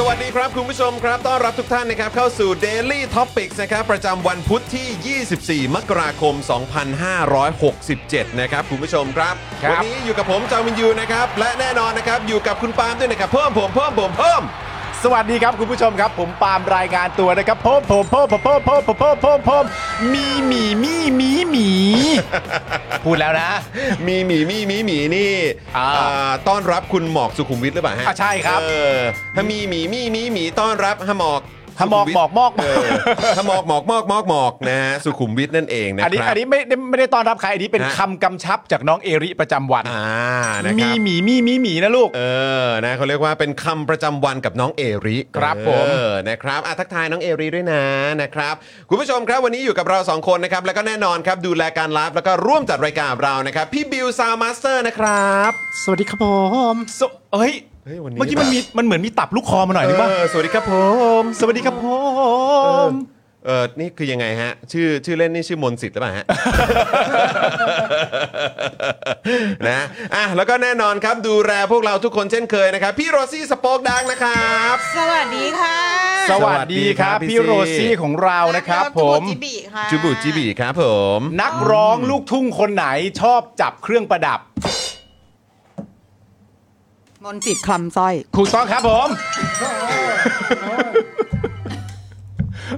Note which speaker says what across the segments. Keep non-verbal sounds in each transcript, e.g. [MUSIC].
Speaker 1: สวัสดีครับคุณผู้ชมครับ ต้อนรับทุกท่านนะครับเข้าสู่ Daily Topics นะครับประจำวันพุทธที่ 24 มกราคม 2567 นะครับคุณผู้ชมครับ
Speaker 2: ครับ
Speaker 1: วันี้อยู่กับผมจอมินยูนะครับ และแน่นอนนะครับอยู่กับคุณปาล์มด้วยนะครับ เพิ่มผมเพิ่มผมเพิ่ม
Speaker 3: สวัสดีครับคุณผู้ชมครับ ผมปาล์มรายงานตัวนะครับผมผมผมผมผมผมผมผมผมผมมีหมีมีหมีหมี พูดแล้วนะ
Speaker 1: [LAUGHS] มีหมีมีหมีหมีนี่
Speaker 3: อ่า
Speaker 1: อ่าต้อนรับคุณหมอกสุขุมวิทหรือเปล่าฮะ
Speaker 3: อ่าใช่ครับ
Speaker 1: เออถ้ามีหมีมีหมีหมีต้อนรับฮะหมอก
Speaker 3: ถ้ามอ
Speaker 1: สุ
Speaker 3: ก
Speaker 1: ขุวิท
Speaker 3: หมอกมอก
Speaker 1: เออถ้ามอกหมอกมอกมอกหมอกนะฮะสุขุมวิทนั่นเองนะครั
Speaker 3: อันนี้อันนี้ไม่ได้ไม่ได้ต้อนรับใครอันนี้เป็น
Speaker 1: ฮะ
Speaker 3: คำกำชับจากน้องเอริประจำวัน
Speaker 1: อ่านะครับ
Speaker 3: มีหมีมีหมีหมีนะลูก
Speaker 1: เออ นะเขาเรียกว่าเป็นคำประจำวันกับน้องเอริ
Speaker 3: ครับ
Speaker 1: เออ
Speaker 3: ผม
Speaker 1: นะครับอ่ะทักทายน้องเอริด้วยนะนะครับ คุณผู้ชมครับวันนี้อยู่กับเรา 2 คนนะครับ แล้วก็แน่นอนครับดูแลการไลฟ์แล้วก็ร่วมจัดรายการเรานะครับ พี่บิวซาวมาสเตอร์นะครับ
Speaker 3: สวัสดีครับผมเฮ้ย
Speaker 1: เฮ้ยวันนี้
Speaker 3: เมื่อกี้มันมีมันเหมือนมีตับลูกคอมาหน่อยหรือเป
Speaker 1: เอ
Speaker 3: ล่า
Speaker 1: อสวัสดีครับผม
Speaker 3: สวัสดีครับผ
Speaker 1: เออ
Speaker 3: ม
Speaker 1: เออนี่คือยังไงฮะ ชื่อชื่อเล่นนี่ชื่อมนต์สิทธิ์หรือเป
Speaker 3: [LAUGHS]
Speaker 1: ล่าฮะ [LAUGHS] นะอ่ะแล้วก็แน่นอนครับดูแลพวกเราทุกคนเช่นเคยนะครับ พี่โรซี่สปอกดังนะครับ
Speaker 4: สวัสดีค่ะ
Speaker 3: สวัสดีค
Speaker 1: ส
Speaker 3: รับ
Speaker 1: วัสดีครับพี่
Speaker 3: พี่โรซี่
Speaker 1: ซี่
Speaker 3: ของเรานะครับ
Speaker 4: แล้ว
Speaker 3: ผ
Speaker 4: ก็จู
Speaker 3: ม
Speaker 4: จิบิค่ะ
Speaker 1: จูบุจิบีครับผม
Speaker 3: นักร้องลูกทุ่งคนไหนชอบจับเครื่องประดับ
Speaker 4: มนต์จิตคลำสร้อย
Speaker 3: ถูกต้องครับผม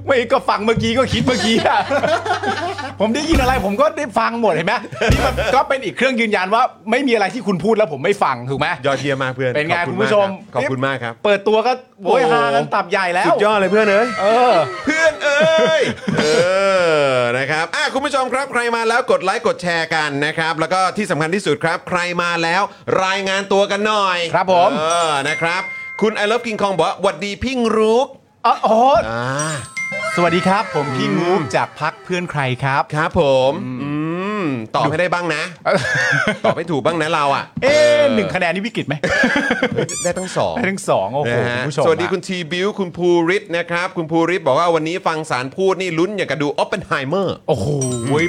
Speaker 3: ไม่ก็ฟังเมื่อกี้ก็คิดเมื่อกี้อะผมได้ยินอะไรผมก็ได้ฟังหมดเห็นไหมนี่มันก็เป็นอีกเครื่องยืนยันว่า ไม่มีอะไรที่คุณพูดแล้วผมไม่ฟังถูกไหม
Speaker 1: ยอดเยี่ยมมากเพื่อน
Speaker 3: เป็น
Speaker 1: ข
Speaker 3: ไง
Speaker 1: อบ
Speaker 3: คุณผู้ชม
Speaker 1: ากครับขอบคุณมากครับ
Speaker 3: เปิดตัวก็โวย
Speaker 1: โอ้โห
Speaker 3: ฮากันตับใหญ่แล้ว
Speaker 1: สุดยอดเลยเพื่อนเอ้ย
Speaker 3: เออ
Speaker 1: เพื่อนเอ้ยเออนะครับอ่ะคุณผู้ชมครับใครมาแล้วกดไลค์กดแชร์กันนะครับ แล้วก็ที่สำคัญที่สุดครับ ใครมาแล้วรายงานตัวกันหน่อย
Speaker 3: ครับผม
Speaker 1: เออนะครับ คุณไอ o ล e ฟกิงคองบอกว่าหวัดดีพิงรุก
Speaker 3: อ๋อโอ้โห
Speaker 1: อ่า
Speaker 3: สวัสดีครับ ผมพี่งูจากพักเพื่อนใครครับ
Speaker 1: ครับผมอืมตอบให้ได้บ้างนะ [LAUGHS] ตอบให้ถูกบ้างนะเราอ่ะ
Speaker 3: เอ๊ะหนึ่งคะแนนนี่วิกฤตไหม
Speaker 1: ได้ทั้งสอง
Speaker 3: ได้ทั้งสองโอ้โห
Speaker 1: นะฮะ
Speaker 3: คุณผู้ชม
Speaker 1: สวัสดี
Speaker 3: อะ
Speaker 1: คุณทีบิวคุณภูริศนะครับ คุณภูริศบอกว่าวันนี้ฟังสารพูดนี่ลุ้นอย่างกับดูออปเปนไฮเมอร์
Speaker 3: โอ้โห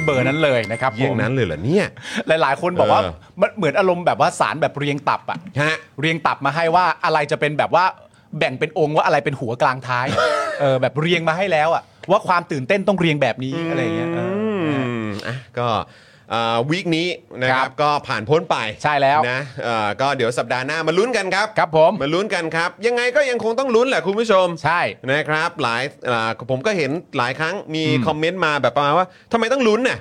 Speaker 3: เบอร์นั้นเลยนะครับ
Speaker 1: อย่าง
Speaker 3: ผม
Speaker 1: นั้นเลยเหรอเนี่ย
Speaker 3: หลายๆ คนบอกว่า
Speaker 1: เออ
Speaker 3: มันเหมือนอารมณ์แบบว่าสารแบบเรียงตับอะ
Speaker 1: ฮะ
Speaker 3: เรียงตับมาให้ว่าอะไรจะเป็นแบบว่าแบ่งเป็นองค์ว่าอะไรเป็นหัวกลางท้าย
Speaker 1: [LAUGHS]
Speaker 3: เออแบบเรียงมาให้แล้วอะว่าความตื่นเต้นต้องเรียงแบบนี้อะไรอย่างเงี้ยเออ
Speaker 1: อืมอ่ะก็วีคนี้นะค
Speaker 3: ครั
Speaker 1: รับบ ก็ผ่านพ้นไป
Speaker 3: ใช่แล้ว
Speaker 1: นะเอ่อก็เดี๋ยวสัปดาห์หน้ามาลุ้นกันครับ
Speaker 3: ครับผม
Speaker 1: มาลุ้นกันครับ ยังไงก็ยังคงต้องลุ้นแหละคุณผู้ชม
Speaker 3: ใช่
Speaker 1: นะครับหลายอ่าผมก็เห็นหลายครั้งมีคอมเมนต์มาแบบประมาณว่าทำไมต้องลุ้นน่ะ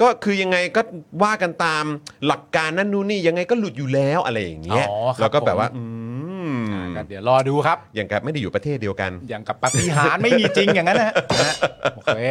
Speaker 1: ก็คือยังไงก็ว่ากันตามหลักการนั่นนู่นนี่ยังไงก็หลุดอยู่แล้วอะไรอย่างเงี้ย
Speaker 3: อ๋อครับ
Speaker 1: แล้วก็แบบ
Speaker 3: ผม
Speaker 1: ว่าอืม
Speaker 3: ก็เดี๋ยวรอดูครับ
Speaker 1: อย่างกับไม่ได้อยู่ประเทศเดียวกัน
Speaker 3: อย่างกับปฏิหารย์ไม่มีจริงอย่างนั้นนะฮะนะฮะโอเค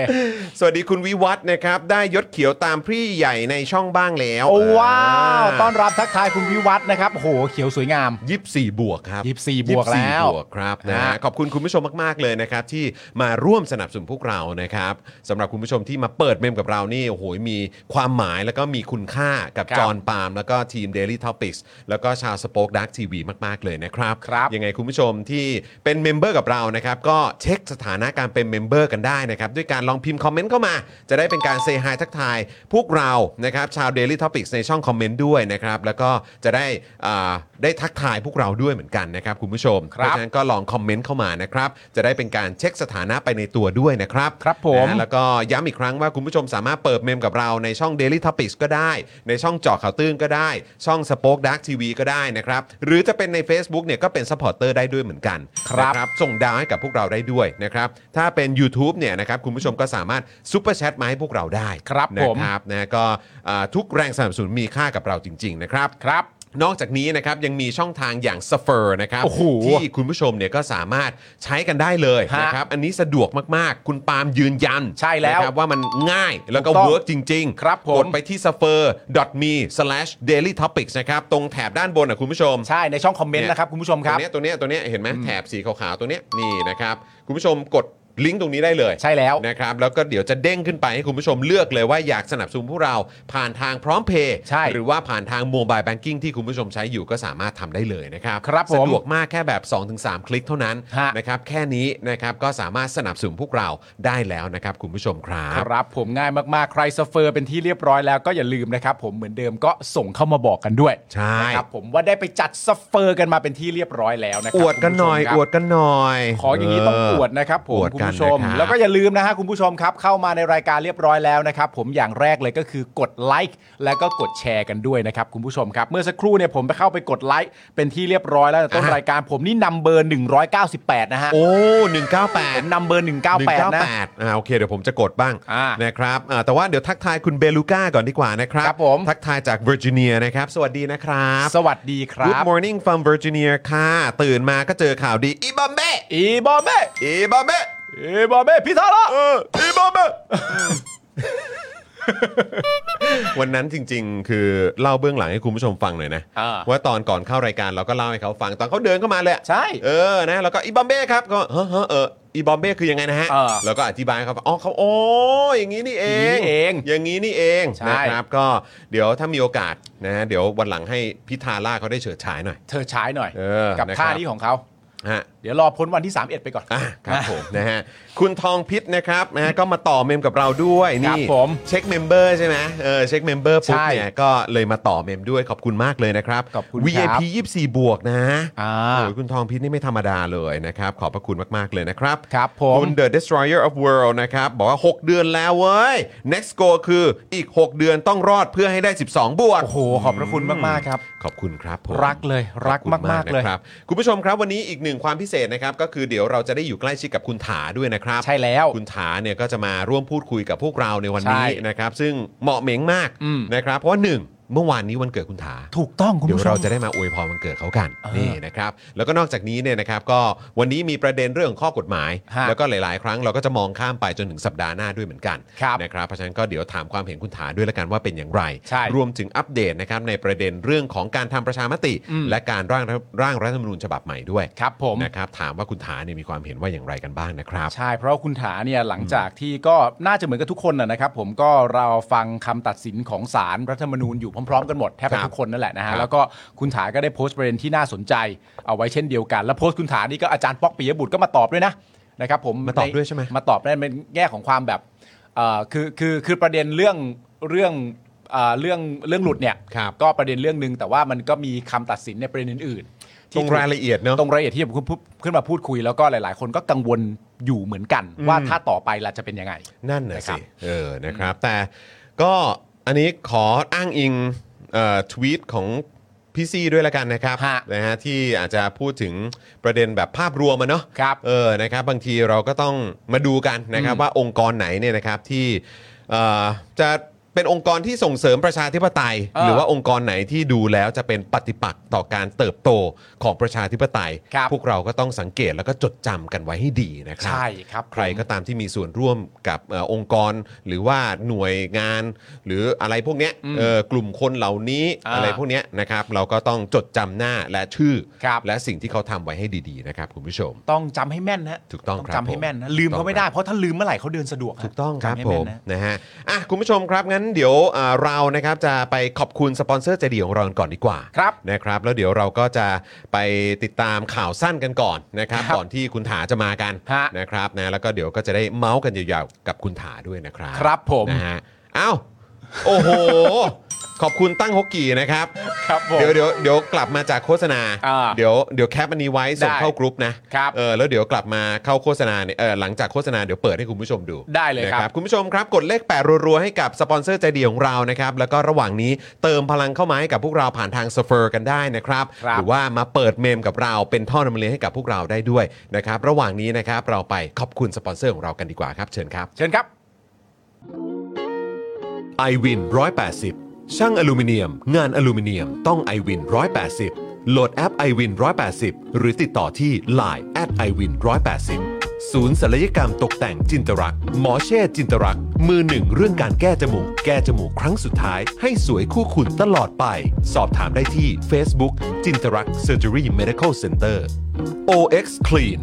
Speaker 1: สวัสดีคุณวิวัฒน์นะครับ ได้ยศเขียวตามพี่ใหญ่ในช่องบ้างแล้ว
Speaker 3: โอ้ว้าว
Speaker 1: ต
Speaker 3: ต้
Speaker 1: อ
Speaker 3: อน นรับทักทายคุณวิวัฒน์นะครับโอ้โหเขียวสวยงาม
Speaker 1: ยี่สี่บวกครับ
Speaker 3: 24บวกแล้ว
Speaker 1: ยี่สิบสี่บวกครับนะฮะ
Speaker 3: นะ
Speaker 1: ขอบคุณคุณผู้ชมมากๆเลยนะครับ ที่มาร่วมสนับสนุนพวกเรานะครับสำหรับคุณผู้ชมที่มาเปิดเมมกับเรานี่โอ้โหมีความหมายแล้วก็มีคุณค่ากับจอห์นปาล์มแล้วก็ทีม Daily Topics แล้วก็ชาวสป็อคดักทีวีมากๆเลยนะครับ
Speaker 3: ครับ
Speaker 1: ยังไงคุณผู้ชมที่เป็นเมมเบอร์กับเรานะครับ ก็เช็คสถานะการเป็นเมมเบอร์กันได้นะครับ ด้วยการลองพิมพ์คอมเมนต์เข้ามา จะได้เป็นการเซฮายทักทาย พวกเรานะครับชาว Daily Topics ในช่องคอมเมนต์ด้วยนะครับ แล้วก็จะได้อ่าได้ทักทายพวกเราด้วยเหมือนกันนะครับคุณผู้ชม
Speaker 3: ค
Speaker 1: เพ
Speaker 3: รับ
Speaker 1: ราะฉะนั้นก็ลองคอมเมนต์เข้ามานะครับ จะได้เป็นการเช็คสถานะไปในตัวด้วยนะครับ
Speaker 3: ครับผม
Speaker 1: นะแล้วก็ย้ำอีกครั้งว่าคุณผู้ชมสามารถเปิดเมมกับเราในช่อง Daily Topics ก็ได้ ในช่องเจาะข่าวตื้นก็ได้ ช่อง Spoke Dark TV ก็ได้นะครับ หรือจะเป็นใน Facebook เนี่ยก็เป็น supporter ได้ด้วยเหมือนกัน
Speaker 3: ครับ
Speaker 1: นะส่งดาวให้กับพวกเราได้ด้วยนะครับ ถ้าเป็น u t u b e เนี่ยนะครับคุณผู้ชมก็สามารถ Super Chat มาให้พวกเราได้
Speaker 3: ครับ
Speaker 1: นะ
Speaker 3: ผม
Speaker 1: ครับนะก็อ่าทุกแรงสนับสนุนมีค่ากับเราจริง ๆ นะครับครับ นอกจากนี้นะครับยังมีช่องทางอย่าง s u f f e r นะครับ
Speaker 3: โอ้โห
Speaker 1: ที่คุณผู้ชมเนี่ยก็สามารถใช้กันได้เลย
Speaker 3: ฮะ
Speaker 1: นะครับอันนี้สะดวกมากๆ คุณปาล์มยืนยัน
Speaker 3: ใช่แล้ว
Speaker 1: นะครับว่ามันง่ายแล้วก็
Speaker 3: ถูกต้อง
Speaker 1: เวิร์กจริงๆ
Speaker 3: ครับผม
Speaker 1: กดไปที่ s u f f e r m e d a i l y t o p i c s นะครับ ตรงแถบด้านบนนะคุณผู้ชม
Speaker 3: ใช่ในช่องคอมเมนต์นะครับคุณผู้ชมครับ
Speaker 1: ตัวเนี้ยตัวเนี้ยตัวเนี้ยเห็นไหมแถบสีขาวๆตัวเนี้ยนี่นะครับคุณผู้ชมกดลิงก์ตรงนี้ได้เลย
Speaker 3: ใช่แล้ว
Speaker 1: นะครับแล้วก็เดี๋ยวจะเด้งขึ้นไปให้คุณผู้ชมเลือกเลยว่าอยากสนับสนุนพวกเราผ่านทางพร้อมเพย์
Speaker 3: ใช่
Speaker 1: หรือว่าผ่านทางโมบายแบงกิ้งที่คุณผู้ชมใช้อยู่ก็สามารถทำได้เลยนะครับ
Speaker 3: ครับผม
Speaker 1: สะดวกมากแค่แบบ 2-3 คลิกเท่านั้น
Speaker 3: ฮะ
Speaker 1: นะครับแค่นี้นะครับก็สามารถสนับสนุนพวกเราได้แล้วนะครับคุณผู้ชมครับ
Speaker 3: ครับผมง่ายมากๆ ใครสเฟอร์เป็นที่เรียบร้อยแล้วก็อย่าลืมนะครับผมเหมือนเดิมก็ส่งเข้ามาบอกกันด้วย
Speaker 1: ใช่
Speaker 3: นะครับผมว่าได้ไปจัดสเฟอร์กันมาเป็นที่เรียบร้อยแล้วนะครั
Speaker 1: อวดกันหน่อย
Speaker 3: คุ
Speaker 1: อวด
Speaker 3: ณผู้ชมครับ
Speaker 1: กันหน่อย
Speaker 3: ขออย่างนี้ต้องอวดนะครับผ
Speaker 1: อ
Speaker 3: ม
Speaker 1: วด
Speaker 3: คุณ
Speaker 1: กัน
Speaker 3: ผู้ชม
Speaker 1: นะครับ
Speaker 3: แล้วก็อย่าลืมนะฮะคุณผู้ชมครับ เข้ามาในรายการเรียบร้อยแล้วนะครับ ผมอย่างแรกเลยก็คือกดไลค์แล้วก็กดแชร์กันด้วยนะครับคุณผู้ชมครับ เมื่อสักครู่เนี่ยผมไปเข้าไปกดไลค์เป็นที่เรียบร้อยแล้วแต่ต้นรายการผมนี่นำเบอร์ 198 นะฮะ
Speaker 1: โอ้
Speaker 3: ผ
Speaker 1: 198
Speaker 3: มนำเบอร์ 198 นะ
Speaker 1: 198อ่าโอเคเดี๋ยวผมจะกดบ้าง
Speaker 3: อ่า
Speaker 1: นะครับอ่าแต่ว่าเดี๋ยวทักทายคุณเบลูก้าก่อนดีกว่านะครับ
Speaker 3: ครับผม
Speaker 1: ทักทายจากเวอร์จิเนียนะครับ สวัสดีนะครับ
Speaker 3: สวัสดีครั
Speaker 1: Good
Speaker 3: บ
Speaker 1: morning from Virginia ค่ะ ตื่นมาก็เจอข่าวดีอีบอมเบ้
Speaker 3: อีบอมเบ้
Speaker 1: อีบอมเบ้
Speaker 3: อีบอมเบ้พิธาละ
Speaker 1: เอออีบอมเบ้ [LAUGHS] วันนั้นจริงๆ คือเล่าเบื้องหลังให้คุณผู้ชมฟังหน่อยนะ
Speaker 3: อ่า
Speaker 1: ว่าตอนก่อนเข้ารายการเราก็เล่าให้เขาฟังตอนเขาเดินเข้ามาเลยอะ
Speaker 3: ใช่
Speaker 1: เออนะแล้วก็อีบอมเบ้ครับก็เฮ้อเฮ้อเอออีบอมเบ้คือยังไงนะฮะ
Speaker 3: เออ
Speaker 1: แล้วก็อธิบายให้เขาฟังอ๋อเขาอ๋ออย่างนี้นี่เอง
Speaker 3: อย่างนี้นี่เอง
Speaker 1: อย่างนี้นี่เอง
Speaker 3: ใช่
Speaker 1: นะครับก็เดี๋ยวถ้ามีโอกาสนะเดี๋ยววันหลังให้พิธาล่าเขาได้เฉิดฉายหน่อย
Speaker 3: เธอฉายหน่อย
Speaker 1: เออ
Speaker 3: กับ
Speaker 1: นะครับ
Speaker 3: ท่านี้ของเขา
Speaker 1: ฮะ
Speaker 3: เดี๋ยวรอพ้นวันที่ 31 ไปก่อน
Speaker 1: อ่ะครับผมนะฮะคุณทองพิษนะครับนะฮะก็มาต่อเมมกับเราด้วย
Speaker 3: ครับ
Speaker 1: นี่
Speaker 3: ผม
Speaker 1: เช็คเมมเบอร์ใช่ไหมเออเช็คเมมเบอร์ปุ๊บ
Speaker 3: ใช่
Speaker 1: เนี่ยก็เลยมาต่อเมมด้วยขอบคุณมากเลยนะครับ
Speaker 3: ขอบคุณ
Speaker 1: VIP 24 บวกนะ
Speaker 3: อ่า
Speaker 1: โอ้ยคุณทองพิษนี่ไม่ธรรมดาเลยนะครับ ขอบพระคุณมาก ๆ เลยนะครับ
Speaker 3: ครับผม
Speaker 1: คุณ The Destroyer of World นะครับ บอกว่า 6 เดือนแล้วเว้ย Next Go คืออีก 6 เดือนต้องรอดเพื่อให้ได้ 12 บวก
Speaker 3: โอ้โหขอบพระคุณมากๆครับ
Speaker 1: ขอบคุณครับผม
Speaker 3: รักเลยรัก
Speaker 1: ขอบคุณ
Speaker 3: มากๆเลย
Speaker 1: นะครับคุณผู้ชมครับวันนี้อีกหนึ่งความพิเศษนะครับก็คือเดี๋ยวเราจะได้อยู่ใกล้ชิดกับคุณถาด้วยนะครับ
Speaker 3: ใช่แล้ว
Speaker 1: คุณถาเนี่ยก็จะมาร่วมพูดคุยกับพวกเราในวันนี้
Speaker 3: ใช่
Speaker 1: นะครับซึ่งเหมาะเหม็งมาก
Speaker 3: อืม
Speaker 1: นะครับเพราะว่าหนึ่งเมื่อวานนี้วันเกิดคุณถา
Speaker 3: ถูกต้องคุณ
Speaker 1: เดี๋ยว
Speaker 3: ผู้ชม
Speaker 1: เราจะได้มาอวยพรวันเกิดเขากัน
Speaker 3: เออ
Speaker 1: นี่นะครับแล้วก็นอกจากนี้เนี่ยนะครับก็วันนี้มีประเด็นเรื่องของข้อกฎหมาย
Speaker 3: ฮะ
Speaker 1: แล้วก็หลาย ๆ ครั้งเราก็จะมองข้ามไปจนถึงสัปดาห์หน้าด้วยเหมือนกัน
Speaker 3: ครับ
Speaker 1: นะครับเพราะฉะนั้นก็เดี๋ยวถามความเห็นคุณถาด้วยละกันว่าเป็นอย่างไร
Speaker 3: ใช่
Speaker 1: รวมถึงอัปเดตนะครับในประเด็นเรื่องของการทำประชามติ
Speaker 3: อืม
Speaker 1: และการร่างร่างรัฐธรรมนูญฉบับใหม่ด้วย
Speaker 3: ครับผม
Speaker 1: นะครับถามว่าคุณฐาเนี่ยมีความเห็นว่าอย่างไรกันบ้างนะครับ
Speaker 3: ใช่ เพราะว่าคุณถาเนี่ยหลังจากที่ก็น่าจะเหมือนกับทุกคนนะนะครับ ผมก็เราฟังคำตัดสินของศาลรรัฐธรรมนูญอยู่พร้อมๆกันหมดแทบ
Speaker 1: ครั
Speaker 3: จะ
Speaker 1: บ
Speaker 3: ทุกคนนั่นแหละนะ
Speaker 1: ครับ
Speaker 3: ฮะแล้วก็คุณถาก็ได้โพสต์ประเด็นที่น่าสนใจเอาไว้เช่นเดียวกัน แล้วโพสต์คุณถานี่ก็อาจารย์ป๊อกปิยบุตรก็มาตอบด้วยนะนะครับผม
Speaker 1: มาตอบด้วยใช่ไหม
Speaker 3: มาตอบได้ในแง่ของความแบบเอ่อคือคือคือประเด็นเรื่องเรื่องเอ่อเรื่องเรื่องหลุดเนี่ย
Speaker 1: ครับ
Speaker 3: ก็ประเด็นเรื่องหนึ่งแต่ว่ามันก็มีคำตัดสินในประเด็นอื่นๆ
Speaker 1: ตร
Speaker 3: ที่
Speaker 1: ง
Speaker 3: ถูก
Speaker 1: รายละเอียดเนาะ
Speaker 3: ตรงรายละเอียดที่ผมพูดขึ้นมาพูดคุยแล้วก็หลายๆ คนก็กังวลอยู่เหมือนกัน
Speaker 1: อืม
Speaker 3: ว่าถ้าต่อไปล่ะจะเป็นยังไง
Speaker 1: นั่นนะ
Speaker 3: นะครั
Speaker 1: สิ
Speaker 3: บ
Speaker 1: เออนะครับ แต่ก็อันนี้ขออ้างอิงเอ่อทวีตของพี่ซีด้วยละกันนะครับ
Speaker 3: ฮะ
Speaker 1: นะฮะที่อาจจะพูดถึงประเด็นแบบภาพรวมมาเนาะ
Speaker 3: ครับ
Speaker 1: เออนะครับบางทีเราก็ต้องมาดูกันนะครับ
Speaker 3: อืม
Speaker 1: ว่าองค์กรไหนเนี่ยนะครับที่เอ่อจะ เป็นองค์กรที่ส่งเสริมประชาธิปไตย
Speaker 3: เออ
Speaker 1: หรือว่าองค์กรไหนที่ดูแล้วจะเป็นปฏิปักษ์ต่อการเติบโตของประชาธิปไตย
Speaker 3: ครับ
Speaker 1: พวกเราก็ต้องสังเกตแล้วก็จดจำกันไว้ให้ดีนะครั
Speaker 3: ใช่ครับ
Speaker 1: ใครก็ตามที่มีส่วนร่วมกับเออองค์กรหรือว่าหน่วยงาน หรืออะไรพวกเนี้ยเอ่อกลุ่มคนเหล่านี้
Speaker 3: า
Speaker 1: อะไรพวกเนี้ยนะครับเราก็ต้องจดจำหน้าและชื่อ
Speaker 3: ครับ
Speaker 1: และสิ่งที่เขาทำไว้ให้ดีๆนะครับคุณผู้ชม
Speaker 3: ต้องจำให้แม่นนะ
Speaker 1: ถูกต้องครับ
Speaker 3: จำให้แม่นนะลืม
Speaker 1: ถูกต้
Speaker 3: เขา
Speaker 1: อง
Speaker 3: ไม่ได้
Speaker 1: ครับ
Speaker 3: เพราะถ้าลืมเมื่อไหร่เขาเดินสะดวกฮะ
Speaker 1: ถูกต้องครับ
Speaker 3: จำให้
Speaker 1: ผม
Speaker 3: แนนะ
Speaker 1: นะฮะอ่ะคุณผู้ชมครับงั้นเดี๋ยวอ่าเรานะครับจะไปขอบคุณสปอนเซอร์ใจดีของเรากันก่อนดีกว่า
Speaker 3: ครับ
Speaker 1: นะครับ แล้วเดี๋ยวเราก็จะไปติดตามข่าวสั้นกันก่อนนะครับ
Speaker 3: ครับ
Speaker 1: ก่อนที่คุณถาจะมากัน
Speaker 3: ฮะ
Speaker 1: นะครับนะแล้วก็เดี๋ยวก็จะได้เมาส์กันยาวๆกับคุณถาด้วยนะครับ
Speaker 3: ครับผม
Speaker 1: นะฮะอ้าวโอ้โห ขอบคุณตั้งฮกกี่นะครับ
Speaker 3: ครับผม
Speaker 1: เดี๋ยวเดี๋ยวเดี๋ยวกลับมาจากโฆษณา
Speaker 3: อ่า
Speaker 1: เดี๋ยวเดี๋ยวแคปอันนี้ไว้ส่ง
Speaker 3: ได้
Speaker 1: เข้ากรุ๊ปนะครับเออแล้วเดี๋ยวกลับมาเข้าโฆษณาเนี่ยเออหลังจากโฆษณาเดี๋ยวเปิดให้คุณผู้ชมดู
Speaker 3: ได้เลยครับ
Speaker 1: นะคุณผู้ชมครับกดเลขแปดรัวๆให้กับสปอนเซอร์ใจดีของเรานะครับแล้วก็ระหว่างนี้เติมพลังเข้ามาให้กับพวกเราผ่านทางสเฟอร์กันได้นะครับ
Speaker 3: ครับ
Speaker 1: หรือว่ามาเปิดเมมกับเราเป็นท่อนำเลี้ยงให้กับพวกเราได้ด้วยนะครับระหว่างนี้นะครับเราไปขอบคุณสปอนเซอร์ของเรากันดีกว่าครับเชิญครับ
Speaker 3: เชิญครับ
Speaker 1: i w วิน180 ช่างอลูมิเนียม งานอลูมิเนียมต้อง i w วิน180 โหลดแอป i w วิน180 หรือติดต่อที่ Line at i w วิน180 ศูนย์ศัลยกรรมตกแต่งจินตรัก หมอเช่จินตรัก มือหนึ่งเรื่องการแก้จมูก แก้จมูกครั้งสุดท้าย ให้สวยคู่คุณตลอดไป สอบถามได้ที่ Facebook จินตรัก Surgery Medical Center OX Clean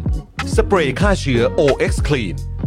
Speaker 1: สเปรย์ฆ่าเชื้อ OX Clean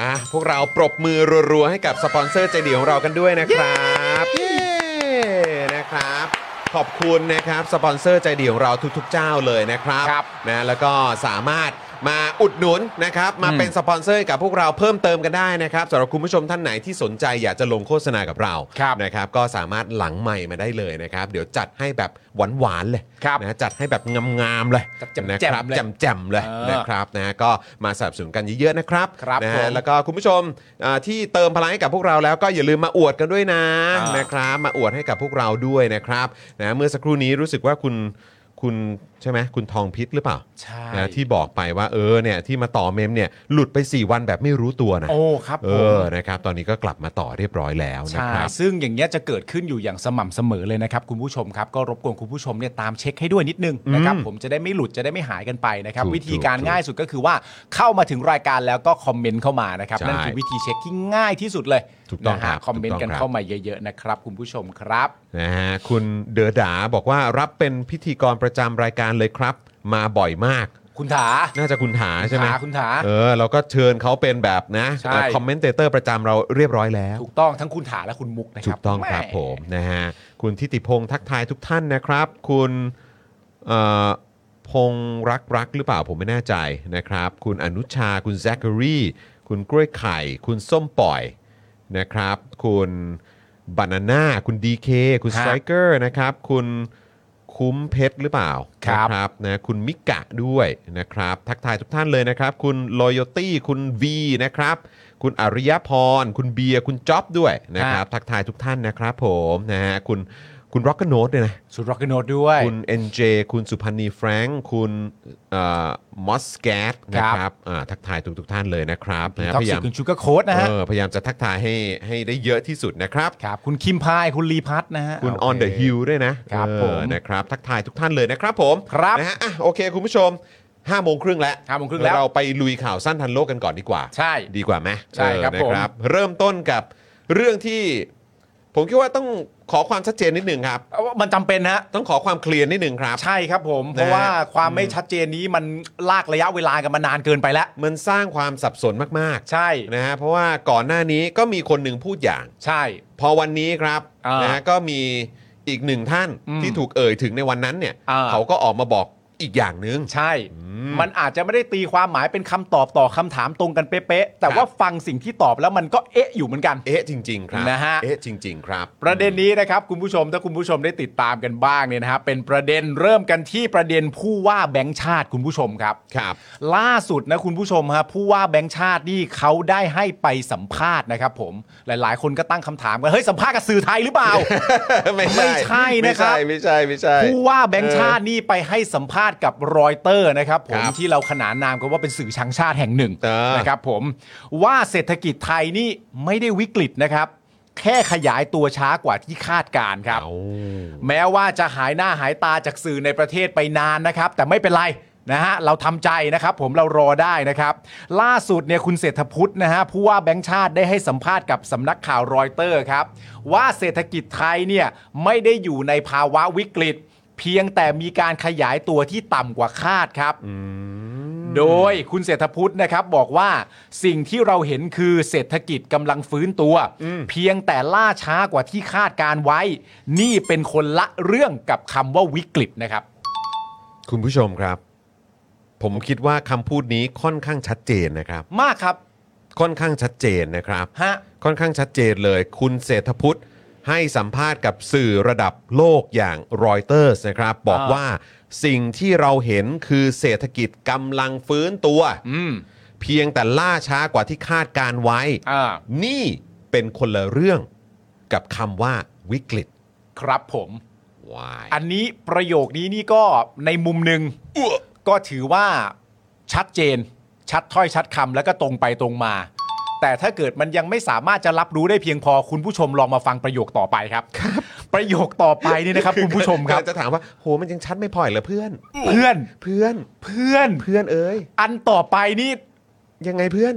Speaker 1: อ่ะพวกเราปรบมือรัวๆ ให้กับสปอนเซอร์ใจดีของเรากันด้วยนะครับเย้นะครับ ขอบคุณนะครับสปอนเซอร์ใจดีของเราทุกๆ เจ้าเลยนะครับ
Speaker 3: ครับ
Speaker 1: นะแล้วก็สามารถมาอุดหนุนนะครับมาเป็นสปอนเซอร์ให้กับพวกเราเพิ่มเติมกันได้นะครับสำหรับคุณผู้ชมท่านไหนที่สนใจอยากจะลงโฆษณากับเรา
Speaker 3: ครับ
Speaker 1: นะครับ ก็สามารถหลังใหม่มาได้เลยนะครับ เดี๋ยวจัดให้แบบหวานๆเลย
Speaker 3: ครับ
Speaker 1: นะจัดให้แบบงามๆเลย
Speaker 3: จัดแจ่มๆ
Speaker 1: นะครับ
Speaker 3: เลย
Speaker 1: แจ่มๆเลย
Speaker 3: เออ
Speaker 1: นะครับนะฮะก็มาสนับสนุนกันเยอะๆนะครับ
Speaker 3: ครับ
Speaker 1: นะ
Speaker 3: ผ
Speaker 1: ฮะ
Speaker 3: ม
Speaker 1: แล้วก็คุณผู้ชมอ่าที่เติมพลังให้กับพวกเราแล้วก็อย่าลืมมาอวดกันด้วยนะ
Speaker 3: อ่าน
Speaker 1: นะครับมาอวดให้กับพวกเราด้วยนะครับนะเมื่อสักครู่นี้รู้สึกว่าคุณคุณใช่ไหมคุณทองพิษหรือเปล่า
Speaker 3: ใช่
Speaker 1: นะที่บอกไปว่าเออเนี่ยที่มาต่อเมมเนี่ยหลุดไป 4 วันแบบไม่รู้ตัวนะ
Speaker 3: โอ้ครับ
Speaker 1: เอ
Speaker 3: ผม
Speaker 1: อนะครับตอนนี้ก็กลับมาต่อเรียบร้อยแล้วนะ
Speaker 3: ใช่
Speaker 1: ครับ
Speaker 3: ซึ่งอย่างเงี้ยจะเกิดขึ้นอยู่อย่างสม่ำเสมอเลยนะครับคุณผู้ชมครับก็รบกวนคุณผู้ชมเนี่ยตามเช็คให้ด้วยนิดนึงนะครับผมจะได้ไม่หลุดจะได้ไม่หายกันไปนะครับ
Speaker 1: ถูก
Speaker 3: วิธีการ
Speaker 1: ถูก
Speaker 3: ง่ายสุดก็คือว่าเข้ามาถึงรายการแล้วก็คอมเมนต์เข้ามานะครับ
Speaker 1: ใช่
Speaker 3: นั่นคือวิธีเช็คที่ง่ายที่สุดเลย
Speaker 1: ถูกต้อง
Speaker 3: นะครับ ฮะคอมเมน
Speaker 1: ถูก
Speaker 3: ต์
Speaker 1: ต้
Speaker 3: กั
Speaker 1: อน งครับ
Speaker 3: เข้ามาเยอะๆนะครับคุณผู้ชมครับ
Speaker 1: นะฮะคุณเดอดาบอกว่ารับเป็นพิธีกรประจำรายการเลยครับ มาบ่อยมาก
Speaker 3: คุณถา
Speaker 1: น่าจะคุณถาใช่ไหม
Speaker 3: คุณถาคุณถา
Speaker 1: เออเราก็เชิญเขาเป็นแบบนะ
Speaker 3: ใช่
Speaker 1: คอมเมนเตอร์ประจำเราเรียบร้อยแล้ว
Speaker 3: ถูกต้องทั้งคุณถาและคุณมุกนะค
Speaker 1: ถู
Speaker 3: รับ
Speaker 1: กต้องครับ
Speaker 3: แห
Speaker 1: ผมนะฮะคุณทิติพงศ์ทักทายทุกท่านนะครับ คุณเอ่อพงษ์รักรักหรือเปล่าผมไม่แน่ใจนะครับ คุณอนุชาคุณแซคเคอรีคุณกล้วยไข่ คุณส้มปล่อยนะครับ คุณบานาน่าคุณดีเคคุณ
Speaker 3: ค
Speaker 1: ส
Speaker 3: รับ
Speaker 1: ไตรเกอร์นะครับ คุณคุ้มเพชรหรือเปล่า
Speaker 3: ครับ
Speaker 1: นะครับนะคุณมิกะด้วยนะครับ ทักทายทุกท่านเลยนะครับ คุณลอยตี้คุณ V นะครับ คุณอริยพร คุณเบียร์คุณจ๊อบด้วยนะครับ
Speaker 3: ครับ
Speaker 1: ทักทายทุกท่านนะครับผมนะฮะคุณคุณร็อกเกอร์โนด้วยนะ
Speaker 3: สุดร็อกเกอร์โนดด้วย
Speaker 1: คุณ NJ คุณสุพันธ์นีแฟรงค์คุณมอสแกตนะค
Speaker 3: ครั
Speaker 1: รับบ อ่าทักทายทุกๆท่านเลยนะครับนะฮะ
Speaker 3: ท็อก
Speaker 1: พยายา
Speaker 3: ซิ
Speaker 1: ม
Speaker 3: คุณชูกอร์โค้ดนะฮะ
Speaker 1: เออพยายามจะทักทายให้ให้ได้เยอะที่สุดนะครับ
Speaker 3: ครับ คุณคิมพายคุณลีพัทนะฮะ
Speaker 1: คุณ
Speaker 3: โค
Speaker 1: on the hill ด้วยนะครับ เออ
Speaker 3: ผม
Speaker 1: นะครับทักทายทุกท่านเลยนะครับผม
Speaker 3: ครับ
Speaker 1: นะฮะอ่ะโอเคคุณผู้ชม5โมงครึ่งแล้ว
Speaker 3: ห้าโมงครึ่งแล้ว
Speaker 1: เราไปลุยข่าวสั้นทันโลกกันก่อนดีกว่า
Speaker 3: ใช่
Speaker 1: ดีกว่าไหม
Speaker 3: ใช่ครับ
Speaker 1: เออ
Speaker 3: ผม
Speaker 1: นะเริ่มต้นกับเรื่องที่ ผมคิดว่าต้องขอความชัดเจนนิดหนึ่งครับ
Speaker 3: เอาว่ามันจำเป็นนะฮะ
Speaker 1: ต้องขอความเคลียร์นิดหนึ่งครับ
Speaker 3: ใช่ครับผม เพราะว่าความไม่ชัดเจนนี้มันลากระยะเวลากันมานานเกินไปแล้ว
Speaker 1: มันสร้างความสับสนมาก
Speaker 3: ใช่
Speaker 1: ๆนะฮะเพราะว่าก่อนหน้านี้ก็มีคนหนึ่งพูดอย่าง
Speaker 3: ใช่
Speaker 1: พอวันนี้ครับ
Speaker 3: อ่าน
Speaker 1: นะฮะก็มีอีกหนึ่งท่าน
Speaker 3: อืม
Speaker 1: ที่ถูกเอ่ยถึงในวันนั้นเนี่ย
Speaker 3: อ่า
Speaker 1: เขาก็ออกมาบอกอีกอย่างหนึ่ง
Speaker 3: ใช่
Speaker 1: อืม
Speaker 3: มันอาจจะไม่ได้ตีความหมายเป็นคำตอบต่อคำถามตรงกันเป๊ะๆแต่ว่าฟังสิ่งที่ตอบแล้วมันก็เอ๊ะอยู่เหมือนกัน
Speaker 1: เอ๊ะจริง ๆ ครับ
Speaker 3: นะฮะ
Speaker 1: เอ๊ะจริง ๆ ครับ
Speaker 3: ประเด็นนี้นะครับคุณผู้ชมถ้าคุณผู้ชมได้ติดตามกันบ้างเนี่ยนะครับเป็นประเด็นเริ่มกันที่ประเด็นผู้ว่าแบงค์ชาติคุณผู้ชมครับ
Speaker 1: ครับ
Speaker 3: ล่าสุดนะคุณผู้ชมฮะผู้ว่าแบงค์ชาตินี่เขาได้ให้ไปสัมภาษณ์นะครับผมหลายๆ คนก็ตั้งคำถามกันเฮ้ยสัมภาษณ์กับสื่อไทยหรือเปล่า
Speaker 1: ไม่
Speaker 3: ไม่ใช่นะครับ
Speaker 1: ไม่ใช่ไม่ใช่
Speaker 3: ผู้ว่าแบงค์ชาตินี่ไปให้สัมภาษณ์กับรอยเตอร์นะครับผม
Speaker 1: ครับ
Speaker 3: ที่เราขนานนามกันว่าเป็นสื่อชังชาติแห่งหนึ่ง
Speaker 1: เออ
Speaker 3: นะครับผมว่าเศรษฐกิจไทยนี่ไม่ได้วิกฤตนะครับ แค่ขยายตัวช้ากว่าที่คาดการณ์ครับ
Speaker 1: เอา
Speaker 3: แม้ว่าจะหายหน้าหายตาจากสื่อในประเทศไปนานนะครับ แต่ไม่เป็นไรนะฮะเราทำใจนะครับ ผมเรารอได้นะครับ ล่าสุดเนี่ยคุณเศรษฐพุทธนะฮะผู้ว่าแบงค์ชาติได้ให้สัมภาษณ์กับสำนักข่าวรอยเตอร์ครับ ว่าเศรษฐกิจไทยเนี่ยไม่ได้อยู่ในภาวะวิกฤต เพียงแต่มีการขยายตัวที่ต่ำกว่าคาดครับ โดยคุณเศรษฐพุทธนะครับบอกว่าสิ่งที่เราเห็นคือเศรษฐกิจกำลังฟื้นตัว เพียงแต่ล่าช้ากว่าที่คาดการไว้ นี่เป็นคนละเรื่องกับคำว่าวิกฤตนะครับ
Speaker 1: คุณผู้ชมครับ ผมคิดว่าคำพูดนี้ค่อนข้างชัดเจนนะครับ
Speaker 3: มากครับ
Speaker 1: ค่อนข้างชัดเจนนะครับ
Speaker 3: ฮะ
Speaker 1: ค่อนข้างชัดเจนเลย คุณเศรษฐพุทธให้สัมภาษณ์กับสื่อระดับโลกอย่างรอยเตอร์สนะครับ บอกว่าสิ่งที่เราเห็นคือเศรษฐกิจกำลังฟื้นตัว
Speaker 3: อืม
Speaker 1: เพียงแต่ล่าช้ากว่าที่คาดการไว้
Speaker 3: อ่า
Speaker 1: นี่เป็นคนละเรื่องกับคำว่าวิกฤต
Speaker 3: ครับผม
Speaker 1: วาย
Speaker 3: อันนี้ประโยคนี้นี่ก็ในมุมหนึ่งก็ถือว่าชัดเจน ชัดถ้อยชัดคำแล้วก็ตรงไปตรงมา แต่ถ้าเกิดมันยังไม่สามารถจะรับรู้ได้เพียงพอคุณผู้ชมลองมาฟังประโยคต่อไปครับ ประโยคต่อไปนี่ [LAUGHS] นะครับ คุณผู้ชมครับ
Speaker 1: จะถามว่าโหมันยังชัดไม่พออีกเหรอเพื่อน
Speaker 3: เพื่อน
Speaker 1: เพื่อน
Speaker 3: เพื่อน
Speaker 1: เพื่อนเอ้ย
Speaker 3: อันต่อไปนี่
Speaker 1: ยังไงเพื่อน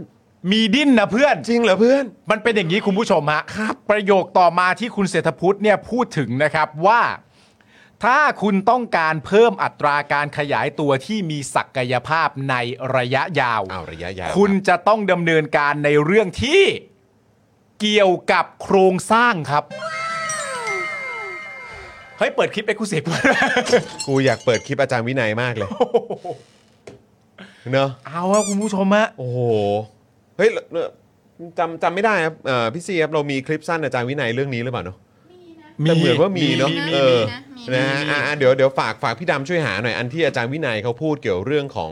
Speaker 3: มีดิ้นนะเพื่อน
Speaker 1: จริงเหรอเพื่อน
Speaker 3: มันเป็นอย่างนี้คุณผู้ชมฮะประโยคต่อมาที่คุณเศรษฐพุทธเนี่ยพูดถึงนะครับว่า ถ้าคุณต้องการเพิ่มอัตราการขยายตัวที่มีศักยภาพในระยะยาว
Speaker 1: เอาระยะยาว
Speaker 3: คุณ
Speaker 1: รับ
Speaker 3: จะต้องดำเนินการในเรื่องที่เกี่ยวกับโครงสร้างครับ เฮ้ย เปิดคลิปเอ็กซ์คลูซีฟ
Speaker 1: กูอยากเปิดคลิปอาจารย์วินัยมากเลยเนอะ
Speaker 3: เอาครับคุณผู้ชมฮะ
Speaker 1: โอ้โหเฮ้ยเนอะจำจำไม่ได้ครับเอ่อพี่ซีครับเรามีคลิปสั้นอาจารย์วินัยเรื่องนี้หรือเปล่าเนอะแต่เหมือนว่ามีเนอะ
Speaker 4: มี
Speaker 1: เออ
Speaker 4: นะมี
Speaker 1: นะ
Speaker 4: นะ
Speaker 1: ฮะอ่ะอ่ะเดี๋ยวเดี๋ยวฝากฝากพี่ดำช่วยหาหน่อยอันที่อาจารย์วินัยเขาพูดเกี่ยวเรื่องของ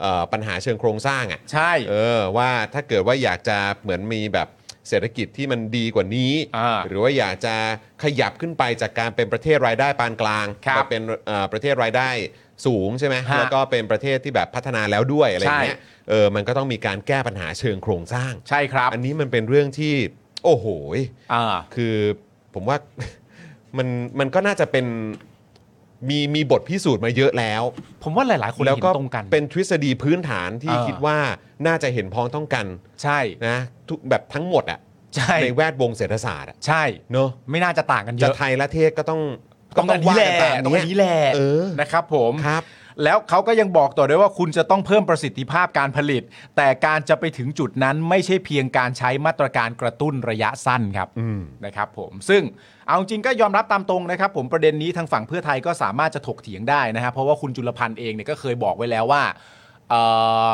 Speaker 1: เอ่อปัญหาเชิงโครงสร้างอ่ะ
Speaker 3: ใช่
Speaker 1: เออว่าถ้าเกิดว่าอยากจะเหมือนมีแบบเศรษฐกิจที่มันดีกว่านี้
Speaker 3: อ่า
Speaker 1: หรือว่าอยากจะขยับขึ้นไปจากการเป็นประเทศรายได้ปานกลาง
Speaker 3: ครับ
Speaker 1: ไปเป็นเอ่อประเทศรายได้สูงใช่ไหม
Speaker 3: ฮะ
Speaker 1: แล้วก็เป็นประเทศที่แบบพัฒนาแล้วด้วยอะไรอย่างเงี้ย
Speaker 3: ใช่
Speaker 1: เออมันก็ต้องมีการแก้ปัญหาเชิงโครงสร้าง
Speaker 3: ใช่ครับ
Speaker 1: อันนี้มันเป็นเรื่องที่ โอ้โหย
Speaker 3: อ่า
Speaker 1: คือผมว่า [LAUGHS] มันมันก็น่าจะเป็นมีมีบทพิสูจน์มาเยอะแล้ว
Speaker 3: ผมว่าหลาย ๆ คน
Speaker 1: แล้ว
Speaker 3: เห็
Speaker 1: ก็
Speaker 3: นตรงกัน
Speaker 1: เป็นทฤษฎีพื้นฐานที่
Speaker 3: เออ
Speaker 1: คิดว่าน่าจะเห็นพ้องต้องกัน
Speaker 3: ใช่
Speaker 1: นะทุกแบบทั้งหมดอะ
Speaker 3: ใช่
Speaker 1: ในแวดวงเศรษฐศาสตร์อะ
Speaker 3: ใช่
Speaker 1: เนอะ
Speaker 3: ไม่น่าจะต่างกันเย
Speaker 1: จะ
Speaker 3: อะ
Speaker 1: ไทยและเทศก็ต้อง
Speaker 3: ต้องกันนี้แหละต้องกันนี้แหละ
Speaker 1: เออ
Speaker 3: นะครับผม
Speaker 1: ครับ
Speaker 3: แล้วเขาก็ยังบอกต่อด้วยว่าคุณจะต้องเพิ่มประสิทธิภาพการผลิต แต่การจะไปถึงจุดนั้นไม่ใช่เพียงการใช้มาตรการกระตุ้นระยะสั้นครับ
Speaker 1: อืม
Speaker 3: นะครับผมซึ่งเอาจริงก็ยอมรับตามตรงนะครับ ผมประเด็นนี้ทางฝั่งเพื่อไทยก็สามารถจะถกเถียงได้นะครับเพราะว่าคุณจุลพันธ์เองเนี่ยก็เคยบอกไว้แล้วว่าเอ่อ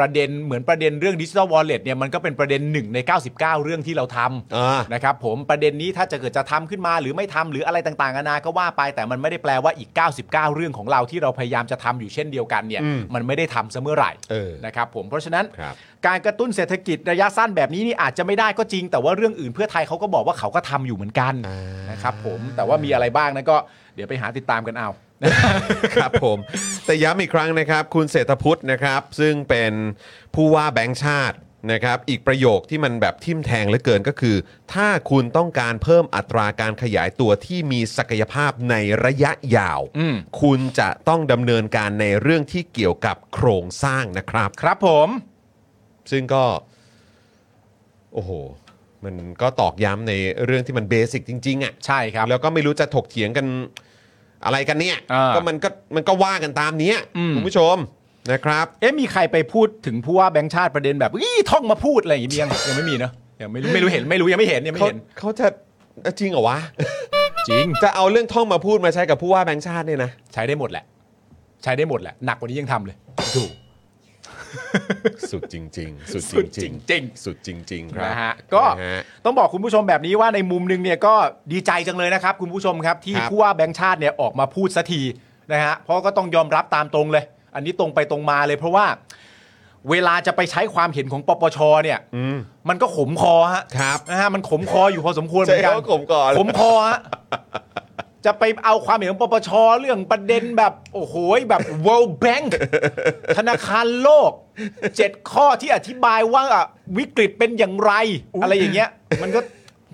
Speaker 3: ประเด็นเหมือนประเด็นเรื่องดิจิทัลวอลเล็ตเนี่ยมันก็เป็นประเด็นหนึ่งใน 99 เรื่องที่เราทำ
Speaker 1: อ่า
Speaker 3: นะครับผมประเด็นนี้ถ้าจะเกิดจะทำขึ้นมาหรือไม่ทำหรืออะไรต่างๆนานาก็ว่าไป แต่มันไม่ได้แปลว่าอีก 99 เรื่องของเราที่เราพยายามจะทำอยู่เช่นเดียวกันเนี่ย
Speaker 1: อืม
Speaker 3: มันไม่ได้ทำซะเมื่อไหร่
Speaker 1: เออ
Speaker 3: นะครับผมเพราะฉะนั้น
Speaker 1: ครับ
Speaker 3: การกระตุ้นเศรษฐกิจระยะสั้นแบบนี้นี่อาจจะไม่ได้ก็จริง แต่ว่าเรื่องอื่นเพื่อไทยเขาก็บอกว่าเขาก็ทำอยู่เหมือนกันนะครับผมแต่ว่ามีอะไรบ้างนั้นก็เดี๋ยวไปหาติดตามกันเอา
Speaker 1: [LAUGHS] ครับผมแต่ย้ำอีกครั้งนะครับ คุณเศรษฐพุทธนะครับ ซึ่งเป็นผู้ว่าแบงค์ชาตินะครับ อีกประโยคที่มันแบบทิ่มแทงเหลือเกินก็คือ ถ้าคุณต้องการเพิ่มอัตราการขยายตัวที่มีศักยภาพในระยะยาว
Speaker 3: อืม
Speaker 1: คุณจะต้องดำเนินการในเรื่องที่เกี่ยวกับโครงสร้างนะครับ
Speaker 3: ครับผม
Speaker 1: ซึ่งก็ โอ้โห มันก็ตอกย้ำในเรื่องที่มันเบสิกจริง ๆอะ
Speaker 3: ใช่ครับ
Speaker 1: แล้วก็ไม่รู้จะถกเถียงกันอะไรกันเนี่ย
Speaker 3: อ่า
Speaker 1: ก็มันก็มันก็ว่ากันตามเนี้ย
Speaker 3: อืม
Speaker 1: คุณผู้ชมนะครับ
Speaker 3: เอ๊ะมีใครไปพูดถึงผู้ว่าแบงค์ชาติประเด็นแบบอี้ท่องมาพูดอะไรอย่างงี้มียังยังไม่มีเนอะยังไม่รู้ไม่รู้เห็นไม่รู้ยังไม่เห็นยังไม่
Speaker 1: เขา
Speaker 3: เห็น
Speaker 1: เขาจะเอ้ยจริงเหรอ
Speaker 3: [LAUGHS]
Speaker 1: วะ
Speaker 3: จริง
Speaker 1: จะเอาเรื่องท่องมาพูดมาใช้กับผู้ว่าแบงค์ชาติเนี่ยนะ
Speaker 3: ใช้ได้หมดแหละ ใช้ได้หมดแหละ หนักกว่านี้ยังทำเลย ดู
Speaker 1: สุดจริง ๆ สุด
Speaker 3: สุด
Speaker 1: จ
Speaker 3: จ
Speaker 1: ริง
Speaker 3: ริงๆ
Speaker 1: ๆ สุดจริง ๆ ครับ
Speaker 3: นะฮะก็
Speaker 1: นะฮะ
Speaker 3: ต้องบอกคุณผู้ชมแบบนี้ว่าในมุมหนึงเนี่ยก็ดีใจจังเลยนะครับ คุณผู้ชมครับที่
Speaker 1: ครับ
Speaker 3: ผู้ว่าแบงค์ชาติเนี่ยออกมาพูดสักทีนะฮะเพราะก็ต้องยอมรับตามตรงเลย อันนี้ตรงไปตรงมาเลย เพราะว่าเวลาจะไปใช้ความเห็นของปปชเนี่ยมันก็ขมคอฮะ
Speaker 1: ครับ
Speaker 3: นะฮะมันขมคออยู่พอสมควรเหมือนกั
Speaker 1: ใช้
Speaker 3: น
Speaker 1: คำว่าขมคอเลย
Speaker 3: ขมคอฮะจะไปเอาความเห็นของปปชเรื่องประเด็นแบบโอ้โหแบบ World Bank ธนาคารโลกเจ็ดข้อที่อธิบายว่าวิกฤตเป็นอย่างไร อะไรอย่างเงี้ย มันก็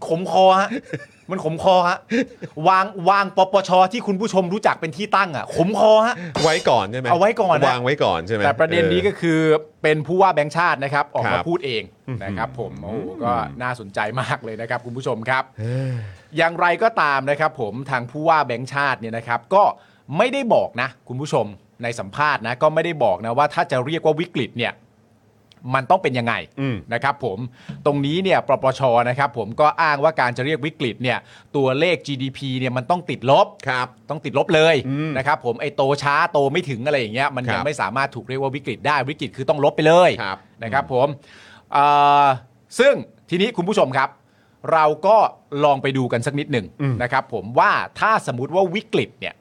Speaker 3: ขมคอฮะมันขมคอฮะวางวางปปชที่คุณผู้ชมรู้จักเป็นที่ตั้งอ่ะ ขมคอฮะ
Speaker 1: ไว้ก่อนใช่ไหม
Speaker 3: เอาไว้ก่อนนะ
Speaker 1: วางไว้ก่อนใช่ไหม
Speaker 3: แต่ประเด็นนี้ก็คือเป็นผู้ว่าแบงค์ชาตินะครับ ออก
Speaker 1: ครั
Speaker 3: มา
Speaker 1: บ
Speaker 3: พูดเองนะครับ ผมโอ้โหก็น่าสนใจมากเลยนะครับ คุณผู้ชมครับ อย่างไรก็ตามนะครับผมทางผู้ว่าแบงค์ชาติเนี่ยนะครับ ก็ไม่ได้บอกนะ คุณผู้ชมในสัมภาษณ์นะก็ไม่ได้บอกนะว่าถ้าจะเรียกว่าวิกฤตเนี่ย มันต้องเป็นยังไง
Speaker 1: อืม
Speaker 3: นะครับผมตรงนี้เนี่ยปปชนะครับผมก็อ้างว่าการจะเรียกวิกฤตเนี่ยตัวเลข GDP เนี่ยมันต้องติดลบ
Speaker 1: ครับ
Speaker 3: ต้องติดลบเลย
Speaker 1: อืม
Speaker 3: นะครับผมไอ้โตช้าโตไม่ถึงอะไรอย่างเงี้ยมัน
Speaker 1: ค
Speaker 3: ยัง
Speaker 1: รับ
Speaker 3: ไม่สามารถถูกเรียกว่าวิกฤตได้วิกฤตคือต้องลบไปเลย
Speaker 1: ครับ
Speaker 3: นะครับผมเอ่อซึ่งทีนี้คุณผู้ชมครับ เราก็ลองไปดูกันสักนิดหนึ่ง
Speaker 1: อืม
Speaker 3: นะครับผมว่าถ้าสมมติว่าวิกฤตเนี่ย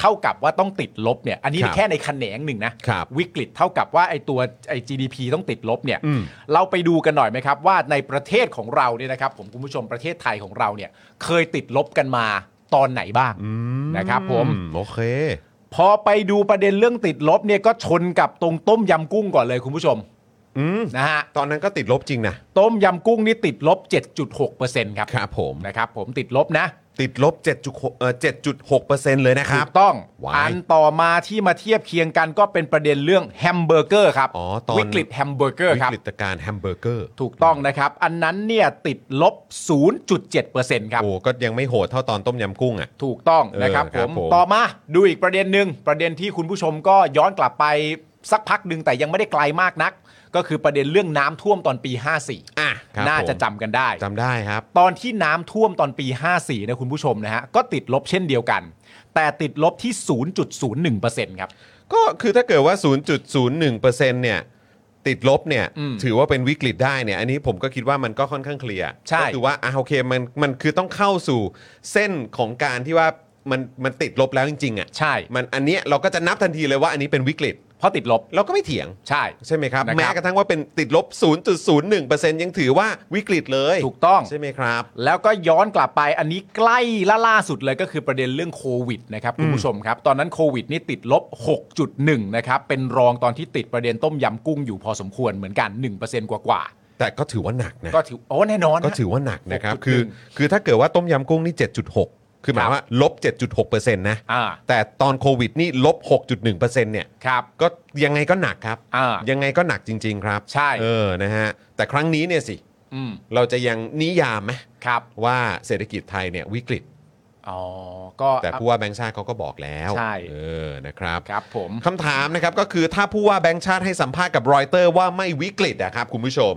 Speaker 3: เท่ากับว่าต้องติดลบเนี่ยอันนี้
Speaker 1: ครับ
Speaker 3: แค่ในแขนงหนึ่งนะครับ วิกฤตเท่ากับว่าไอ้ตัวไอ้ GDP ต้องติดลบเนี่ย
Speaker 1: อืม
Speaker 3: เราไปดูกันหน่อยไหมครับ ว่าในประเทศของเราเนี่ยนะครับผมคุณผู้ชมประเทศไทยของเราเนี่ยเคยติดลบกันมาตอนไหนบ้าง
Speaker 1: อืม
Speaker 3: นะครับผม
Speaker 1: โอเค
Speaker 3: พอไปดูประเด็นเรื่องติดลบเนี่ยก็ชนกับตรงต้มยำกุ้งก่อนเลยคุณผู้ชม
Speaker 1: อืม
Speaker 3: นะฮะ
Speaker 1: ตอนนั้นก็ติดลบจริงนะ
Speaker 3: ต้มยำกุ้งนี่ติดลบ 7.6%ครับ
Speaker 1: ครับผม
Speaker 3: นะครับผมติดลบนะ
Speaker 1: ติดลบ7.6เอ่อ7.6%เลยนะครับ
Speaker 3: ถูกต้อง
Speaker 1: ว้าย
Speaker 3: อันต่อมาที่มาเทียบเคียงกันก็เป็นประเด็นเรื่องแฮมเบอร์เกอร์ครับ
Speaker 1: อ๋อตอน
Speaker 3: วิกฤตแฮมเบอร์เกอร์ครับ
Speaker 1: วิกฤตการณ์แฮมเบอร์เกอร์
Speaker 3: ถูกต้องนะครับ อันนั้นเนี่ยติดลบ 0.7%ครับ
Speaker 1: โอ้ก็ยังไม่โหดเท่าตอนต้มยำกุ้งอ่ะ
Speaker 3: ถูกต้องนะครับ
Speaker 1: เออ
Speaker 3: ผ
Speaker 1: ครับ
Speaker 3: ม
Speaker 1: ผม
Speaker 3: ต่อมาดูอีกประเด็นหนึ่งประเด็นที่คุณผู้ชมก็ย้อนกลับไปสักพักหนึ่งแต่ยังไม่ได้ไกลมากนัก ก็คือประเด็นเรื่องน้ำท่วมตอนปี 54
Speaker 1: อ่ะครับ
Speaker 3: น่าจะ
Speaker 1: ผม
Speaker 3: จำกันได้
Speaker 1: จำได้ครับ
Speaker 3: ตอนที่น้ำท่วมตอนปี 54 นะคุณผู้ชมนะฮะ ก็ติดลบเช่นเดียวกัน แต่ติดลบที่ 0.01%ครับ
Speaker 1: ก็คือถ้าเกิดว่า 0.01%เนี่ย ติดลบเนี่ย
Speaker 3: อืม
Speaker 1: ถือว่าเป็นวิกฤตได้เนี่ย อันนี้ผมก็คิดว่ามันก็ค่อนข้างเคลียร์
Speaker 3: ใช่
Speaker 1: ก็คือว่าอ่ะโอเคมันมันคือต้องเข้าสู่เส้นของการที่ว่ามันมันติดลบแล้วจริงๆอ่ะ
Speaker 3: ใช่
Speaker 1: มันอันเนี้ยเราก็จะนับทันทีเลยว่าอันนี้เป็นวิกฤต
Speaker 3: เพราะติดลบ
Speaker 1: เราก็ไม่เถียง
Speaker 3: ใช่
Speaker 1: ใช่ไหมครับ
Speaker 3: นะครับ
Speaker 1: แม้กระทั่งว่าเป็นติดลบ 0.01%ยังถือว่าวิกฤตเลย
Speaker 3: ถูกต้อง
Speaker 1: ใช่ไหมครับ
Speaker 3: แล้วก็ย้อนกลับไปอันนี้ใกล้ล่าล่าสุดเลยก็คือประเด็นเรื่องโควิดนะครับคุณผู้ชมครับ ตอนนั้นโควิดนี่ติดลบ 6.1 นะครับ เป็นรองตอนที่ติดประเด็นต้มยำกุ้งอยู่พอสมควรเหมือนกัน 1%กว่ากว่า
Speaker 1: แต่ก็ถือว่าหนักนะ
Speaker 3: ๆก็ถือโอ้แน่นอนฮะ
Speaker 1: ก็ถือว่าหนักนะครับ
Speaker 3: 6.1
Speaker 1: คือ คือถ้าเกิดว่าต้มยำกุ้งนี่ 7.6 คือหมายว่าลบ 7.6%นะ
Speaker 3: อ่า
Speaker 1: แต่ตอนโควิดนี่ลบ 6.1%เนี่ย
Speaker 3: ครับ
Speaker 1: ก็ยังไงก็หนักครับ
Speaker 3: อ่ายั
Speaker 1: ยังไงก็หนักจริง ๆ ครับ
Speaker 3: ใช่
Speaker 1: เออ นะฮะ แต่ครั้งนี้เนี่ยสิ
Speaker 3: อืม
Speaker 1: เราจะยังนิยามไหม
Speaker 3: ครับ
Speaker 1: ว่าเศรษฐกิจไทยเนี่ยวิกฤต
Speaker 3: อ๋อ ก็
Speaker 1: แต่ผู้ว่าแบงค์ชาติเขาก็บอกแล้ว
Speaker 3: ใช่
Speaker 1: เออ นะครับ
Speaker 3: ครับผม
Speaker 1: คำถามนะครับก็คือถ้าผู้ว่าแบงค์ชาติให้สัมภาษณ์กับรอยเตอร์ว่าไม่วิกฤตอะครับ คุณผู้ชม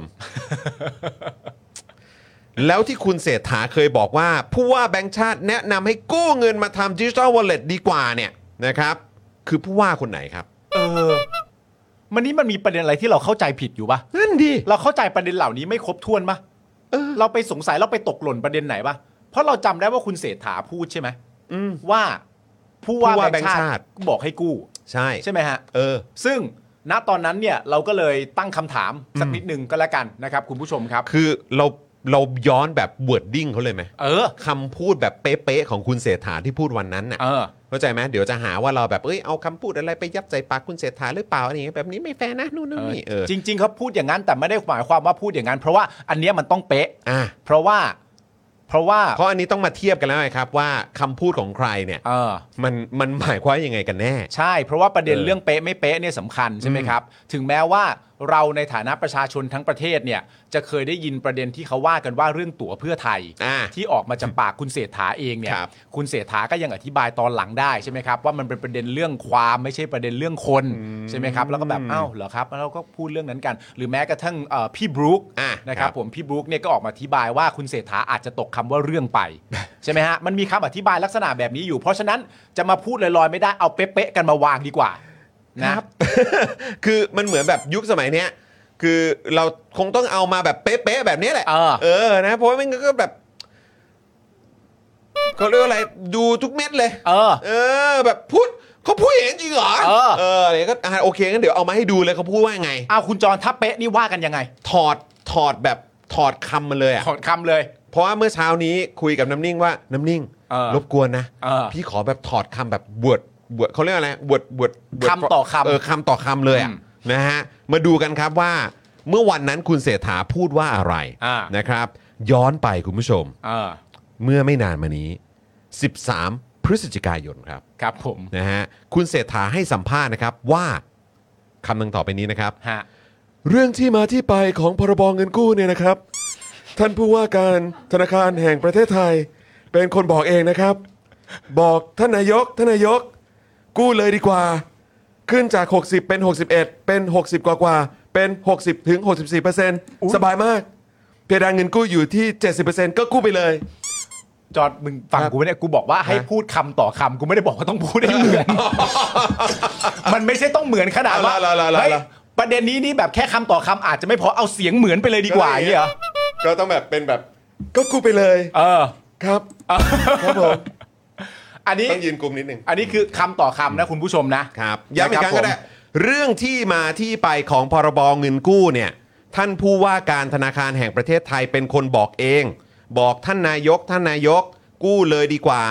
Speaker 1: แล้วที่คุณเศรษฐาเคยบอกว่า ผู้ว่าแบงค์ชาติแนะนำให้กู้เงินมาทำดิจิทัลวอลเล็ตดีกว่าเนี่ยนะครับ คือผู้ว่าคนไหนครับ
Speaker 3: เออ มันนี่มันมีประเด็นอะไรที่เราเข้าใจผิดอยู่ปะ
Speaker 1: นั่นดิ
Speaker 3: เราเข้าใจประเด็นเหล่านี้ไม่ครบถ้วนปะ
Speaker 1: เออ
Speaker 3: เราไปสงสัยเราไปตกหล่นประเด็นไหนปะเพราะเราจำได้ว่าคุณเศรษฐาพูดใช่ไหม
Speaker 1: อืม
Speaker 3: ว่าผู้
Speaker 1: ผู้ว่า
Speaker 3: ว่า
Speaker 1: แบ
Speaker 3: แบ
Speaker 1: ง
Speaker 3: ง
Speaker 1: ค์
Speaker 3: ค์
Speaker 1: ชาติ
Speaker 3: ชาติบอกให้กู้
Speaker 1: ใช่
Speaker 3: ใช่ไหมฮะ
Speaker 1: เออ
Speaker 3: ซึ่งณตอนนั้นเนี่ยเราก็เลยตั้งคำถามสักนิดหนึ่งก็แล้วกันนะครับ คุณผู้ชมครับ
Speaker 1: คือเราเราย้อนแบบวอร์ดดิ้งเขาเลยไหม
Speaker 3: เออ
Speaker 1: คำพูดแบบเป๊ะๆของคุณเศรษฐาที่พูดวันนั้นน่ะ
Speaker 3: เออ
Speaker 1: เข้าใจไหมเดี๋ยวจะหาว่าเราแบบเอ้ยเอาคำพูดอะไรไปยัดใส่ปากคุณเศรษฐาหรือเปล่าอะไรอย่างเงี้ยแบบนี้ไม่แฟร์นะนู่นนู่นนี่เออ
Speaker 3: จริง ๆเขาพูดอย่างนั้นแต่ไม่ได้หมายความว่าพูดอย่างนั้น เพราะว่าอันเนี้ยมันต้องเป๊ะ
Speaker 1: อ่ะ
Speaker 3: เพราะว่า เพราะว่า
Speaker 1: เพราะอันนี้ต้องมาเทียบกันแล้วไงครับว่าคำพูดของใครเนี่ย
Speaker 3: เออ
Speaker 1: มันมันหมายความยังไงกันแน่
Speaker 3: ใช่ เพราะว่าประเด็น
Speaker 1: เออ
Speaker 3: เรื่องเป๊ะไม่เป๊ะเนี่ยสำคัญใช่ไหมครับ ถึงแม้ว่าเราในฐานะประชาชนทั้งประเทศเนี่ยจะเคยได้ยินประเด็นที่เขาว่ากันว่าเรื่องตั๋วเพื่อไทย
Speaker 1: อ่า
Speaker 3: ที่ออกมาจากปากคุณเศรษฐาเองเนี่ย
Speaker 1: ครับ
Speaker 3: คุณเศรษฐาก็ยังอธิบายตอนหลังได้ใช่ไหมครับว่ามันเป็นประเด็นเรื่องความไม่ใช่ประเด็นเรื่องคนใช่ไหมครับแล้วก็แบบอ้าวเหรอครับแล้วเราก็พูดเรื่องนั้นกัน หรือแม้กระทั่งเอ่อพี่บรู๊ค
Speaker 1: อ่ะ
Speaker 3: นะ
Speaker 1: ค
Speaker 3: ค
Speaker 1: รั
Speaker 3: รับ บ ผมพี่บรู๊คเนี่ยก็ออกมาอธิบายว่าคุณเศรษฐาอาจจะตกคำว่าเรื่องไป [LAUGHS] ใช่ไหมฮะ มันมีคำอธิบายลักษณะแบบนี้อยู่ เพราะฉะนั้นจะมาพูดลอยๆไม่ได้เอาเป๊ะๆกันมาวางดีกว่า นะ
Speaker 1: คือมันเหมือนแบบยุคสมัยเนี้ยคือเราคงต้องเอามาแบบเป๊ะๆแบบนี้แหละ
Speaker 3: เออ
Speaker 1: นะเพราะว่ามันก็แบบเขาเรียกว่าอะไรดูทุกเม็ดเลย
Speaker 3: เออ
Speaker 1: เออแบบพูดเขาพูดอย่างนั้นจริงเหรอ
Speaker 3: เออ
Speaker 1: เออเนี่ยก็อ่ะโอเคงั้นเดี๋ยวเอามาให้ดูเลยเขาพูดว่ายังไง
Speaker 3: เอาคุณจรถ้าเป๊ะนี่ว่ากันยังไง
Speaker 1: ถอดถอดแบบถอดคำมาเลยอ่ะ
Speaker 3: ถอดคำเลย
Speaker 1: เพราะว่าเมื่อเช้านี้คุยกับน้ำนิ่งว่าน้ำนิ่ง
Speaker 3: เออ
Speaker 1: รบกวนนะ
Speaker 3: เออ
Speaker 1: พี่ขอแบบถอดคำแบบบวดบวดเขาเรียกว่าอะไรบวดบวดบวด
Speaker 3: คำต่อคำ
Speaker 1: เออคำต่อคำเลยอ่ะ
Speaker 3: อืม
Speaker 1: นะฮะมาดูกันครับว่า เมื่อวันนั้นคุณเศรษฐาพูดว่าอะไร
Speaker 3: อ่าน
Speaker 1: นะครับ ย้อนไปคุณผู้ชม
Speaker 3: เออ
Speaker 1: เมื่อไม่นานมานี้ 13 พฤศจิกายนครับ
Speaker 3: ครับผม
Speaker 1: นะฮะคุณเศรษฐาให้สัมภาษณ์นะครับว่าคำดังต่อไปนี้นะครับ
Speaker 3: ฮะ
Speaker 1: เรื่องที่มาที่ไปของพรบเงินกู้เนี่ยนะครับ ท่านผู้ว่าการธนาคารแห่งประเทศไทย เป็นคนบอกเองนะครับ บอกท่านนายกท่านนายก กู้เลยดีกว่า ขึ้นจาก 60 เป็น 61 เป็น 60 กว่ากว่าๆเป็น 60 ถึง 64เปอร์เซ็นต์สบายมาก เพดานเงินกู้อยู่ที่ 70%ก็กู้ไปเลย
Speaker 3: จอดมึงฟัง
Speaker 1: ครับ
Speaker 3: กูไม่ได้กูบอกว่าให้
Speaker 1: ฮะ
Speaker 3: พูดคำต่อคำกูไม่ได้บอกว่าต้องพูดให้เหมือน มันไม่ใช่ [LAUGHS] ต้องเหมือนขนาดว่า
Speaker 1: เอาละเอาละเอาละ
Speaker 3: เฮ้ยประเด็นนี้นี่แบบแค่คำต่อคำอาจจะไม่พอเอาเสียงเหมือนไปเลยดีกว่าอย่างเงี้ยเหรอ
Speaker 1: ก็ต้องแบบเป็นแบบก็กู้ไปเลย
Speaker 3: เออ
Speaker 1: ครับครับผม
Speaker 3: อันนี้
Speaker 1: ต้องยืนกลุ่มนิดนึง
Speaker 3: อันนี้คือคำต่อคำนะคุณผู้ชมนะครับ
Speaker 1: ย้ำอีกครั้งก็ได้
Speaker 3: นะบผม
Speaker 1: เรื่องที่มาที่ไปของพรบเงินกู้เนี่ยท่านผู้ว่าการธนาคารแห่งประเทศไทยเป็นคนบอกเอง บอกท่านนายกท่านนายก กู้เลยดีกว่า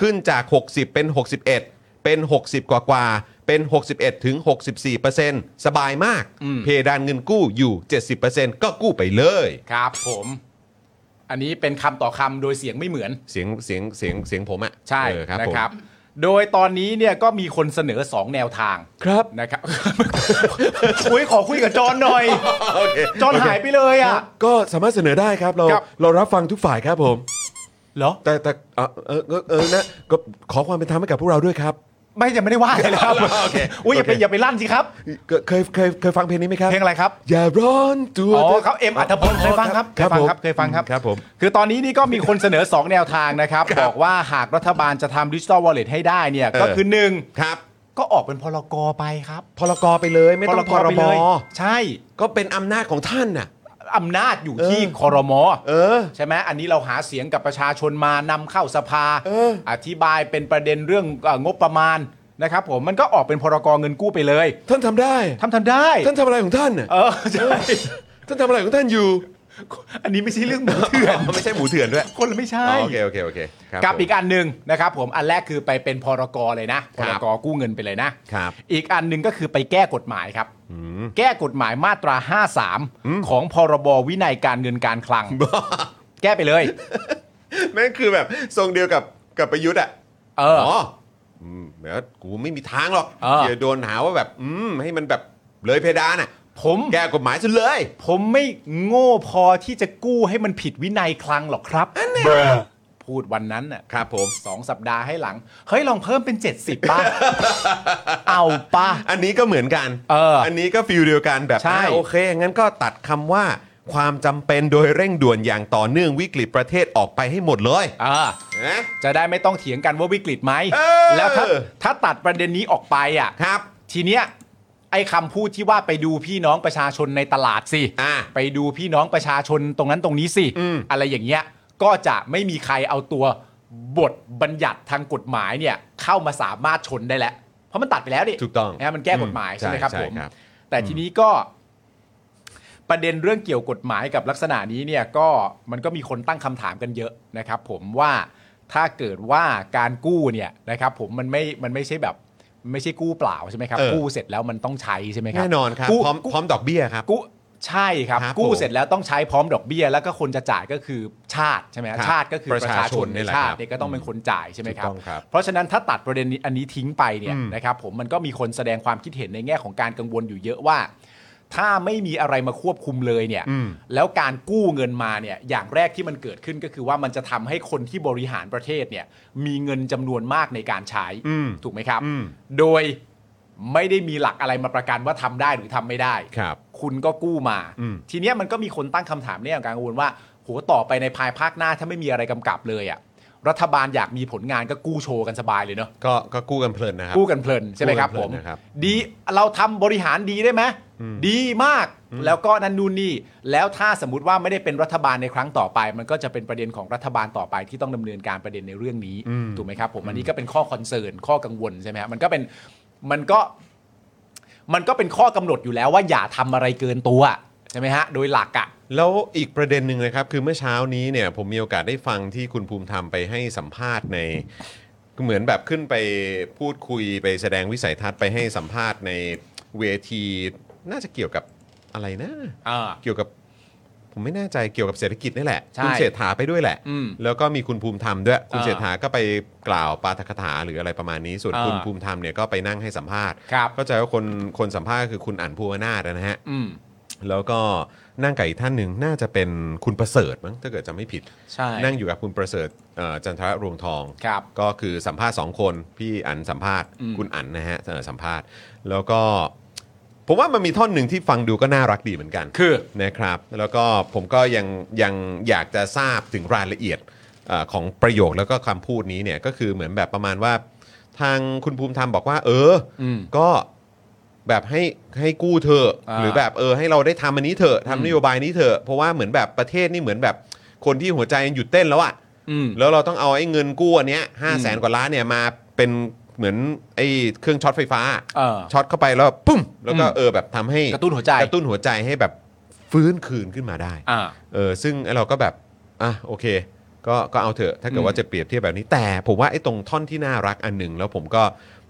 Speaker 1: ขึ้นจาก 60 เป็น 61 เป็น 60 กว่ากว่าๆเป็น 61 ถึง 64เปอร์เซ็นต์สบายมาก
Speaker 3: อืม
Speaker 1: เพดานเงินกู้อยู่ 70เปอร์เซ็นต์ก็กู้ไปเลย
Speaker 3: ครับผม อันนี้เป็นคำต่อคำโดยเสียงไม่เหมือน
Speaker 1: เสียงเสียงเสียงเสียงผมอะ
Speaker 3: ใช่
Speaker 1: เออครับ
Speaker 3: นะ
Speaker 1: ผม
Speaker 3: ครับ โดยตอนนี้เนี่ยก็มีคนเสนอ 2 แนวทาง
Speaker 1: ครับ
Speaker 3: นะครับ [LAUGHS] คุยขอคุยกับจอนหน่อย
Speaker 1: โอเค
Speaker 3: จอนหายไปเลยอ่ะ
Speaker 1: ก็สามารถเสนอได้ครับเรา
Speaker 3: ครับ
Speaker 1: เรารับฟังทุกฝ่ายครับผม
Speaker 3: เหรอ
Speaker 1: แต่แต่เออเออเออเออนะก็ขอความเป็นธรรมให้กับพวกเราด้วยครับ
Speaker 3: ไม่ยังไม่ได้ว่าอะไรเลยครับ
Speaker 1: โอเค
Speaker 3: อุ้ยอย่าไป
Speaker 1: โอเค
Speaker 3: อย่าไปลั่นสิครับ
Speaker 1: เคเคยเคยเคยฟังเพลงนี้ไหมครับ
Speaker 3: เพลงอะไรครับ
Speaker 1: อย่าร้อนตัว
Speaker 3: อ๋อเขาเอ็มอัธพลเคยฟังครับ เคยฟังครั
Speaker 1: ผม
Speaker 3: บเคยฟังครับ
Speaker 1: ครับผม
Speaker 3: คือตอนนี้นี่ก็มีคนเสนอ 2 แนวทางนะครับ บอกว่าหากรัฐบาลจะทำดิจิ t a ลวอลเล็ตให้ได้เนี่ย
Speaker 1: เออ
Speaker 3: ก็คือ
Speaker 1: ครับ
Speaker 3: 1 ก็ออกเป็นพลกรไปครับ
Speaker 1: พลกรไปเลยไม่ต้องพร
Speaker 3: ไป
Speaker 1: บ
Speaker 3: เลยใช่
Speaker 1: ก็เป็นอำนาจของท่านน่ะ
Speaker 3: อำนาจอยู่ที่
Speaker 1: เออ
Speaker 3: คอรมอ
Speaker 1: เออ
Speaker 3: ใช่ไหมอันนี้เราหาเสียงกับประชาชนมานำเข้าสภา
Speaker 1: เออ
Speaker 3: ธิบายเป็นประเด็นเรื่องเอ่องบประมาณนะครับผมมันก็ออกเป็นพรกรเงินกู้ไปเลย
Speaker 1: ท่านทำได้
Speaker 3: ทำทำได้
Speaker 1: ท่านทำอะไรของท่านน่ะ
Speaker 3: เออใช่
Speaker 1: ท่านทำอะไรของท่านอยู่
Speaker 3: อันนี้ไม่ใช่เรื่องหมูเถื่อน
Speaker 1: ไม่ใช่หมูเถื่อนด้วย
Speaker 3: คนละไม่
Speaker 1: อ๋
Speaker 3: ใช่
Speaker 1: อโอเคโอเคโอเคครั
Speaker 3: กับ
Speaker 1: ผม
Speaker 3: อีกอันหนึ่งนะครับผมอันแรกคือไปเป็นพรกรเลยนะพ
Speaker 1: ค
Speaker 3: ร
Speaker 1: รับ
Speaker 3: กรกู้เงินไปเลยนะครับ อีกอันหนึ่งก็คือไปแก้กฎหมายครับ แก้กฎหมายมาตรา 53 ของพรบวินัยการเงินการคลัง แก้ไปเลย
Speaker 1: [LAUGHS] แม่งคือแบบทรงเดียวกับกับประยุทธ์อ่ะ
Speaker 3: เออ
Speaker 1: อ๋ออืมเดี๋ยวกูไม่มีทางหรอก
Speaker 3: เออ
Speaker 1: เดี๋ยวโดนหาว่าแบบ อืม ให้มันแบบเลยเพดานอ่ะ
Speaker 3: ผม
Speaker 1: แก้กฎหมายซะเลย
Speaker 3: ผมไม่โง่พอที่จะกู้ให้มันผิดวินัยคลังหรอกครับ พูดวันนั้นน่ะ
Speaker 1: ครับผม
Speaker 3: สองสัปดาห์ให้หลัง เฮ้ย ลองเพิ่มเป็น 70ป่ะ [LAUGHS] เอาป่ะ
Speaker 1: อันนี้ก็เหมือนกัน
Speaker 3: เอออั
Speaker 1: นนี้ก็ฟิลเดียวกันแบบ
Speaker 3: ใช่
Speaker 1: อ่าโอเค งั้นก็ตัดคำว่า ความจำเป็นโดยเร่งด่วนอย่างต่อเนื่องวิกฤตประเทศออกไปให้หมดเลย
Speaker 3: เออ
Speaker 1: นะ
Speaker 3: จะได้ไม่ต้องเถียงกันว่าวิกฤตไหม
Speaker 1: เออ
Speaker 3: แล้วถ้าถ้าตัดประเด็นนี้ออกไปอ่ะ
Speaker 1: ครับ
Speaker 3: ทีเนี้ยไอ้คำพูดที่ว่าไปดูพี่น้องประชาชนในตลาดสิ
Speaker 1: อ่า
Speaker 3: ไปดูพี่น้องประชาชนตรงนั้นตรงนี้สิ
Speaker 1: อืม
Speaker 3: อะไรอย่างเงี้ย ก็จะไม่มีใครเอาตัวบทบัญญัติทางกฎหมายเนี่ยเข้ามาสามารถชนได้แล้ว เพราะมันตัดไปแล้วนี่
Speaker 1: ถูกต้อง
Speaker 3: นะมันแก้กฎหมาย
Speaker 1: อื
Speaker 3: ใช่ไหมครับผม
Speaker 1: ครับ
Speaker 3: แต่ทีนี้ก็ ประเด็นเรื่องเกี่ยวกฎหมายกับลักษณะนี้เนี่ยก็มันก็มีคนตั้งคำถามกันเยอะนะครับ ผมว่าถ้าเกิดว่าการกู้เนี่ยนะครับ ผมมันไม่มันไม่ใช่แบบไม่ใช่กู้เปล่าใช่ไหมครับ
Speaker 1: เออ
Speaker 3: กู้เสร็จแล้วมันต้องใช้ใช่ไหมครับ
Speaker 1: แน่นอนครับ
Speaker 3: กู้
Speaker 1: พร้อม
Speaker 3: กู้
Speaker 1: พร้อมดอกเบี้ยครับ
Speaker 3: กู้ใช่ครับ
Speaker 1: ครับ
Speaker 3: กู้
Speaker 1: ผม
Speaker 3: เสร็จแล้วต้องใช้พร้อมดอกเบี้ย แล้วก็คนจะจ่ายก็คือชาติใช่ไหมฮะ
Speaker 1: ครับ
Speaker 3: ชาติก็คือ
Speaker 1: ป
Speaker 3: ประ ระ
Speaker 1: ชา
Speaker 3: ชา
Speaker 1: ช
Speaker 3: ช
Speaker 1: น
Speaker 3: น
Speaker 1: นี่
Speaker 3: ใน
Speaker 1: แหละ
Speaker 3: ชา
Speaker 1: ครั
Speaker 3: ติ
Speaker 1: บ
Speaker 3: เนี่ยก็ต้องเป็นคนจ่ายใช่ไหมครั
Speaker 1: ถูก
Speaker 3: บ
Speaker 1: ต้องครับ
Speaker 3: เพราะฉะนั้นถ้าตัดประเด็นอันนี้ทิ้งไปเนี่ย
Speaker 1: อืม
Speaker 3: นะครับผมมันก็มีคนแสดงความคิดเห็นในแง่ของการกังวลอยู่เยอะว่า ถ้าไม่มีอะไรมาควบคุมเลยเนี่ย
Speaker 1: อืม
Speaker 3: แล้วการกู้เงินมาเนี่ยอย่างแรกที่มันเกิดขึ้นก็คือว่ามันจะทำให้คนที่บริหารประเทศเนี่ยมีเงินจำนวนมากในการใช้
Speaker 1: อืม
Speaker 3: ถูกไหมครับ
Speaker 1: อืม
Speaker 3: โดยไม่ได้มีหลักอะไรมาประกันว่าทำได้หรือทำไม่ได้
Speaker 1: ครับ
Speaker 3: คุณก็กู้มา
Speaker 1: อืม
Speaker 3: ทีเนี้ยมันก็มีคนตั้งคำถามเรื่องการกังวลว่าโหต่อไปในภายภาคหน้าถ้าไม่มีอะไรกำกับเลยอะ่ะ รัฐบาลอยากมีผลงานก็กู้โชว์กันสบายเลยเนาะ
Speaker 1: ก็ก็กู้กันเพลินนะครับ
Speaker 3: กู้กันเพลินใช่ไหมครับ
Speaker 1: กู้
Speaker 3: ผ
Speaker 1: กัน
Speaker 3: ม
Speaker 1: เพลินนะครับ
Speaker 3: ดีเราทำบริหารดีได้ไหม
Speaker 1: อืม
Speaker 3: ดีมาก
Speaker 1: อืม
Speaker 3: แล้วก็นันนูนนี่แล้วถ้าสมมติว่าไม่ได้เป็นรัฐบาลในครั้งต่อไป มันก็จะเป็นประเด็นของรัฐบาลต่อไปที่ต้องดำเนินการประเด็นในเรื่องนี้ถูกไหมครับผมอันนี้ก็เป็นข้อคอนเซิร์นข้อกังวลใช่ไหมครับมันก็เป็นมันก็ มันก็เป็นข้อกำหนดอยู่แล้วว่าอย่าทำอะไรเกินตัวใช่ไหมฮะ โดยหลักอะ
Speaker 1: แล้วอีกประเด็นหนึ่งนะครับ คือเมื่อเช้านี้เนี่ยผมมีโอกาสได้ฟังที่คุณภูมิธรรมไปให้สัมภาษณ์ใน เหมือนแบบขึ้นไปพูดคุยไปแสดงวิสัยทัศน์ไปให้สัมภาษณ์ในเวที น่าจะเกี่ยวกับอะไรนะ
Speaker 3: อ่า
Speaker 1: เกี่ยวกับผมไม่แน่ใจเกี่ยวกับเศรษฐกิจนี่แหละ
Speaker 3: ใช่
Speaker 1: คุณเศรษฐาไปด้วยแหละ
Speaker 3: อืม
Speaker 1: แล้วก็มีคุณภูมิธรรมด้วย คุณ
Speaker 3: อ่า
Speaker 1: เศรษฐาก็ไปกล่าวปาฐกถาหรืออะไรประมาณนี้ ส่วน
Speaker 3: อ่า
Speaker 1: คุณภูมิธรรมเนี่ยก็ไปนั่งให้สัมภาษณ์
Speaker 3: ครับ
Speaker 1: เข้าใจว่าคนคนสัมภาษณ์ก็คือคุณอั๋นภูวนาถนะฮะ
Speaker 3: อืม
Speaker 1: แล้วก็นั่งกับอีกท่านหนึ่งน่าจะเป็นคุณประเสริฐมั้งถ้าเกิดจะไม่ผิด
Speaker 3: ใช่
Speaker 1: นั่งอยู่กับคุณประเสริฐเอ่อจันทระรวงทอง
Speaker 3: ครับ
Speaker 1: ก็คือสัมภาษณ์ 2 คน พี่อันสัมภาษณ์
Speaker 3: อืม
Speaker 1: คุณอันนะฮะเอ่อสัมภาษณ์ แล้วก็ ผมว่ามันมีท่อนหนึ่งที่ฟังดูก็น่ารักดีเหมือนกัน
Speaker 3: คือ
Speaker 1: นะครับแล้วก็ผมก็ยังยังอยากจะทราบถึงรายละเอียดเออของประโยคแล้วก็คำพูดนี้เนี่ยก็คือเหมือนแบบประมาณว่า ทางคุณภูมิธรรมบอกว่า เอออ
Speaker 3: ม
Speaker 1: ก็แบบให้ให้กู้เถอะ
Speaker 3: อ่า
Speaker 1: หรือแบบเออให้เราได้ทำอันนี้เถอะ
Speaker 3: อืม
Speaker 1: ทำนโยบายนี้เถอะเพราะว่าเหมือนแบบประเทศนี่เหมือนแบบคนที่หัวใจยังหยุดเต้นแล้วอะ
Speaker 3: อืม
Speaker 1: แล้วเราต้องเอาไอ้เงินกู้อันเนี้ยห้าแสน
Speaker 3: อืม
Speaker 1: กว่าล้านเนี่ยมาเป็นเหมือนไอ้เครื่องช็อตไฟฟ้า
Speaker 3: เออ
Speaker 1: ช็อตเข้าไปแล้วปุ้มแล้วก็
Speaker 3: อืม
Speaker 1: เออแบบทำให้
Speaker 3: กระตุ้นหัวใจ
Speaker 1: กระตุ้นหัวใจให้แบบฟื้นคืนขึ้นมาได้
Speaker 3: อ่า
Speaker 1: เออซึ่งไอ้เราก็แบบ อ่ะโอเค ก็ก็เอาเถอะ ถ้าเกิดว่า
Speaker 3: อืม
Speaker 1: จะเปรียบเทียบแบบนี้ แต่ผมว่าไอ้ตรงท่อนที่น่ารักอันหนึ่งแล้วผมก็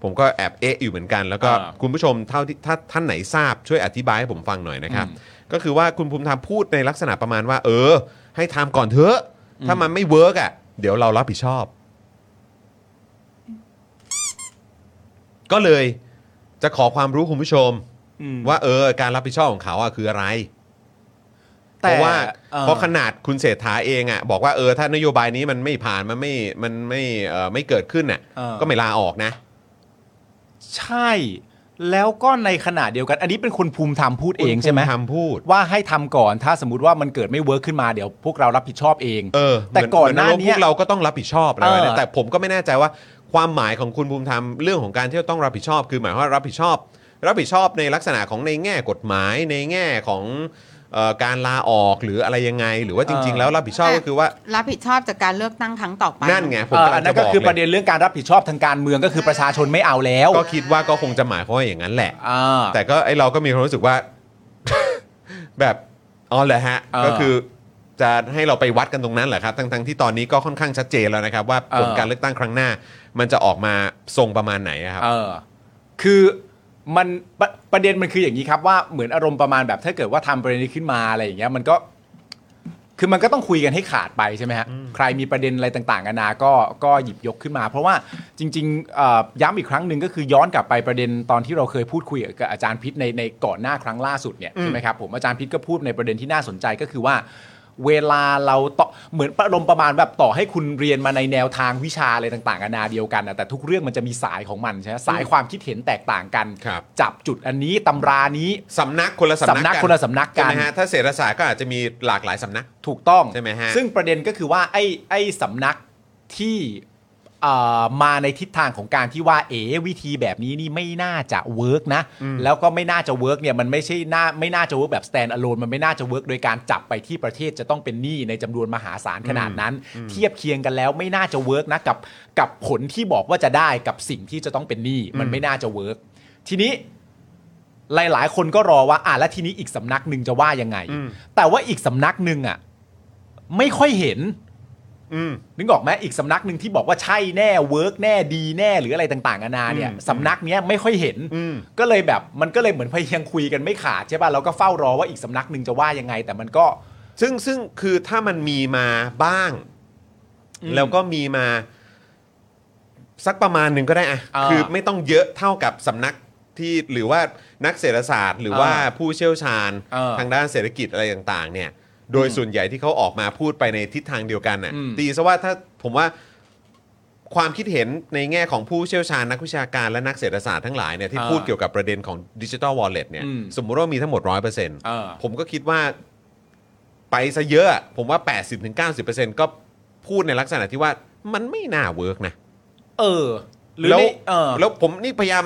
Speaker 1: ผมก็แอบเอะอยู่เหมือนกัน แล้วก็
Speaker 3: อ่า
Speaker 1: คุณผู้ชมเท่าที่ถ้าท่านไหนทราบช่วยอธิบายให้ผมฟังหน่อยนะครับ
Speaker 3: อืม
Speaker 1: ก็คือว่าคุณภูมิธรรมพูดในลักษณะประมาณว่า เออ ให้ทำก่อนเถอะ ถ้ามันไม่เวิร์กอ่ะ เดี๋ยวเรารับผิดชอบ ก็เลยจะขอความรู้คุณผู้ชม
Speaker 3: อืม
Speaker 1: ว่าเออ การรับผิดชอบของเขาอ่ะคืออะไร เพราะว่า
Speaker 3: อ่
Speaker 1: เพราะขนาดคุณเศรษฐาเองอ่ะบอกว่าเออถ้านโยบายนี้มันไม่ผ่านมันไม่มันไม่เออไม่เกิดขึ้นน่ะ
Speaker 3: เออ
Speaker 1: ก็ไม่ลาออกนะ
Speaker 3: ใช่แล้วก็ในขณะเดียวกัน อันนี้เป็นคุณภูมิธรรมพูดเองใช่ไหม
Speaker 1: คุณภูมิธรรมพูด
Speaker 3: ว่าให้ทำก่อนถ้าสมมติว่ามันเกิดไม่เวิร์คขึ้นมาเดี๋ยวพวกเรารับผิดชอบเอง
Speaker 1: เออ
Speaker 3: แต่
Speaker 1: เหมื
Speaker 3: ก่อนหน้า
Speaker 1: เหมืพ
Speaker 3: เนี้ย
Speaker 1: วกเราก็ต้องรับผิดชอบอะไรแบบ
Speaker 3: เอ
Speaker 1: นี้
Speaker 3: อ
Speaker 1: แต่ผมก็ไม่แน่ใจว่าความหมายของคุณภูมิธรรมเรื่องของการที่ต้องรับผิดชอบ คือหมายความว่ารับผิดชอบ รับผิดชอบในลักษณะของในแง่กฎหมายในแง่ของเอ่อการลาออกหรืออะไรยังไง หรือว่าจริง ๆ แล้วรับผิดชอบก็คือว่า
Speaker 4: รับผิดชอบจากการเลือกตั้งครั้งต่อไป
Speaker 1: นั่นไงผ
Speaker 3: เอ่อก
Speaker 1: มำ
Speaker 3: อั
Speaker 1: ลั
Speaker 3: น
Speaker 1: ง
Speaker 3: นั้
Speaker 1: จะบ
Speaker 3: นก็
Speaker 1: อก
Speaker 3: คือประ
Speaker 1: เลย
Speaker 3: เด็นเรื่องการรับผิดชอบทางการเมืองก็คือประชาชนไม่เอาแล้ว
Speaker 1: ก็คิดว่าก็คงจะหมายความว่าอย่างนั้นแหละ
Speaker 3: อ่า
Speaker 1: แต่ก็ไอเราก็มีความรู้สึกว่า [LAUGHS] แบบอ๋อเหรอฮะ
Speaker 3: เออ
Speaker 1: ก็คือจะให้เราไปวัดกันตรงนั้นเหรอครับ ทั้งๆที่ตอนนี้ก็ค่อนข้างชัดเจนแล้วนะครับ ว่า
Speaker 3: เออ
Speaker 1: ผลการเลือกตั้งครั้งหน้า มันจะออกมาทรงประมาณไหนอะครับ
Speaker 3: เออคือมันประประเด็นมันคืออย่างนี้ครับว่าเหมือนอารมณ์ประมาณแบบถ้าเกิดว่าทำประเด็นนี้ขึ้นมาอะไรอย่างเงี้ยมันก็คือมันก็ต้องคุยกันให้ขาดไปใช่ไหมฮะใครมีประเด็นอะไรต่างๆกันานาก็ก็หยิบยกขึ้นมา เพราะว่าจริงๆเอ่อย้ำอีกครั้งหนึ่งก็คือย้อนกลับไปประเด็นตอนที่เราเคยพูดคุยกับอาจารย์พิษในในก่อนหน้าครั้งล่าสุดเนี่ยใช่ไหมครับผมอาจารย์พิษก็พูดในประเด็นที่น่าสนใจก็คือว่า เวลาเราต่อเหมือนประลมณ์ประมาณแบบต่อให้คุณเรียนมาในแนวทางวิชาอะไรต่างๆนานาเดียวกันนะแต่ทุกเรื่องมันจะมีสายของมันใช่ไหมสายความคิดเห็นแตกต่างกัน
Speaker 1: ครับ
Speaker 3: จับจุดอันนี้ตำรานี้
Speaker 1: สำนักคนละสำนัก
Speaker 3: สำนักคนละสำนักกัน
Speaker 1: ใช่ไหมฮะถ้าเศรษฐศาสตร์ก็อาจจะมีหลากหลายสำนัก
Speaker 3: ถูกต้อง
Speaker 1: ใช่ไหมฮะ
Speaker 3: ซึ่งประเด็นก็คือว่าไอ้ไอ้สำนักที่เอ่อมาในทิศทางของการที่ว่าเอ๋วิธีแบบนี้นี่ไม่น่าจะเวิร์กนะ แล้วก็ไม่น่าจะเวิร์กเนี่ยมันไม่ใช่น่าไม่น่าจะเวิร์กแบบ stand alone มันไม่น่าจะเวิร์กโดยการจับไปที่ประเทศจะต้องเป็นหนี้ในจำนวนมหาศาลขนาดนั้น เทียบเคียงกันแล้วไม่น่าจะเวิร์กนะกับกับผลที่บอกว่าจะได้กับสิ่งที่จะต้องเป็นหนี้มันไม่น่าจะเวิร์กทีนี้ หลาย ๆ คนก็รอว่าอ่ะแล้วทีนี้อีกสำนักหนึ่งจะว่ายังไง
Speaker 1: อืม
Speaker 3: แต่ว่าอีกสำนักหนึ่งอ่ะ ไม่ค่อยเห็น
Speaker 1: อืม
Speaker 3: นึกออกไหมอีกสำนักหนึ่งที่บอกว่าใช่แน่เวิร์กแน่ดีแน่หรืออะไรต่างๆนานาเนี่ย
Speaker 1: อืม
Speaker 3: สำนักเนี้ยไม่ค่อยเห็น
Speaker 1: อืม
Speaker 3: ก็เลยแบบมันก็เลยเหมือนพยายามคุยกันไม่ขาดใช่ป่ะเราก็เฝ้ารอว่าอีกสำนักหนึ่งจะว่ายังไง แต่มันก็
Speaker 1: ซึ่งซึ่งคือถ้ามันมีมาบ้าง
Speaker 3: อืม
Speaker 1: แล้วก็มีมา สักประมาณหนึ่งก็ได้อะ
Speaker 3: อ่า
Speaker 1: คือไม่ต้องเยอะเท่ากับสำนักที่หรือว่านักเศรษฐศาสตร์ หรือว่า
Speaker 3: อ่า
Speaker 1: ผู้เชี่ยวชาญ
Speaker 3: เออ
Speaker 1: ทางด้านเศรษฐกิจอะไรต่างๆ เนี่ย โดยส่วนใหญ่ที่เขาออกมาพูดไปในทิศทางเดียวกันน่ะ
Speaker 3: อืม
Speaker 1: ตีซะว่าถ้าผมว่าความคิดเห็นในแง่ของผู้เชี่ยวชาญนักวิชาการและนักเศรษฐศาสตร์ทั้งหลายเนี่ยที่พูดเกี่ยวกับประเด็นของดิจิ t a ลวอลเล็ตเนี่ย
Speaker 3: อืม
Speaker 1: สมมุติว่ามีทั้งหมดร้อยเปอร์เซ็นต์
Speaker 3: เออ
Speaker 1: ผมก็คิดว่า ไปซะเยอะอะผมว่า 80-90%ก็พูดในลักษณะที่ว่า มันไม่น่าเวิร์กนะ
Speaker 3: เออ หรือ
Speaker 1: แล้ว
Speaker 3: นี่เออ
Speaker 1: แล้วผมนี่พยายาม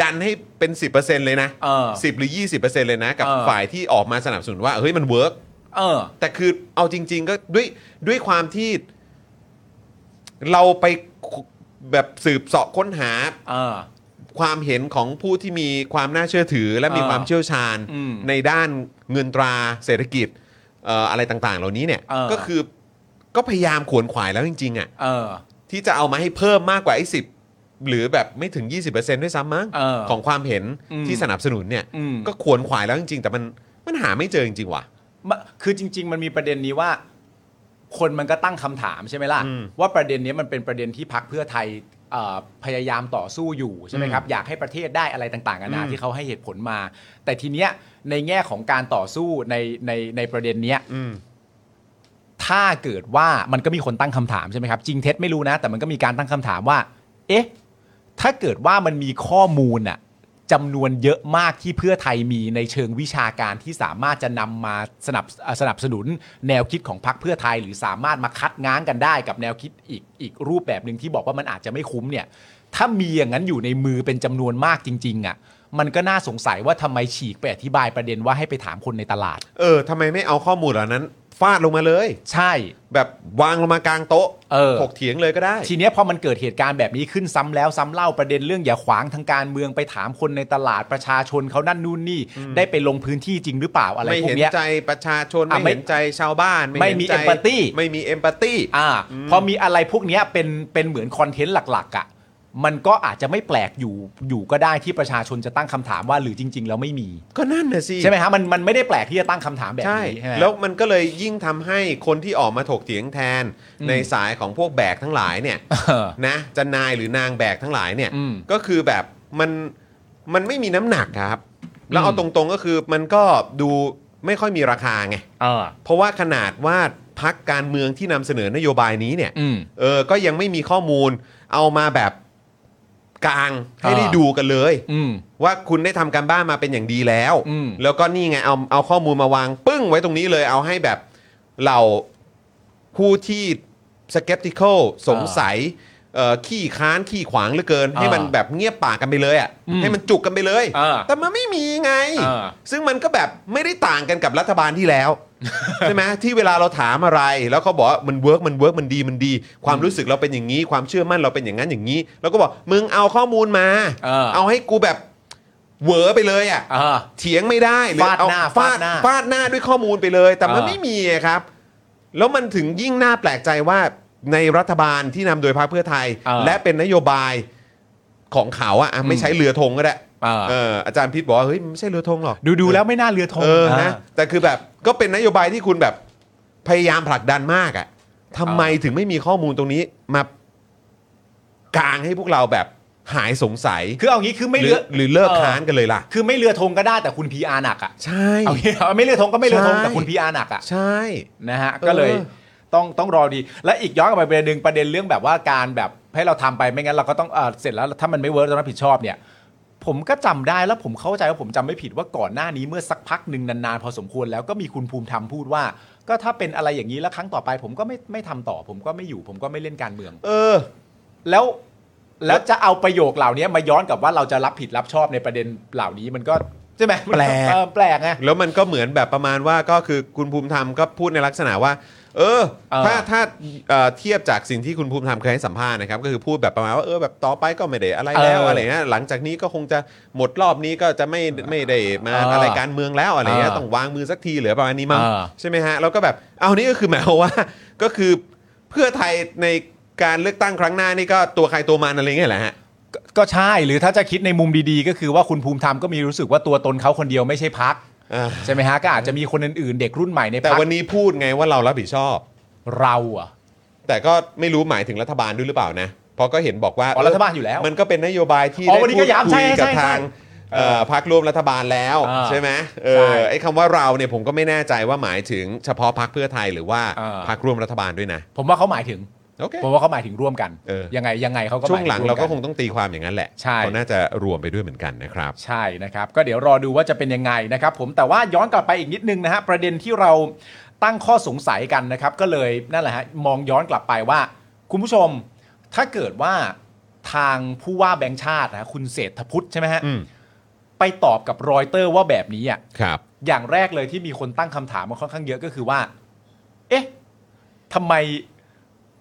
Speaker 1: ดันให้เป็น 10%เลยนะ
Speaker 3: เออ
Speaker 1: สิบหรือ 20%เลยนะ กับ
Speaker 3: เออ
Speaker 1: ฝ่ายที่ออกมาสนับสนุนว่าเฮ้ยมันเวิร์ก
Speaker 3: เออ
Speaker 1: แต่คือเอาจริง ๆ ก็ด้วยด้วยความที่ เราไปแบบสืบเสาะค้นหา
Speaker 3: เออ
Speaker 1: ความเห็นของผู้ที่มีความน่าเชื่อถือและมี
Speaker 3: อ่า
Speaker 1: ความเชี่ยวชาญ
Speaker 3: อืม
Speaker 1: ในด้านเงินตราเศรษฐกิจเอ่ออะไรต่างๆ เหล่านี้เนี่ย
Speaker 3: เออ
Speaker 1: ก็คือก็พยายามขวนขวายแล้วจริงๆอ่ะ
Speaker 3: เออ
Speaker 1: ที่จะเอามาให้เพิ่มมากกว่าไอ้สิหรือแบบไม่ถึง 20%ด้วยซ้ำมั้ง
Speaker 3: เออ
Speaker 1: ของความเห็น
Speaker 3: อืม
Speaker 1: ที่สนับสนุนเนี่ย
Speaker 3: อืม
Speaker 1: ก็ขวนขวายแล้วจริงๆ แต่มันมันหาไม่เจอจริงๆว่ะ
Speaker 3: มะคือจริง ๆ มันมีประเด็นนี้ว่า คนมันก็ตั้งคำถามใช่ไหมล่ะ
Speaker 1: อืม
Speaker 3: ว่าประเด็นนี้มันเป็นประเด็นที่พักเพื่อไทยเอ่อพยายามต่อสู้อยู่ใช่ไหมครับ อยากให้ประเทศได้อะไรต่างๆกันานา
Speaker 1: อืม
Speaker 3: ที่เขาให้เหตุผลมา แต่ทีเนี้ยในแง่ของการต่อสู้ในในในประเด็นเนี้ย
Speaker 1: อืม
Speaker 3: ถ้าเกิดว่ามันก็มีคนตั้งคำถามใช่ไหมครับ จริงเท็จไม่รู้นะ แต่มันก็มีการตั้งคำถามว่า เอ๊ะ ถ้าเกิดว่ามันมีข้อมูลอะจำนวนเยอะมากที่เพื่อไทยมีในเชิงวิชาการที่สามารถจะนำมาสนับเอ่อสนับสนุนแนวคิดของพรรคเพื่อไทย หรือสามารถมาคัดง้างกันได้กับแนวคิดอีกอีกรูปแบบหนึ่งที่บอกว่ามันอาจจะไม่คุ้มเนี่ย ถ้ามีอย่างนั้นอยู่ในมือเป็นจำนวนมากจริงๆอะมันก็น่าสงสัยว่าทำไมฉีกไปอธิบายประเด็นว่าให้ไปถามคนในตลาด
Speaker 1: เออทำไมไม่เอาข้อมูลเหล่านั้น ฟาดลงมาเลย
Speaker 3: ใช่
Speaker 1: แบบวางลงมากลางโต๊ะ
Speaker 3: เออ
Speaker 1: ถกเถียงเลยก็ได้
Speaker 3: ทีเนี้ยพอมันเกิดเหตุการณ์แบบนี้ขึ้นซ้ำแล้วซ้ำเล่าประเด็นเรื่องอย่าขวางทางการเมืองไปถามคนในตลาดประชาชนเขานั่นนู่นนี่ ได้ไปลงพื้นที่จริงหรือเปล่าอะไร
Speaker 1: ไม่
Speaker 3: พวก
Speaker 1: เห็น
Speaker 3: เนี้ย
Speaker 1: ใจประชาชน
Speaker 3: อ่ะ
Speaker 1: ไม่
Speaker 3: ไม่
Speaker 1: เห็นใจชาวบ้าน
Speaker 3: ไม่มี
Speaker 1: ห็นใจ
Speaker 3: empathy
Speaker 1: ไม่มีเอมพัตตี้
Speaker 3: อ่าพอมีอะไรพวกเนี้ยเป็นเป็นเหมือนคอนเทนต์หลักๆอะ่ะมันก็อาจจะไม่แปลกอยู่อยู่ก็ได้ที่ประชาชนจะตั้งคำถามว่าหรือจริง ๆ แล้วไม่มี
Speaker 1: ก็นั่นน่ะสิ
Speaker 3: ใช่ไหมฮะมันมันไม่ได้แปลกที่จะตั้งคำถามแบบ
Speaker 1: ใช่
Speaker 3: นี้ใช่ไหม
Speaker 1: แล้วมันก็เลยยิ่งทำให้คนที่ออกมาถกเถียงแทน
Speaker 3: อืม
Speaker 1: ในสายของพวกแบกทั้งหลายเนี่ย
Speaker 3: เออ
Speaker 1: นะจะนายหรือนางแบกทั้งหลายเนี่ย
Speaker 3: อืม
Speaker 1: ก็คือแบบมันมันไม่มีน้ำหนักครับ แล้ว
Speaker 3: อืม
Speaker 1: เอาตรงๆก็คือมันก็ดูไม่ค่อยมีราคาไง
Speaker 3: เออ
Speaker 1: เพราะว่าขนาดว่าพักการเมืองที่นำเสนอนโยบายนี้เนี่ย
Speaker 3: อืม
Speaker 1: เออ ก็ยังไม่มีข้อมูลเอามาแบบกลางให้
Speaker 3: อ่า
Speaker 1: ได้ดูกันเลย
Speaker 3: อืม
Speaker 1: ว่าคุณได้ทำการบ้านมาเป็นอย่างดีแล้ว
Speaker 3: อืม
Speaker 1: แล้วก็นี่ไงเอาเอาข้อมูลมาวางปึ้งไว้ตรงนี้เลย เอาให้แบบเหล่าผู้ที่ skeptical สงสัยเอ่อขี้ค้านขี้ขวางเหลือเกิน ให้มันแบบเงียบปากกันไปเลยอ่ะ
Speaker 3: อืม
Speaker 1: ให้มันจุกกันไปเลย
Speaker 3: อ่า
Speaker 1: แต่มันไม่มีไง
Speaker 3: อ่า
Speaker 1: ซึ่งมันก็แบบไม่ได้ต่างกันกับรัฐบาลที่แล้ว [LAUGHS] ใช่ไหมที่เวลาเราถามอะไร แล้วเขาบอกว่ามันเวิร์กมันเวิร์กมันดีมันดี ความรู้สึกเราเป็นอย่างนี้ ความเชื่อมั่นเราเป็นอย่างนั้นอย่างนี้ แล้วก็บอกมึงเอาข้อมูลมา
Speaker 3: เออ
Speaker 1: เอาให้กูแบบเหวอไปเลยอ่ะ
Speaker 3: เออ
Speaker 1: เถียงไม่ได้รือ
Speaker 3: ฟาด
Speaker 1: เอ
Speaker 3: หน้า
Speaker 1: ฟา
Speaker 3: ฟา
Speaker 1: ด
Speaker 3: ดหน้า
Speaker 1: ฟาดหน้าด้วยข้อมูลไปเลย แต่มัน
Speaker 3: เออ
Speaker 1: ไม่มีอะครับ แล้วมันถึงยิ่งน่าแปลกใจว่าในรัฐบาลที่นำโดยพรรคเพื่อไทย
Speaker 3: เออ
Speaker 1: และเป็นนโยบายของเขาอะอ่ะไม่ใช้เรือธงก็ได้
Speaker 3: เออ
Speaker 1: เอออาจารย์พิษบอกว่าเฮ้ยมันไม่ใช่เรือธงหรอก
Speaker 3: ดูดูแล้วไม่น่าเรือธง
Speaker 1: เออนะ
Speaker 3: อ่า
Speaker 1: แต่คือแบบก็เป็นนโยบายที่คุณแบบพยายามผลักดันมากอะทำไมถึงไม่มีข้อมูลตรงนี้มากางให้พวกเราแบบหายสงสัย
Speaker 3: คือเอางี้คือไม่
Speaker 1: หรื
Speaker 3: เลื
Speaker 1: อ
Speaker 3: อก
Speaker 1: หรือเลิกค้านกันเลยล่ะ
Speaker 3: คือไม่เรือธงก็ได้แต่คุณ PR หนักอ่ะ
Speaker 1: ใช่
Speaker 3: เอางี้ [LAUGHS] เอาไม่เรือธงก็ไม่เรือธง
Speaker 1: ใช่
Speaker 3: แต่คุณ PR หนักอ่ะ
Speaker 1: ใช่
Speaker 3: นะฮะ
Speaker 1: เออ
Speaker 3: ก็เลยต้องต้องรอดี และอีกย้อนกลับไปประเด็นหนึ่งประเด็นเรื่องแบบว่าการแบบให้เราทำไปไม่งั้นเราก็ต้องเอ่อเสร็จแล้วถ้ามันไม่เวิร์กต้องรับผิดชอบเนี่ย ผมก็จำได้แล้วผมเข้าใจว่าผมจำไม่ผิดว่าก่อนหน้านี้เมื่อสักพักหนึ่งนานๆพอสมควรแล้วก็มีคุณภูมิธรรมพูดว่า ก็ถ้าเป็นอะไรอย่างนี้แล้วครั้งต่อไป ผมก็ไม่ไม่ทำต่อ ผมก็ไม่อยู่ ผมก็ไม่เล่นการเมือง
Speaker 1: เออ
Speaker 3: แล้วแล้วจะเอาประโยคเหล่านี้มาย้อนกับว่าเราจะรับผิดรับชอบในประเด็นเหล่านี้มันก็ใช่ไหม
Speaker 1: แปลก
Speaker 3: เออแปลกไง
Speaker 1: แล้วมันก็เหมือนแบบประมาณว่าก็คือคุณภูมิธรรมก็พูดในลักษณะว่า เออ
Speaker 3: เออ
Speaker 1: ถ้าถ้าเอ่อเทียบจากสิ่งที่คุณภูมิธรรมเคยให้สัมภาษณ์นะครับ ก็คือพูดแบบประมาณว่าเออแบบต่อไปก็ไม่ได้อะไรแล้ว
Speaker 3: เอออ
Speaker 1: อะไรเงี้ยหลังจากนี้ก็คงจะหมดรอบนี้ก็จะไม่ไม่ได้มา
Speaker 3: เอออ
Speaker 1: อะไรการเมืองแล้วอะไรเงี้ย
Speaker 3: เออ
Speaker 1: ต้องวางมือสักทีเหลือประมาณนี้มั้ง
Speaker 3: เออ
Speaker 1: ใช่ไหมฮะแล้วก็แบบเอานี่ก็คือหมายความว่า ก็คือเพื่อไทยในการเลือกตั้งครั้งหน้านี่ก็ตัวใครตัวมันอะไรเงี้ยแหละฮะ
Speaker 3: ก็ก็ใช่หรือถ้าจะคิดในมุมดีๆ ก็คือว่าคุณภูมิธรรมก็มีรู้สึกว่าตัวตนเขาคนเดียวไม่ใช่พัก
Speaker 1: เออ
Speaker 3: ใช่ไหมฮะก็อาจจะมีคนอื่นๆ เด็กรุ่นใหม่ใน
Speaker 1: แต่
Speaker 3: พัก
Speaker 1: วันนี้พูดไงว่าเรารับผิดชอบ
Speaker 3: เราอ่ะ
Speaker 1: แต่ก็ไม่รู้หมายถึงรัฐบาลด้วยหรือเปล่านะ เพราะก็เห็นบอกว่า
Speaker 3: อ๋อรัฐบาลอยู่แล้ว
Speaker 1: มันก็เป็นนโยบายที่
Speaker 3: อ๋
Speaker 1: ได้
Speaker 3: อวันนี้
Speaker 1: พูด
Speaker 3: ก็
Speaker 1: คุย
Speaker 3: ย้ำใช่ใช่
Speaker 1: กับ
Speaker 3: ใช่
Speaker 1: ทางเอ่อพรรคร่วมรัฐบาลแล้ว
Speaker 3: อ่า
Speaker 1: ใช่ไหมเอ
Speaker 3: ใช่
Speaker 1: อไอ้คำว่าเราเนี่ยผมก็ไม่แน่ใจว่าหมายถึงเฉพาะพรรคเพื่อไทยหรือว่า
Speaker 3: อ่า
Speaker 1: พรรคร่วมรัฐบาลด้วยนะ
Speaker 3: ผมว่าเขาหมายถึง
Speaker 1: โอเค
Speaker 3: ผมว่าเขาหมายถึงร่วมกัน
Speaker 1: เออ
Speaker 3: ยังไงยังไงเขาก็มย
Speaker 1: ช่วง
Speaker 3: ถึ
Speaker 1: หลัง
Speaker 3: วม
Speaker 1: เราก็
Speaker 3: น
Speaker 1: คงต้องตีความอย่างนั้นแหละ
Speaker 3: ใช่
Speaker 1: เขาน่าจะรวมไปด้วยเหมือนกันนะครับ
Speaker 3: ใช่นะครับ ก็เดี๋ยวรอดูว่าจะเป็นยังไงนะครับผมแต่ว่าย้อนกลับไปอีกนิดนึงนะฮะประเด็นที่เราตั้งข้อสงสัยกันนะครับ ก็เลยนั่นแหละฮะมองย้อนกลับไปว่า คุณผู้ชม ถ้าเกิดว่าทางผู้ว่าแบงค์ชาตินะคุณเศรษฐพุทธใช่ไหมฮะ
Speaker 1: อืม
Speaker 3: ไปตอบกับรอยเตอร์ว่าแบบนี้อ่ะ
Speaker 1: ครับ
Speaker 3: อย่างแรกเลยที่มีคนตั้งคำถามมาค่อนข้างเยอะก็คือว่า เอ๊ะทำไม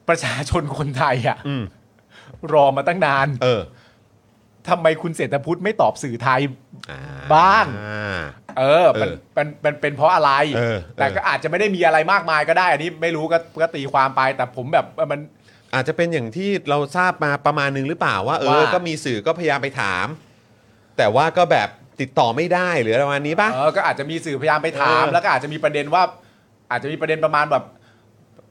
Speaker 3: ประชาชนคนไทยอะ [LAUGHS]
Speaker 1: อืม
Speaker 3: รอมาตั้งนาน
Speaker 1: เออ
Speaker 3: ทำไมคุณเศรษฐพุทธไม่ตอบสื่อไทย
Speaker 1: อ่
Speaker 3: บ้าง
Speaker 1: อ่า
Speaker 3: เออมัน
Speaker 1: เออ
Speaker 3: มันมันเป็นเพราะอะไร
Speaker 1: เออ
Speaker 3: แต่
Speaker 1: เออ
Speaker 3: ก็อาจจะไม่ได้มีอะไรมากมายก็ได้ อันนี้ไม่รู้ก็ก็ตีความไป แต่ผมแบบมัน
Speaker 1: อาจจะเป็นอย่างที่เราทราบมาประมาณนึงหรือเปล่าว่าเออ
Speaker 3: ว่า
Speaker 1: ก็มีสื่อก็พยายามไปถาม แต่ว่าก็แบบติดต่อไม่ได้หรืออะไรประมาณนี้ป่ะ
Speaker 3: เออก็อาจจะมีสื่อพยายามไปถาม
Speaker 1: เออ
Speaker 3: แล้วก็อาจจะมีประเด็นว่า อาจจะมีประเด็นประมาณแบบ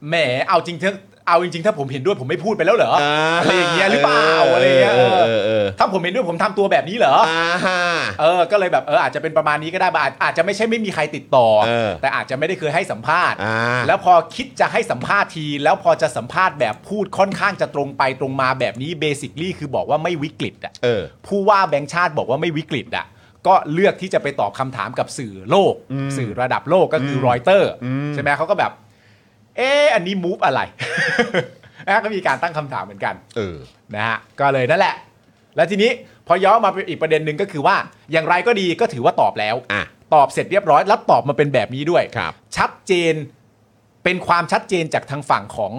Speaker 3: แหมเอาจริงเถอะเอาจริงๆ ถ้าผมเห็นด้วยผมไม่พูดไปแล้วเหรออา อะไรอย่างเงี้ยหรือเปล่าอะไรเงี้ย
Speaker 1: เออเออเออ
Speaker 3: ถ้าผมเห็นด้วยผมทำตัวแบบนี้เหรอ
Speaker 1: อ่าฮะ
Speaker 3: เออ ก็เลยแบบเอออาจจะเป็นประมาณนี้ก็ได้บอาจอาจจะไม่ใช่ไม่มีใครติดต่อ
Speaker 1: เออ
Speaker 3: แต่อาจจะไม่ได้เคยให้สัมภาษณ์
Speaker 1: อ่า
Speaker 3: แล้วพอคิดจะให้สัมภาษณ์ที แล้วพอจะสัมภาษณ์แบบพูดค่อนข้างจะตรงไปตรงมาแบบนี้เบสิคลี่คือบอกว่าไม่วิกฤตอ่ะ
Speaker 1: เออ
Speaker 3: ผู้ว่าแบงค์ชาติบอกว่าไม่วิกฤตอ่ะ ก็เลือกที่จะไปตอบคำถามกับสื่อโลก สื่อระดับโลกก็คือรอยเตอร์ใช่ไหมเขาก็แบบ เอออันนี้มูฟอะไร [LAUGHS] นะก็มีการตั้งคำถามเหมือนกัน
Speaker 1: เออ
Speaker 3: นะฮะก็เลยนั่นแหละ แล้วทีนี้พอย้อนมาเป็นอีกประเด็นหนึ่งก็คือว่า อย่างไรก็ดีก็ถือว่าตอบแล้ว
Speaker 1: อ่ะ
Speaker 3: ตอบเสร็จเรียบร้อยแล้วตอบมาเป็นแบบนี้ด้วย
Speaker 1: ครับ
Speaker 3: ชัดเจนเป็นความชัดเจนจากทางฝั่งของ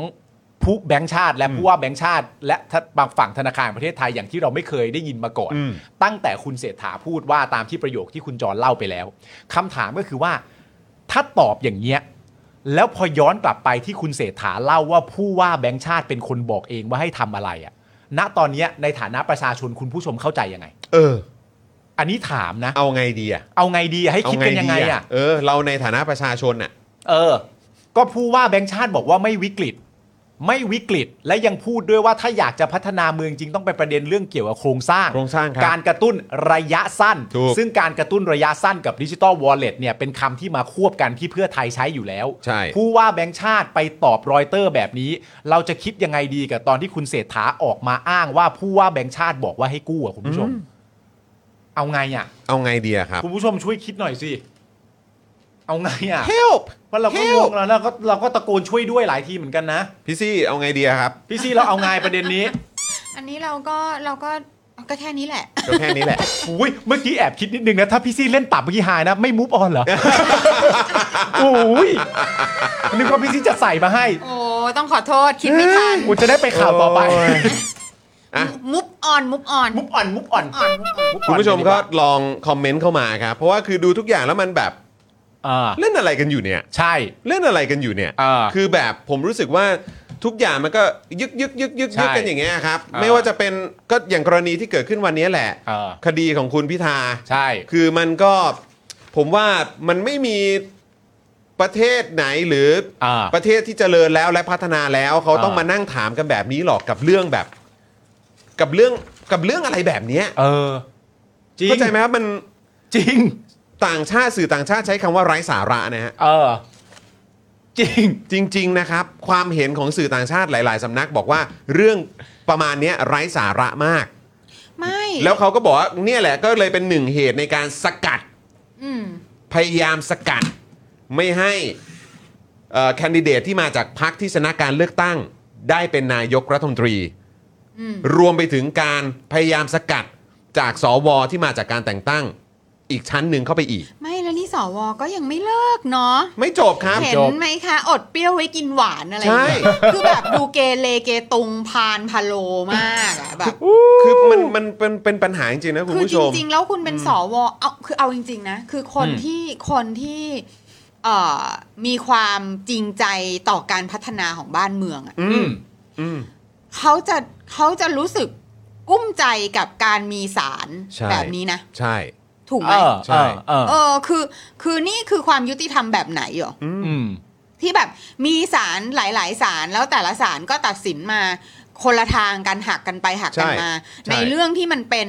Speaker 3: ผู้แบงค์ชาติ และผู้ว่าแบงค์ชาติ และบางฝั่งธนาคารแห่งประเทศไทยอย่างที่เราไม่เคยได้ยินมาก่อน
Speaker 1: อืม
Speaker 3: ตั้งแต่คุณเศรษฐาพูดว่าตามที่ประโยคที่คุณจรเล่าไปแล้วคำถามก็คือว่า ถ้าตอบอย่างเงี้ยแล้วพอย้อนกลับไปที่คุณเศรษฐาเล่าว่าผู้ว่าแบงค์ชาติเป็นคนบอกเองว่าให้ทำอะไรอะณตอนเนี้ยในฐานะประชาชนคุณผู้ชมเข้าใจยังไง
Speaker 1: เออ
Speaker 3: อันนี้ถามนะ
Speaker 1: เอาไงดีอ่ะ
Speaker 3: เอาไงดีอะให้
Speaker 1: เอา
Speaker 3: คิดกันยังไง
Speaker 1: ดี
Speaker 3: อะ
Speaker 1: เออ เราในฐานะประชาชนอ่ะ
Speaker 3: เออ ก็ผู้ว่าแบงค์ชาติบอกว่าไม่วิกฤต ไม่วิกฤต และยังพูดด้วยว่าถ้าอยากจะพัฒนาเมืองจริงต้องไปประเด็นเรื่องเกี่ยวกับโครงสร้าง
Speaker 1: โครงสร้างครับ
Speaker 3: การกระตุ้นระยะสั้น
Speaker 1: ถูก
Speaker 3: ซึ่งการกระตุ้นระยะสั้นกับดิจิ t a ลวอลเล็ตเนี่ยเป็นคำที่มาควบกันที่เพื่อไทยใช้อยู่แล้ว
Speaker 1: ใช่
Speaker 3: ผู้ว่าแบงค์ชาติไปตอบรอยเตอร์แบบนี้ เราจะคิดยังไงดีกับตอนที่คุณเศรษฐาออกมาอ้างว่าผู้ว่าแบงค์ชาติบอกว่าให้กู้อะคุณผู้ชม เอาไงอ่ะ
Speaker 1: เอาไงดีอะครับ
Speaker 3: คุณผู้ชมช่วยคิดหน่อยสิ เอาไงอ่ะ
Speaker 1: help
Speaker 3: เพราะเราก็
Speaker 1: Help
Speaker 3: ง่วงแล้วเราก็เราก็ตะโกนช่วยด้วยหลายทีเหมือนกันนะ
Speaker 1: พี่ซี่เอาไงดีอะครับ
Speaker 3: พี่ซี่เราเอาไงประเด็นนี้
Speaker 4: อันนี้เราก็เราก็ก็แค่นี้แหละ
Speaker 1: ก็แค่นี้แหละ
Speaker 3: [LAUGHS] อุ้ยเมื่อกี้แอบคิดนิดนึงนะ ถ้าพี่ซี่เล่นตับเมื่อกี้หายนะ ไม่มูฟอ
Speaker 1: [LAUGHS]
Speaker 3: อนเหรอ อุ้ยนึกว่าพี่ซี่จะใส่มาให้
Speaker 4: โอ้ต้องขอโทษ คิดไม่ทัน
Speaker 3: กูจะได้ไปข่าวต่อไป
Speaker 1: โอ้
Speaker 3: [LAUGHS]
Speaker 1: ย อ่ะ
Speaker 4: มุฟออนมุฟออน
Speaker 3: มูฟออนมูฟออน
Speaker 4: ออนมุฟออน
Speaker 1: คุณผู้ชมก็ลองคอมเมนต์เข้ามาครับ เพราะว่าคือดูทุกอย่างแล้วมันแบบ
Speaker 3: อ่า
Speaker 1: เล่นอะไรกันอยู่เนี่ย
Speaker 3: ใช่
Speaker 1: เล่นอะไรกันอยู่เนี่ย
Speaker 3: อ่า
Speaker 1: คือแบบผมรู้สึกว่าทุกอย่างมันก็ยึกยึกยึกยึก
Speaker 3: ใช่
Speaker 1: ยึกกันอย่างเงี้ยครับ
Speaker 3: อ่า
Speaker 1: ไม่ว่าจะเป็นก็อย่างกรณีที่เกิดขึ้นวันนี้แหละ
Speaker 3: อ่า
Speaker 1: คดีของคุณพิธา
Speaker 3: ใช่
Speaker 1: คือมันก็ผมว่ามันไม่มีประเทศไหนหรืออา ประเทศที่เจริญแล้วและพัฒนาแล้วเขาต้อง
Speaker 3: อ่าม
Speaker 1: มานั่งถามกันแบบนี้หรอกกับเรื่องแบบ กับเรื่องกับเรื่องอะไรแบบเนี้ย
Speaker 3: เออ จริง
Speaker 1: เข้าใจไหมครับมัน
Speaker 3: จริง
Speaker 1: ต่างชาติสื่อต่างชาติใช้คำว่าไร้สาระนะฮะ
Speaker 3: เออ จริง
Speaker 1: จริง ๆ นะครับ ความเห็นของสื่อต่างชาติหลาย ๆสำนักบอกว่าเรื่องประมาณเนี้ยไร้สาระมาก
Speaker 4: ไม่
Speaker 1: แล้วเขาก็บอกว่าเนี่ยแหละก็เลยเป็นหนึ่งเหตุในการสกัด
Speaker 4: อืม
Speaker 1: พยายามสกัดไม่ให้แคนดิเดตที่มาจากพรรคที่ชนะการเลือกตั้ง ได้เป็นนายกรัฐมนตรี
Speaker 4: อืม
Speaker 1: รวมไปถึงการพยายามสกัดจากสวที่มาจากการแต่งตั้ง อีกชั้นหนึ่งเข้าไปอีก
Speaker 4: ไม่แล้วนี่สวก็ยังไม่เลิกเนาะ
Speaker 1: ไม่จบครับ
Speaker 4: เห็นไหมคะ อดเปรี้ยวไว้กินหวานอะไรอย่างเงี้ย
Speaker 1: ใช่
Speaker 4: คือแบบดูเกเรเกตุงพานพะโลมากอะแบบ
Speaker 1: คือมันมันเป็นเป็นปัญหาจริงๆนะคุณ
Speaker 4: คือ
Speaker 1: ผู้
Speaker 4: จ
Speaker 1: ชม
Speaker 4: ริง ๆ แล้วคุณเป็นสวเอาคือเอาจริง ๆ นะ คือคน
Speaker 3: อืม
Speaker 4: ที่คนที่เอ่อมีความจริงใจต่อการพัฒนาของบ้านเมืองอะ
Speaker 3: อืม
Speaker 1: อืม
Speaker 4: เขาจะเขาจะรู้สึกกุ้มใจกับการมีสาร
Speaker 1: ใช่
Speaker 4: แบบนี้นะ
Speaker 1: ใช่
Speaker 4: ถูกไห
Speaker 3: เอ
Speaker 4: ม
Speaker 3: อ
Speaker 1: ใช่
Speaker 3: เออเออ
Speaker 4: เออคือคือนี่คือความยุติธรรมแบบไหนเหรอ
Speaker 3: อืม
Speaker 4: ที่แบบมีสารหลายๆสารแล้วแต่ละสารก็ตัดสินมาคนละทางกันหักกันไปหักกันมา
Speaker 1: ใช่
Speaker 4: ในเรื่องที่มันเป็น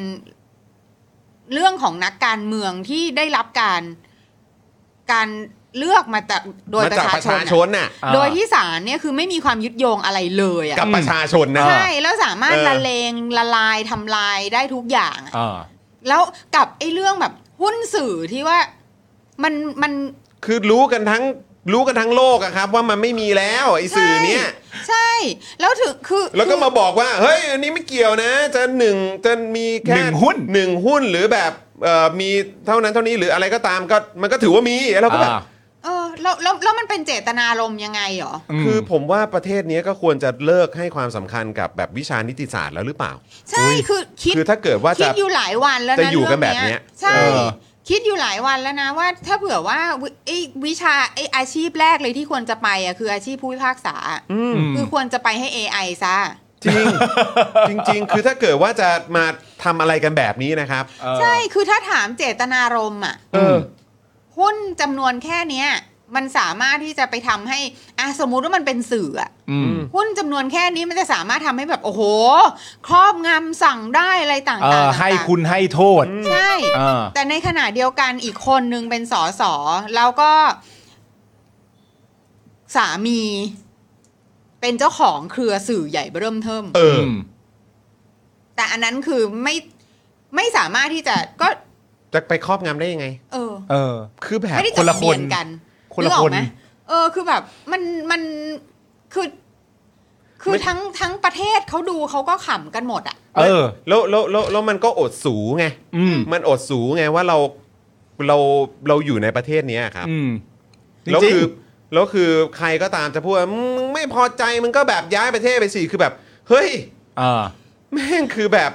Speaker 4: เรื่องของนักการเมืองที่ได้รับการการเลือกมาจากโดย
Speaker 1: มา
Speaker 4: ประ
Speaker 1: จาก
Speaker 4: ชา
Speaker 1: ประ
Speaker 4: ชน
Speaker 1: ชาช
Speaker 4: อะ
Speaker 1: นน่ะ
Speaker 3: อ่า
Speaker 4: โดยที่สารเนี่ยคือไม่มีความยึดโยงอะไรเลย
Speaker 1: กับ
Speaker 4: อะ
Speaker 1: ประชาชนนะ
Speaker 4: ใช่แล้วสามารถ
Speaker 1: เออ
Speaker 4: ละเลงละลายทำลายได้ทุกอย่างอะ
Speaker 3: เออ
Speaker 4: แล้วกับไอ้เรื่องแบบหุ้นสื่อที่ว่ามันมัน
Speaker 1: คือรู้กันทั้ง รู้กันทั้งโลกอะครับ ว่ามันไม่มีแล้วไอ้สื่อเนี้ย
Speaker 4: ใช่ แล้วถึงคือ
Speaker 1: แล้วก็มาบอกว่าเฮ้ยอันนี้ไม่เกี่ยวนะ จะหนึ่งจะมีแค่
Speaker 3: หนึ่งหุ้น
Speaker 1: หนึ่งหุ้นหรือแบบเอ่อมีเท่านั้นเท่านี้หรืออะไรก็ตามก็มันก็ถือว่ามีเราก็แบบ
Speaker 3: า
Speaker 4: เออแล้วแล้วแล้วมันเป็นเจตนารมณ์ยังไงเหรอ
Speaker 3: ม
Speaker 1: คือผมว่าประเทศเนี้ยก็ควรจะเลิกให้ความสำคัญกับแบบวิชานิติศาสตร์แล้วหรือเปล่า
Speaker 4: ใช่คือคิด
Speaker 1: คือถ้าเกิดว่า
Speaker 4: คิ
Speaker 1: จะ
Speaker 4: ดอยู่หลายวันแล้วนะ
Speaker 1: จะอยู่กันแบบเนี้ย
Speaker 4: รื่องใช่
Speaker 1: เออ
Speaker 4: คิดอยู่หลายวันแล้วนะว่า ถ้าเผื่อว่าวิไอ้วิชาไอ้อาชีพแรกเลยที่ควรจะไปอ่ะคืออาชีพผู้พิพากษา
Speaker 1: อืม
Speaker 4: คือควรจะไปให้ AI ซะ
Speaker 1: จริง จริง ๆ คือถ้าเกิดว่าจะมาทำอะไรกันแบบนี้นะครับ
Speaker 4: ใช่คือถ้าถามเจตนารมณ์อ่ะ
Speaker 1: เออ
Speaker 4: หุ้นจำนวนแค่เนี้ย มันสามารถที่จะไปทำให้อ่ะสมมุติว่ามันเป็นสื่ออ่ะ
Speaker 3: อืม
Speaker 4: หุ้นจำนวนแค่นี้มันจะสามารถทำให้แบบโอ้โห ครอบงำสั่งได้อะไรต่างๆ
Speaker 3: เอ่อ
Speaker 4: ต่างๆ
Speaker 3: ให้คุณให้โทษ
Speaker 4: ใช่
Speaker 3: อ่า
Speaker 4: แต่ในขณะเดียวกันอีกคนนึงเป็นสอสอแล้วก็สามี เป็นเจ้าของเครือสื่อใหญ่เริ่มเทิม
Speaker 1: เออ
Speaker 4: แต่อันนั้นคือไม่ไม่สามารถที่จะก็
Speaker 1: จะไปครอบงำได้ยังไง
Speaker 4: เออ
Speaker 3: เออ
Speaker 1: คือแบบ
Speaker 4: ไม่ได้
Speaker 3: ค
Speaker 4: จ
Speaker 3: น
Speaker 4: ด
Speaker 3: ละ
Speaker 4: ทะเบียน
Speaker 3: คน
Speaker 4: กัน
Speaker 3: คนละ
Speaker 4: กออกไหม
Speaker 3: คน
Speaker 4: เออคือแบบมันมันคือ คือ
Speaker 1: ไม่
Speaker 4: ทั้งทั้งประเทศเขาดูเขาก็ขำกันหมดอ่ะ
Speaker 3: เออ
Speaker 1: แล้วแล้วแล้วแล้วมันก็อดสูไง
Speaker 3: อืม
Speaker 1: มันอดสูไงว่าเราเราเราอยู่ในประเทศเนี้ยครับ
Speaker 3: อืม
Speaker 1: แล้ว
Speaker 3: จริง
Speaker 1: คือแล้วคือใครก็ตามจะพูดว่ามึงไม่พอใจมึงก็แบบย้ายประเทศไปสิคือแบบ เฮ้ย
Speaker 3: ๆอ่า
Speaker 1: แม่งคือแบบ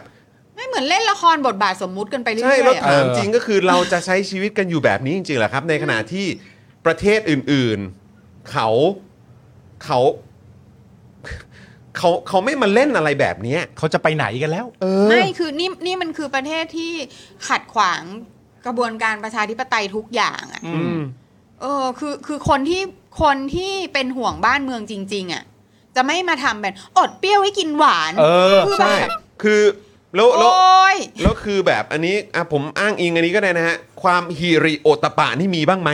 Speaker 4: ไม่เหมือนเล่นละครบทบาทสมมุติกันไปเรื่
Speaker 1: ใช่
Speaker 4: อย
Speaker 1: แล้ว
Speaker 4: ๆ
Speaker 1: ถา
Speaker 4: อะ
Speaker 1: มจริงก็คือเราจะใช้ชีวิตกันอยู่แบบนี้จริงๆเหรอครับ ในขณะที่ประเทศอื่นๆ เขาเขาเขาเขาไม่มาเล่นอะไรแบบเนี้ย
Speaker 3: เขาจะไปไหนกันแล้ว
Speaker 1: เออ
Speaker 4: ไม่คือนี่นี่มันคือประเทศที่ขัดขวางกระบวนการประชาธิปไตยทุกอย่างอ่ะ
Speaker 3: อื
Speaker 1: อื
Speaker 3: ม
Speaker 1: ม
Speaker 4: เออคือคือคนที่คนที่เป็นห่วงบ้านเมืองจริง ๆ อ่ะ จะไม่มาทำแบบอดเปรี้ยวให้กินหวาน
Speaker 3: เออ
Speaker 4: คือแบ
Speaker 1: ใช่
Speaker 4: บ
Speaker 1: คือแล้ว
Speaker 4: โอ
Speaker 1: แล้ว
Speaker 4: ้ย
Speaker 1: แล้วคือแบบอันนี้อ่ะผมอ้างอิงอันนี้ก็ได้นะฮะ ความฮีริโอตปะนี่มีบ้างไหม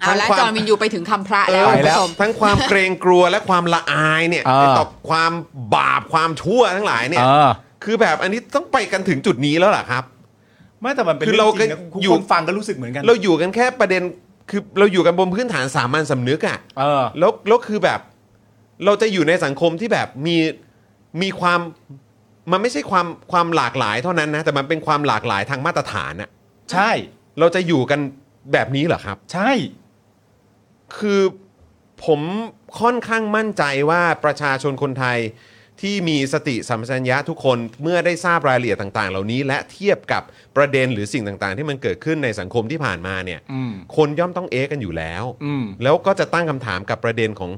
Speaker 4: เอาละ
Speaker 1: ทางความ
Speaker 4: จอห์นวินยูไปถึงคำพระแล้ว
Speaker 1: เออ
Speaker 4: คุณผู้ชม
Speaker 1: ทั้งความเกรงกลัวและความละอายเนี่ย
Speaker 3: อ่า
Speaker 1: ไอ้ต่อความบาปความชั่วทั้งหลายเนี่ย
Speaker 3: อ่า
Speaker 1: คือแบบอันนี้ต้องไปกันถึงจุดนี้แล้วล่ะครับ
Speaker 3: ไม่แต่มันเป็น
Speaker 1: คือ
Speaker 3: เรื่
Speaker 1: เรา
Speaker 3: องจริงนะ
Speaker 1: ก็
Speaker 3: คุณ
Speaker 1: อยู่
Speaker 3: คนฟังก็รู้สึกเหมือนกัน
Speaker 1: เราอยู่กันแค่ประเด็นคือเราอยู่กันบนพื้นฐานสามัญสำนึกอะ
Speaker 3: เออ
Speaker 1: แล้วแล้วคือแบบ เราจะอยู่ในสังคมที่แบบมีมีความมันไม่ใช่ความความหลากหลายเท่านั้นนะแต่มันเป็นความหลากหลายทางมาตรฐานอะ
Speaker 3: ใช่
Speaker 1: เราจะอยู่กันแบบนี้เหรอครับ
Speaker 3: ใช่
Speaker 1: คือผมค่อนข้างมั่นใจว่าประชาชนคนไทยที่มีสติสัมปชัญญะทุกคนเมื่อได้ทราบรายละเอียดต่างๆ เหล่านี้ และเทียบกับประเด็นหรือสิ่งต่างๆ ที่มันเกิดขึ้นในสังคมที่ผ่านมาเนี่ย
Speaker 3: อืม
Speaker 1: คนย่อมต้องเอะกันอยู่แล้ว
Speaker 3: อืม
Speaker 1: แล้วก็จะตั้งคำถามกับประเด็นของ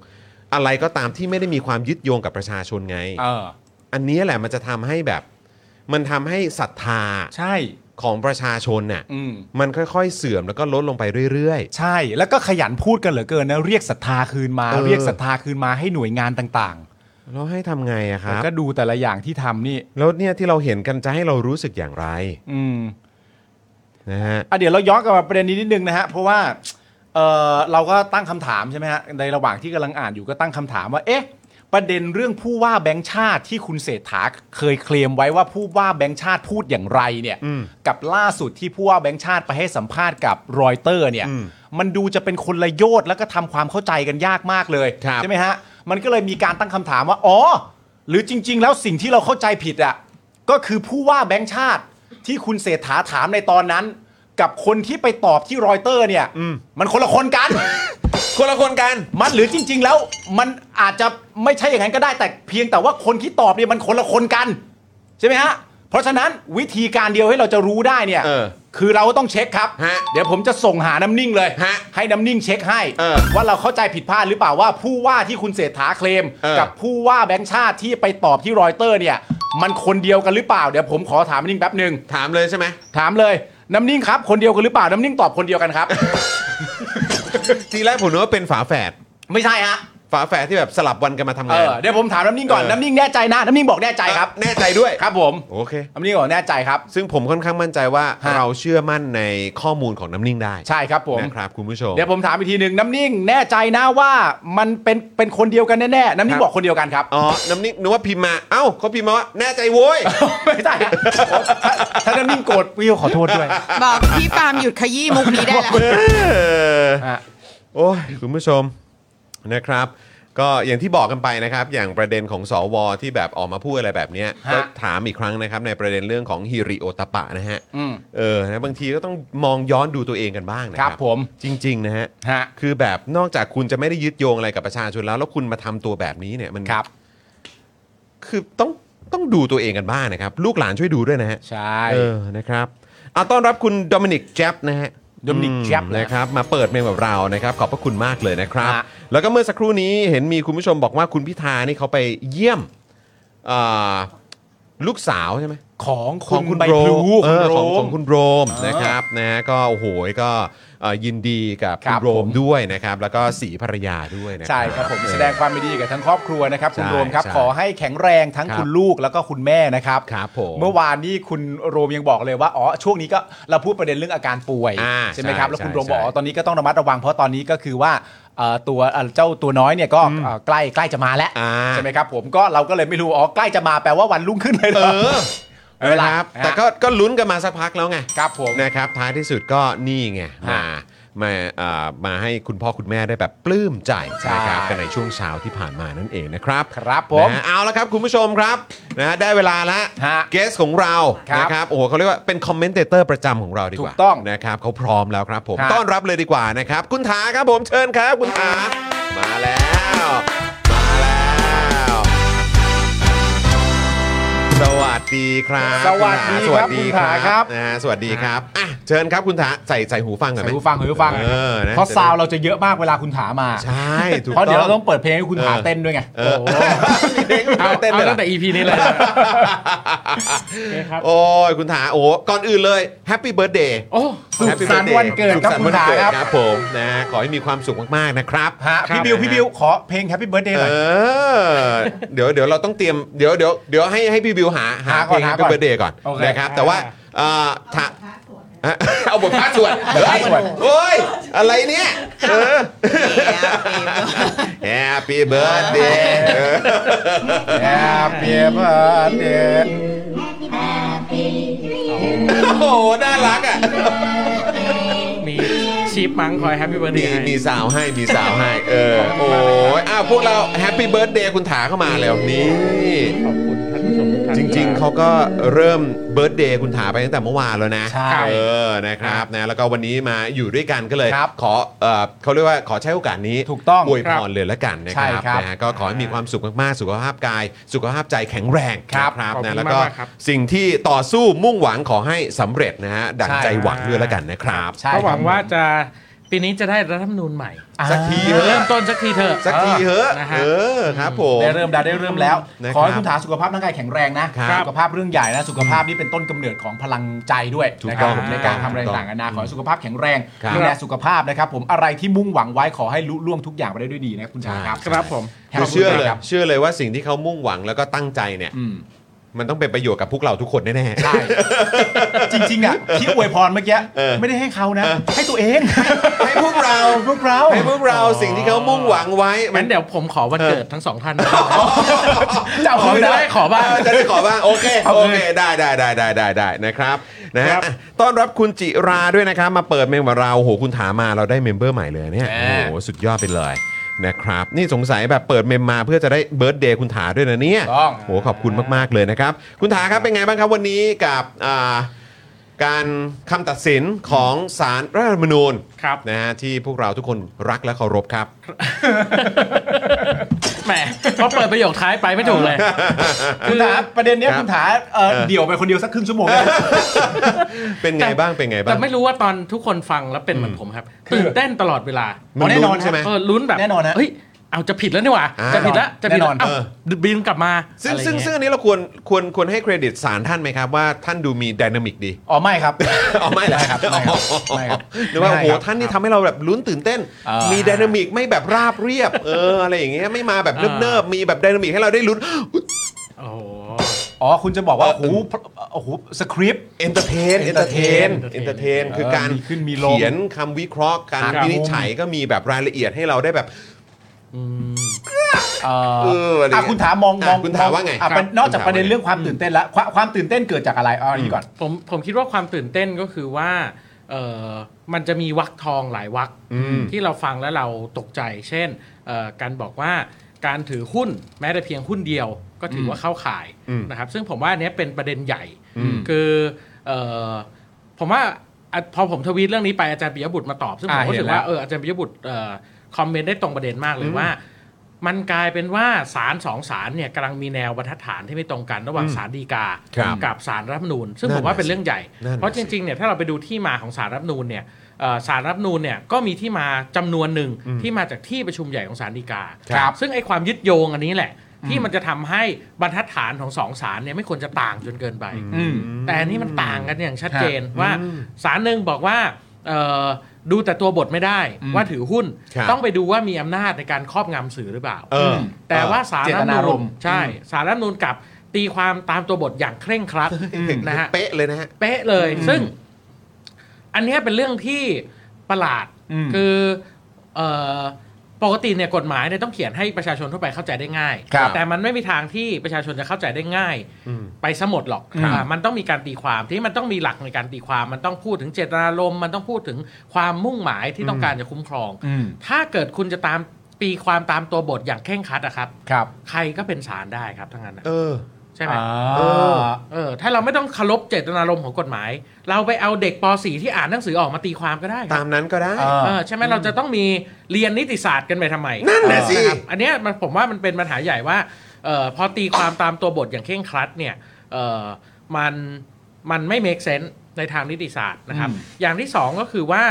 Speaker 1: อะไรก็ตามที่ไม่ได้มีความยึดโยงกับประชาชนไง
Speaker 3: เออ
Speaker 1: อันนี้แหละมันจะทำให้แบบ มันทำให้ศรัทธา
Speaker 3: ใช่
Speaker 1: ของประชาชนน่ะ
Speaker 3: อืม
Speaker 1: มันค่อยๆ เสื่อมแล้วก็ลดลงไปเรื่อย
Speaker 3: ใช่ แล้วก็ขยันพูดกันเหลือเกินนะ เรียกศรัทธาคืนมา
Speaker 1: เออ
Speaker 3: เรียกศรัทธาคืนมาให้หน่วยงานต่าง
Speaker 1: ๆ แล้วให้ทำไงอะ
Speaker 3: ๆ
Speaker 1: ค
Speaker 3: แต่
Speaker 1: รับ
Speaker 3: ก็ดูแต่ละอย่างที่ทำนี่
Speaker 1: แล้วเนี่ยที่เราเห็นกันจะให้เรารู้สึกอย่างไร
Speaker 3: อืม
Speaker 1: นะฮะ
Speaker 3: อ่ะเดี๋ยวเราย้อนกลับมาประเด็นนี้นิดนึงนะฮะ เพราะว่าเออเราก็ตั้งคำถามใช่ไหมฮะ ในระหว่างที่กำลังอ่านอยู่ก็ตั้งคำถามว่า เอ๊ะ ประเด็นเรื่องผู้ว่าแบงค์ชาติที่คุณเศรษฐาเคยเคลมไว้ว่าผู้ว่าแบงค์ชาติพูดอย่างไรเนี่ย
Speaker 1: อืม
Speaker 3: กับล่าสุดที่ผู้ว่าแบงค์ชาติไปให้สัมภาษณ์กับรอยเตอร์เนี่ย
Speaker 1: อืม
Speaker 3: มันดูจะเป็นคนละโยชน์แล้วก็ทำความเข้าใจกันยากมากเลย
Speaker 1: ครับ
Speaker 3: ใช่ไหมฮะมันก็เลยมีการตั้งคำถามว่าอ๋อหรือจริง ๆ แล้วสิ่งที่เราเข้าใจผิดอ่ะ ก็คือผู้ว่าแบงค์ชาติที่คุณเศรษฐาถามในตอนนั้น กับคนที่ไปตอบที่รอยเตอร์เนี่ย
Speaker 1: อืม
Speaker 3: มันคนละคนกัน
Speaker 1: คนละคนกัน
Speaker 3: มันหรือจริง ๆ แล้วมันอาจจะไม่ใช่อย่างนั้นก็ได้แต่เพียงแต่ว่าคนที่ตอบเนี่ยมันคนละคนกัน ใช่ไหมฮะ เพราะฉะนั้นวิธีการเดียวให้เราจะรู้ได้เนี่ย
Speaker 1: เออ
Speaker 3: คือเราก็ต้องเช็คครับ
Speaker 1: ฮะ
Speaker 3: เดี๋ยวผมจะส่งหาน้ำนิ่งเลย
Speaker 1: ฮะ
Speaker 3: ให้น้ำนิ่งเช็คให้
Speaker 1: เออ
Speaker 3: ว่าเราเข้าใจผิดพลาดหรือเปล่าว่าผู้ว่าที่คุณเศรษฐาเคลม
Speaker 1: เออ
Speaker 3: กับผู้ว่าแบงค์ชาติที่ไปตอบที่รอยเตอร์เนี่ย มันคนเดียวกันหรือเปล่าเดี๋ยวผมขอถามน้ำนิ่งแป๊บหนึ่ง
Speaker 1: ถามเลยใช่
Speaker 3: [LAUGHS]
Speaker 1: ไหม
Speaker 3: ถามเลยน้ำนิ่งครับ คนเดียวกันหรือเปล่า
Speaker 1: [LAUGHS]
Speaker 3: น้ำนิ่งตอบคนเดียวกันครับ
Speaker 1: ทีแรกผมนึกว่าเป็นฝาแฝด
Speaker 3: ไม่ใช่ฮะ
Speaker 1: ฝาแฝดที่แบบสลับวันกันมา
Speaker 3: เอง
Speaker 1: ทำาน
Speaker 3: อเดี๋ยวผมถามน้ำนิ่งก่อน
Speaker 1: เออ
Speaker 3: น้ำนิ่งแน่ใจนะน้ำนิ่งบอกแน่ใจครับ
Speaker 1: แน่ใจด้วย
Speaker 3: ครับผม
Speaker 1: โอเค
Speaker 3: น้ำนิ่งบอกแน่ใจครับ
Speaker 1: ซึ่งผมค่อนข้างมั่นใจว่า
Speaker 3: ฮะ
Speaker 1: เราเชื่อมั่นในข้อมูลของน้ำนิ่งได้
Speaker 3: ใช่ครับผม
Speaker 1: นะครับคุณผู้ชม
Speaker 3: เดี๋ยวผมถามอีกทีหนึ่งน้ำนิ่งแน่ใจนะว่ามันเป็นเป็นคนเดียวกันแน่ๆน้ำ
Speaker 1: ค
Speaker 3: นิ่
Speaker 1: รั
Speaker 3: ง
Speaker 1: บ
Speaker 3: บอกคนเดียวกันครับ
Speaker 1: อ๋อ น้ำนิ่งนึกว่าพิมพ์มา เอ้าเขาพิมพ์มาว่าแน่ใจโว้
Speaker 3: [LAUGHS]
Speaker 1: ย
Speaker 3: ไม่ใช่ฮะถ้าถ้าน้ำนิ่งโกรธพี่ขอโทษด้วย
Speaker 4: บอกพี่ปาล์มหยุดขยี้มุกนี้ได้แล้ว
Speaker 1: เออ
Speaker 3: ฮะ
Speaker 1: โอ้ยคุณผู้ชมนะครับ ก็อย่างที่บอกกันไปนะครับ อย่างประเด็นของสวที่แบบออกมาพูดอะไรแบบเนี้ย
Speaker 3: ฮะ
Speaker 1: ก็ถามอีกครั้งนะครับ ในประเด็นเรื่องของฮิริโอตปะนะฮะ
Speaker 3: อืม
Speaker 1: เออนะบางทีก็ต้องมองย้อนดูตัวเองกันบ้างนะค
Speaker 3: ครั
Speaker 1: รับ
Speaker 3: ผม
Speaker 1: จริง ๆ นะฮะ
Speaker 3: ฮะ
Speaker 1: คือแบบนอกจากคุณจะไม่ได้ยึดโยงอะไรกับประชาชนแล้ว แล้วคุณมาทำตัวแบบนี้เนี่ยมัน
Speaker 3: ครับ
Speaker 1: คือต้องต้องดูตัวเองกันบ้างนะครับ ลูกหลานช่วยดูด้วยนะฮะ
Speaker 3: ใช่
Speaker 1: เออนะครับอ่ะต้อนรับคุณโดมินิกแจ็บนะฮะ
Speaker 3: Dominic
Speaker 1: อืม
Speaker 3: Japp นะ
Speaker 1: นะครับมาเปิดเมงกับเรานะครับ ขอบพระคุณมากเลยนะครับ
Speaker 3: ฮะ
Speaker 1: แล้วก็เมื่อสักครู่นี้เห็นมีคุณผู้ชมบอกว่าคุณพิธานี่เขาไปเยี่ยมอ่าลูกสาวใช่ไหม
Speaker 3: ของคุ
Speaker 1: ของ
Speaker 3: ณ
Speaker 1: คุณ
Speaker 3: ใบ
Speaker 1: โร
Speaker 3: พลู
Speaker 1: เออของ
Speaker 3: โร
Speaker 1: ของคุณโรม
Speaker 3: เออ
Speaker 1: นะครับนะก็โอ้โหก็เอ่อยินดีกับ
Speaker 3: ค
Speaker 1: คุ
Speaker 3: รั
Speaker 1: ณ
Speaker 3: บ
Speaker 1: โรม
Speaker 3: ผม
Speaker 1: ด้วยนะครับ แล้วก็สีภรรยาด้วยนะ
Speaker 3: ใช่ครับผมแสดงความยินดีกับทั้งครอบครัวนะครับ คุณ
Speaker 1: ใช่
Speaker 3: โรมครับ
Speaker 1: ใช่
Speaker 3: ขอให้แข็งแรงทั้ง
Speaker 1: ครับ
Speaker 3: คุณลูกแล้วก็คุณแม่นะครับ
Speaker 1: ครับผม
Speaker 3: เมื่อวานนี้คุณโรมยังบอกเลยว่าอ๋อช่วงนี้ก็เราพูดประเด็นเรื่องอาการป่วย
Speaker 1: อ่า
Speaker 3: ใช่ไหมครับ
Speaker 1: ใช่
Speaker 3: แล้วคุณ
Speaker 1: ใช่
Speaker 3: โรมบอก
Speaker 1: ใช่
Speaker 3: อ๋อตอนนี้ก็ต้องระมัดระวังเพราะตอนนี้ก็คือว่าเอ่อตัวเอ่อเจ้าตัวน้อยเนี่ยก็เอ่อใกล้ใกล้จะมาแล้ว
Speaker 1: อ่า
Speaker 3: ใช่ไหมครับผมก็เราก็เลยไม่รู้อ๋อใกล้จะมาแปลว่าวันรุ่งขึ้นเลยเหร
Speaker 1: เอ
Speaker 3: อ
Speaker 1: อ
Speaker 3: ไม่เป็นไร
Speaker 1: นะครับ แต่ก็ก็ลุ้นกันมาสักพักแล้วไง
Speaker 3: ครับผม
Speaker 1: นะครับ ท้ายที่สุดก็นี่ไง
Speaker 3: ฮะ
Speaker 1: มามาเอ่อมาให้คุณพ่อคุณแม่ได้แบบปลื้มใจ
Speaker 3: ใช่
Speaker 1: นะครับกันในช่วงเช้าที่ผ่านมานั่นเองนะครับ
Speaker 3: ครับผม
Speaker 1: นะฮะเอาละครับคุณผู้ชมครับนะฮะได้เวลาละ
Speaker 3: ฮะ
Speaker 1: เกสของเรา
Speaker 3: ครับ
Speaker 1: นะครับโอ้โหเขาเรียกว่าเป็นคอมเมนเตเตอร์ประจำของเราดีกว่า
Speaker 3: ถูกต้อง
Speaker 1: นะครับเขาพร้อมแล้วครับผม
Speaker 3: ครับ
Speaker 1: ต้อนรับเลยดีกว่านะครับ คุณถาครับผมเชิญครับ คุณถามาแล้ว มาแล้ว สวัสดีครับ
Speaker 3: สวัสดีครับคุณถาครับ
Speaker 1: นะฮะสวัสดีครับอ่ะเชิญครับคุณถาใส่ใส่หูฟังกันอยไหม
Speaker 3: ใส่หูฟังใส่หูฟัง
Speaker 1: เออนะ
Speaker 3: เพราะซาวเราจะเยอะมากเวลาคุณถามา
Speaker 1: ใช่ถูก
Speaker 3: เพราะเดี๋ยวเรา
Speaker 1: ต้
Speaker 3: ต้
Speaker 1: อ
Speaker 3: อง งเปิดเพลงให้คุณถาเต้นด้วยไง
Speaker 1: เออ เพลงคุณถา
Speaker 5: เอา
Speaker 1: เต้นเลยเหร
Speaker 5: ตั้
Speaker 1: อง
Speaker 5: แต่ EP นี้เลย ครับ
Speaker 1: โอ้ยคุณถาโอ้ก่อนอื่นเลยแฮปปี้เบิร์ดเดย์
Speaker 5: โอ้สุขสันต์วันเกิดครับคุณถาครับ
Speaker 1: ครับผมนะฮะขอให้มีความสุขมากๆนะครับ
Speaker 3: ฮะ
Speaker 1: ครั
Speaker 3: พี่บิวพี่บิวขอเพลง Happy Birthday ห
Speaker 1: เอ
Speaker 3: น่อย
Speaker 1: อเดี๋ยวเดี๋ยวเราต้องเตรียมเดี๋ยวเดี๋ยวเดี๋ยวให้ให้พี่บิวหาหา
Speaker 3: หา
Speaker 1: เพ
Speaker 3: ก่
Speaker 1: ล
Speaker 3: อน
Speaker 1: ง
Speaker 3: หา
Speaker 1: แฮ
Speaker 3: ก่
Speaker 1: ป
Speaker 3: อ
Speaker 1: ปี้
Speaker 3: น
Speaker 1: เบิร์ดเดย์ก่อน
Speaker 3: โอเค
Speaker 1: นะครับแต่ว่าเอ่อถา ฮะ [LAUGHS] เอาบทพาสวด
Speaker 3: บทพาสวด
Speaker 1: โอ้ย อะไรเนี่ย เออ [LAUGHS] Happy Birthday เออ
Speaker 3: Happy Birthday
Speaker 1: โอ้โห น่ารักอ่ะ
Speaker 5: มีชีพมังคอยแฮปปี้เบ t ร์ a
Speaker 1: มี
Speaker 5: เดย์
Speaker 1: มีสาวให้ มีสาวให้ เออ โอ้ยอ้าวพวกเรา Happy Birthday คุณถาเข้ามาแล้วนี่
Speaker 5: ขอบคุณท่านผู้ชมทุกท่าน
Speaker 1: จริงๆ เขาก็เริ่ม Birthday คุณถาไปตั้งแต่เมื่อวานแล้วนะ
Speaker 3: ใช่
Speaker 1: เออ นะครับ นะ แล้วก็วันนี้มาอยู่ด้วยกันก็เลย
Speaker 3: ครับ
Speaker 1: ขอ เออเขาเรียกว่าขอใช้โอกาสนี้
Speaker 3: ถูกต้อง
Speaker 1: อวย
Speaker 5: ค
Speaker 1: พ
Speaker 5: รับ
Speaker 1: รเลยละกันนะค
Speaker 3: ใช่
Speaker 1: รับ
Speaker 3: ครับ
Speaker 1: นะฮะก็ขอให้มีความสุขมากๆ สุขภาพกาย สุขภาพใจแข็งแรง
Speaker 3: ครับ
Speaker 1: นะ
Speaker 5: ขอบคุณ
Speaker 1: นะ แล้วก็
Speaker 5: มากๆครับ
Speaker 1: สิ่งที่ต่อสู้มุ่งหวังขอให้สำเร็จนะฮะ ดัง
Speaker 3: ใช่
Speaker 1: ใจหวังด้วยละกันนะครับ
Speaker 3: ใช่
Speaker 5: ก็หวั
Speaker 3: ค
Speaker 5: ง
Speaker 3: รับ
Speaker 5: ว่าจะปีนี้จะได้รัฐธรรมนูญใหม่
Speaker 1: สักทีเถอะ
Speaker 5: เริ่มต้นสักทีเถอะ
Speaker 1: สักทีเถอะ
Speaker 5: นะฮะ
Speaker 1: เออ ครับผม
Speaker 3: ได้เริ่มแล้วได้เริ่มแล้ว
Speaker 1: นะครับ
Speaker 3: ขอให้คุณถาสุขภาพร่างกายแข็งแรงนะครับ สุขภาพเรื่องใหญ่นะ สุขภาพนี่เป็นต้นกำเนิดของพลังใจด้วย
Speaker 1: ถูก
Speaker 3: นะครับ
Speaker 1: ต้อง
Speaker 3: ผมในการ
Speaker 1: ถู
Speaker 3: ทำ
Speaker 1: ก
Speaker 3: อะไร
Speaker 1: ต้อง
Speaker 3: ต่างๆนานาขอให้สุขภาพแข็งแรง
Speaker 1: ครับ
Speaker 3: ดูแลสุขภาพนะครับผมอะไรที่มุ่งหวังไว้ขอให้ลุล่วงทุกอย่างไปได้ด้วยดีนะครับคุณถาครับ
Speaker 5: ครับผม
Speaker 1: คือเชื่อเลย
Speaker 3: ครับ
Speaker 1: เชื่อเลยว่าสิ่งที่เขามุ่งหวังแล้วก็ตั้งใจเนี่ย [LAUGHS]
Speaker 3: อืม
Speaker 1: มันต้องเป็นประโยชน์กับพวกเราทุกคนแน่ๆ
Speaker 3: ใช่ จริง ๆ อ่ะ ที่อวยพรเมื่อกี้
Speaker 1: เออ
Speaker 3: ไม่ได้ให้เขานะ
Speaker 1: เออ
Speaker 3: ให้ตัวเอง
Speaker 1: ให้พวกเรา
Speaker 3: พวกเรา
Speaker 1: ให้พวกเราสิ่งที่เขามุ่งหวังไว้
Speaker 5: งั้นเดี๋ยวผมขอวันเกิดทั้งสองท่านนะครับ
Speaker 3: จะเอา
Speaker 5: ผม
Speaker 3: คืน
Speaker 5: จะ
Speaker 3: นะ
Speaker 5: ได้ขอบ้าง
Speaker 1: เออจะได้ขอบ้างโอเค
Speaker 3: เอา
Speaker 1: โอ
Speaker 3: เลย
Speaker 1: เคได้ได้ได้ได้ได้ได้นะครับนะฮะ
Speaker 5: ครับ
Speaker 1: อ่ะต้อนรับคุณจิราด้วยนะครับ มาเปิดเมมกับเราโอ้โหคุณถามมาเราได้เมมเบอร์ใหม่เลยเนี่ย
Speaker 3: แหม
Speaker 1: โอ้โหสุดยอดไปเลยนะครับ นี่สงสัยแบบเปิดเมมมาเพื่อจะได้เบิร์ตเดย์คุณถาด้วยนะเนี่ย
Speaker 3: ต้อง
Speaker 1: โอ้โหขอบคุณมากๆเลยนะครับ คุณถาครับเป็นไงบ้างครับวันนี้กับอ่าการคำตัดสินของศาลรัฐธรรมนูญ
Speaker 5: ครับ
Speaker 1: นะฮะที่พวกเราทุกคนรักและเคารพครับ
Speaker 5: แหมเพราะเปิดประโยคท้ายไปไม่ถูกเลย
Speaker 3: คุณถาประเด็นเนี้ย
Speaker 1: ครับ
Speaker 3: คุณถาเอ่อ
Speaker 1: เออ
Speaker 3: เดี่ยวไปคนเดียวสักครึ่งชั่วโมงได้ไหม
Speaker 1: เป็นไงบ้างเป็นไงบ้าง
Speaker 5: แต่ไม่รู้ว่าตอนทุกคนฟังแล้วเป็นเหมือนผมครับ
Speaker 3: คือ
Speaker 5: ตื่นเต้นตลอดเวลา
Speaker 1: มัน
Speaker 3: แน่นอน
Speaker 1: ลุ้
Speaker 3: ครับ
Speaker 1: ใช่ไหม
Speaker 5: เออลุ้นแบบ
Speaker 3: แน่นอนนะ
Speaker 5: เฮ้ย เอาจะผิดแล้วนี่หว่า
Speaker 1: อ่า
Speaker 5: จะผิดแล้วจะผิด
Speaker 3: แน่นอน
Speaker 5: แล้วเอ้า
Speaker 1: เออ
Speaker 5: บินกลับมา
Speaker 1: ซึ่ง
Speaker 5: อะไร
Speaker 1: ซึ่ง
Speaker 5: เย
Speaker 1: ซึ่งอันนี้เราควรควรควรให้เครดิตสารท่านไหมครับว่าท่านดูมีไดนามิกดี
Speaker 3: อ๋อไม่ครับ
Speaker 1: อ๋อไม่เหรอครับ
Speaker 3: ไม่ครับไม่ครับ
Speaker 1: หรือว่าโอ้โห
Speaker 3: ไม่ครับ
Speaker 1: [LAUGHS] ท่านนี่ทำให้เราแบบลุ้นตื่นเต้น
Speaker 3: อ่ามี
Speaker 1: มีไดนามิกไม่แบบราบเรียบ เอออะไรอย่างเงี้ยไม่มาแบบ
Speaker 5: อ่า
Speaker 1: เนิบๆมีแบบไดนามิกให้เราได้ลุ้น
Speaker 5: โอ้โห
Speaker 3: อ๋อคุณจะบอกว่า
Speaker 1: เออ
Speaker 3: โอ้โหโอ้โหสคริปต์
Speaker 1: เอนเตอร์เทนเอนเตอร์เทน
Speaker 5: entertain
Speaker 1: เอนเตอร์เทน
Speaker 3: เออ
Speaker 1: คือการ
Speaker 3: มีขึ้นมีลง
Speaker 1: เขียนคำวิเคราะห์การ
Speaker 3: ครับ
Speaker 1: วินิจฉัยก็มีแบบรายละเอียดให้เราได้แบบ
Speaker 5: อืม
Speaker 3: เอ่อ
Speaker 1: เอออะไรเงี้ย
Speaker 3: อ่ะคุณถามมองมอง
Speaker 1: อ่ะคุณถามว่าไง
Speaker 3: อ่ะ
Speaker 1: ครับ
Speaker 3: นอกจาก
Speaker 1: คุณถาม
Speaker 3: ประเด็
Speaker 1: ว่า
Speaker 3: น
Speaker 1: ไง
Speaker 3: เรื่องความตื่นเต้นแล้วความความตื่นเต้นเกิดจากอะไรเอาอันนี้ก่อน
Speaker 5: ผมผมคิดว่าความตื่นเต้นก็คือว่าเออมันจะมีวักทองหลายวัก
Speaker 1: อืม
Speaker 5: ที่เราฟังแล้วเราตกใจ เช่นเอ่อการบอกว่าการถือหุ้นแม้แต่เพียงหุ้นเดียวก็ถือว่าเข้าข่าย
Speaker 1: อืม
Speaker 5: นะครับซึ่งผมว่าอันเนี้ยเป็นประเด็นใหญ่
Speaker 1: อืม
Speaker 5: คือเอ่อผมว่าอ่ะพอผมทวีตเรื่องนี้ไปอาจารย์ปิยบุตรมาตอบ ซึ่งผม
Speaker 3: อ่า
Speaker 5: ก็
Speaker 3: เห็
Speaker 5: รู้
Speaker 3: น
Speaker 5: สึก
Speaker 3: แล้ว
Speaker 5: ว่าเอออาจารย์ปิยบุตรเอ่อคอมเมนต์ได้ตรงประเด็นมากเลยว่า มันกลายเป็นว่าศาลสองศาลเนี่ยกำลังมีแนวบรรทัดฐานที่ไม่ตรงกันระหว่าง
Speaker 1: อืม
Speaker 5: ศาลฎีกา
Speaker 1: ครับ
Speaker 5: กับศาลรัฐธรรมนูญ ซึ่ง
Speaker 1: นั่น
Speaker 5: ผมว่า
Speaker 1: น่ะ
Speaker 5: เป็นเรื่องใหญ่
Speaker 1: นั่นน่ะ
Speaker 5: เพราะจ
Speaker 1: สิ
Speaker 5: ริงๆเนี่ยถ้าเราไปดูที่มาของศาลรัฐธรรมนูญเนี่ยเอ่อศาลรัฐธรรมนูญเนี่ยก็มีที่มาจำนวนหนึ่ง
Speaker 1: อืม
Speaker 5: ที่มาจากที่ประชุมใหญ่ของศาลฎีกา
Speaker 1: ครับ
Speaker 5: ซึ่งไอ้ความยึดโยงอันนี้แหละ ที่มันจะทำให้บรรทัดฐานของสองศาลเนี่ยไม่ควรจะต่างจนเกินไป
Speaker 3: อืม
Speaker 5: แต่อันนี้มันต่างกันอย่างชัดเจนว่าสารหนึ่งบอกว่าเอ่อดูแต่ตัวบทไม่ได้
Speaker 3: อืม
Speaker 5: ว่าถือหุ้น
Speaker 1: ครับ
Speaker 5: ต้องไปดูว่ามีอำนาจในการครอบงำสื่อหรือเปล่า
Speaker 1: เออ
Speaker 5: แต่ว่าสาร
Speaker 3: เจ
Speaker 5: รั
Speaker 3: ต
Speaker 5: ฐธร
Speaker 3: นาร ร
Speaker 5: ม
Speaker 3: มณ์
Speaker 5: นูญใช่สารรัฐธรรมนูญกลับตีความตามตัวบทอย่างเคร่งครัดนะฮะ
Speaker 1: เป๊ะเลยนะฮะ
Speaker 5: เป๊ะเลย ซึ่ง อันเนี้ยเป็นเรื่องที่ประหลาด
Speaker 3: อืม
Speaker 5: คือเอ่อปกติเนี่ยกฎหมายเนี่ยต้องเขียนให้ประชาชนทั่วไปเข้าใจได้ง่าย
Speaker 3: ครับ
Speaker 5: แต่มันไม่มีทางที่ประชาชนจะเข้าใจได้ง่าย
Speaker 1: อืม
Speaker 5: ไปสมดหรอก
Speaker 3: ครับ
Speaker 5: อ่ามันต้องมีการตีความที่มันต้องมีหลักในการตีความ มันต้องพูดถึงเจตนารมณ์มันต้องพูดถึงความมุ่งหมายที่ต้องการจะคุ้มครอง
Speaker 3: อืม
Speaker 5: ถ้าเกิดคุณจะตามตีความตามตัวบทอย่างเคร่งครัดอะครับ
Speaker 3: ครับ
Speaker 5: ใครก็เป็นศาลได้ครับทั้งนั้นนะ
Speaker 1: เออ
Speaker 5: ใช่ไหม
Speaker 3: อ่า
Speaker 1: เออ
Speaker 5: เออถ้าเราไม่ต้องเคารพเจตนารมณ์ของกฎหมาย เราไปเอาเด็กป .4 ที่อ่านหนังสือออกมาตีความก็ได้ครับ
Speaker 1: ตามนั้นก็ได้
Speaker 3: อ่า
Speaker 5: เออใช่ไหมเราจะต้องมีเรียนนิติศาสตร์กันไปทำไม
Speaker 1: นั่นแหละสิ
Speaker 5: ครับอันเนี้ยมันผมว่ามันเป็นปัญหาใหญ่ว่าเออพอตีความตามตัวบทอย่างเคร่งครัดเนี่ยเออมันมันไม่ make sense ในทางนิติศาสตร์นะครับ
Speaker 3: อืม
Speaker 5: อย่างที่สองก็คือว่า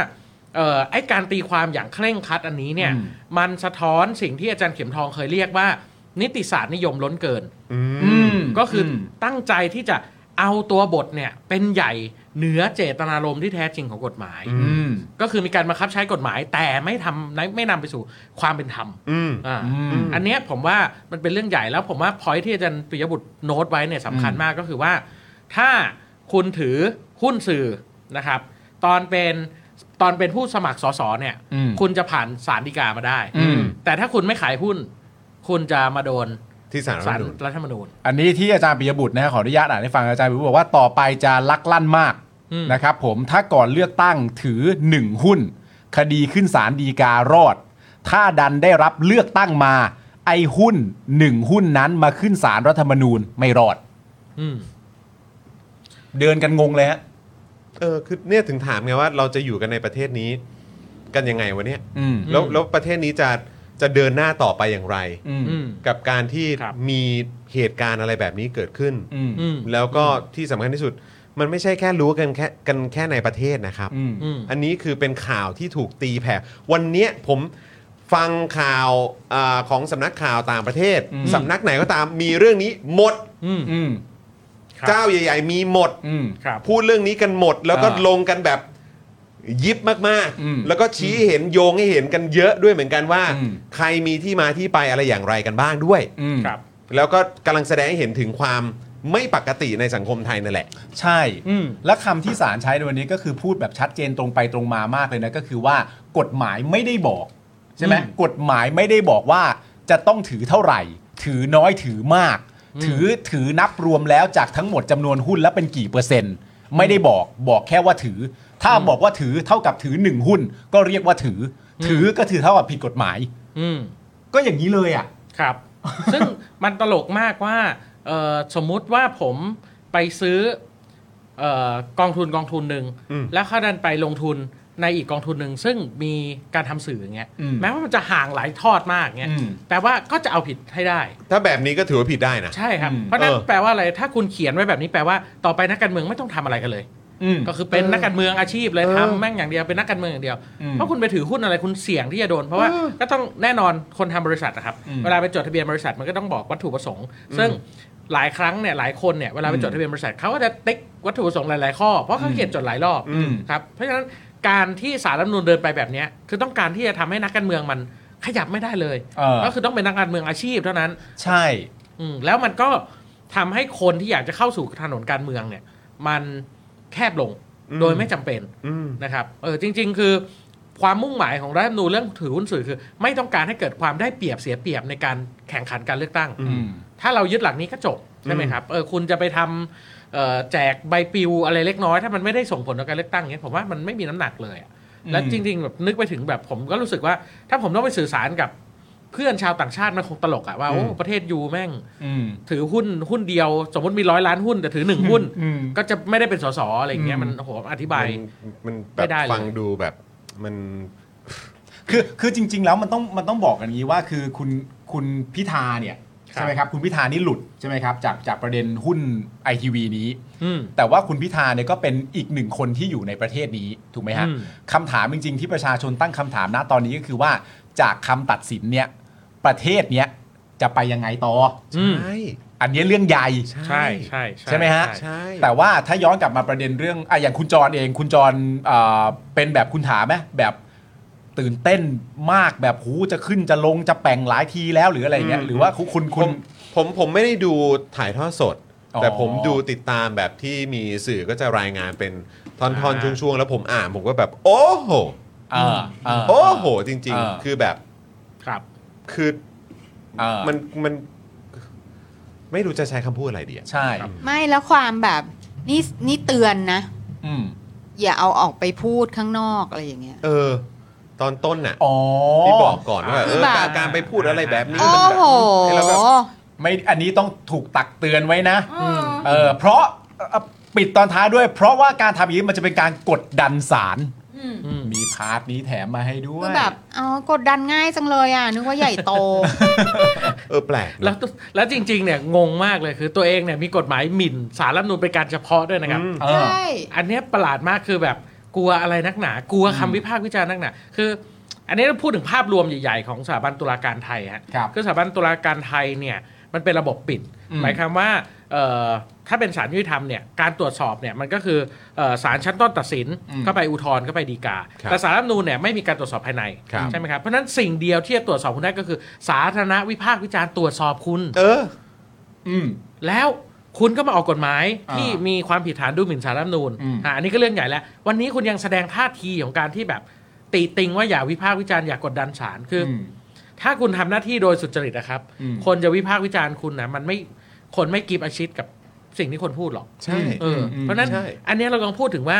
Speaker 5: เออไอการตีความอย่างเคร่งครัดอันนี้เนี่ย
Speaker 3: อืม
Speaker 5: มันสะท้อนสิ่งที่อาจารย์เข็มทองเคยเรียกว่า นิติศาสตร์นิยมล้นเกิน
Speaker 3: อืม
Speaker 5: ก็คืออ
Speaker 3: ม
Speaker 5: ตั้งใจที่จะเอาตัวบทเนี่ยเป็นใหญ่เหนือเจตนารมณ์ที่แท้จริงของกฎหมาย
Speaker 1: อื
Speaker 3: อืม
Speaker 5: ก็คือมีการบังคับใช้กฎหมาย แต่ไม่ทำไม่นำไปสู่ความเป็นธรรม
Speaker 1: อืม
Speaker 5: อ่า
Speaker 3: อืม
Speaker 5: อันเนี้ยผมว่ามันเป็นเรื่องใหญ่แล้วผมว่าพอยที่อาจารย์ปิยบุตรโน้ตไว้เนี่ยสำคัญ
Speaker 3: อืม
Speaker 5: มากก็คือว่า ถ้าคุณถือหุ้นสื่อนะครับ ตอนเป็นตอนเป็นผู้สมัครสสเนี่ย
Speaker 3: อืม
Speaker 5: คุณจะผ่านสารดีกามาได้
Speaker 3: อืม
Speaker 5: แต่ถ้าคุณไม่ขายหุ้น คุณจะมาโดน
Speaker 1: ที่สารรัฐธ
Speaker 5: สาร
Speaker 1: ร
Speaker 5: ร
Speaker 1: มนูญ
Speaker 5: รัฐธรรมนูญ
Speaker 3: อันนี้ที่อาจารย์ปิยบุตรนะฮะขออนุญาตอ่านให้ฟังอาจารย์ปิยบุตรบอกว่าต่อไปจะลักลั่นมาก
Speaker 5: อืม
Speaker 3: นะครับผมถ้าก่อนเลือกตั้งถือ 1 หุ้น คดีขึ้นศาลดีการอด ถ้าดันได้รับเลือกตั้งมา ไอ้หุ้นหนึ่งหุ้นนั้นมาขึ้นศาลรัฐธรรมนูญไม่รอด
Speaker 5: อืม
Speaker 3: เดินกันงงเลยฮะ
Speaker 1: เออคือเนี่ยถึงถามไงว่าเราจะอยู่กันในประเทศนี้กันยังไงวะเนี่ย
Speaker 3: อืม
Speaker 1: แล้ว
Speaker 5: อืม
Speaker 1: แล้วประเทศนี้จะจะเดินหน้าต่อไปอย่างไร
Speaker 3: อืม
Speaker 5: อืม
Speaker 1: กับการที่
Speaker 5: ครับ
Speaker 1: มีเหตุการณ์อะไรแบบนี้เกิดขึ้น
Speaker 3: อืม
Speaker 5: อืม
Speaker 1: แล้วก็ที่สำคัญที่สุด มันไม่ใช่แค่รู้กันแค่กันแค่ในประเทศนะครับ
Speaker 3: อืม
Speaker 5: อืม
Speaker 1: อันนี้คือเป็นข่าวที่ถูกตีแผ่วันเนี้ยผมฟังข่าวอาของสำนักข่าวต่างประเทศ
Speaker 3: อืม
Speaker 1: สำนักไหนก็ตามมีเรื่องนี้หมด
Speaker 5: อืม
Speaker 3: อืม
Speaker 5: ครับ
Speaker 1: เจ้าใหญ่ ๆ มีหมด
Speaker 3: อืม
Speaker 5: ครับ
Speaker 1: พูดเรื่องนี้กันหมดแล้วก็
Speaker 3: อ่า
Speaker 1: ลงกันแบบยิบมาก
Speaker 3: อืม
Speaker 1: ๆ แล้วก็ชี้เห็นโยงให้เห็นกันเยอะด้วยเหมือนกันว่า
Speaker 3: อืม
Speaker 1: ใครมีที่มาที่ไปอะไรอย่างไรกันบ้างด้วย
Speaker 3: อืม
Speaker 5: ครับ
Speaker 1: แล้วก็กำลังแสดงให้เห็นถึงความไม่ปกติในสังคมไทยนั่นแหละ
Speaker 3: ใช่
Speaker 5: อืม
Speaker 3: และคำที่ศาลใช้ในวันนี้ก็คือพูดแบบชัดเจนตรงไปตรงมามากเลยนะก็คือว่ากฎหมายไม่ได้บอกใช่ไหม
Speaker 5: อืม
Speaker 3: กฎหมายไม่ได้บอกว่าจะต้องถือเท่าไหร่ ถือน้อยถือมาก
Speaker 5: อืม
Speaker 3: ถือถือนับรวมแล้วจากทั้งหมดจำนวนหุ้นแล้วเป็นกี่เปอร์เซ็นต์ ไม่ได้บอกบอกแค่ว่าถือ ถ้าบอกว่าถือเท่ากับถือหนึ่งหุ้น ก็เรียกว่าถืออถือก็ถือเท่ากับผิดกฎหมาย
Speaker 5: อืม
Speaker 3: ก็อย่างนี้เลยอ่ะ [LAUGHS]
Speaker 5: ครับ ซึ่งมันตลกมากว่าเอ่อสมมุติว่าผมไปซื้อเอ่อกองทุนกองทุนหนึ่ง
Speaker 1: อืม
Speaker 5: แล้วเขาดันไปลงทุนในอีกกองทุนหนึ่งซึ่งมีการทำสื่ออย่างเงี้ย
Speaker 3: อืม
Speaker 5: แม้ว่ามันจะห่างหลายทอดมากเงี้ย
Speaker 3: อืม
Speaker 5: แปลว่าก็จะเอาผิดให้ได้
Speaker 1: ถ้าแบบนี้ก็ถือว่าผิดได้นะ
Speaker 5: ใช่ครับ
Speaker 3: อืม
Speaker 5: เพราะฉะนั้น
Speaker 1: เออ
Speaker 5: แปลว่าอะไรถ้าคุณเขียนไว้แบบนี้แปลว่าต่อไปนักการเมืองไม่ต้องทำอะไรกันเลย
Speaker 3: อืม
Speaker 5: ก็คือเป็นนักการเมืองอาชีพเลย
Speaker 3: เออ
Speaker 5: ทำแม่งอย่างเดียวเป็นนักการเมืองอย่างเดียว
Speaker 3: อืม
Speaker 5: เพราะคุณไปถือหุ้นอะไรคุณเสี่ยงที่จะโดน เพราะว่าก็ต้องแน่นอนคนทำบริษัทนะครับ
Speaker 3: อืม
Speaker 5: เวลาไปจดทะเบียนบริษัทมันก็ต้องบอกวัตถุประสงค์ ซึ่งหลายครั้งเนี่ยหลายคนเนี่ยเวลาไป
Speaker 3: อืม
Speaker 5: จดทะเบียนบริษัทเขาก็จะติ๊กวัตถุประสงค์หลายๆข้อเพราะเขาเขียนจดหลายรอบ
Speaker 3: อืม
Speaker 5: ครับเพราะฉะนั้นการที่สารรัฐธรรมนูญเดินไปแบบเนี้ยคือต้องการที่จะทำให้นักการเมืองมันขยับไม่ได้เลย
Speaker 3: เออ
Speaker 5: ก็คือต้องเป็นนักการเมืองอาชีพเท่านั้น
Speaker 3: ใช่
Speaker 5: อืมแล้วมันก็ทำให้คนที่อยากจะเข้าสู่ถนนการเมืองเนี่ย มันแคบลงโดยไม่จำเป็น
Speaker 1: อืม
Speaker 5: นะครับเออจริง ๆ คือความมุ่งหมายของรัฐธรรมนูญเรื่องถือหุ้นสื่อคือ ไม่ต้องการให้เกิดความได้เปรียบเสียเปรียบในการแข่งขันการเลือกตั้ง
Speaker 3: อืม
Speaker 5: ถ้าเรายึดหลักนี้ก็จบใช่ไหมครับเออคุณจะไปทำเอ่อแจกใบปลิวอะไรเล็กน้อย ถ้ามันไม่ได้ส่งผลต่อการเลือกตั้งเนี้ยผมว่ามันไม่มีน้ำหนักเลยอะ
Speaker 3: อืม
Speaker 5: แล้วจริงๆแบบนึกไปถึงแบบผมก็รู้สึกว่า ถ้าผมต้องไปสื่อสารกับเพื่อนชาวต่างชาติมันคงตลกอะว่าโอ้ประเทศยูแม่ง
Speaker 3: อืม
Speaker 5: ถือหุ้นหุ้นเดียวสมมติมีร้อยล้านหุ้นแต่ถือหนึ่งหุ้น
Speaker 3: อืม
Speaker 5: ก็จะไม่ได้เป็นสสอะไรอย่างเงี้ยมันโอ้โหอธิบาย
Speaker 1: มันมันแบ
Speaker 5: ไม่
Speaker 1: บ
Speaker 5: ได้เลย
Speaker 1: ฟังดูแบบมัน
Speaker 3: คือคือจริง ๆ แล้วมันต้องมันต้องบอกกันอย่างนี้ว่าคือคุณคุณพิธาเนี่ย
Speaker 5: ครับ
Speaker 3: ใช่ไหมครับคุณพิธานี่หลุดใช่ไหมครับจากจากประเด็นหุ้นไอทีวีนี้
Speaker 5: อืม
Speaker 3: แต่ว่าคุณพิธาเนี่ยก็เป็นอีกหนึ่งคนที่อยู่ในประเทศนี้ถูกไหมฮะ
Speaker 5: อืม
Speaker 3: คำถามจริง ๆ ที่ประชาชนตั้งคำถามณตอนนี้ก็คือว่าจากคำตัดสินเนี่ยประเทศเนี้ยจะไปยังไงต่อ
Speaker 5: อืม
Speaker 1: ใช่
Speaker 3: อันเนี้ยเรื่องใหญ่
Speaker 5: ใช่ใช่
Speaker 3: ใช่ไหมฮะ
Speaker 5: ใช่
Speaker 1: ใช่
Speaker 3: แต่ว่าถ้าย้อนกลับมาประเด็นเรื่องอ่ะอย่างคุณจรเองคุณจรเอ่อเป็นแบบคุณถามไหมแบบตื่นเต้นมากแบบหูจะขึ้นจะลงจะแป่งหลายทีแล้วหรืออะไรเงี้ย
Speaker 1: อืม
Speaker 3: หรือว่าคุณคุณ
Speaker 1: ผม
Speaker 3: คุณ
Speaker 1: ผมผมไม่ได้ดูถ่ายทอดสด
Speaker 3: อ๋อ
Speaker 1: แต่ผมดูติดตามแบบที่มีสื่อก็จะรายงานเป็นตอนๆช่วงๆ แล้วผมอ่านผมก็แบบ โอ้โห
Speaker 3: าา
Speaker 1: โอ้โห จริง
Speaker 3: เออ
Speaker 1: ๆ คือแบบ
Speaker 5: ครับ
Speaker 1: คือ
Speaker 3: อ่า
Speaker 1: มันมัน ไม่รู้จะใช้คำพูดอะไรดีอะ
Speaker 3: ใช่
Speaker 4: ไม่แล้วความแบบนี่นี่เตือนนะ
Speaker 3: อืม
Speaker 4: อย่าเอาออกไปพูดข้างนอกอะไรอย่างเงี้ย
Speaker 1: เออ ตอนต้นน่ะ
Speaker 3: อ๋อ
Speaker 1: ที่บอกก่อนว่า
Speaker 4: คื
Speaker 1: เอ
Speaker 4: อ
Speaker 1: อ
Speaker 4: แบบ
Speaker 1: การการไปพูดอะไรแบบนี้
Speaker 4: โอ้
Speaker 1: มันแบบให้เรา
Speaker 4: โห
Speaker 1: แบบ
Speaker 3: ไม่อันนี้ต้องถูกตักเตือนไว้นะเออเพราะเอ่อปิดตอนท้ายด้วย เพราะว่าการทำอย่างนี้มันจะเป็นการกดดันศาล
Speaker 5: อืม
Speaker 3: มีพาร์ทนี้แถมมาให้ด้ว
Speaker 4: คื
Speaker 3: ย
Speaker 4: อแบบอ๋อกดดันง่ายจังเลยอ่ะ นึกว่าใหญ่โต
Speaker 1: เออแปลก
Speaker 5: แล้
Speaker 1: นะ
Speaker 5: วแล้วจริง ๆ เนี่ยงงมากเลยคือตัวเองเนี่ยมีกฎหมายหมิ่นสารรัฐธรรมนูญเป็นการเฉพาะด้วยนะครับ
Speaker 3: เอ
Speaker 4: ใช
Speaker 3: อ
Speaker 4: ่
Speaker 5: อันเนี้ยประหลาดมากคือแบบกลัวอะไรนักหนากลัวคำวิพากษ์วิจารณ์นักหนาคือ อันนี้เราพูดถึงภาพรวมใหญ่ๆของสถาบันตุลาการไทยฮะ
Speaker 3: ครับ
Speaker 5: อสถาบันตุลาการไทยเนี่ยมันเป็นระบบปิด
Speaker 3: อืม
Speaker 5: หมายความว่าเอ่อถ้าเป็นศาลยุติธรรมเนี่ยการตรวจสอบเนี่ยมันก็คือเอ่อศาลชั้นต้นตัดสินเข้าไปอุทธรณ์เข้าไปดีกา
Speaker 1: ครับ
Speaker 5: แต่ศาลรัฐธรรมนูญเนี่ยไม่มีการตรวจสอบภายใน
Speaker 1: ครับ
Speaker 5: ใช่ไหมครับเพราะฉะนั้นสิ่งเดียวที่จะตรวจสอบคุณได้ก็คือ สาธารณวิพากษ์วิจารณ์ตรวจสอบคุณ
Speaker 1: เออ
Speaker 3: อืม
Speaker 5: แล้วคุณก็มาออกกฎหมายที่
Speaker 3: อ่ามี
Speaker 5: มีความผิดฐานดูหมิ่นสารรัฐธรรมนูญ
Speaker 3: อืม
Speaker 5: อ่ะอันนี้ก็เรื่องใหญ่แล้ว วันนี้คุณยังแสดงท่าทีของการที่แบบติติงว่าอย่าวิพากษ์วิจารณ์อย่ากดดันศาลคืออ
Speaker 3: อืม
Speaker 5: ถ้าคุณทำหน้าที่โดยสุจริตนะครับ
Speaker 3: อืม
Speaker 5: คนจะวิพากษ์วิจารณ์คุณนะมันไม่คนไม่กีบอาชิดกับสิ่งที่คนพูดหรอก
Speaker 1: ใช่
Speaker 5: เอออ
Speaker 3: ม
Speaker 5: เพราะฉะนั้น
Speaker 1: ใช่
Speaker 5: อันเนี้ยเรากำลังพูดถึงว่า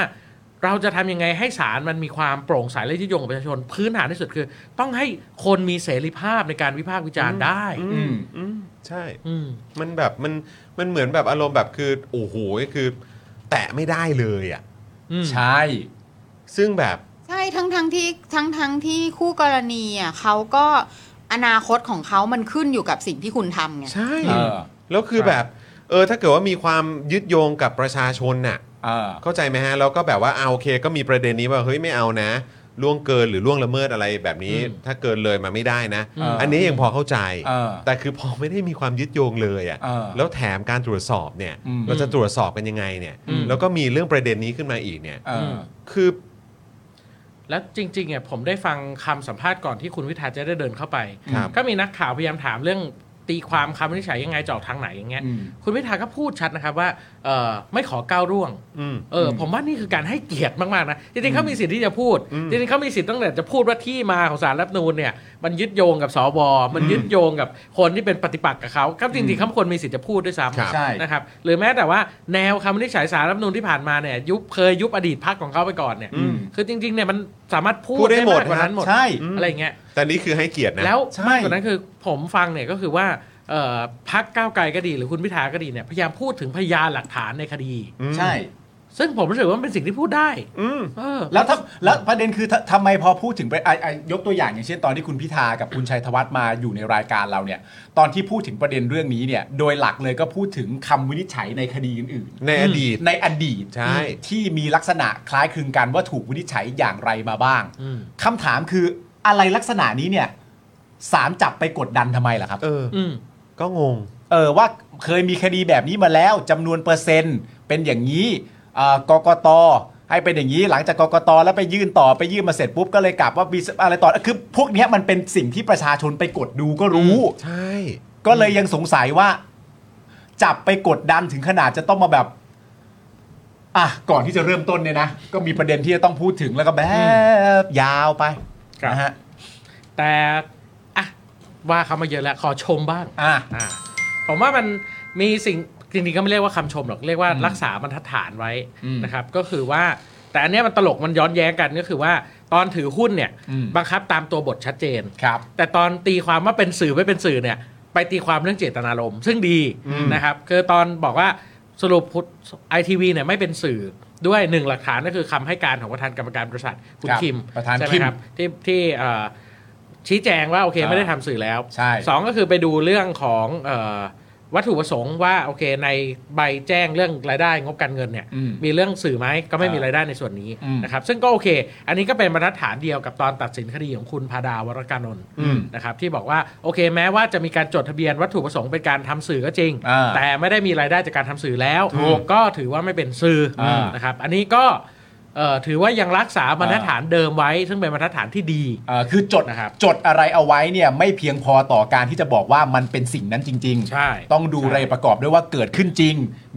Speaker 5: เราจะทำยังไงให้ศาลมันมีความโปร่งใสและยึดโยงกับประชาชน พื้นฐานที่สุดคือ ต้องให้คนมีเสรีภาพในการวิพากษ์วิจารณ์ได้
Speaker 1: อืมอืมใช่
Speaker 5: อืม
Speaker 1: มันแบบมันมันเหมือนแบบอารมณ์แบบคือโอ้โหคือ แตะไม่ได้เลยอ่ะ
Speaker 5: อืม
Speaker 3: ใช่
Speaker 1: ซึ่งแบบ
Speaker 4: ใช่ทั้งทั้งที่ทั้งทั้งที่คู่กรณีอ่ะเขาก็อนาคตของเขามันขึ้นอยู่กับสิ่งที่คุณทำไง
Speaker 1: ใช่
Speaker 3: เออ
Speaker 1: แล้วคือแบบ เออถ้าเกิดว่ามีความยึดโยงกับประชาชนน่ะ
Speaker 3: เออ
Speaker 1: เข้าใจไหมฮะแล้วก็แบบว่าเอาโอเค ก็มีประเด็นนี้ว่าเฮ้ยไม่เอานะล่วงเกินหรือล่วงละเมิดอะไรแบบนี้
Speaker 5: อืม
Speaker 1: ถ้าเกินเลยมาไม่ได้นะ
Speaker 3: เอออั
Speaker 1: อันนี้ยังพอเข้าใจ
Speaker 3: เออ
Speaker 1: แต่คือพอไม่ได้มีความยึดโยงเลย
Speaker 3: เอ
Speaker 1: อะ่ะ
Speaker 3: อ
Speaker 1: แล้วแถมการตรวจสอบเนี่ย
Speaker 3: อืม
Speaker 1: เราจะตรวจสอบกันยังไงเนี่ย
Speaker 5: อืม
Speaker 1: แล้วก็มีเรื่องประเด็นนี้ขึ้นมาอีกเนี่ย
Speaker 3: เออ
Speaker 1: คือ
Speaker 5: แล้วจริงๆเนี่ยผมได้ฟังคำสัมภาษณ์ก่อนที่คุณวิทาจะได้เดินเข้าไป
Speaker 1: ครับ
Speaker 5: ก็มีนักข่าวพยายามถามเรื่องตีความคำวินิจฉัยยังไงจะออกทางไหนอย่างเงี้ย
Speaker 3: อืม
Speaker 5: คุณวิทาก็พูดชัดนะครับว่าเอ่อไม่ขอก้าวร่วง
Speaker 1: อืม
Speaker 5: เอออผมว่านี่คือการให้เกียรติมากๆนะจริงๆเขามีสิทธิ์ที่จะพูด จริงๆเขามีสิทธิ์ตั้งแต่จะพูดว่าที่มาของสารรัฐธรรมนูนเนี่ยมันยึดโยงกับสวมันยึดโยงกับคนที่เป็นปฏิปักษ์กับเขาครับจริงๆเขาควรมีสิทธิ์จะพูดด้วยซ้
Speaker 1: ครับ
Speaker 5: ำ
Speaker 3: ใช่
Speaker 5: นะครับหรือแม้แต่ว่าแนวคำวินิจฉัยสารรัฐธรรมนูญที่ผ่านมาเนี่ยยุบเคยยุบอดีตพรรคของเขาไปก่อนเนี่ย
Speaker 3: อืม
Speaker 5: คือจริงๆเนี่ยมันสามารถพู
Speaker 1: พู
Speaker 5: ด
Speaker 1: ดได้
Speaker 5: ได้
Speaker 1: หมด
Speaker 5: มากกว่านั้นหมด
Speaker 3: ใช่
Speaker 5: อะไรอย่างเงี้ย
Speaker 1: แต่นี่คือให้เกียรตินะ
Speaker 5: แล้ว
Speaker 3: ใช่
Speaker 5: มากกว่านั้นคือผมฟังเนี่ยก็คือว่าเอ่อพรรคก้าวไกลก็ดีหรือคุณพิธาก็ดีเนี่ยพยายามพูดถึงพยานหลักฐานในคดี
Speaker 1: อืม
Speaker 3: ใช่
Speaker 5: ซึ่งผมรู้สึกว่ามันเป็นสิ่งที่พูดได้
Speaker 1: อืม
Speaker 5: เออ
Speaker 3: แล้วถ้าแล้วประเด็นคือถ้าทำไมพอพูดถึงไปไอ้ไอ้ยกตัวอย่างอย่างเช่นตอนที่คุณพิธากับคุณชัยธวัฒน์มาอยู่ในรายการเราเนี่ยตอนที่พูดถึงประเด็นเรื่องนี้เนี่ยโดยหลักเลยก็พูดถึงคำวินิจฉัยในคดีอื่น
Speaker 1: ในอดีต
Speaker 3: ๆในอดีต
Speaker 1: ใช่
Speaker 3: ที่มีลักษณะคล้ายคลึงกันว่าถูกวินิจฉัยอย่างไรมาบ้าง
Speaker 5: อืม
Speaker 3: คำถามคืออะไรลักษณะนี้เนี่ยสารจับไปกดดันทำไมล่ะครับ
Speaker 1: เออ
Speaker 5: อืม
Speaker 1: ก็งง
Speaker 3: เออว่าเคยมีคดีแบบนี้มาแล้วจำนวนเปอร์เซ็นต์ เป็นอย่างนี้เอ่อกกตให้เป็นอย่างนี้หลังจากกกตแล้วไปยื่นต่อไปยื่นมาเสร็จปุ๊บก็เลยกลับว่ามีอะไรต่อคือพวกเนี้ยมันเป็นสิ่งที่ประชาชนไปกดดูก็รู้
Speaker 1: ใช่
Speaker 3: ก็เลยยังสงสัยว่า จับไปกดดันถึงขนาดจะต้องมาแบบ อ่ะก่อนที่จะเริ่มต้นเนี่ยนะ ก็มีประเด็นที่จะต้องพูดถึงแล้วก็แบบยาวไป
Speaker 5: ครับ
Speaker 3: นะฮะ
Speaker 5: แต่อ่ะว่าเขามาเยอะแล้วขอชมบ้าง
Speaker 3: อ่ะ
Speaker 5: อ่าผมว่ามันมีสิ่งจริงๆก็ไม่เรียกว่าคำชมหรอกเรียกว่ารักษาบรรทัดฐานไว้
Speaker 3: อืม
Speaker 5: นะครับก็คือว่าแต่อันเนี้ยมันตลกมันย้อนแย้งกันก็คือว่าตอนถือหุ้นเนี่ย
Speaker 3: อืม
Speaker 5: บังคับตามตัวบทชัดเจน
Speaker 3: ครับ
Speaker 5: แต่ตอนตีความว่าเป็นสื่อไม่เป็นสื่อเนี่ยไปตีความเรื่องเจตนารมณ์ซึ่งดีนะครับคือตอนบอกว่าสรุปไอทีวีเนี่ยไม่เป็นสื่อด้วยหนึ่งหลักฐานก็คือคำให้การของประธานกรรมการบริษัทคุณ
Speaker 3: ครับ
Speaker 5: คิม
Speaker 3: ประธาน
Speaker 5: ใช่ไห
Speaker 3: คิ
Speaker 5: ม
Speaker 3: ม
Speaker 5: ครับที่ที่เอ่อชี้แจงว่าโอเค
Speaker 3: อ่า
Speaker 5: ไม่ได้ทำสื่อแล้ว
Speaker 3: ใช่
Speaker 5: สองก็คือไปดูเรื่องของเอ่อวัตถุประสงค์ว่าโอเคในใบแจ้งเรื่องรายได้งบการเงินเนี่ย
Speaker 3: อืม
Speaker 5: มีเรื่องสื่อไหมก็ไม่
Speaker 3: อ่ามี
Speaker 5: มีรายได้ในส่วนนี้
Speaker 3: อืม
Speaker 5: นะครับซึ่งก็โอเค อันนี้ก็เป็นบรรทัดฐานเดียวกับตอนตัดสินคดีของคุณพาดาวรกานนท์
Speaker 3: อืม
Speaker 5: นะครับที่บอกว่าโอเคแม้ว่าจะมีการจดทะเบียนวัตถุประสงค์เป็นการทำสื่อก็จริง
Speaker 3: อ่า
Speaker 5: แต่ไม่ได้มีรายได้จากการทำสื่อแล้ว
Speaker 3: ถูก
Speaker 5: ก็ถือว่าไม่เป็นสื่ออา นะครับอันนี้ก็เอ่อถือว่ายังรักษาบรรทัด
Speaker 3: อ่า
Speaker 5: ฐานเดิมไว้ ซึ่งเป็นบรรทัดฐานที่ดี
Speaker 3: เอ่อคือจด
Speaker 5: นะครับ
Speaker 3: จดอะไรเอาไว้เนี่ยไม่เพียงพอต่อการที่จะบอกว่ามันเป็นสิ่งนั้นจริง
Speaker 5: ใช่
Speaker 3: ต้องดู
Speaker 5: ใช่
Speaker 3: รายประกอบด้วยว่าเกิดขึ้นจริง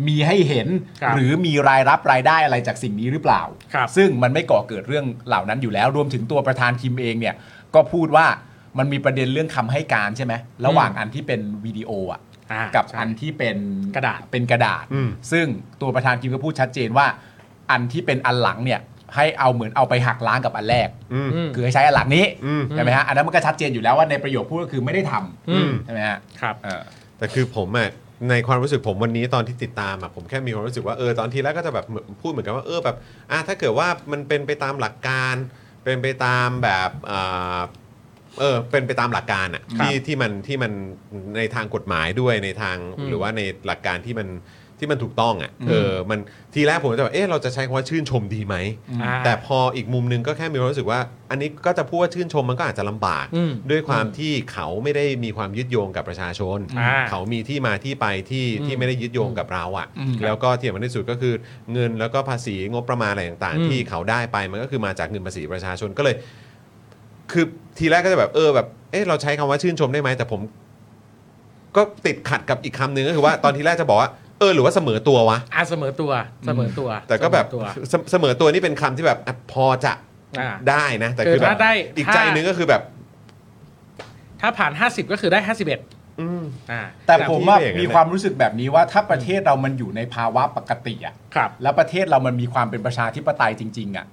Speaker 3: มีให้เห็น
Speaker 5: ครับ
Speaker 3: หรือมีรายรับรายได้อะไรจากสิ่งนี้หรือเปล่า
Speaker 5: ครับ
Speaker 3: ซึ่งมันไม่ก่อเกิดเรื่องเหล่านั้นอยู่แล้วรวมถึงตัวประธานคิมเองเนี่ยก็พูดว่ามันมีประเด็นเรื่องคำให้การใช่ไหมระหว่างอันที่เป็นวิดีโออ่ะ
Speaker 5: อ่า
Speaker 3: กับ
Speaker 5: ใช่
Speaker 3: อันที่เป็น
Speaker 5: กระดาษ
Speaker 3: เป็นกระดาษ
Speaker 1: อืม
Speaker 3: ซึ่งตัวประธานกิมก็พูดชัดเจนว่า อันที่เป็นอันหลังเนี่ยให้เอาเหมือนเอาไปหักล้างกับอันแรก
Speaker 1: อืม
Speaker 5: อืม
Speaker 3: คือให้ใช้อันหลังนี้
Speaker 1: อืม
Speaker 3: ใช่ไหมฮะอันนั้นมันก็ชัดเจนอยู่แล้วว่าในประโยคพูดก็คือไม่ได้ท
Speaker 5: อืม
Speaker 3: ำใช่ไหมฮะ
Speaker 5: ครับ
Speaker 3: เออ
Speaker 1: แต่คือผมอะในความรู้สึกผมวันนี้ตอนที่ติดตามอะผมแค่มีความรู้สึกว่าเออตอนทีแรกก็จะแบบเหมือนพูดเหมือนกันว่าเออแบบอ่ะถ้าเกิดว่ามันเป็นไปตามหลักการ เป็นไปตามแบบอ่าเออเป็นไปตามหลักการอะ
Speaker 3: ครับ
Speaker 1: ที่ที่มันที่มันในทางกฎหมายด้วยในทาง
Speaker 5: อืม
Speaker 1: หรือว่าในหลักการที่มันที่มันถูกต้องอะ
Speaker 3: อืม
Speaker 1: เออมันทีแรกผมจะแบบเออเราจะใช้คำว่าชื่นชมดีไหม
Speaker 5: อ่า
Speaker 1: แต่พออีกมุมหนึงก็แค่มีความรู้สึกว่า อันนี้ก็จะพูดว่าชื่นชมมันก็อาจจะลำบาก
Speaker 5: อืม
Speaker 1: ด้วยความที่เขาไม่ได้มีความยึดโยงกับประชาชน
Speaker 5: อ่า
Speaker 1: เขามีที่มาที่ไปที่
Speaker 5: อืม
Speaker 1: ที่ไม่ได้ยึดโยงกับเราอะ่ะ
Speaker 3: อืม
Speaker 1: แล้วก็ที่สำคัญที่สุดก็คือเงินแล้วก็ภาษีงบประมาณอะไรต่าง
Speaker 5: อื
Speaker 1: ๆ
Speaker 5: ม
Speaker 1: ที่เขาได้ไปมันก็คือมาจากเงินภาษีประชาชนก็เลย คือทีแรกก็จะแบบเออแบบเออเราใช้คำว่าชื่นชมได้ไหมแต่ผม ก็ติดขัดกับอีกคำหนึ่งก็คือว่าตอนทีแรกจะบอกว่าเออหรือว่าเสมอตัววะ
Speaker 5: อ่ะเสมอตัวเสมอตัว
Speaker 1: แต่ก็แบบ
Speaker 5: เสมอตัว
Speaker 1: เสเสมอตัวนี่เป็นคำที่แบบอ่ะพอจะ
Speaker 5: อ่า
Speaker 1: ได้นะ แต่
Speaker 5: คื
Speaker 1: คือ อแบบ
Speaker 5: ถ้าได้
Speaker 1: อีก
Speaker 5: ถ้า
Speaker 1: ใจหนึงก็คือแบบ
Speaker 5: ถ้าผ่าน 50 ก็คือได้ 51
Speaker 1: อืม
Speaker 5: อ่า
Speaker 3: แต่
Speaker 1: แต่
Speaker 3: ผม
Speaker 1: พี่
Speaker 3: ว่า
Speaker 1: เอก
Speaker 3: มี
Speaker 1: เนี่ย
Speaker 3: ความรู้สึกแบบนี้ว่าถ้าประเทศเรามันอยู่ในภาวะปกติอ่ะ
Speaker 5: ครับ
Speaker 3: แล้วประเทศเรามันมีความเป็นประชาธิปไตยจริง ๆอ่ะ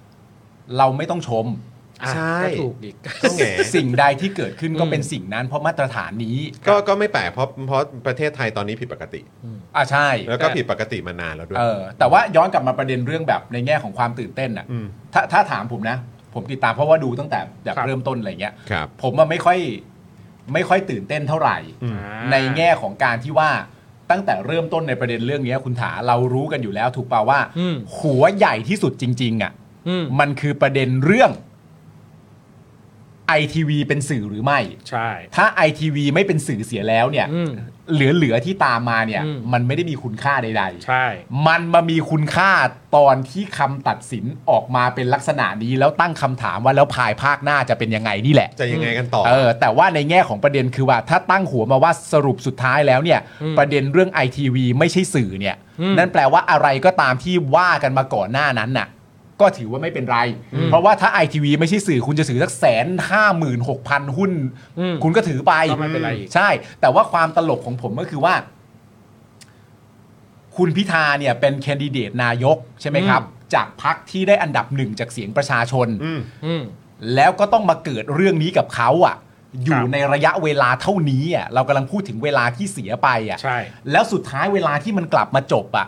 Speaker 3: เราไม่ต้องชม
Speaker 5: อ่ะ
Speaker 1: ใช่
Speaker 5: ก็ถูกอีก
Speaker 1: ก็แหง
Speaker 3: สิ่งใดที่เกิดขึ้นก็
Speaker 5: อืม
Speaker 3: เป็นสิ่งนั้นเพราะมาตรฐานนี้
Speaker 1: ก็ก็ไม่แปลกเพราะเพราะประเทศไทยตอนนี้ผิดปกติ
Speaker 3: อ่ะใช่
Speaker 1: แล้วก็ผิดปกติมานานแล้วด้วย
Speaker 3: เออแต่ว่าย้อนกลับมาประเด็นเรื่องแบบในแง่ของความตื่นเต้นอ่ะ
Speaker 1: อืม
Speaker 3: ถ้าถ้าถามผมนะ ผมติดตามเพราะว่าดูตั้งแต่แบบ
Speaker 5: ครับ
Speaker 3: เริ่มต้นอะไรเงี้ย
Speaker 1: ครับ
Speaker 3: ผมอะไม่ค่อยไม่ค่อยตื่นเต้นเท่าไหร่
Speaker 1: อืม
Speaker 5: อ่า
Speaker 3: ในแง่ของการที่ว่าตั้งแต่เริ่มต้นในประเด็นเรื่องเนี้ยคุณถาเรารู้กันอยู่แล้วถูกเปล่าว่า
Speaker 5: อืม
Speaker 3: หัวใหญ่ที่สุดจริง ๆ อ่ะ
Speaker 5: อืม
Speaker 3: มันคือประเด็นเรื่องไอทีวีเป็นสื่อหรือไม่
Speaker 5: ใช่
Speaker 3: ถ้าไอทีวีไม่เป็นสื่อเสียแล้วเนี่ย
Speaker 5: อืม
Speaker 3: เหลือๆที่ตามมาเนี่ย
Speaker 5: อืม
Speaker 3: มันไม่ได้มีคุณค่าใดๆ
Speaker 5: ใช่
Speaker 3: มันมามีคุณค่าตอนที่คำตัดสินออกมาเป็นลักษณะนี้ แล้วตั้งคำถามว่าแล้วภายภาคหน้าจะเป็นยังไงนี่แหละ
Speaker 1: จะยังไงกันต่อ
Speaker 3: เออแต่ว่าในแง่ของประเด็นคือว่าถ้าตั้งหัวมาว่าสรุปสุดท้ายแล้วเนี่ย
Speaker 5: อืม
Speaker 3: ประเด็นเรื่องไอทีวีไม่ใช่สื่อเนี่ย
Speaker 5: อืม
Speaker 3: นั่นแปลว่าอะไรก็ตามที่ว่ากันมาก่อนหน้านั้นน่ะ ก็ถือว่าไม่เป็นไร
Speaker 5: อืม
Speaker 3: เพราะว่าถ้าไอทีวีไม่ใช่สื่อคุณจะถือสักแสนห้าหมื่นหกพันหุ้น
Speaker 5: อืม
Speaker 3: คุณก็ถือไป
Speaker 5: ก็ไม่เป็นไรอีก
Speaker 3: ใช่ แต่ว่าความตลกของผมก็คือว่า คุณพิธาเนี่ยเป็นแคนดิเดตนายกใช่ไหมครับ
Speaker 5: อื
Speaker 3: จากพักที่ได้อันดับหนึ่งจากเสียงประชาชน
Speaker 1: อืม
Speaker 5: อืม
Speaker 3: แล้วก็ต้องมาเกิดเรื่องนี้กับเขาอ่ะ อยู่ในระยะเวลาเท่านี้อ่ะเรากำลังพูดถึงเวลาที่เสียไปอ่ะ
Speaker 5: ใช่
Speaker 3: แล้วสุดท้ายเวลาที่มันกลับมาจบอ่ะ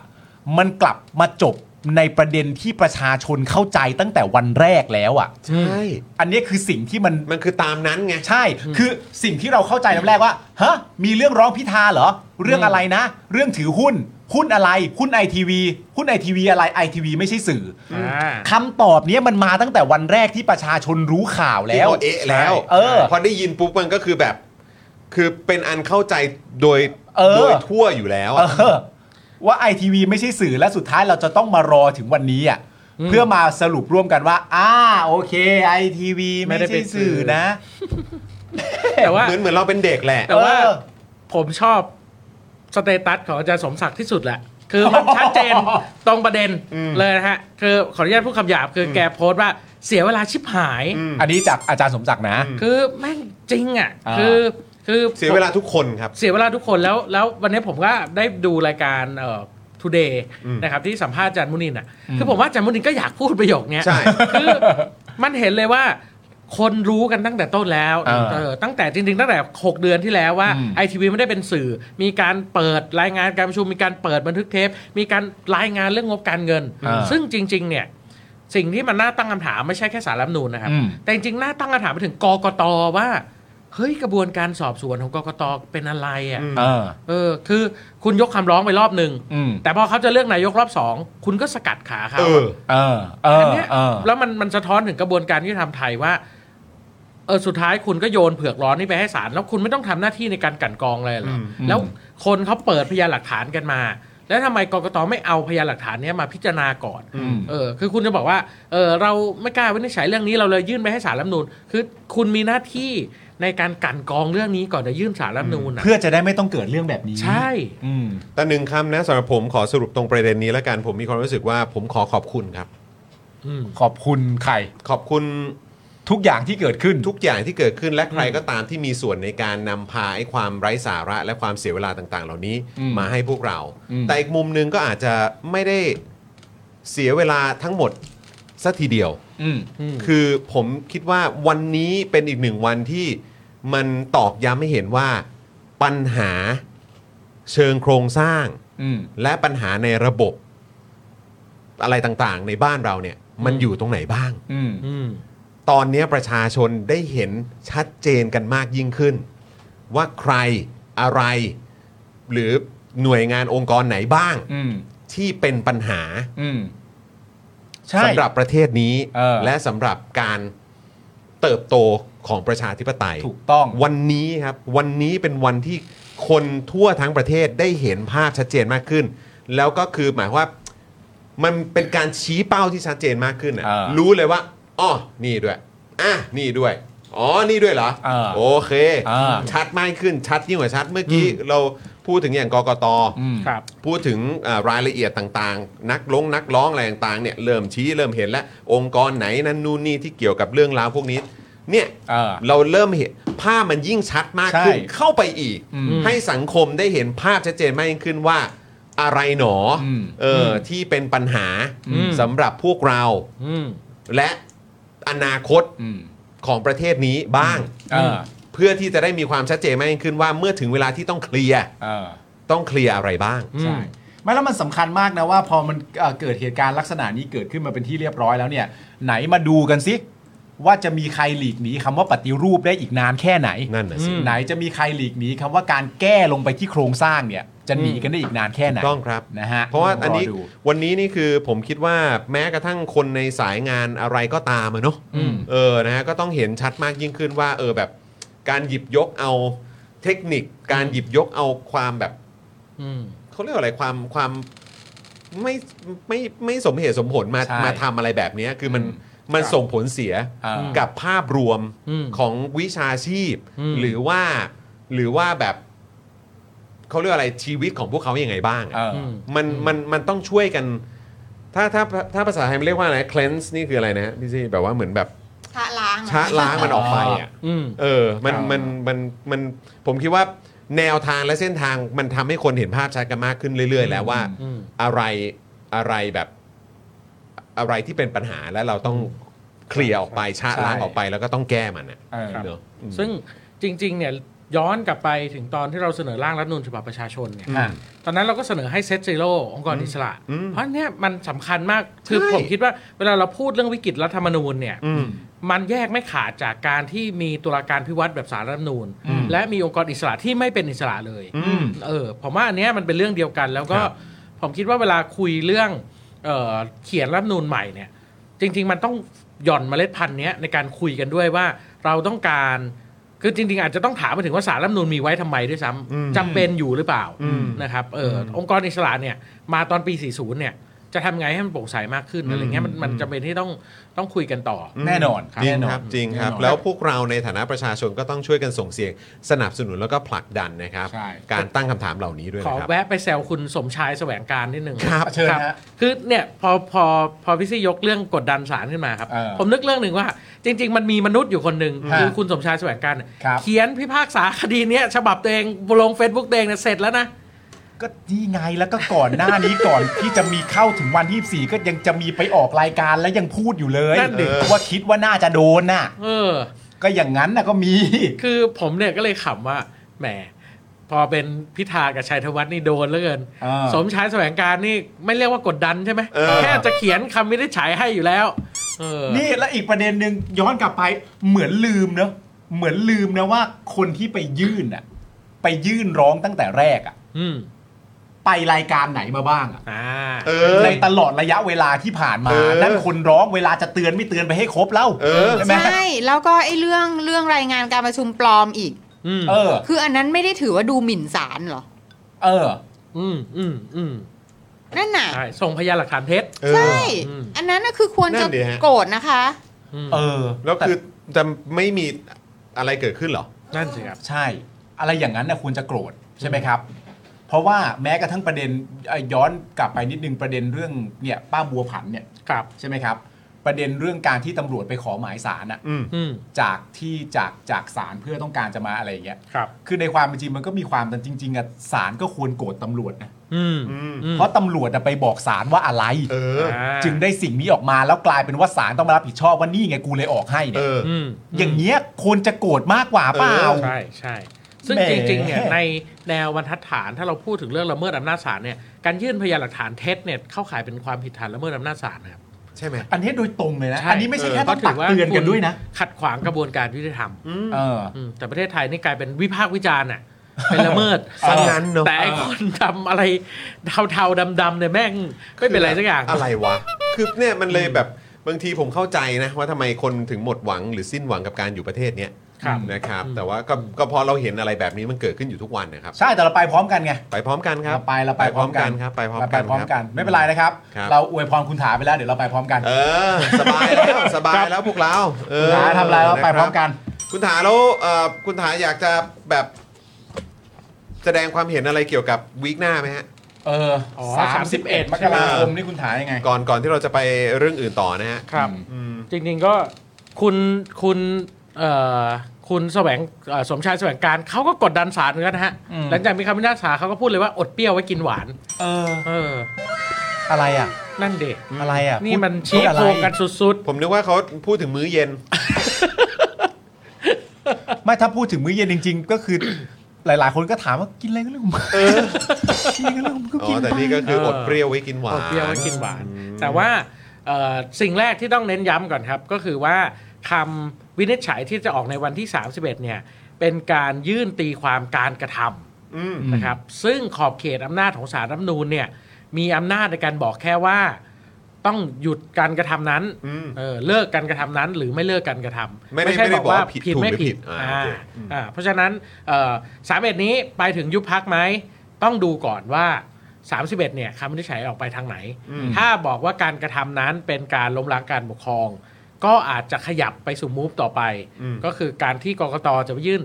Speaker 3: มันกลับมาจบ ในประเด็นที่ประชาชนเข้าใจตั้งแต่วันแรกแล้วอ่ะ
Speaker 1: ใช่
Speaker 3: อันนี้คือสิ่งที่มัน
Speaker 1: มันคือตามนั้นไง
Speaker 3: ใช่ คือสิ่งที่เราเข้าใจตอนแรกว่า ฮะ มีเรื่องร้องพิธาเหรอ เรื่องอะไรนะ เรื่องถือหุ้น หุ้นอะไร หุ้นไอทีวี หุ้นไอทีวีอะไร ไอทีวีไม่ใช่สื่ออ
Speaker 5: อ่า
Speaker 3: คำตอบเนี้ยมันมาตั้งแต่วันแรกที่ประชาชนรู้ข่าวแล้
Speaker 1: ที่
Speaker 3: ว
Speaker 1: เขาเอะแล้ว
Speaker 3: เออ
Speaker 1: พอได้ยินปุ๊บมันก็คือแบบ คือเป็นอันเข้าใจโดย
Speaker 3: เออ
Speaker 1: โดยทั่วอยู่แล้วอะ
Speaker 3: เออว่าไอทีวีไม่ใช่สื่อและสุดท้ายเราจะต้องมารอถึงวันนี้อ่ะเพื่อมาสรุปร่วมกันว่าอ่าโอเคไอทีวี
Speaker 5: ไม่
Speaker 3: ไม่
Speaker 5: ได้เป็
Speaker 3: ใช่
Speaker 5: นสื่
Speaker 3: สื่
Speaker 5: อ
Speaker 3: อนะ
Speaker 5: แต่ว่า
Speaker 1: เหมือนเหมือนเราเป็นเด็กแหละ
Speaker 5: แต่ว่า
Speaker 3: เออ
Speaker 5: ผมชอบสเตตัสของอาจารย์สมศักดิ์ที่สุดแหละ คือมันชัดเจ
Speaker 1: [LAUGHS]
Speaker 5: นตรงประเด็นเลยนะฮะ คือขออนุญาตพูดคำหยาบคืออแกโพสต์ว่าเสียเวลาชิบหาย
Speaker 1: อืม
Speaker 3: อันนี้จากอาจารย์สมศักดิ์นะ
Speaker 5: คือแม่งจริงอ่ะ
Speaker 3: อ่า
Speaker 5: คือคือ
Speaker 1: เสียเวลาทุกคนครับ
Speaker 5: เสียเวลาทุกคนแล้วแล้ววันนี้ผมก็ได้ดูรายการเอ่อ today นะครับที่สัมภาษณ์อาจารย์มุนินอ่ะ คือผมว่าอาจารย์มุนินก็อยากพูดประโยคเนี้ย
Speaker 1: ใช่
Speaker 5: คือมันเห็นเลยว่าคนรู้กันตั้งแต่ต้นแล้ว
Speaker 3: เออ
Speaker 5: เออตั้งแต่จริงๆตั้งแต่ 6 เดือนที่แล้วว่า
Speaker 3: อืม
Speaker 5: ไอทีวีไม่ได้เป็นสื่อ มีการเปิดรายงานการประชุมมีการเปิดบันทึกเทป มีการรายงานเรื่องงบการเงิน
Speaker 3: อ่า
Speaker 5: ซึ่งจริง ๆ เนี่ย สิ่งที่มันน่าตั้งคำถามไม่ใช่แค่สารรัฐธรรมนูนนะครับ
Speaker 3: อืม
Speaker 5: แต่จริงๆน่าตั้งคำถามไปถึงกกตว่าเฮ้ยกระบวนการสอบสวนของกกตเป็นอะไรอ่ะ
Speaker 1: อืม
Speaker 3: เออ
Speaker 5: เออคือคุณยกคำร้องไปรอบหนึ่ง
Speaker 3: อืม
Speaker 5: แต่พอเขาจะเลือกนายกรอบสองคุณก็สกัดขาเขา
Speaker 1: เออ
Speaker 3: เออเอ
Speaker 5: อัน
Speaker 3: อ
Speaker 5: เนี้ย
Speaker 3: เออ
Speaker 5: แล้วมันมันสะท้อนถึงกระบวนการยุติธรรมไทยว่าเออสุดท้ายคุณก็โยนเผือกร้อนนี่ไปให้ศาลแล้วคุณไม่ต้องทำหน้าที่ในการกลันกรองเลยเหรอ
Speaker 3: ม
Speaker 5: แล้วคนเขาเปิดพยานหลักฐานกันมา แล้วทำไมกรกตไม่เอาพยานหลักฐานเนี้ยมาพิจารณาก่อน
Speaker 3: อืม
Speaker 5: เออคือคุณจะบอกว่าเออเราไม่กล้าวินิจฉัยเรื่องนี้เราเลยยื่นไปให้ศาลรัฐธรรมนูนคือคุณมีหน้าที่ในการกลันกรองเรื่องนี้ก่อนจะยื่นศาลรัฐธรรมนูนอ่ะ
Speaker 3: เพื่อจะได้ไม่ต้องเกิดเรื่องแบบนี้
Speaker 5: ใช่
Speaker 3: อืม
Speaker 1: แต่หนึ่งคำนะสำหรับผมขอสรุปตรงประเด็นนี้แล้วกัน ผมมีความรู้สึกว่าผมขอขอบคุณครับ
Speaker 5: อืม
Speaker 3: ขอบคุณใคร
Speaker 1: ขอบคุณ
Speaker 3: ทุกอย่างที่เกิดขึ้น
Speaker 1: ทุกอย่างที่เกิดขึ้นและใครก็ตามที่มีส่วนในการนำพาไอ้ความไร้สาระและความเสียเวลาต่าง ๆ เหล่านี้
Speaker 3: อืม
Speaker 1: มาให้พวกเรา
Speaker 3: อืม
Speaker 1: แต่อีกมุมหนึงก็อาจจะไม่ได้เสียเวลาทั้งหมดสัทีเดียว
Speaker 3: อืม
Speaker 1: คือผมคิดว่าวันนี้เป็นอีกหนึ่งวันที่มันตอกย้ำให้เห็นว่าปัญหาเชิงโครงสร้าง
Speaker 3: อืม
Speaker 1: และปัญหาในระบบอะไรต่างๆ ในบ้านเราเนี่ย มันอยู่ตรงไหนบ้าง
Speaker 3: อืม
Speaker 5: อืม
Speaker 1: ตอนนี้ประชาชนได้เห็นชัดเจนกันมากยิ่งขึ้น ว่าใครอะไร หรือหน่วยงานองค์กรไหนบ้าง
Speaker 3: อืม
Speaker 1: ที่เป็นปัญหา
Speaker 3: อืม ใช่
Speaker 1: สำหรับประเทศนี้
Speaker 3: เออ
Speaker 1: และสำหรับการเติบโตของประชาธิปไตย
Speaker 3: ถูกต้อง
Speaker 1: วันนี้ครับ วันนี้เป็นวันที่คนทั่วทั้งประเทศได้เห็นภาพชัดเจนมากขึ้น แล้วก็คือหมายความว่ามันเป็นการชี้เป้าที่ชัดเจนมากขึ้นน่ะ
Speaker 3: เออ
Speaker 1: รู้เลยว่าอ๋อนี่ด้วยอ่ะนี่ด้วยอ๋อนี่ด้วยเหรอ
Speaker 3: เออ
Speaker 1: โอเค
Speaker 3: เออ
Speaker 1: ชัดมากขึ้นชัดยิ่งกว่าชัดเมื่อกี้เราพูดถึงอย่างกกต
Speaker 3: อืม
Speaker 5: ครับ
Speaker 1: พูดถึงเอ่อรายละเอียดต่างๆ นักลงนักร้องอะไรต่างๆเนี่ยเริ่มชี้เริ่มเห็นแล้ว องค์กรไหนนั่นนู่นนี่ที่เกี่ยวกับเรื่องราวพวกนี้เนี่ย
Speaker 3: เออ
Speaker 1: เราเริ่มเห็นภาพมันยิ่งชัดมากขึ้น
Speaker 3: ใช่
Speaker 1: เข้าไปอีก
Speaker 3: อืม
Speaker 1: ให้สังคมได้เห็นภาพชัดเจนมากยิ่งขึ้นว่าอะไรหนออ
Speaker 3: ม
Speaker 1: เอออที่เป็นปัญหา
Speaker 5: อืม
Speaker 1: สำหรับพวกเรา
Speaker 5: อืม
Speaker 1: และอนาคต
Speaker 3: อืม
Speaker 1: ของประเทศนี้บ้าง
Speaker 3: เออ
Speaker 1: เพื่อที่จะได้มีความชัดเจนมากยิ่งขึ้นว่าเมื่อถึงเวลาที่ต้องเคลียร์
Speaker 3: เออ
Speaker 1: ต้องเคลียร์อะไรบ้าง
Speaker 3: ใช่ไม่แล้วมันสำคัญมากนะว่าพอมันเอ่อเกิดเหตุการณ์ลักษณะนี้เกิดขึ้นมาเป็นที่เรียบร้อยแล้วเนี่ย ไหนมาดูกันสิว่าจะมีใครหลีกหนีคำว่าปฏิรูปได้อีกนานแค่ไหน
Speaker 1: นั่นน่ะสิ
Speaker 3: ไหนจะมีใครหลีกหนีคำว่าการแก้ลงไปที่โครงสร้างเนี่ย จะหนีกันได้อีกนานแค่ไหน
Speaker 1: ถูกต้องครับ
Speaker 3: นะฮะ
Speaker 1: เพราะว่าอันนี้
Speaker 3: ดู
Speaker 1: วันนี้นี่คือผมคิดว่าแม้กระทั่งคนในสายงานอะไรก็ตามอะเนาะ
Speaker 3: อืม
Speaker 1: เออนะฮะก็ต้องเห็นชัดมากยิ่งขึ้นว่าเออแบบการหยิบยกเอาเทคนิค การหยิบยกเอาความแบบ
Speaker 5: อืม
Speaker 1: เขาเรียกว่าอะไรความความไม่ไม่ไม่สมเหตุสมผลมา
Speaker 3: ใช่
Speaker 1: มาทำอะไรแบบเนี้ยคือมัน
Speaker 3: อืม
Speaker 1: มัน
Speaker 3: ครับ
Speaker 1: ส่งผลเสีย
Speaker 3: อ่า
Speaker 1: กับภาพรวม
Speaker 5: อืม
Speaker 1: ของวิชาชีพ
Speaker 5: อืม
Speaker 1: หรือว่าหรือว่าแบบเขาเรียกอะไรชีวิตของพวกเขายังไงบ้างอะ
Speaker 3: เออ
Speaker 5: อืม
Speaker 1: มันมันมันต้องช่วยกัน ถ้าถ้าถ้าภาษาไทยมันเรียกว่าอะไร cleanse นี่คืออะไรนะฮะพี่ซี่แบบว่าเหมือนแบบ
Speaker 4: ชะล้างเหรอ
Speaker 1: ชะล้างมันออกไปอ่ะ
Speaker 5: อืม
Speaker 1: เออ มัน
Speaker 3: อ่ามั
Speaker 1: มันมันมันผมคิดว่าแนวทางและเส้นทางมันทำให้คนเห็นภาพชัดกันมากขึ้นเรื่อย ๆ แล้วว่า
Speaker 5: อืม
Speaker 1: อะไรอะไรแบบอะไรที่เป็นปัญหาแล้วเราต้องเคลียร์ออกไปชะล้างออกไปแล้วก็ต้องแก้มันอ่ะ
Speaker 3: เออ
Speaker 1: เนอะอืม
Speaker 5: ซึ่งจริงๆเนี่ย ย้อนกลับไปถึงตอนที่เราเสนอร่างรัฐธรรมนูญฉบับประชาชนเนี่ย
Speaker 1: อ่ะ
Speaker 5: ตอนนั้นเราก็เสนอให้เซตซีโร่องค์กรอิสระ
Speaker 1: อืม
Speaker 5: เพราะเนี่ยมันสำคัญมาก คือ
Speaker 1: ใช่
Speaker 5: ผมคิดว่าเวลาเราพูดเรื่องวิกฤตรัฐธรรมนูญเนี่ย
Speaker 1: อืม
Speaker 5: มันแยกไม่ขาดจากการที่มีตุลาการพิวัตรแบบสารรัฐธรรมนูญ และมีองค์กรอิสระที่ไม่เป็นอิสระเลยเออผมว่าอันเนี้ยมันเป็นเรื่องเดียวกัน แล้วก็
Speaker 1: ครับ
Speaker 5: ผมคิดว่าเวลาคุยเรื่องเออเขียนรัฐธรรมนูญใหม่เนี่ย จริง ๆ มันต้องหย่อนเมล็ดพันธุ์เนี้ยในการคุยกันด้วยว่าเราต้องการคือจริง ๆ อาจจะต้องถามมาถึงว่าสารรัฐธรรมนูญมีไว้ทำไมด้วยซ้ำ
Speaker 1: อืม
Speaker 5: จำเป็นอยู่หรือเปล่า
Speaker 1: อืม
Speaker 5: นะครับเออองค์กรอิสระเนี่ยมาตอนปี 40 เนี่ยจะทำไงให้มันโปร่งใสมากขึ้นอะไรเงี้ยมันมันจำเป็นที่ต้องต้องคุยกันต่อ
Speaker 3: แน่นอน
Speaker 1: จริง
Speaker 3: แน่นอน
Speaker 1: ครับจริงครับ
Speaker 3: แน่นอน
Speaker 1: แล้วพวกเราในฐานะประชาชนก็ต้องช่วยกันส่งเสียงสนับสนุนแล้วก็ผลักดันนะครับ
Speaker 3: ใช่
Speaker 1: การตั้งคำถามเหล่านี้ด้วย
Speaker 5: ขอ
Speaker 1: นะครับ
Speaker 5: แวะไปแซวคุณสมชายแสวงการนิดนึง
Speaker 1: ครับ
Speaker 3: เชิญฮะ
Speaker 5: คือเนี่ยพอพอพอพี่ซี่ยกเรื่องกดดันสารขึ้นมาครับ
Speaker 3: เออ
Speaker 5: ผมนึกเรื่องหนึ่งว่า จริง ๆ มันมีมนุษย์อยู่คนหนึ่ง
Speaker 3: ฮะ
Speaker 5: คือคุณสมชายแสวงการเนี่ย
Speaker 3: ครับ
Speaker 5: เขียนพิพากษาคดีเนี้ยฉบับตัวเองลงเฟซบุ๊กตัวเองเนี่ยเสร็จแล้วนะ
Speaker 3: ก็นี่ไงแล้วก็ก่อนหน้านี้ก่อน ที่จะมีเข้าถึงวันที่4ก็ยังจะมีไปออกรายการและยังพูดอยู่เลย
Speaker 5: นั่นดิ
Speaker 3: เออว่าคิดว่าน่าจะโดนน่ะ
Speaker 5: เออ
Speaker 3: ก็อย่างนั้นน่ะก็มี
Speaker 5: คือผมเนี่ยก็เลยขำว่าแหมพอเป็นพิธากับชัยธวัฒน์นี่โดนเหลือเกิน
Speaker 3: อ่า
Speaker 5: สมชายแสวงการนี่ไม่เรียกว่ากดดันใช่ไหม
Speaker 1: เออ
Speaker 5: แค่จะเขียนคำวินิจฉัยให้อยู่แล้วเออ
Speaker 3: นี่และอีกประเด็นหนึ่งย้อนกลับไปเหมือนลืมเนอะเหมือนลืมนะว่าคนที่ไปยื่นอ่ะ ไปยื่นร้องตั้งแต่แรกอ่ะ
Speaker 5: อืม
Speaker 3: ไปรายการไหนมาบ้างอ่ะ
Speaker 5: อ่า
Speaker 1: เออ
Speaker 3: ในตลอดระยะเวลาที่ผ่านมา
Speaker 1: เออ
Speaker 3: นั่นคนร้องเวลาจะเตือนไม่เตือนไปให้ครบแล้ว
Speaker 1: เออ
Speaker 3: ใช่ไหม
Speaker 4: ใช่แล้วก็ไอ้เรื่องเรื่องรายงานการประชุมปลอมอีก
Speaker 5: อืม
Speaker 3: เออ
Speaker 4: คืออันนั้นไม่ได้ถือว่าดูหมิ่นศาลเหรอ
Speaker 3: เออ
Speaker 5: อืมอืมอืม
Speaker 4: นั่นน่ะ
Speaker 5: ใช่ส่งพยานหลักฐานเท็จ
Speaker 4: ใช่ อันนั้นน่ะคือควร
Speaker 1: นั่
Speaker 4: จะ
Speaker 1: นดิฮะ
Speaker 4: โกรธนะคะ
Speaker 5: อืม
Speaker 3: เออ
Speaker 1: แล้วคือจะไม่มีอะไรเกิดขึ้นเหรอ
Speaker 5: นั่นสิครับ
Speaker 3: ใช่ อะไรอย่างนั้นนะควรจะโกรธใช่ไหมครับ เพราะว่าแม้กระทั่งประเด็นเอ่อย้อนกลับไปนิดนึงประเด็นเรื่องเนี่ยป้าบัวผันเนี่ย
Speaker 5: ครับ
Speaker 3: ใช่ไหมครับ ประเด็นเรื่องการที่ตำรวจไปขอหมายสารอ่ะ
Speaker 1: อืม
Speaker 5: อืม
Speaker 3: จากที่จากจากศาลเพื่อต้องการจะมาอะไรอย่างเงี้ย
Speaker 5: ครับ
Speaker 3: คือในความเป็นจริงมันก็มีความแต่จริงๆอะศาลก็ควรโกรธตำรวจนะ
Speaker 5: อืม
Speaker 1: อืม
Speaker 5: อืม
Speaker 3: เพราะตำรวจอะไปบอกศาลว่าอะไร
Speaker 1: เออ
Speaker 5: อ่า
Speaker 3: จึงได้สิ่งนี้ออกมาแล้วกลายเป็นว่าศาลต้องมารับผิดชอบว่านี่ไงกูเลยออกให้
Speaker 1: เอ
Speaker 3: เนี่ย
Speaker 1: อ
Speaker 5: อืม
Speaker 3: อย่างเงี้ยควรจะโกรธมากกว่าเปล่า
Speaker 1: เออ
Speaker 5: ใช่ใช่ซึ่ง
Speaker 3: แหม
Speaker 5: จริงๆเนี่ยในแนวบรรทัดฐานถ้าเราพูดถึงเรื่องละเมิดอำนาจศาลเนี่ยการยื่นพยานหลักฐานเท็จเนี่ยเข้าข่ายเป็นความผิดฐานละเมิดอำนาจศาลนะครับ
Speaker 1: ใช่ไหม
Speaker 3: อันนี้โดยตรงเลยนะ
Speaker 5: ใช่
Speaker 3: อันนี้ไม่ใช่แค่
Speaker 5: ก็
Speaker 3: ต้องตักเตือนกันด้วยนะ
Speaker 5: คุณขัดขวางกระบวนการยุติธรรม
Speaker 3: เออ
Speaker 5: อืมแต่ประเทศไทยนี่กลายเป็นวิพากษ์วิจา
Speaker 3: [LAUGHS]
Speaker 5: รณ์อ่ะเป็นละเมิด
Speaker 1: ซะงั้นเนาะ
Speaker 5: แต่ไอ้คนทำอะไรเทาๆดำๆเนี่ยแม่งไม่เป็นไรสักอย่าง
Speaker 1: อะไรวะ คือเนี่ยมันเลยแบบบางทีผมเข้าใจนะว่าทำไมคนถึงหมดหวังหรือสิ้นหวังกับการอยู่ประเทศเนี้ย
Speaker 5: ครับ
Speaker 1: นะครับ แต่ว่าก็ก็พอเราเห็นอะไรแบบนี้มันเกิดขึ้นอยู่ทุกวันนะครับ
Speaker 3: ใช่แต่เราไปพร้อมกันไง
Speaker 1: ไปพร้อมกันครับ
Speaker 3: เราไปเราไปพร้อมกัน
Speaker 1: ครับ ไปพร้อม
Speaker 3: เรา
Speaker 1: กั
Speaker 3: ไป
Speaker 1: น
Speaker 3: พร้อม
Speaker 1: คบ
Speaker 3: กัน ไม่เป็นไรนะครับ
Speaker 1: ครับ
Speaker 3: เราอวยพรคุณถาไปแล้วเดี๋ยวเราไปพร้อมกัน
Speaker 1: เออ สบายแล้วสบายแล้วพวกเราเอ
Speaker 3: คุณ
Speaker 1: อ
Speaker 3: ถาทำอะไรเราไป
Speaker 1: นะค
Speaker 3: พร้
Speaker 1: บ
Speaker 3: อมกัน
Speaker 1: คุณถาแล้วเอ่อคุณถาอยากจะแบบแสดงความเห็นอะไรเกี่ยวกับวีคหน้าไหมฮะ
Speaker 3: เออ
Speaker 5: อ๋อ
Speaker 3: สามสิบเอ็ด
Speaker 5: 31
Speaker 3: มกราคมนี่คุณถายังไง
Speaker 1: ก่อนก่อนที่เราจะไปเรื่องอื่นต่อนะฮะ
Speaker 5: ครับ
Speaker 1: อืม
Speaker 5: จริงๆก็คุณคุณเอ่อคุณแสวงเอ่อสมชายแสวงการเขาก็กดดันศาลเหมือนกันนะฮะ หลังจากมีคำพิพากษาเขาก็พูดเลยว่าอดเปรี้ยวไว้กินหวาน
Speaker 3: เออ
Speaker 5: เออ
Speaker 3: อะไรอ่ะ
Speaker 5: นั่นเด็
Speaker 3: อะไรอ่ะ
Speaker 5: นี่มัน
Speaker 3: พูด
Speaker 5: ชี้
Speaker 3: พูดอะไร
Speaker 5: โครงกันสุด
Speaker 1: ผมนึกว่าเขาพูดถึงมื้อเย็น
Speaker 3: ไม่ถ้าพูดถึงมื้อเย็นจริง ๆ ก็คือ [COUGHS] หลาย ๆ คนก็ถามว่ากินอะไรก็เรื่องของมึงกินอะไรก็เรื่องของมึงก็
Speaker 1: อ๋
Speaker 3: กิน
Speaker 1: อ
Speaker 3: ไป
Speaker 1: แต่นี่ก็คืออดเปรี้ยวไว้กินห
Speaker 5: ๆ
Speaker 1: วาน
Speaker 5: อดเปรี้ยวไว้กินหวาน แต่ว่าเอ่อสิ่งแรกที่ต้องเน้นย้ำก่อนครับ ก็คือว่าคำวินิจฉัยที่จะออกในวันที่ 31 เนี่ย เป็นการยื่นตีความการกระทำ
Speaker 1: อืม
Speaker 5: นะครับซึ่งขอบเขตอำนาจของสารรัฐธรรมนูญเนี่ยมีอำนาจในการบอกแค่ว่า ต้องหยุดการกระทำนั้น
Speaker 1: อืม
Speaker 5: เออเลิกการกระทำนั้น หรือไม่เลิกการกระทำ
Speaker 1: ไม่ได้
Speaker 5: ใช่
Speaker 1: ไม่ได้บอกว่าผิดถูก
Speaker 5: ไม่
Speaker 1: หรือผิ
Speaker 5: ผิ
Speaker 1: ด
Speaker 5: ด
Speaker 1: อ่าโอเค
Speaker 5: อ่าอ่าเพราะฉะนั้นเอ่อสามเอ็ดนี้ไปถึงยุบพักไหมต้องดูก่อนว่า 31เนี่ยคำวินิจฉัยออกไปทางไหน ถ้าบอกว่าการกระทำนั้นเป็นการล้มล้างการปกครอง ก็อาจจะขยับไปสู่มูฟต่อไป
Speaker 1: อืม
Speaker 5: ก็คือการที่กกตจะไปยื่น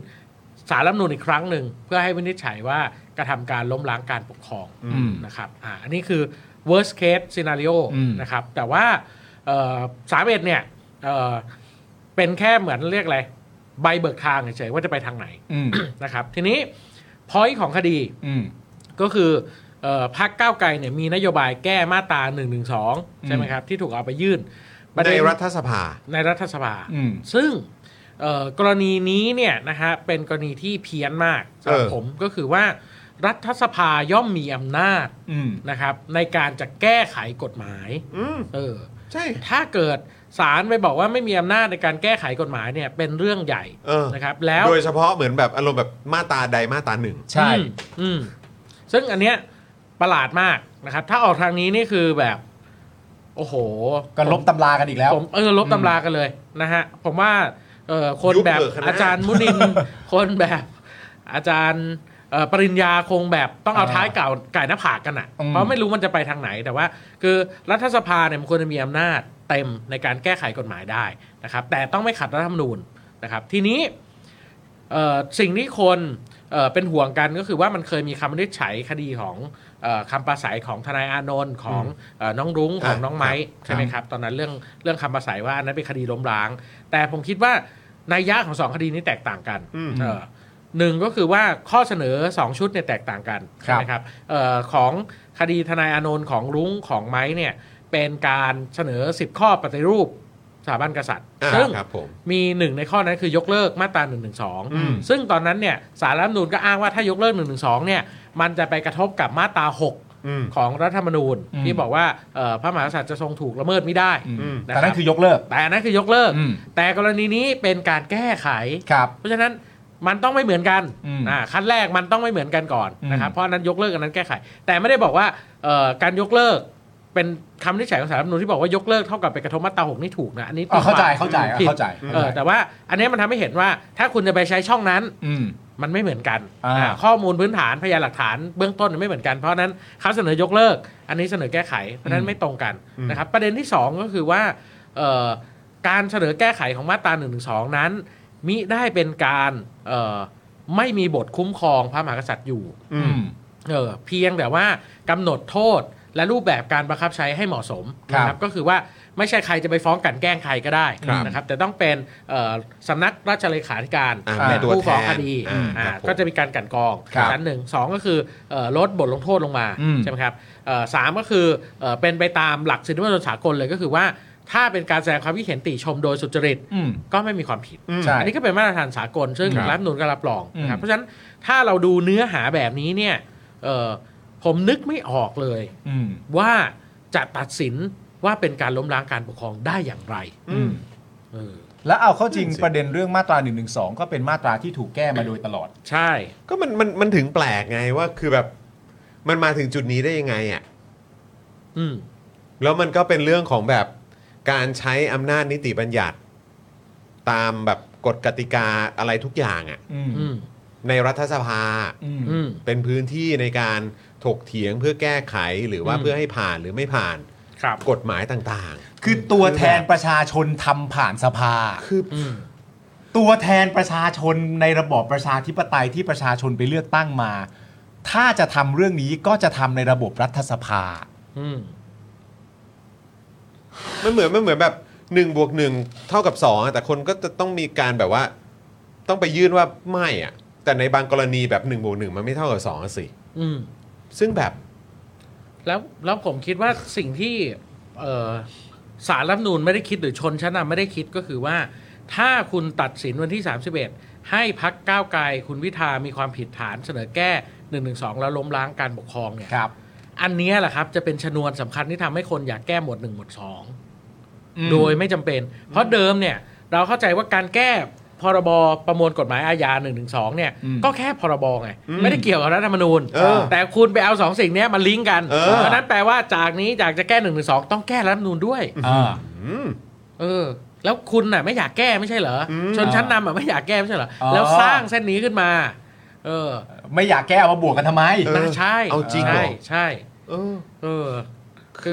Speaker 5: สารรัฐธรรมนูญอีกครั้งหนึ่งเพื่อให้วินิจฉัยว่ากระทำการล้มล้างการปกครอง
Speaker 3: อืม
Speaker 5: นะครับอ่าอันนี้คือ worst case scenario
Speaker 3: อืม
Speaker 5: นะครับแต่ว่าสามเอ็ดเนี่ยเอ่อเป็นแค่เหมือนเรียกอะไร ใบเบิกทางเฉยๆว่าจะไปทางไหน
Speaker 3: อืม
Speaker 5: นะครับทีนี้ พอยต์ของคดี
Speaker 3: อืม
Speaker 5: ก็คือเออพรรคก้าวไกลเนี่ยมีนโยบายแก้มาตรา1นึใช่ไหมครับ ที่ถูกเอาไปยื่นประ
Speaker 1: ใน
Speaker 5: เด็น
Speaker 1: รัฐสภา
Speaker 5: ในรัฐสภา
Speaker 3: อืม
Speaker 5: ซึ่ง เอ่อกรณีนี้เนี่ยนะฮะเป็นกรณีที่เพี้ยนมากสำหรับ
Speaker 6: เออ
Speaker 5: ผมก็คือว่ารัฐสภาย่อมมีอำนาจ
Speaker 3: อืม
Speaker 5: นะครับในการจะแก้ไขกฎหมาย
Speaker 6: อืม
Speaker 5: เออ
Speaker 6: ใช่
Speaker 5: ถ้าเกิดศาลไปบอกว่าไม่มีอำนาจในการแก้ไขกฎหมายเนี่ยเป็นเรื่องใหญ่
Speaker 6: เออ
Speaker 5: นะครับแล้ว
Speaker 6: โดยเฉพาะเหมือนแบบอารมณ์แบบมาตราใดมาตราหนึ่ง
Speaker 3: ใช่
Speaker 5: อืมอืมซึ่งอันเนี้ยประหลาดมากนะครับ ถ้าออกทางนี้นี่คือแบบ โอ้โห
Speaker 3: ก็ลบตำรากันอีกแล้ว
Speaker 5: ผมเออลบตำรากันเลยนะฮะ ผมว่าเออคน
Speaker 6: ยุบ
Speaker 5: แบบ
Speaker 6: เถอะคณะ
Speaker 5: อาจารย์มุนิน คนแบบอาจารย์เอ่อปริญญาคงแบบต้องเอา
Speaker 3: อ่า
Speaker 5: ท้ายเก่าไก่หน้าผากกันอ่ะ
Speaker 3: อืม
Speaker 5: เพราะไม่รู้มันจะไปทางไหนแต่ว่า คือรัฐสภาเนี่ยมันควรจะมีอำนาจเต็มในการแก้ไขกฎหมายได้นะครับ แต่ต้องไม่ขัดรัฐธรรมนูญนะครับ ทีนี้ เอ่อสิ่งที่คนเอ่อเป็นห่วงกันก็คือว่ามันเคยมีคำวินิจฉัยคดีของเออคำประสัยของทนายอานนท์ของเออน้องรุ้งของ
Speaker 6: อ่ะ
Speaker 5: น้องไม้
Speaker 6: ครับ
Speaker 5: ใช่ไหมครับ ตอนนั้นเรื่องเรื่องคำประสัยว่าอันนั้นเป็นคดีล้มล้าง แต่ผมคิดว่านัยยะของสองคดีนี้แตกต่างกันเอ่อหนึ่งก็คือว่าข้อเสนอสองชุดเนี่ยแตกต่างกัน
Speaker 3: ครับ
Speaker 5: นะครับเออของคดีทนายอานนท์ของรุ้งของไม้เนี่ยเป็นการเสนอ 10 ข้อปฏิรูปสถาบันกษัตริย์
Speaker 6: อ่า
Speaker 5: ซึ่ง
Speaker 6: ครับผม
Speaker 5: มีหนึ่งในข้อนั้นคือยกเลิกมาตรา1นึซึ่งตอนนั้นเนี่ยสารรัฐธรรมนูญก็อ้างว่าถ้ายกเลิก1นึเนี่ยมันจะไปกระทบกับมาตรา
Speaker 6: อืม
Speaker 5: 6 ของรัฐธรรมนูญ
Speaker 3: อืม
Speaker 5: ที่บอกว่าเอ่อพระมหากษัตริย์จะทรงถูกละเมิดไม่ได้
Speaker 3: อืม
Speaker 6: อืม
Speaker 3: แต่นั่นคือยกเลิก
Speaker 5: แต่อันนั้นคือยกเลิก
Speaker 3: อืม
Speaker 5: แต่กรณีนี้เป็นการแก้ไข
Speaker 3: ครับ
Speaker 5: เพราะฉะนั้นมันต้องไม่เหมือนกัน
Speaker 3: อืม
Speaker 5: อ่าขั้นแรกมันต้องไม่เหมือนกันก่อน
Speaker 3: อืม
Speaker 5: นะครับเพราะอันนั้นยกเลิกอันนั้นแก้ไข แต่ไม่ได้บอกว่าเอ่อการยกเลิกเป็นคำวินิจฉัยของสารรัฐธรรมนูญที่บอกว่ายกเลิกเท่ากับไปกระทบมาตราหกนี่ถูกนะอันนี้
Speaker 3: อ๋อเข้าใจ
Speaker 5: ผิด
Speaker 3: เข้าใจอ่ะ
Speaker 5: ผิด
Speaker 3: เข้าใจ
Speaker 5: เออแต่ว่าอันนี้มันทำให้เห็นว่าถ้าคุณจะไปใช้ช่องนั้น
Speaker 3: อืม
Speaker 5: มันไม่เหมือนกัน
Speaker 3: อ่า
Speaker 5: อ่าข้อมูลพื้นฐานพยานหลักฐานเบื้องต้นมันไม่เหมือนกันเพราะฉะนั้นเขาเสนอยกเลิก อันนี้เสนอแก้ไขเพราะฉะนั้นไม่ตรงกันนะครับประเด็นที่สองก็คือว่าเอ่อการเสนอแก้ไขของมาตรา1นึนั้น มิได้เป็นการเอ่อไม่มีบทคุ้มครองพระมหากษัตริย์อยู่
Speaker 3: อืม
Speaker 5: เออเพียงแต่ว่ากำหนดโทษและรูปแบบการบังคับใช้ให้เหมาะสม
Speaker 3: ครับ
Speaker 5: นะก็คือว่าไม่ใช่ใครจะไปฟ้องกลันแกล้งใครก็ได้
Speaker 6: ครับ
Speaker 5: นะครับแต่ต้องเป็นเอ่อสำนักราชเลขาธิการ
Speaker 6: อ่า
Speaker 3: อ่า
Speaker 6: เป็นตัว
Speaker 5: ผู้
Speaker 6: แท
Speaker 5: ฟ้อง
Speaker 6: น
Speaker 5: คดี
Speaker 6: อ่า
Speaker 5: อ่า
Speaker 6: ครับผม
Speaker 5: ก็จะมีการกลันกรอง
Speaker 3: ครับ
Speaker 5: ชั้นหนึ่งสองก็คือเอ่อลดบทลงโทษลงมา
Speaker 3: อืม
Speaker 5: ใช่ไหมครับเอ่อสามก็คือเอ่อเป็นไปตามหลักสิทธิมนุษยชนสากลเลยก็คือว่า ถ้าเป็นการแสดงความคิดเห็นติชมโดยสุจริต
Speaker 3: อืม
Speaker 5: ก็ไม่มีความผิด
Speaker 3: ใช่
Speaker 5: อันนี้ก็เป็นมาตรฐานสากล ซึ่ง
Speaker 3: ครับ
Speaker 5: รัฐธรรมนูนก็รับรอง
Speaker 3: อืม
Speaker 5: นะครับเพราะฉะนั้นถ้าเราดูเนื้อหาแบบนี้เนี่ยเอ่อผมนึกไม่ออกเลย
Speaker 3: อืม
Speaker 5: ว่าจะตัดสินว่าเป็นการล้มล้างการปกครองได้อย่างไร
Speaker 3: อืม
Speaker 5: เออ
Speaker 3: แล้วเอาเข้าจริงประเด็นเรื่องมาตรา1นึก็เป็นมาตราที่ถูกแก้มาโดยตลอด
Speaker 5: ใช่
Speaker 6: ก็มันมันมันถึงแปลกไงว่าคือแบบมันมาถึงจุดนี้ได้ยังไงอ่ะ
Speaker 5: อืม
Speaker 6: แล้วมันก็เป็นเรื่องของแบบการใช้อำนาจนิติบัญญัติ ตามแบบกฎกติกาอะไรทุกอย่างอ่ะ
Speaker 3: อืม
Speaker 5: อืม
Speaker 6: ในรัฐสภา
Speaker 3: อืม
Speaker 5: อืม
Speaker 6: เป็นพื้นที่ในการถกเถียงเพื่อแก้ไขหรือว่า
Speaker 5: อืม
Speaker 6: เพื่อให้ผ่านหรือไม่ผ่าน
Speaker 5: ครับ
Speaker 6: กฎหมายต่าง
Speaker 3: คือตัวแทนประชาชนทำผ่านสภา
Speaker 6: คือ
Speaker 5: อืม
Speaker 3: ตัวแทนประชาชนในระบอบประชาธิปไตยที่ประชาชนไปเลือกตั้งมา ถ้าจะทำเรื่องนี้ก็จะทำในระบบรัฐสภา
Speaker 5: อืม
Speaker 6: มันเหมือนมันเหมือนแบบ1นบวกหเท่ากับ2อะแต่คนก็จะต้องมีการแบบว่า ต้องไปยื่นว่าไม่อ่ะ แต่ในบางกรณีแบบ1นบวกหมันไม่เท่ากับ2องสิ
Speaker 5: อืม
Speaker 6: ซึ่งแบบ
Speaker 5: แล้วแล้วผมคิดว่าสิ่งที่เอ่อสารรัฐธรรมนูนไม่ได้คิดหรือชนชั้นนำไม่ได้คิดก็คือว่า ถ้าคุณตัดสินวันที่ 31 ให้พักก้าวไกลคุณวิธามีความผิดฐานเสนอแก้1นึแล้วล้มล้างการปกครองเนี่ย
Speaker 3: ครับ
Speaker 5: อันเนี้ยแหละครับ จะเป็นชนวนสำคัญที่ทำให้คนอยากแก้หมวด 1 หมวด 2 โดยไม่จำเป็น เพราะเดิมเนี่ย เราเข้าใจว่าการแก้พรบประมวลกฎหมายอาญา1นึเนี่ย
Speaker 3: อืม
Speaker 5: ก็แค่พรบไงไม่ได้เกี่ยวกับรัฐธรรมนูญ
Speaker 6: เออ
Speaker 5: แต่คุณไปเอาสองสิ่งเนี้ยมาลิงก์กัน
Speaker 6: เออ
Speaker 5: เพราะฉะนั้นแปลว่าจากนี้อยากจะแก้หนึ่งหรือสองต้องแก้รัฐธรรมนูญด้วย
Speaker 3: อ่า
Speaker 6: อืม
Speaker 5: เออ แล้วคุณน่ะไม่อยากแก้ไม่ใช่เหรอ ชนชั้นนำอ่ะไม่อยากแก้ไม่ใช่เหรอ
Speaker 3: อ๋อ
Speaker 5: แล้วสร้างเส้นนี้ขึ้นมา เออ
Speaker 3: ไม่อยากแก้เอามาบวกกันทำไม
Speaker 6: เออ
Speaker 5: น่าใช่
Speaker 6: เอาจริงเหรอ
Speaker 5: ใช่ใช่
Speaker 6: เออ
Speaker 5: เออค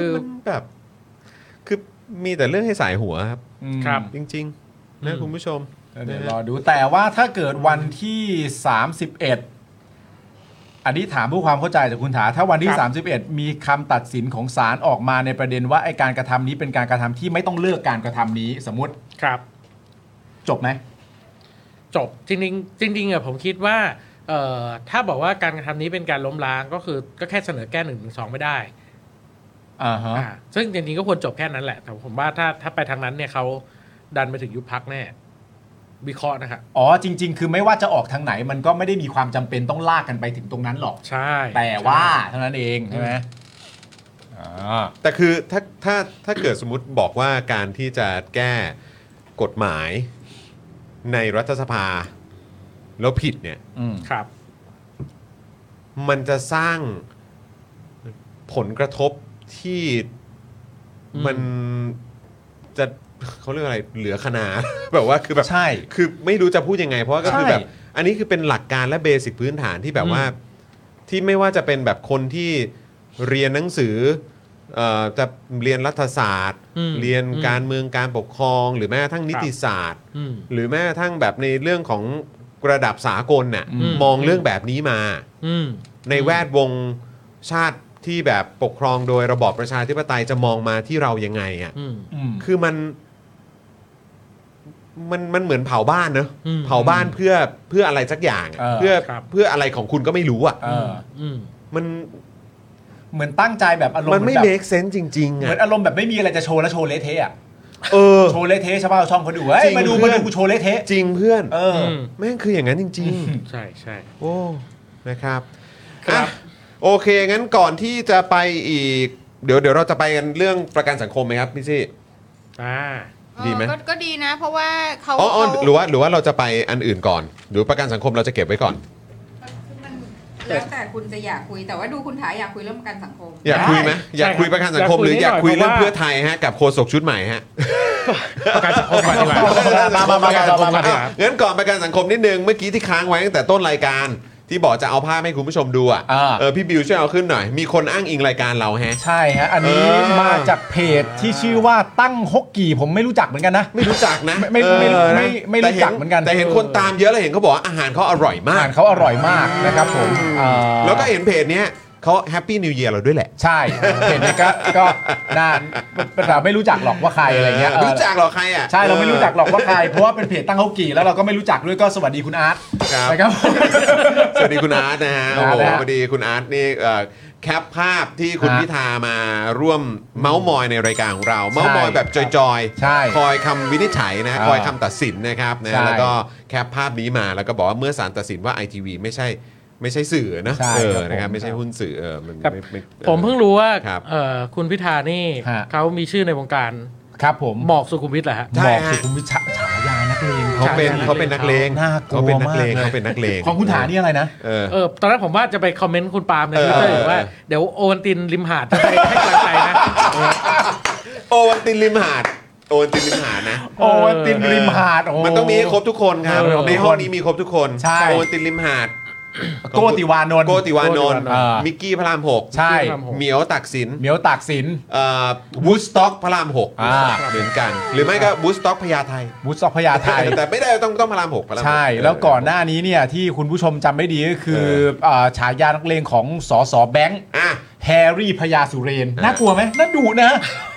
Speaker 6: คื
Speaker 5: ื
Speaker 6: อ
Speaker 5: อ
Speaker 6: มันแบบ คือมีแต่เรื่องให้สายหัวครับ
Speaker 5: ครับ
Speaker 6: จริงๆนะ
Speaker 5: อืม
Speaker 6: คุณผู้ชม
Speaker 3: เดี๋ยวรอดูแต่ว่าถ้าเกิดวันที่ 31 อันนี้ถามเพื่อความเข้าใจจากคุณถา ถ้าวันที่
Speaker 5: ครับ
Speaker 3: 31 มีคำตัดสินของศาลออกมาในประเด็นว่าไอการกระทำนี้เป็นการกระทำที่ไม่ต้องเลิกการกระทำนี้ สมมติ
Speaker 5: ครับ
Speaker 3: จบไหม
Speaker 5: จบจริงๆจริงๆอ่ะผมคิดว่าเอ่อถ้าบอกว่าการกระทำนี้เป็นการล้มล้างก็คือก็แค่เสนอแก้หนึ่งหรือสองไม่ได้
Speaker 3: อ่าฮะ
Speaker 5: อ่าซึ่งจริงๆก็ควรจบแค่นั้นแหละ แต่ผมว่าถ้าถ้าไปทางนั้นเนี่ยเขาดันไปถึงยุบพักแน่ วิเคราะห์นะครับ
Speaker 3: อ๋อจริง ๆ คือไม่ว่าจะออกทางไหนมันก็ไม่ได้มีความจำเป็นต้องลากกันไปถึงตรงนั้นหรอก
Speaker 5: ใช่
Speaker 3: แต่ว่าเท่านั้นเองใช่ไหมอ่า
Speaker 1: แต่คือถ้าถ้าถ้าเกิดสมมติบอกว่าการที่จะแก้กฎหมายในรัฐสภา แล้วผิดเนี่ย
Speaker 3: อืม
Speaker 5: ครับ
Speaker 1: มันจะสร้างผลกระทบที่
Speaker 5: อืม
Speaker 1: มันจะเขาเรียกอะไรเหลือขนา [LAUGHS] แบบว่าคือแบบ
Speaker 3: ใช่
Speaker 1: คือไม่รู้จะพูดยังไง เพราะว่าก็คือ
Speaker 3: ใช่
Speaker 1: แบบอันนี้คือเป็นหลักการและเบสิกพื้นฐานที่แบบ
Speaker 3: อืม
Speaker 1: ว่า ที่ไม่ว่าจะเป็นแบบคนที่เรียนหนังสือเอ่อจะเรียนรัฐศาสตร์
Speaker 5: อืม
Speaker 1: เรียน
Speaker 5: อืม
Speaker 1: การเมืองการปกครอง หรือแม้กระทั่งนิติศาสตร์
Speaker 5: อืม
Speaker 1: หรือแม้กระทั่งแบบในเรื่องของระดับสากลน่ะ
Speaker 5: อืม
Speaker 1: มองเรื่องแบบนี้มา
Speaker 5: อืม
Speaker 1: ในแวดวงชาติที่แบบปกครองโดยระบอบประชาธิปไตยจะมองมาที่เรายังไงอะ่ะ
Speaker 5: อืม
Speaker 3: อืม
Speaker 1: คือมันมันมันเหมือนเผาบ้านเนอะ
Speaker 5: อืม
Speaker 1: เผาบ้านเพื่อเพื่ออะไรสักอย่างอะ
Speaker 3: เออ
Speaker 1: เพื่อ
Speaker 5: ครับ
Speaker 1: เพื่ออะไรของคุณก็ไม่รู้อะ่ะ
Speaker 3: เออ
Speaker 5: อืม
Speaker 1: มัน
Speaker 3: เหมือนตั้งใจแบบอารมณ์
Speaker 1: มันไม่
Speaker 3: เหอแบบ
Speaker 1: make sense จริงๆ
Speaker 3: เหมือ
Speaker 1: อะ่ะ
Speaker 3: นอารมณ์แบบไม่มีอะไรจะโชว์แล้วโชว์เละเทะอะ
Speaker 1: เออ
Speaker 3: [LAUGHS] โชว์เละเทะชาวบ้านชาวช่องเขาดูเฮ้
Speaker 1: จริ
Speaker 3: ย
Speaker 1: ง
Speaker 3: มาดู
Speaker 1: เพื่
Speaker 3: มา
Speaker 1: อน
Speaker 3: ดูกูโชว์เละเทะ
Speaker 1: จริงเพื่อน
Speaker 3: เอออ
Speaker 5: ม
Speaker 1: แม่งคืออย่างนั้นจริง ๆ
Speaker 5: ใช่ใช่
Speaker 1: โอ้ นะครับ
Speaker 5: ครับ
Speaker 1: อ่ะโอเค งั้นก่อนที่จะไปอีก เดี๋ยวเดี๋ยวเราจะไปกันเรื่องประกันสังคมไหมครับพี่ซี่
Speaker 5: อ่า
Speaker 1: ดีไหม
Speaker 4: เออก็ก็ดีนะ เพราะว่าเขา
Speaker 1: อ๋ออ๋อ
Speaker 4: เขา
Speaker 1: หรือว่าหรือว่าเราจะไปอันอื่นก่อน หรือประกันสังคมเราจะเก็บไว้ก่อน
Speaker 4: มันแล้วแต่คุณจะอยากคุย แต่ว่าดูคุณถาอยากคุยเรื่องประกันสังคม
Speaker 1: อยาก
Speaker 3: ได้
Speaker 1: คุยไหมอยาก
Speaker 5: ใช่ครับ
Speaker 1: คุยประกันสังคมห
Speaker 5: อยากคุย
Speaker 1: รืออยากคุย
Speaker 5: นิดหน่อย
Speaker 1: เรื่อง
Speaker 5: เพราะว่า
Speaker 1: เพื่อไทยฮะกับโฆษกชุดใหม่ฮะ
Speaker 5: ประกันสังคมก่อนดีกว่า
Speaker 3: มามามา
Speaker 1: ประกันสังคม
Speaker 3: มามา
Speaker 1: อ่ะงั้นก่อนประกันสังคมนิดนึง เมื่อกี้ที่ค้างไว้ตั้งแต่ต้นรายการ ที่บอกจะเอาภาพให้คุณผู้ชมดูอ่ะ
Speaker 3: อ่า
Speaker 1: เออพี่บิวช่วยเอาขึ้นหน่อย มีคนอ้างอิงรายการเราแฮะ
Speaker 3: ใช่ฮะอันนี้
Speaker 1: เออ
Speaker 3: มาจากเพจที่ชื่อว่าตั้งฮกกี่ผมไม่รู้จักเหมือนกันนะ
Speaker 1: ไม่รู้จักนะ
Speaker 3: ไม่ไม่ไม่
Speaker 1: เออนะ
Speaker 3: ไม่ไม่รู้จักเหมือนกัน
Speaker 1: แต่เห็นคนตามเยอะเลยเห็นเขาบอกว่าอาหารเขาอร่อยมาก
Speaker 3: อ่านเขาอร่อยมากนะครับผมเอ่อ
Speaker 1: แล้วก็เห็นเพจเนี้ยเขาแฮปปี้นิวเ e ียร์เราด้วยแหละ
Speaker 3: ใช่เพจเนี้ก็ก็น่าเราไม่รู้จักหรอกว่าใครอะไรเงี้ยเออ
Speaker 1: ไม่รู้จักหรอใครอ่ะ
Speaker 3: ใช่เราไม่รู้จักหรอกว่าใครเพราะว่าเป็นเพจตั้งฮกกี่แล้วเราก็ไม่รู้จักด้วยก็สวัสดีคุณอาร์ต
Speaker 1: ครับ
Speaker 3: นะครับ
Speaker 1: สวัสดีคุณอาร์ตนะฮะ โอ้โห
Speaker 3: นะฮะ
Speaker 1: พอดีคุณอาร์ตนี่เอ่อแคปภาพที่คุณ
Speaker 3: ฮะ
Speaker 1: พิธามาร่วมเมาส์มอยในรายการของเรา เมาส์มอยแบบจอย
Speaker 3: ใช่
Speaker 1: คอยคำวินิจฉัยนะ
Speaker 3: เออ
Speaker 1: คอยคำตัดสินนะครับนะ
Speaker 3: ใช่
Speaker 1: แล้วก็แคปภาพนี้มาแล้วก็บอกว่าเมื่อศาลตัดสินว่าไอทีวีไม่ใช่ไม่ใช่สื่อนะ
Speaker 3: ใช่
Speaker 1: เออ
Speaker 3: ครับ
Speaker 1: นะครับ
Speaker 3: ผม
Speaker 1: ไม่ใช่หุ้นสื่อเออมัน
Speaker 5: ครับ
Speaker 1: ไม่ไม่ออ
Speaker 5: ผมเพิ่งรู้ว่า
Speaker 1: ครับ
Speaker 5: เอ่อคุณพิธานี่
Speaker 3: ฮะ
Speaker 5: เขามีชื่อในวงการ
Speaker 3: ครับผม
Speaker 5: หมอกสุขุมวิทแหละฮะ
Speaker 1: ใช่
Speaker 3: บอก
Speaker 1: ฮะ
Speaker 3: สุขุมวิทฉะฉายานักเลง
Speaker 1: เขาเป็น
Speaker 5: ใช่
Speaker 1: เขาเป็นนักเลง
Speaker 3: น่ากลั
Speaker 1: เขา
Speaker 3: ว
Speaker 1: เป็นนั
Speaker 3: มาก
Speaker 1: กเลง
Speaker 3: เลย
Speaker 1: เขาเป็นนักเลง
Speaker 3: ของคุณถานี่อะไรนะ
Speaker 1: เออ
Speaker 5: เออตอนแรกผมว่าจะไปคอมเมนต์คุณปาล์มใน
Speaker 1: เออ
Speaker 5: ทวิตเตอร์อยู่ว่า
Speaker 1: เออ
Speaker 5: เดี๋ยวโอวันตินริมหาดจะไปให้กำลังใจนะ
Speaker 1: โอวันตินริมหาดโอวันตินริมหาดนะ
Speaker 3: โอ้วันตินริมหาดโอ้
Speaker 1: มันต้องมีให้ครบทุกคนครับ
Speaker 5: เออ
Speaker 1: ในห้องนี้มีครบทุกคน
Speaker 3: ใช่
Speaker 1: โอวันตินริมหาด
Speaker 3: โกติวานนท์
Speaker 1: โกติวานนท์
Speaker 3: เออ
Speaker 1: มิกกี้พระรามหก
Speaker 3: ใช่
Speaker 1: เหมียวตักสิน
Speaker 3: เหมียวตากสิน
Speaker 1: วูดสต็อกพระรามหก
Speaker 3: อ่า
Speaker 1: เหมือนกัน หรือไม่ก็วูดสต็อกพญาไท
Speaker 3: บุษพยาไทย
Speaker 1: แต่ไม่ได้ต้องต้องพระรามหกพระรามหก
Speaker 3: ใช่ แล้วก่อนหน้านี้เนี่ยที่คุณผู้ชมจำได้ดีก็คือ
Speaker 1: เออ
Speaker 3: เอ่อฉายานักเลงของสอสอแบงค์
Speaker 1: อ่ะ
Speaker 3: แฮร์รี่พญาสุเรน
Speaker 1: เออ
Speaker 3: น่ากลัวไหมน่าดุนะ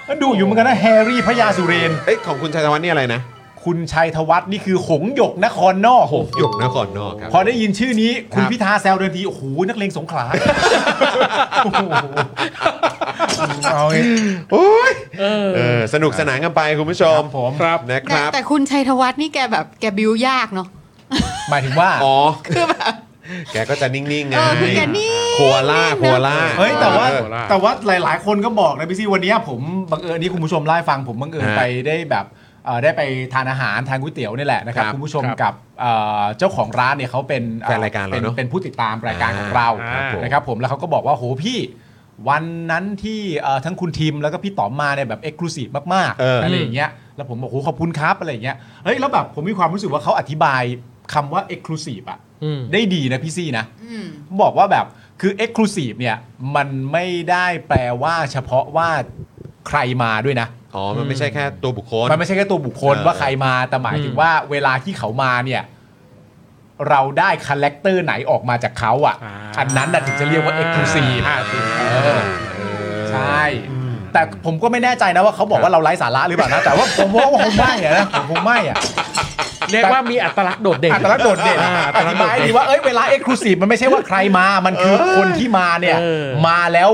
Speaker 3: น่าดุอยู่เหมือนกันนะแฮร์รี่พญาสุเรน
Speaker 1: เอ้ยของคุณชัยธวัฒน์นี่อะไรนะ
Speaker 3: คุณชัยธวัฒน์นี่คือหงหยกนครนอก
Speaker 1: หยกนครนอกครับ
Speaker 3: พอได้ยินชื่อนี้ คุ
Speaker 1: ค
Speaker 3: ณ
Speaker 1: รับ
Speaker 3: พิธาแซวเดินทีโอ้โหนักเลงสงขลาโอ้โหเอาไง
Speaker 1: โอ้ย
Speaker 5: เออ
Speaker 1: เออสนุกสนานกันไปคุณผู้ชม
Speaker 3: ผม
Speaker 5: ครับ
Speaker 1: นะค
Speaker 4: แต่
Speaker 1: รับ
Speaker 4: แต่คุณชัยธวัฒน์นี่แกแบบแกบิวยากเนาะ
Speaker 3: หมายถึงว่า
Speaker 1: อ๋อ
Speaker 4: คือแบบ
Speaker 1: แกก็จะนิ่งๆไง
Speaker 4: เออคือแกนิ่ง
Speaker 1: โคอาล่าโคอาล่า
Speaker 3: เฮ้ยแต่ว่า
Speaker 5: เออ
Speaker 3: แต่ว่าหลาย ๆ คนก็บอกนะพี่ซี่วันเนี้ยผมบังเอิญนี่คุณผู้ชมไล่าให้ฟังผมบังเอิญ
Speaker 1: ฮะ
Speaker 3: ไปได้แบบเอ่อได้ไปทานอาหารทานก๋วยเตี๋ยวนี่แหละนะครับ
Speaker 1: ครับ
Speaker 3: คุณผู้ชมกับเอ่อเจ้าของร้านเนี่ยเขาเป็น
Speaker 1: แฟนรายการเราเนอะ
Speaker 3: ป็นผู้ติดตามรายการของเรา
Speaker 5: อ่า
Speaker 3: นะครับผมแล้วเขาก็บอกว่าโหพี่ วันนั้นที่เอ่อทั้งคุณทีมแล้วก็พี่ต๋อมมาเนี่ยแบบเอ็กซ์คลูซีฟมาก
Speaker 1: เอออ
Speaker 3: ๆะไรอย่างเงี้ยแล้วผมบอกโหขอบคุณครับอะไรอย่างเงี้ยเฮ้ยแล้วแบบผมมีความรู้สึกว่าเขาอธิบายคำว่าเอ็กซ์คลูซีฟอะ
Speaker 5: อืม
Speaker 3: ได้ดีนะพี่ซี่นะ
Speaker 4: อืม
Speaker 3: บอกว่าแบบคือ Exclusive เนี่ย มันไม่ได้แปลว่าเฉพาะว่าใครมาด้วยนะ
Speaker 1: อ๋อ มันไม่ใช่แค่ตัวบุคคล
Speaker 3: มันไม่ใช่แค่ตัวบุคคล
Speaker 1: เออ
Speaker 3: ว่าใครมาแต่หมายถึง
Speaker 5: อืม
Speaker 3: ว่าเวลาที่เขามาเนี่ย เราได้คาแรคเตอร์ไหนออกมาจากเขาอ่ะ อันนั้นน่ะถึงจะเรียกว่า Exclusive
Speaker 5: อ่าจริง
Speaker 3: เออ
Speaker 1: เออ
Speaker 3: ใช่ แต่ผมก็ไม่แน่ใจนะว่าเขาบอกว่าเราไร้สาระหรือเปล่านะ แต่ว่าผมว่า [LAUGHS] ผมไม่อะนะผมคงไม่อะ
Speaker 5: เรียกว่ามีอัตลักษณ์โดดเด่น
Speaker 3: อัตลักษณ์โดดเด่น
Speaker 5: อ่า
Speaker 3: อธิบายให้ดีว่าเอ้ยเวลาเอ็กซ์คลูซีฟมันไม่ใช่ว่าใครมา มันคือคนที่มาเนี่ย
Speaker 5: เออ
Speaker 3: มาแล้ว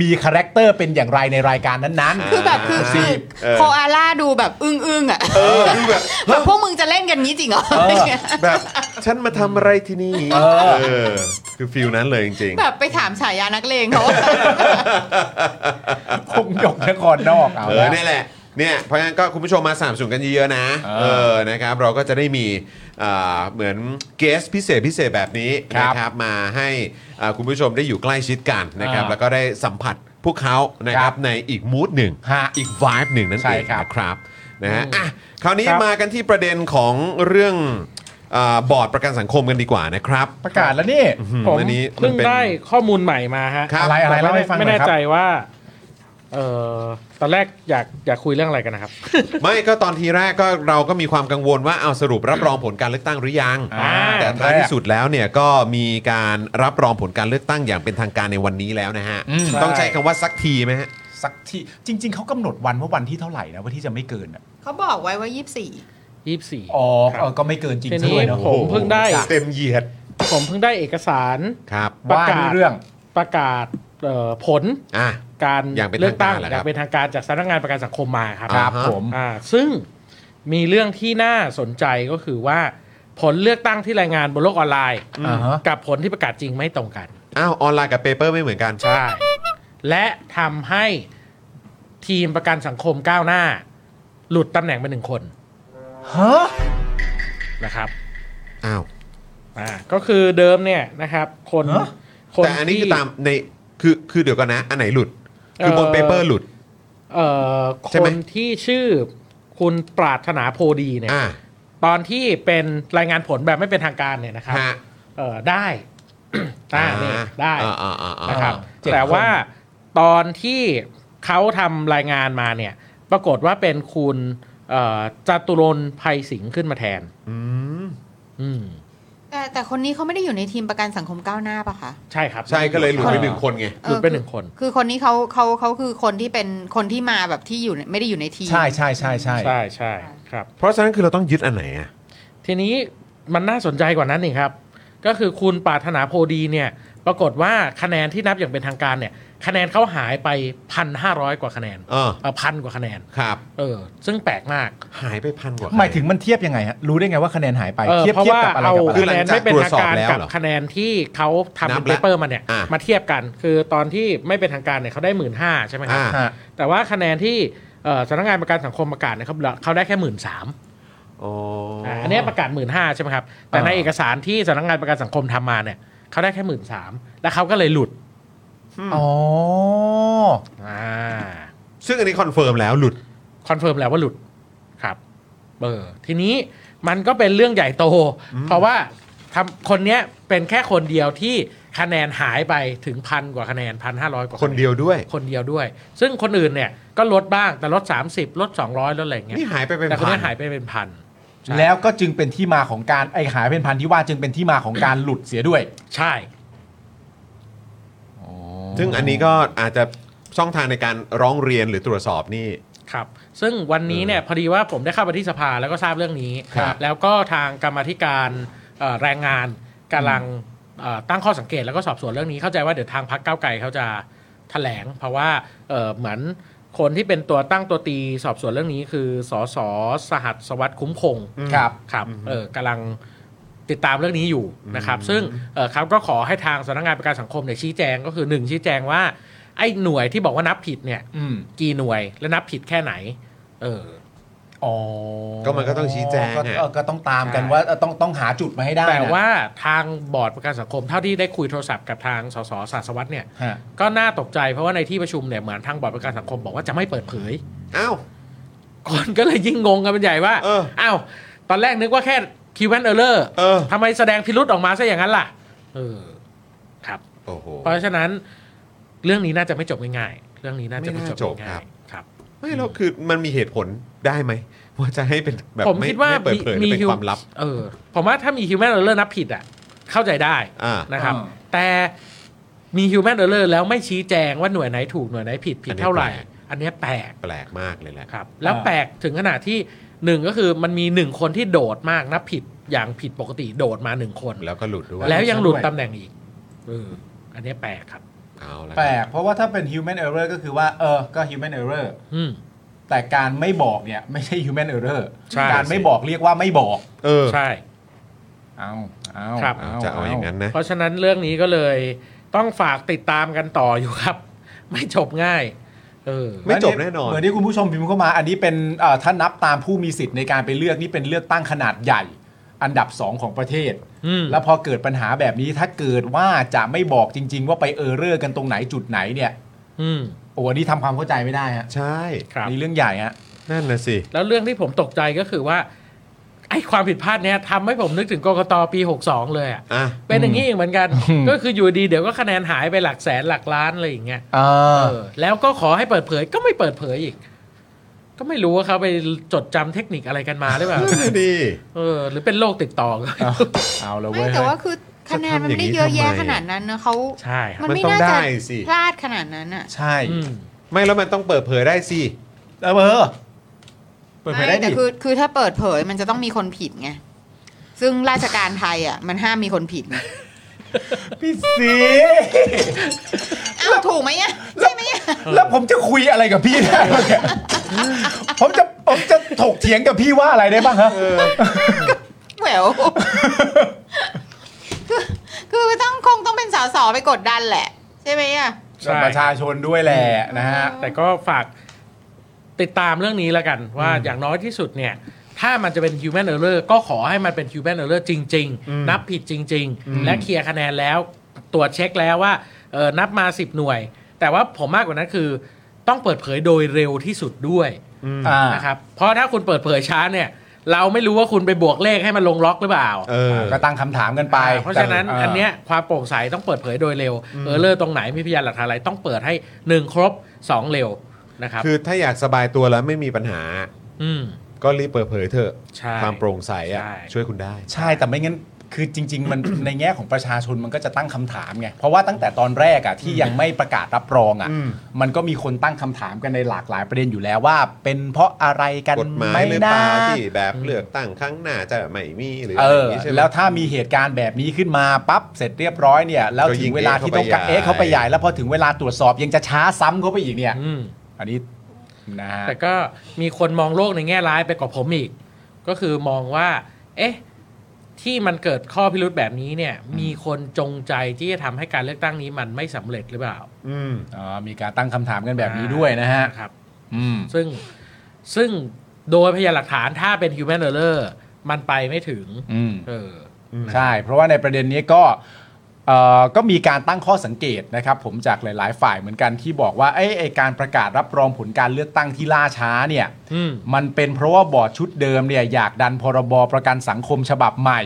Speaker 3: มีคาแรคเตอร์เป็นอย่างไรในรายการนั้นๆ
Speaker 4: คือแบบคือคือ
Speaker 1: เออ
Speaker 4: โคอาล่าดูแบบอึ้งอึ้งๆอ่ะ
Speaker 1: เออดูแบบ
Speaker 4: แบบพวกมึงจะเล่นกันงี้จริงเหรอ
Speaker 1: แบบฉันมาทำอะไรที่นี่เออคือฟิลนั้นเลยจริง
Speaker 4: แบบไปถามฉายานักเลงเขาว่า
Speaker 3: คงยกนครนอกเอา
Speaker 1: เออ
Speaker 3: ละ
Speaker 1: นี่แหละเนี่ยเพราะงั้นก็คุณผู้ชมมาสามสูนกันเยอะๆนะ
Speaker 3: เออ
Speaker 1: เออนะครับเราก็จะได้มีอ่าเหมือนเกสพิเศษพิเศษแบบนี้
Speaker 3: ครั
Speaker 1: นะ
Speaker 3: บ
Speaker 1: ครับมาให้อ่าคุณผู้ชมได้อยู่ใกล้ชิดกันนะครับ
Speaker 3: อ่า
Speaker 1: แล้วก็ได้สัมผัสพวกเขานะค
Speaker 3: ครั
Speaker 1: รับบ ในอีกมูดหนึ่ง
Speaker 3: ฮะ
Speaker 1: อีกวายหนึ่งนั่น
Speaker 3: ใช่
Speaker 1: เอง
Speaker 3: ครับ
Speaker 1: นะครับนะฮะอ่ะคราวนี้
Speaker 3: ครับ
Speaker 1: มากันที่ประเด็นของเรื่องอาบอร์ดประกันสังคมกันดีกว่านะครับ
Speaker 3: ประกาศแล้วนี่
Speaker 1: อืม
Speaker 5: ผม
Speaker 1: อันนี้มัน
Speaker 5: เพิ่ง
Speaker 1: เป็น
Speaker 5: ได้ข้อมูลใหม่มาฮะ
Speaker 1: ครับ
Speaker 3: อะไรอะไรเล่าให้ฟังหน่อยครับ
Speaker 5: ไม่แน่ใจว่าเออตอนแรกอยากอยากคุยเรื่องอะไรกันนะครับ
Speaker 1: ไม่ก็ตอนทีแรกก็เราก็มีความกังวลว่าเอาสรุปรับรองผลการเลือกตั้งหรือยัง
Speaker 3: อ่า
Speaker 1: แต่ท้ายที่สุดแล้วเนี่ยก็มีการรับรองผลการเลือกตั้งอย่างเป็นทางการในวันนี้แล้วนะฮะ
Speaker 3: อืม
Speaker 1: ต้องใช้คำว่าสักทีไหมฮะ
Speaker 3: สักทีจริง ๆเขากำหนดวันว่าวันที่เท่าไหร่นะว่าที่จะไม่เกินอะ
Speaker 4: เขาบอกไว้ว่า 24
Speaker 5: ยี่สิบสี่
Speaker 3: อ๋อ
Speaker 5: ครับ
Speaker 3: เออก็ไม่เกินจริงด้
Speaker 5: ทีนี้
Speaker 3: วยเนอะ
Speaker 5: ผมเพิ่งได้
Speaker 1: เต็มเหยียด
Speaker 5: ผมเพิ่งได้เอกสาร
Speaker 1: ครับ
Speaker 3: ว่าด้วยเรื่อง
Speaker 5: ประกาศเอ่อผล
Speaker 1: อ่ะ
Speaker 5: การ
Speaker 1: อย่างเป็น
Speaker 5: เลือกตั้ง
Speaker 1: ทางการแล้ว
Speaker 5: อย่างเป็นทางการจากสำนักงานประกันสังคมมาครับ
Speaker 1: อ่าฮะ
Speaker 3: ผม
Speaker 5: อ่าซึ่งมีเรื่องที่น่าสนใจก็คือว่า ผลเลือกตั้งที่รายงานบนโลกออนไลน์
Speaker 3: อ่าฮะ
Speaker 5: กับผลที่ประกาศจริงไม่ตรงกัน
Speaker 1: อ้าวออนไลน์กับเปเปอร์ไม่เหมือนกัน
Speaker 5: ใช่ และทำให้ทีมประกันสังคมก้าวหน้า หลุดตำแหน่งไปหนึ่งคน
Speaker 3: ฮะ
Speaker 5: นะครับ
Speaker 1: อ้าว
Speaker 5: อ่าก็คือเดิมเนี่ยนะครับ คนคน
Speaker 1: แต่อันนี้
Speaker 5: ที่
Speaker 1: คือตามในคือคือเดี๋ยวก่อนนะ อันไหนหลุด คือบน
Speaker 5: เอ่อ
Speaker 1: เปเปอร์หลุด
Speaker 5: เอ่อ
Speaker 1: ใช่
Speaker 5: ค
Speaker 1: ไหม
Speaker 5: นที่ชื่อคุณปรารถนาโพดีเนี่ย
Speaker 1: อ่ะ
Speaker 5: ตอนที่เป็นรายงานผลแบบไม่เป็นทางการเนี่ยนะครับ
Speaker 1: ฮะ
Speaker 5: เออได้ [COUGHS] อ่านี่ได้
Speaker 1: อ่าอ่าอ่าอ่า
Speaker 5: นะครับ แต่ว่าตอนที่เขาทำรายงานมาเนี่ย ปรากฏว่าเป็นคุณเอ่อจตุรนต์ภัยสิงห์ขึ้นมาแทน
Speaker 1: อืม
Speaker 5: อืม
Speaker 4: แต่แต่คนนี้เขาไม่ได้อยู่ในทีมประกันสังคมก้าวหน้าปะคะ
Speaker 5: ใช่ครับ
Speaker 1: ใช่ก็เลยหลุดไปหนึ่งคนไง
Speaker 5: หลุดไปหนึ่งคน
Speaker 4: คือคนนี้เขาเขาเขาคือคนที่เป็นคนที่มาแบบที่อยู่ในไม่ได้อยู่ในทีม
Speaker 3: ใช่ใช่ใช่ใช่
Speaker 5: ใช่ใช่ครับ
Speaker 1: เพราะฉะนั้นคือเราต้องยึดอันไหนอ่ะ
Speaker 5: ทีนี้มันน่าสนใจกว่านั้นอีกครับ ก็คือคุณปรารถนาโพดีเนี่ย ปรากฏว่าคะแนนที่นับอย่างเป็นทางการเนี่ย คะแนนเขาหายไปพันห้าร้อยกว่าคะแนน
Speaker 1: อ่า
Speaker 5: เออพันกว่าคะแนน
Speaker 1: ครับ
Speaker 5: เออ ซึ่งแปลกมาก
Speaker 1: หายไปพันกว่า
Speaker 3: หมายถึงมันเทียบยังไงฮะรู้ได้ไงว่าคะแนนหายไป
Speaker 5: เออ
Speaker 3: เทียบ
Speaker 5: เพราะ
Speaker 3: เทียบ
Speaker 5: ว่า
Speaker 3: กับอะไร
Speaker 5: เอา
Speaker 3: กับอะไร
Speaker 1: คืหลั
Speaker 5: คะแน
Speaker 1: ง
Speaker 5: น
Speaker 1: จาก
Speaker 5: ไม่เป็น
Speaker 1: ตรว
Speaker 5: ทา
Speaker 1: จ
Speaker 5: ง
Speaker 1: สอบ
Speaker 5: การ
Speaker 1: แล้ว
Speaker 5: กับ
Speaker 1: เหรอ
Speaker 5: คะแนนที่เขาทำ
Speaker 1: นับ
Speaker 5: เป็น
Speaker 1: แล้
Speaker 5: เป
Speaker 1: ว
Speaker 5: เปอร์มาเนี่ย
Speaker 1: อ่ะ
Speaker 5: มาเทียบกัน คือตอนที่ไม่เป็นทางการเนี่ยเขาได้หมื่นห้าใช่ไหมครับ
Speaker 1: อ่า
Speaker 3: ฮะ
Speaker 5: แต่ว่าคะแนนที่เอ่อสำนักงานประกันสังคมประกาศเนี่ยเขาเขาได้แค่หมื่นสาม
Speaker 1: อ๋อ
Speaker 5: อ่า
Speaker 1: อั
Speaker 5: อันเนี้ยประกาศหมื่นห้าใช่ไหมครับ แต่ใน
Speaker 3: อ่า
Speaker 5: เอกสารที่สำนักงานประกันสังคมทำมาเนี่ยเขาได้แค่หมื่นสามแล้วเขาก็เลยหลุด
Speaker 3: อ๋อ
Speaker 5: อ่า
Speaker 1: ซึ่งอันนี้คอนเฟิร์มแล้วหลุด
Speaker 5: คอนเฟิร์มแล้วว่าหลุดครับเออทีนี้มันก็เป็นเรื่องใหญ่โต เพราะว่าทำคนเนี้ยเป็นแค่คนเดียวที่คะแนนหายไปถึงพันกว่าคะแนนพันห้าร้อยกว่า
Speaker 1: คนเดียวด้วย
Speaker 5: คนเดียวด้วย ซึ่งคนอื่นเนี่ยก็ลดบ้างแต่ลด 30 ลด 200ลดอะไรอย่างเงี้ย
Speaker 1: นี่หายไปเป็น
Speaker 5: แต่คน
Speaker 1: พั
Speaker 5: เนี้
Speaker 1: น
Speaker 5: ยหายไปเป็นพัน ใช่
Speaker 3: แล้วก็จึงเป็นที่มาของการไอหายเป็นพันที่ว่าจึงเป็นที่มาของการหลุดเสียด้วย
Speaker 5: ใช่
Speaker 1: ซึ่งอันนี้ก็อาจจะช่องทางในการร้องเรียนหรือตรวจสอบนี่
Speaker 5: ครับ ซึ่งวันนี้เนี่ยพอดีว่าผมได้เข้าไปที่สภาแล้วก็ทราบเรื่องนี้
Speaker 1: ครับ
Speaker 5: แล้วก็ทางกรรมาธิการเอ่อแรงงานกำลังเอ่อตั้งข้อสังเกตแล้วก็สอบสวนเรื่องนี้เข้าใจว่าเดี๋ยวทางพักเก้าวไกลเขาจะแถลง เพราะว่าเอ่อเหมือนคนที่เป็นตัวตั้งตัวตีสอบสวนเรื่องนี้คือสสสหัสสวัสดิ์คุ้มคง
Speaker 3: ครับ
Speaker 5: ครับเออกำลังติดตามเรื่องนี้อยู่นะครับ ซึ่งเอ่อเขาก็ขอให้ทางสำนักงานประกันสังคมเนี่ยชี้แจงก็คือหนึ่งชี้แจงว่าไอ้หน่วยที่บอกว่านับผิดเนี่ย
Speaker 3: อืม
Speaker 5: กี่หน่วยและนับผิดแค่ไหน เออ
Speaker 3: อ๋อ
Speaker 1: ก็มันก็ต้องชี้แจง
Speaker 3: ก็
Speaker 1: ไง
Speaker 3: เออก็ต้องตามกันว่าเออต้องต้องหาจุดมาให้ได้นะ
Speaker 5: แต่ว่าทางบอร์ดประกันสังคม เท่าที่ได้คุยโทรศัพท์กับทางสสศาสวัตรเนี่ย
Speaker 3: ฮะ
Speaker 5: ก็น่าตกใจเพราะว่าในที่ประชุมเนี่ยเหมือนทางบอร์ดประกันสังคมบอกว่าจะไม่เปิดเผย
Speaker 1: อ้าว
Speaker 5: คนก็เลยยิ่งงงกันเป็นใหญ่ว่า
Speaker 1: เออ
Speaker 5: อ้าวตอนแรกนึกว่าแค่คิวแอนเออร์เลอร์
Speaker 1: เออ
Speaker 5: ทำไมแสดงพิรุษออกมาซะอย่างนั้นล่ะ เออ ครับ
Speaker 1: โอ้โห
Speaker 5: เพราะฉะนั้นเรื่องนี้น่าจะไม่จบง่ายๆเรื่องนี้น่าจะไม่
Speaker 1: ไม่
Speaker 5: จ
Speaker 1: น่า
Speaker 5: บ
Speaker 1: จบครั
Speaker 5: ง่า
Speaker 1: บ
Speaker 5: ยๆครับ
Speaker 1: ไม่แล้วคือมันมีเหตุผลได้ไหม ว่าจะให้เป็นแบบ
Speaker 5: ผม
Speaker 1: ไม่
Speaker 5: คิดว่า
Speaker 1: ไม่เปิดเผยหรือเป็น
Speaker 5: ฮิ
Speaker 1: ความลับ
Speaker 5: เออผมว่าถ้ามีฮิวแมนเออร์เลอร์นับผิดอ่ะ เข้าใจได้
Speaker 1: อ่า
Speaker 5: นะครับ แต่มีฮิวแมนเออร์เลอร์แล้วไม่ชี้แจงว่าหน่วยไหนถูกหน่วยไหนผิดผิดเท่าไหร่ อันเนี้ยแปลก
Speaker 1: แปลกมากเลยแหละ
Speaker 5: ครับ แล้วแปลกถึงขนาดที่หนึ่งก็คือมันมีหนึ่งคนที่โดดมากนับผิดอย่างผิดปกติโดดมาหนึ่งคน
Speaker 1: แล้วก็หลุดด้วย
Speaker 5: แล้วยังหลุดตำแหน่งอีกเอออันเนี้ยแปลกครับ
Speaker 6: เอาละ
Speaker 3: แปลกเพราะว่าถ้าเป็น human error ก็คือว่าเออก็ human error
Speaker 5: อืม
Speaker 3: แต่การไม่บอกเนี่ยไม่ใช่ human error
Speaker 5: ใช่
Speaker 3: การไม่บอกเรียกว่าไม่บอก
Speaker 6: เออ
Speaker 5: ใช่
Speaker 3: เอาเอา
Speaker 5: ครับ
Speaker 6: เอาจะเอาอย่างนั้นนะ
Speaker 5: เพราะฉะนั้นเรื่องนี้ก็เลยต้องฝากติดตามกันต่ออยู่ครับ [LAUGHS] ไม่จบง่าย เออ
Speaker 6: ไม่จบแน่นอน
Speaker 3: เหมือนที่คุณผู้ชมพิมพ์เข้ามา อันนี้เป็นเอ่อถ้านับตามผู้มีสิทธิ์ในการไปเลือกนี่เป็นเลือกตั้งขนาดใหญ่ อันดับสองของประเทศ
Speaker 5: อืม
Speaker 3: แล้วพอเกิดปัญหาแบบนี้ถ้าเกิดว่าจะไม่บอกจริง ๆ ว่าไปเออเรอร์กันตรงไหนจุดไหนเนี่ย
Speaker 5: อืม
Speaker 3: โอ้อันนี้ทำความเข้าใจไม่ได้ฮะ
Speaker 6: ใช่
Speaker 5: ครับ
Speaker 3: นี่เรื่องใหญ่ฮะ
Speaker 6: นั่นนะสิ
Speaker 5: แล้วเรื่องที่ผมตกใจก็คือว่า ไอ้ความผิดพลาดเนี้ยทำให้ผมนึกถึงกกตปี 62 เลยอะ
Speaker 6: อ่ะ
Speaker 5: เป็นอย่างนี้อีกเหมือนกัน
Speaker 3: อืม
Speaker 5: ก็คืออยู่ดีเดี๋ยวก็คะแนนหายไปหลักแสนหลักล้านอะไรอย่างเงี้ย
Speaker 3: อ่า
Speaker 5: เออแล้วก็ขอให้เปิดเผยก็ไม่เปิดเผยอีก ก็ไม่รู้ว่าเขาไปจดจำเทคนิคอะไรกันมาหรือเปล่า
Speaker 6: นั่นนะดี
Speaker 5: เออ หรือเป็นโรคติดต่อก็
Speaker 3: เอา เอาแล้ว
Speaker 4: ไม่
Speaker 3: เว้ย
Speaker 4: แต่ว่าคือคะแนนมันไม่ได้เยอะแยะขนาดนั้นนะเขา
Speaker 5: ใช่ครับ
Speaker 4: มัน
Speaker 6: มัน
Speaker 4: ไม่
Speaker 6: ต้อง
Speaker 4: น่า
Speaker 6: ได้
Speaker 4: จะ
Speaker 6: สิ
Speaker 4: พลาดขนาดนั้นอ่ะ
Speaker 3: ใช่
Speaker 5: อืม
Speaker 6: ไม่แล้วมันต้องเปิดเผยได้สิ
Speaker 3: เออเออเปิดเผยได้
Speaker 4: ไม่แต่
Speaker 3: ดิ
Speaker 4: คือคือถ้าเปิดเผยมันจะต้องมีคนผิดไงซึ่งราชการไทยอ่ะมันห้ามมีคนผิดไง
Speaker 3: พี่สี
Speaker 4: อ้าวถูกไหมอ่ะใช่ไหมอ่ะ
Speaker 3: แล้วผมจะคุยอะไรกับพี่ได้ [LAUGHS] บ้างเนี่ยผมจะผมจะถกเถียงกับพี่ว่าอะไรได้บ้างฮะ
Speaker 4: แหวว [LAUGHS] คือคือต้องคงต้องเป็นสสไปกดดันแหละ ใช่ไหมอ่ะ
Speaker 5: ใช่
Speaker 3: ประชาชนด้วยแหละนะฮะ
Speaker 5: แต่ก็ฝากติดตามเรื่องนี้แล้วกัน ว่าอย่างน้อยที่สุดเนี่ย ถ้ามันจะเป็น human error ก็ขอให้มันเป็น human error จริง ๆ นับผิดจริง ๆ และเคลียร์คะแนนแล้ว ตรวจเช็คแล้วว่าเออนับมา 10 หน่วย แต่ว่าผมมากกว่านั้นคือ ต้องเปิดเผยโดยเร็วที่สุดด้วย
Speaker 3: อ่า
Speaker 5: นะครับเพราะถ้าคุณเปิดเผยช้าเนี่ย เราไม่รู้ว่าคุณไปบวกเลขให้มันลงล็อกหรือเปล่า
Speaker 6: เออ
Speaker 3: ก็ตั้งคำถามกันไป
Speaker 5: อ่าเพราะฉะนั้น
Speaker 3: แต่
Speaker 5: อันเนี้ยความโปร่งใสต้องเปิดเผยโดยเร็ว เออเลอร์ตรงไหนมีพยานหลักฐานอะไรต้องเปิดให้หนึ่งครบสองเร็วนะครับ
Speaker 6: คือถ้าอยากสบายตัวแล้วไม่มีปัญหา
Speaker 5: อืม
Speaker 6: ก็รีบเปิดเผยเถอะ
Speaker 5: ใช่
Speaker 6: ความโปร่งใสอ่ะ
Speaker 5: ใช่
Speaker 6: ช่วยคุณได้
Speaker 3: ใช่แต่ไม่งั้นคือจริง ๆ มัน ในแง่ของประชาชนมันก็จะตั้งคำถามไงเพราะว่าตั้งแต่ตอนแรกอะที่ยังไม่ประกาศรับรองอะ
Speaker 6: อืม
Speaker 3: มันก็มีคนตั้งคำถามกันในหลากหลายประเด็นอยู่แล้วว่า เป็นเพราะอะไรกัน
Speaker 6: กฎหมาย
Speaker 3: ไม่
Speaker 6: หรือเป
Speaker 3: น่า
Speaker 6: ล่าที่แบบเลือกตั้งครั้งหน้าจะไม่มีหรือ
Speaker 3: เอ
Speaker 6: อะไรอ
Speaker 3: อย่าง
Speaker 6: นี้ใช่ไหม
Speaker 3: แล้วถ้ามีเหตุการณ์แบบนี้ขึ้นมาปั๊บเสร็จเรียบร้อยเนี่ยแล้ว
Speaker 6: ก็
Speaker 3: ถึ
Speaker 6: ยิ่ง
Speaker 3: งเวลาที่ต้องการ
Speaker 6: เอ๊ะ
Speaker 3: เอ๊ะ
Speaker 6: เข้า
Speaker 3: เขา
Speaker 6: ไป
Speaker 3: ไป
Speaker 6: ให
Speaker 3: ให
Speaker 6: ญ่
Speaker 3: ญ่แล้วพอถึงเวลาตรวจสอบยังจะช้าซ้ำเขาไปอีกเนี่ย
Speaker 5: อืม
Speaker 3: อันนี้นะฮะ
Speaker 5: แต่ก็มีคนมองโลกในแง่ร้ายไปกว่าผมอีก ก็คือมองว่า เอ๊ะ ที่มันเกิดข้อพิรุธแบบนี้เนี่ย มีคนจงใจที่จะทำให้การเลือกตั้งนี้มันไม่สำเร็จหรือเปล่า
Speaker 6: อืม
Speaker 3: อ๋อมีการตั้งคำถามกันแบบนี้ด้วยนะฮะ
Speaker 5: นะครับ
Speaker 3: อืม
Speaker 5: ซึ่งซึ่งโดยพยานหลักฐานถ้าเป็น human error มันไปไม่ถึง
Speaker 3: อืม
Speaker 5: เออ
Speaker 3: ใช่ เพราะว่าในประเด็นนี้ก็เอ่อก็มีการตั้งข้อสังเกตนะครับ ผมจากหลาย ๆ ฝ่ายเหมือนกันที่บอกว่าเอ้ยไอ้การประกาศรับรองผลการเลือกตั้งที่ล่าช้าเนี่ย
Speaker 5: อืม
Speaker 3: มันเป็นเพราะว่าบอร์ดชุดเดิมเนี่ยอยากดันพรบประกันสังคมฉบับใหม่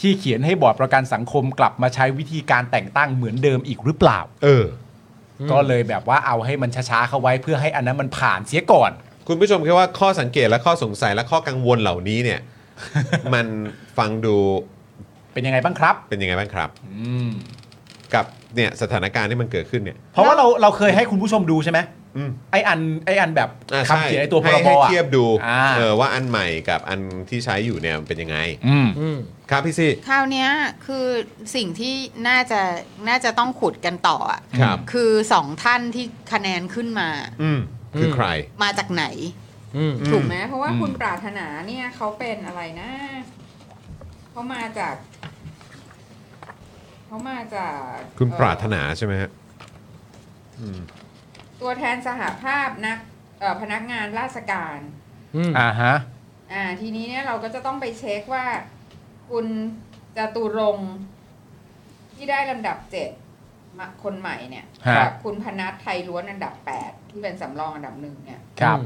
Speaker 3: ที่เขียนให้บอร์ดประกันสังคมกลับมาใช้วิธีการแต่งตั้งเหมือนเดิมอีกหรือเปล่า
Speaker 6: เออ
Speaker 3: ก็เลยแบบว่าเอาให้มันช้าๆเข้าไว้เพื่อให้อันนั้นมันผ่านเสียก่อน
Speaker 6: คุณผู้ชมคิดว่าข้อสังเกตและข้อสงสัยและข้อกังวลเหล่านี้เนี่ย
Speaker 3: [LAUGHS]
Speaker 6: มันฟังดู
Speaker 3: เป็นยังไงบ้างครับ
Speaker 6: เป็นยังไงบ้างครับ
Speaker 3: อืม
Speaker 6: กับเนี่ยสถานการณ์ที่มันเกิดขึ้นเนี่ย
Speaker 3: เพราะว่าเราเราเคยให้คุณผู้ชมดูใช่ไหม
Speaker 6: อืม
Speaker 3: ไออันไออันแบบ
Speaker 6: อ่ะ
Speaker 3: คำ
Speaker 6: ใช่
Speaker 3: เขียนไอตัวพ
Speaker 6: ให้
Speaker 3: รบ
Speaker 6: ให้
Speaker 3: อ่ะ
Speaker 6: เทียบดู
Speaker 3: อ่า
Speaker 6: เออว่าอันใหม่กับอันที่ใช้อยู่เนี่ยมันเป็นยังไง
Speaker 3: อืม
Speaker 5: อืม
Speaker 6: ครับพี่ซี่
Speaker 4: คราวเนี้ยคือสิ่งที่น่าจะน่าจะต้องขุดกันต่ออะ
Speaker 6: ครับ
Speaker 4: คือสองท่านที่คะแนนขึ้นมา
Speaker 6: อืมคือใคร
Speaker 4: มาจากไหน
Speaker 5: อืม
Speaker 4: ถูกไหมเพราะว่า
Speaker 3: อืม
Speaker 4: คุณปรารถนาเนี่ยเขาเป็นอะไรนะเขามาจากเขามาจาก
Speaker 6: คุณ
Speaker 4: เอ่อ
Speaker 6: ปรารถนาใช่ไหมฮะ
Speaker 4: ตัวแทนสหภาพนักเอ่อพนักงานราชการ
Speaker 5: อืม
Speaker 3: อ่าฮะ
Speaker 4: อ่าทีนี้เนี่ยเราก็จะต้องไปเช็คว่า คุณจตุรงค์ที่ได้ลำดับเจ็ดมาคนใหม่เนี่ย
Speaker 3: ฮะ
Speaker 4: กัคุณพนัทไทยล้วนอันดับแปดที่เป็นสำรองอันดับหนึ่งเนี่ย
Speaker 3: ครับ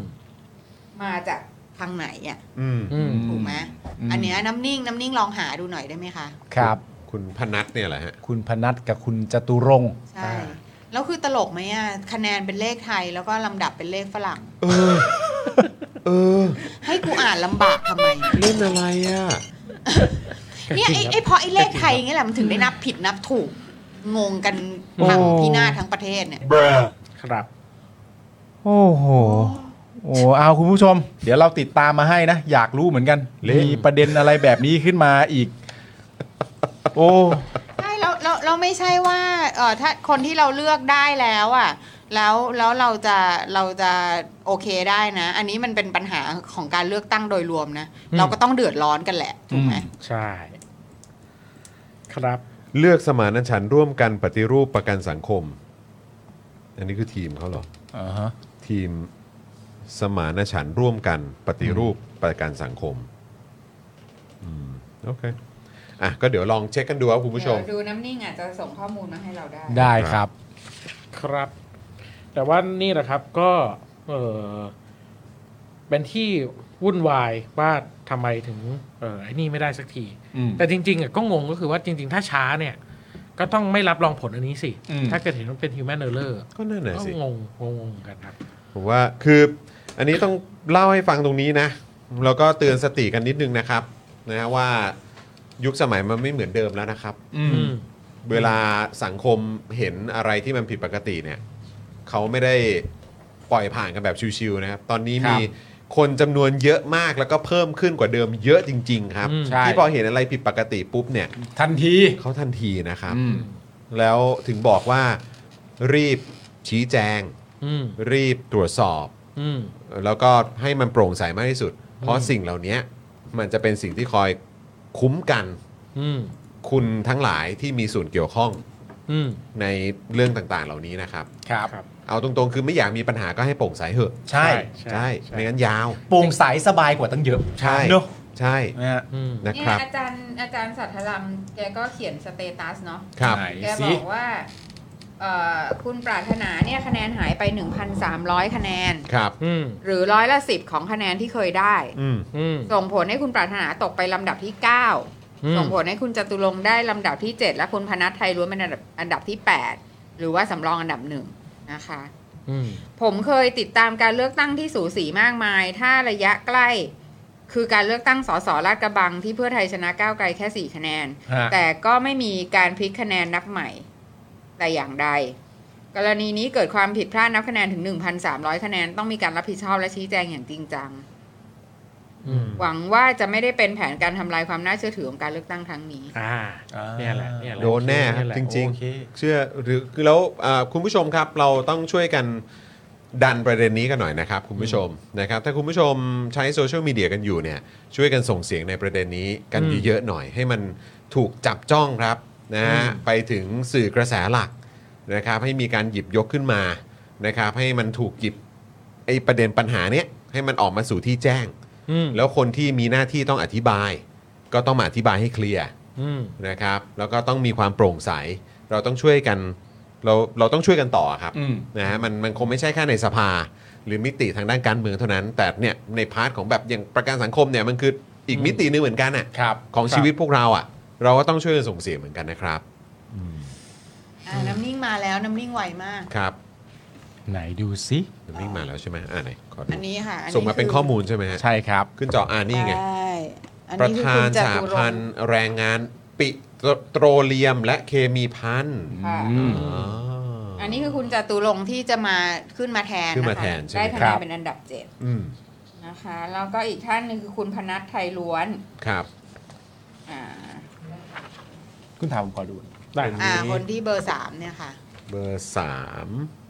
Speaker 4: มาจากทางไหนอ่ะ
Speaker 6: อืม
Speaker 5: อืม
Speaker 4: ถูกไหม อันเนี้ยน้ำนิ่งน้ำนิ่งลองหาดูหน่อยได้ไหมคะ
Speaker 3: ครับ
Speaker 6: คุณพนัทเนี่ยแหละฮะ
Speaker 3: คุณพนัทกับคุณจตุรงค์
Speaker 4: ใช่ แล้วคือตลกไหมอ่ะ คะแนนเป็นเลขไทยแล้วก็ลำดับเป็นเลขฝรั่ง
Speaker 6: เออ เออ
Speaker 4: ให้กูอ่านลำบากทำไม
Speaker 6: เล่นอะไรอ่ะ
Speaker 4: เนี่ยไอ้ไอ้เพราะไอ้เลขไทยไงแหละมันถึงได้นับผิดนับถูก งงกันทั้ง
Speaker 5: โอ้
Speaker 4: พินาศทั้งประเทศเนี่ย
Speaker 5: ครับ
Speaker 3: โอ้โหโอ้เอาคุณผู้ชม เดี๋ยวเราติดตามมาให้นะ อยากรู้เหมือนกัน
Speaker 6: เล่น
Speaker 3: มีประเด็นอะไรแบบนี้ขึ้นมาอีก โอ้
Speaker 4: ใช่แล้วแล้ว
Speaker 7: เราไม่ใช่ว่าเออถ้าคนที่เราเลือกได้แล้วอ่ะแล้วแล้วเราจะเราจะโอเคได้นะ อันนี้มันเป็นปัญหาของการเลือกตั้งโดยรวมนะ เราก็ต้องเดือดร้อนกันแหละถูกไหม
Speaker 5: ใช่ ครับ
Speaker 1: เลือกสมานฉันท์ร่วมกันปฏิรูปประกันสังคม อันนี้คือทีมเขาเหรอ
Speaker 3: อ่าฮะ
Speaker 1: ทีมสมานฉันท์ร่วมกันปฏิรูปประกันสังคมอืมโอเคอ่ะก็เดี๋ยวลองเช็คกันดูครับคุณผู้ชม
Speaker 4: เดี๋ยวดูน้ำนิ่งอาจจะส่งข้อมูลมาให้เราได้
Speaker 3: ได้ครับ
Speaker 5: ครับ แต่ว่านี่แหละครับก็ เออเป็นที่วุ่นวายว่าทำไมถึง เออไอ้นี่ไม่ได้สักที
Speaker 3: อืม
Speaker 5: แต่จริงๆอ่ะก็งงก็คือว่าจริง ๆ ถ้าช้าเนี่ย ก็ต้องไม่รับรองผลอันนี้สิ
Speaker 3: อืม
Speaker 5: ถ้าเกิดเห็นว่าเป็น human error
Speaker 1: ก็นั่นแหละ
Speaker 5: ก็
Speaker 1: สิ
Speaker 5: งงงงๆกันครับ
Speaker 1: ผมว่าคืออันนี้ต้องเล่าให้ฟังตรงนี้นะแล้วก็เตือนสติกันนิดนึงนะครับนะฮะว่ายุคสมัยมันไม่เหมือนเดิมแล้วนะครับ
Speaker 3: อื
Speaker 5: อื
Speaker 3: ม
Speaker 5: ม
Speaker 1: เวลาสังคมเห็นอะไรที่มันผิดปกติเนี่ยเขาไม่ได้ปล่อยผ่านกันแบบชิวๆนะครับ ตอนนี้
Speaker 3: ครับ
Speaker 1: มีคนจำนวนเยอะมากแล้วก็เพิ่มขึ้นกว่าเดิมเยอะจริง ๆ ครับ
Speaker 5: อืม
Speaker 3: ใช่
Speaker 1: ที่พอเห็นอะไรผิดปกติปุ๊บเนี่ย
Speaker 3: ทันที
Speaker 1: เขาทันทีนะครับ
Speaker 3: อืม
Speaker 1: แล้วถึงบอกว่ารีบชี้แจง
Speaker 5: อืม
Speaker 1: รีบตรวจสอบ
Speaker 5: อืม
Speaker 1: แล้วก็ให้มันโปร่งใสมากที่สุด เพราะสิ่งเหล่านี้มันจะเป็นสิ่งที่คอยคุ้มกัน
Speaker 5: อืม
Speaker 1: คุณทั้งหลายที่มีส่วนเกี่ยวข้อง
Speaker 5: อืม
Speaker 1: ในเรื่องต่างๆ เหล่านี้นะครับ
Speaker 3: ครับ
Speaker 5: ครับ
Speaker 1: เอาตรงๆ คือไม่อยากมีปัญหาก็ให้โปร่งใสเถอะ
Speaker 3: ใช่
Speaker 1: ใช่ไม่งั้นยาว
Speaker 3: โปร่งใสสบายกว่าตั้งเยอะ
Speaker 1: ใช่
Speaker 3: เนอะ
Speaker 1: ใช่
Speaker 3: นะฮะ
Speaker 5: อืม
Speaker 1: นะ
Speaker 4: เนี่
Speaker 1: ค
Speaker 4: ย
Speaker 1: รับ
Speaker 4: อาจารย์อาจารย์สัทธรัมแกก็เขียนสเตตัสเนาะ
Speaker 1: ครับ
Speaker 3: ไหน
Speaker 4: แกบ
Speaker 3: สิ
Speaker 4: อกว่าเอ่อคุณปรารถนาเนี่ยคะแนนหายไป 1,300 คะแนน
Speaker 1: ครับ
Speaker 5: อืม
Speaker 4: หรือร้อยละสิบของคะแนนที่เคยได้
Speaker 1: อืม
Speaker 5: อืม
Speaker 4: ส่งผลให้คุณปรารถนาตกไปลำดับที่
Speaker 5: อืม
Speaker 4: 9 ส่งผลให้คุณจตุรงค์ได้ลำดับที่ 7 และคุณพนัทไทยล้วนเป็นอันดับอันดับที่ 8 หรือว่าสำรองอันดับหนึ่งนะคะ
Speaker 5: อืม
Speaker 4: ผมเคยติดตามการเลือกตั้งที่สูสีมากมาย ถ้าระยะใกล้ คือการเลือกตั้งสสลาดกระบังที่เพื่อไทยชนะก้าวไกลแค่สี่คะแนน
Speaker 3: ฮะ
Speaker 4: แต่ก็ไม่มีการพลิกคะแนนนับใหม่ แต่อย่างใด กรณีนี้เกิดความผิดพลาดนับคะแนนถึง 1,300 คะแนน ต้องมีการรับผิดชอบและชี้แจงอย่างจริงจัง
Speaker 5: อืม
Speaker 4: หวังว่าจะไม่ได้เป็นแผนการทำลายความน่าเชื่อถือของการเลือกตั้งครั้งนี้
Speaker 5: อ่า เนี่ยแหละเนี่ยแหละ
Speaker 1: โดนแน่ครับ
Speaker 5: เยหละ
Speaker 1: จริง
Speaker 3: โอเค
Speaker 1: ๆ เชื่อหรือคือแล้วเอ่อคุณผู้ชมครับเราต้องช่วยกันดันประเด็นนี้กันหน่อยนะครับคุณผู้ชมนะครับถ้าคุณผู้ชมใช้โซเชียลมีเดียกันอยู่เนี่ยช่วยกันส่งเสียงในประเด็นนี้กันเยอะๆหน่อย ให้มันถูกจับจ้องครับนะฮะไปถึงสื่อกระแสหลักนะครับให้มีการหยิบยกขึ้นมานะครับให้มันถูกหยิบไอ้ประเด็นปัญหาเนี้ยให้มันออกมาสู่ที่แจ้ง
Speaker 5: อืม
Speaker 1: แล้วคนที่มีหน้าที่ต้องอธิบาย ก็ต้องมาอธิบายให้เคลียร์
Speaker 5: อืม
Speaker 1: นะครับแล้วก็ต้องมีความโปร่งใส เราต้องช่วยกันเราเราต้องช่วยกันต่อครับ
Speaker 3: อืม
Speaker 1: นะฮะมันมันคงไม่ใช่แค่ในสภา หรือมิติทางด้านการเมืองเท่านั้น แต่เนี่ยในพาร์ทของแบบอย่างประกันสังคมเนี่ยมันคืออีกมิติหนึงเหมือนกันอ่ะ
Speaker 3: ครับ
Speaker 1: ของชีวิตพวกเราอ่ะ เราก็ต้องช่วยกันส่งเสียงเหมือนกันนะครับ
Speaker 7: อ่าน้ำนิ่งมาแล้วน้ำนิ่งไวมาก
Speaker 1: ครับ
Speaker 3: ไหนดูสิ
Speaker 1: นิ่งมาแล้วใช่ไหมอ่าไหนขอดู
Speaker 7: อันนี้ค่ะอั
Speaker 1: ส่งมาเป็น
Speaker 7: คื
Speaker 1: ข้อมูลใช่ไหมฮะ
Speaker 3: ใช่ครับ
Speaker 1: ขึ้นจออ่านี่ไง
Speaker 7: ใช่อัน
Speaker 1: ประ
Speaker 7: นี้คือ
Speaker 1: ธา
Speaker 7: คุ
Speaker 1: น
Speaker 7: ณจ
Speaker 1: สห
Speaker 7: ตุร
Speaker 1: พัน
Speaker 7: งค์
Speaker 1: ธ์แรงงานปิโตรเลียมและเคมีพันธ์
Speaker 4: ค่ะ
Speaker 3: อืม
Speaker 1: อ๋ออ
Speaker 7: อันนี้คือคุณจตุรงค์ที่จะมาขึ้นมาแทนะ
Speaker 1: ขึ้
Speaker 7: คะ
Speaker 1: นมาแทนใช่ไหม
Speaker 4: ได้คะ
Speaker 3: ครั
Speaker 4: แนน
Speaker 3: บ
Speaker 4: เป็นอันดับเจ็ด
Speaker 1: อืม
Speaker 4: นะคะ แล้วก็อีกท่านหนึงคือคุณพนัทไทยล้วน
Speaker 1: ครับ
Speaker 4: อ่า
Speaker 3: คุณถามผมขอดู
Speaker 5: ได้
Speaker 7: อ่าคนที่เบอร์สามเนี่ยค่ะ
Speaker 1: เบอร์สาม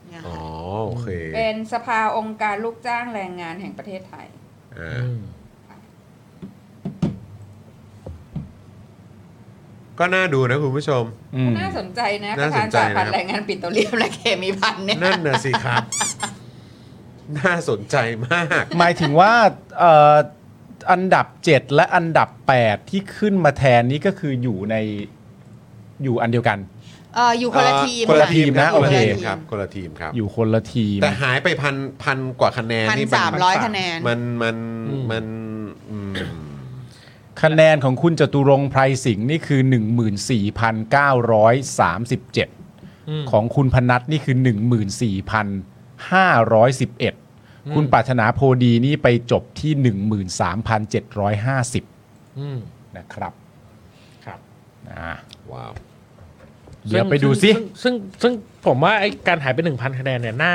Speaker 7: เนี่ย
Speaker 1: อ๋อ
Speaker 7: ค่ะ
Speaker 1: โอเค
Speaker 4: เป็นสภาองค์การลูกจ้างแรงงานแห่งประเทศไทย
Speaker 1: อ่า
Speaker 5: อืม
Speaker 1: ก็น่าดูนะคุณผู้ชม
Speaker 3: อืม
Speaker 4: น่าสนใจนะป
Speaker 1: น่า
Speaker 4: ระ
Speaker 1: ส
Speaker 4: ธาน น
Speaker 1: ใจ
Speaker 4: สห
Speaker 1: นะ
Speaker 4: พันธ์แรงงานปิโตรเลียมและเคมีพันธ์เนี่ย
Speaker 1: นั่นน่ะสิครับ น่าสนใจมาก
Speaker 3: หมายถึงว่าเอ่ออันดับ 7 และอันดับ 8 ที่ขึ้นมาแทนนี้ก็คืออยู่ในอยู่อันเดียวกัน
Speaker 7: เอออยู่คนละทีม
Speaker 1: คนละทีมนะ
Speaker 7: ค
Speaker 1: คน
Speaker 7: ละ
Speaker 1: ละ
Speaker 7: ที
Speaker 1: ที
Speaker 7: ม
Speaker 1: มครับคนละทีมครับ
Speaker 3: อยู่คนละทีม
Speaker 1: แต่หายไปพันพันกว่าคะแนน
Speaker 7: พัน
Speaker 1: นี่
Speaker 7: สามร้อย
Speaker 1: มั
Speaker 7: คะแนน
Speaker 1: มันมัน
Speaker 5: อืม
Speaker 1: มันอืม
Speaker 3: คะแนนของคุณจตุรงค์ไพรสิงห์นี่คือ 14,937
Speaker 5: อืม
Speaker 3: ของคุณพนัทนี่คือ 14,511 คุณปรารถนาโพดีนี่ไปจบที่ 13,750
Speaker 5: อืม
Speaker 3: นะครับ
Speaker 5: ครับ
Speaker 3: อ่า
Speaker 1: ว้าว
Speaker 3: เดี๋ยวไปดูซิ
Speaker 5: ซึ่งซึ่งซึ่งซึ่งผมว่าไอ้การหายไปหนึ่งพันคะแนนเนี่ยน่า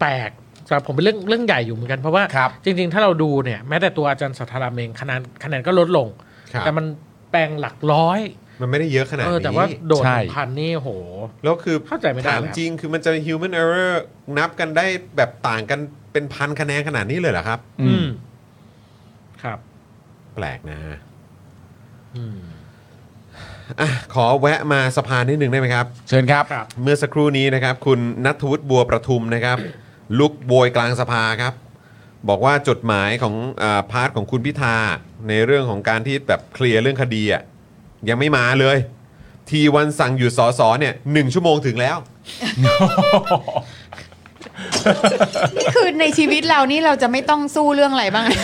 Speaker 5: แปลกสำหรับผมเป็นเรื่องเรื่องใหญ่อยู่เหมือนกันเพราะว่า
Speaker 3: ครับ
Speaker 5: จริง ๆ ถ้าเราดูเนี่ยแม้แต่ตัวอาจารย์สัทธารามเองคะแนนคะแนนก็ลดลง
Speaker 1: ครับ
Speaker 5: แต่มันแปลงหลักร้อย
Speaker 1: มันไม่ได้เยอะขนาด
Speaker 5: เออ
Speaker 1: นี้
Speaker 5: แต่ว่าโดด
Speaker 3: ใช่
Speaker 5: พันนี่โห
Speaker 1: แล้วคือ
Speaker 5: เข้าใจไม่ได้
Speaker 1: ถาม
Speaker 5: แล้ว
Speaker 1: จริงคือมันจะ human error นับกันได้แบบต่างกันเป็นพันคะแนนขนาดนี้เลยเหรอครับ
Speaker 3: อืม
Speaker 5: ครับ
Speaker 1: แปลกนะฮะ
Speaker 5: อืม
Speaker 1: อ่ะขอแวะมาสะพานนิดนึงได้ไหมครับ
Speaker 3: เชิญครับ
Speaker 5: ครับ
Speaker 1: เมื่อสักครู่นี้นะครับ คุณนัทวุฒิบัวประทุมนะครับ ลุกโวยกลางสภาครับ บอกว่าจดหมายของอาพาร์ทของคุณพิธา ในเรื่องของการที่แบบเคลียร์เรื่องคดีอ่ะยังไม่มาเลย ทีวันสั่งหยุดสอสอเนี่ยหนึ่งชั่วโมงถึงแล้ว
Speaker 4: นี่คือในชีวิตเรานี่เราจะไม่ต้องสู้เรื่องอะไร
Speaker 1: [LAUGHS]
Speaker 4: บ้างนะ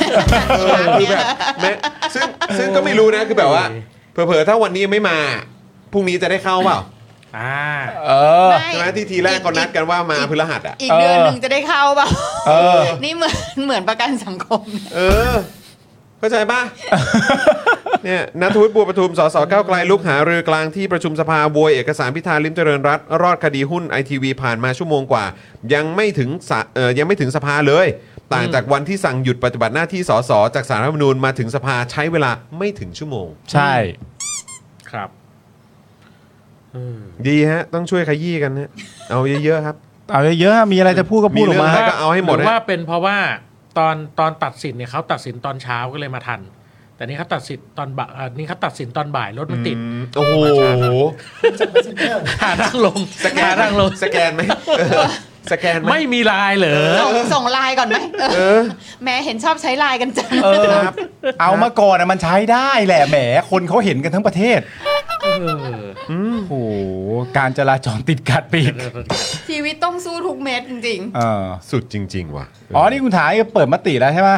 Speaker 1: เออคือแบบแม้ซึ่งซึ่งก็ไม่รู้นะคือแบบว่า เผลอๆ ถ้าวันนี้ยังไม่มาพรุ่งนี้จะได้เข้าเปล่า
Speaker 5: อ่า
Speaker 3: เออ
Speaker 4: ไม่
Speaker 1: ใช่ไหมที่ทีแรกเขานัดกันว่ามาพฤหัสอ่ะ
Speaker 4: อีกเดือนหนึ่งจะได้เข้าเปล่า
Speaker 3: เออ
Speaker 4: นี่เหมือนเหมือนประกันสังคมนะ
Speaker 1: เออ เข้าใจป่ะ เนี่ยนัทวุฒิบัวประทุมสสก้าวไกลลุกหารือกลางที่ประชุมสภาโวยเอกสารพิธาลิมเจริญรัตน์รอดคดีหุ้นไอทีวีผ่านมาชั่วโมงกว่า ยังไม่ถึงสะเอ่อยังไม่ถึงสภาเลย ต่างจากวันที่สั่งหยุดปฏิบัติหน้าที่สสจากสารรัฐธรรมนูญมาถึงสภาใช้เวลาไม่ถึงชั่วโมง
Speaker 3: ใช่
Speaker 5: ครับอืม
Speaker 1: ดีฮะ ต้องช่วยขยี้กันฮะเอาเยอะๆครับ
Speaker 3: เอาเยอะๆมีอะไรจะพูดก็พูดออกมา
Speaker 1: มีเรื่องอะไร
Speaker 3: ฮะ
Speaker 1: ก็เาให้หมด
Speaker 5: รือ
Speaker 1: นะ
Speaker 5: ว่าเป็นเพราะว่าตอนตอนตัดสินเนี่ยเขาตัดสินตอนเช้าก็เลยมาทัน แต่นี่เขาตัดสินตอนบ่ายเอ่อนี่เขาตัดสินตอนบ่ายรถมันติด
Speaker 1: อืมโอ้โห
Speaker 5: หาทางลง
Speaker 1: สแก
Speaker 5: หานทางลง
Speaker 1: สแกนไหมเออสแกนไหม
Speaker 5: ไม่มีลายเหรอ
Speaker 4: ส่งส่งไลน์ก่อนไหมเออ
Speaker 1: เออ
Speaker 4: แหม่เห็นชอบใช้ไลน์กันจัง
Speaker 3: เออ
Speaker 1: ครับ
Speaker 3: เอามาก่อนอะมันใช้ได้แหละแหม คนเขาเห็นกันทั้งประเทศ
Speaker 5: เออ
Speaker 3: โอ้โห การจราจรติดขัดไปอีก
Speaker 4: ชีวิตต้องสู้ทุกเม็ดจริง
Speaker 3: เออ
Speaker 1: สุดจริง ๆ ว่ะ
Speaker 3: อ๋อ นี่คุณถายเปิดมติแล้วใช่ไหม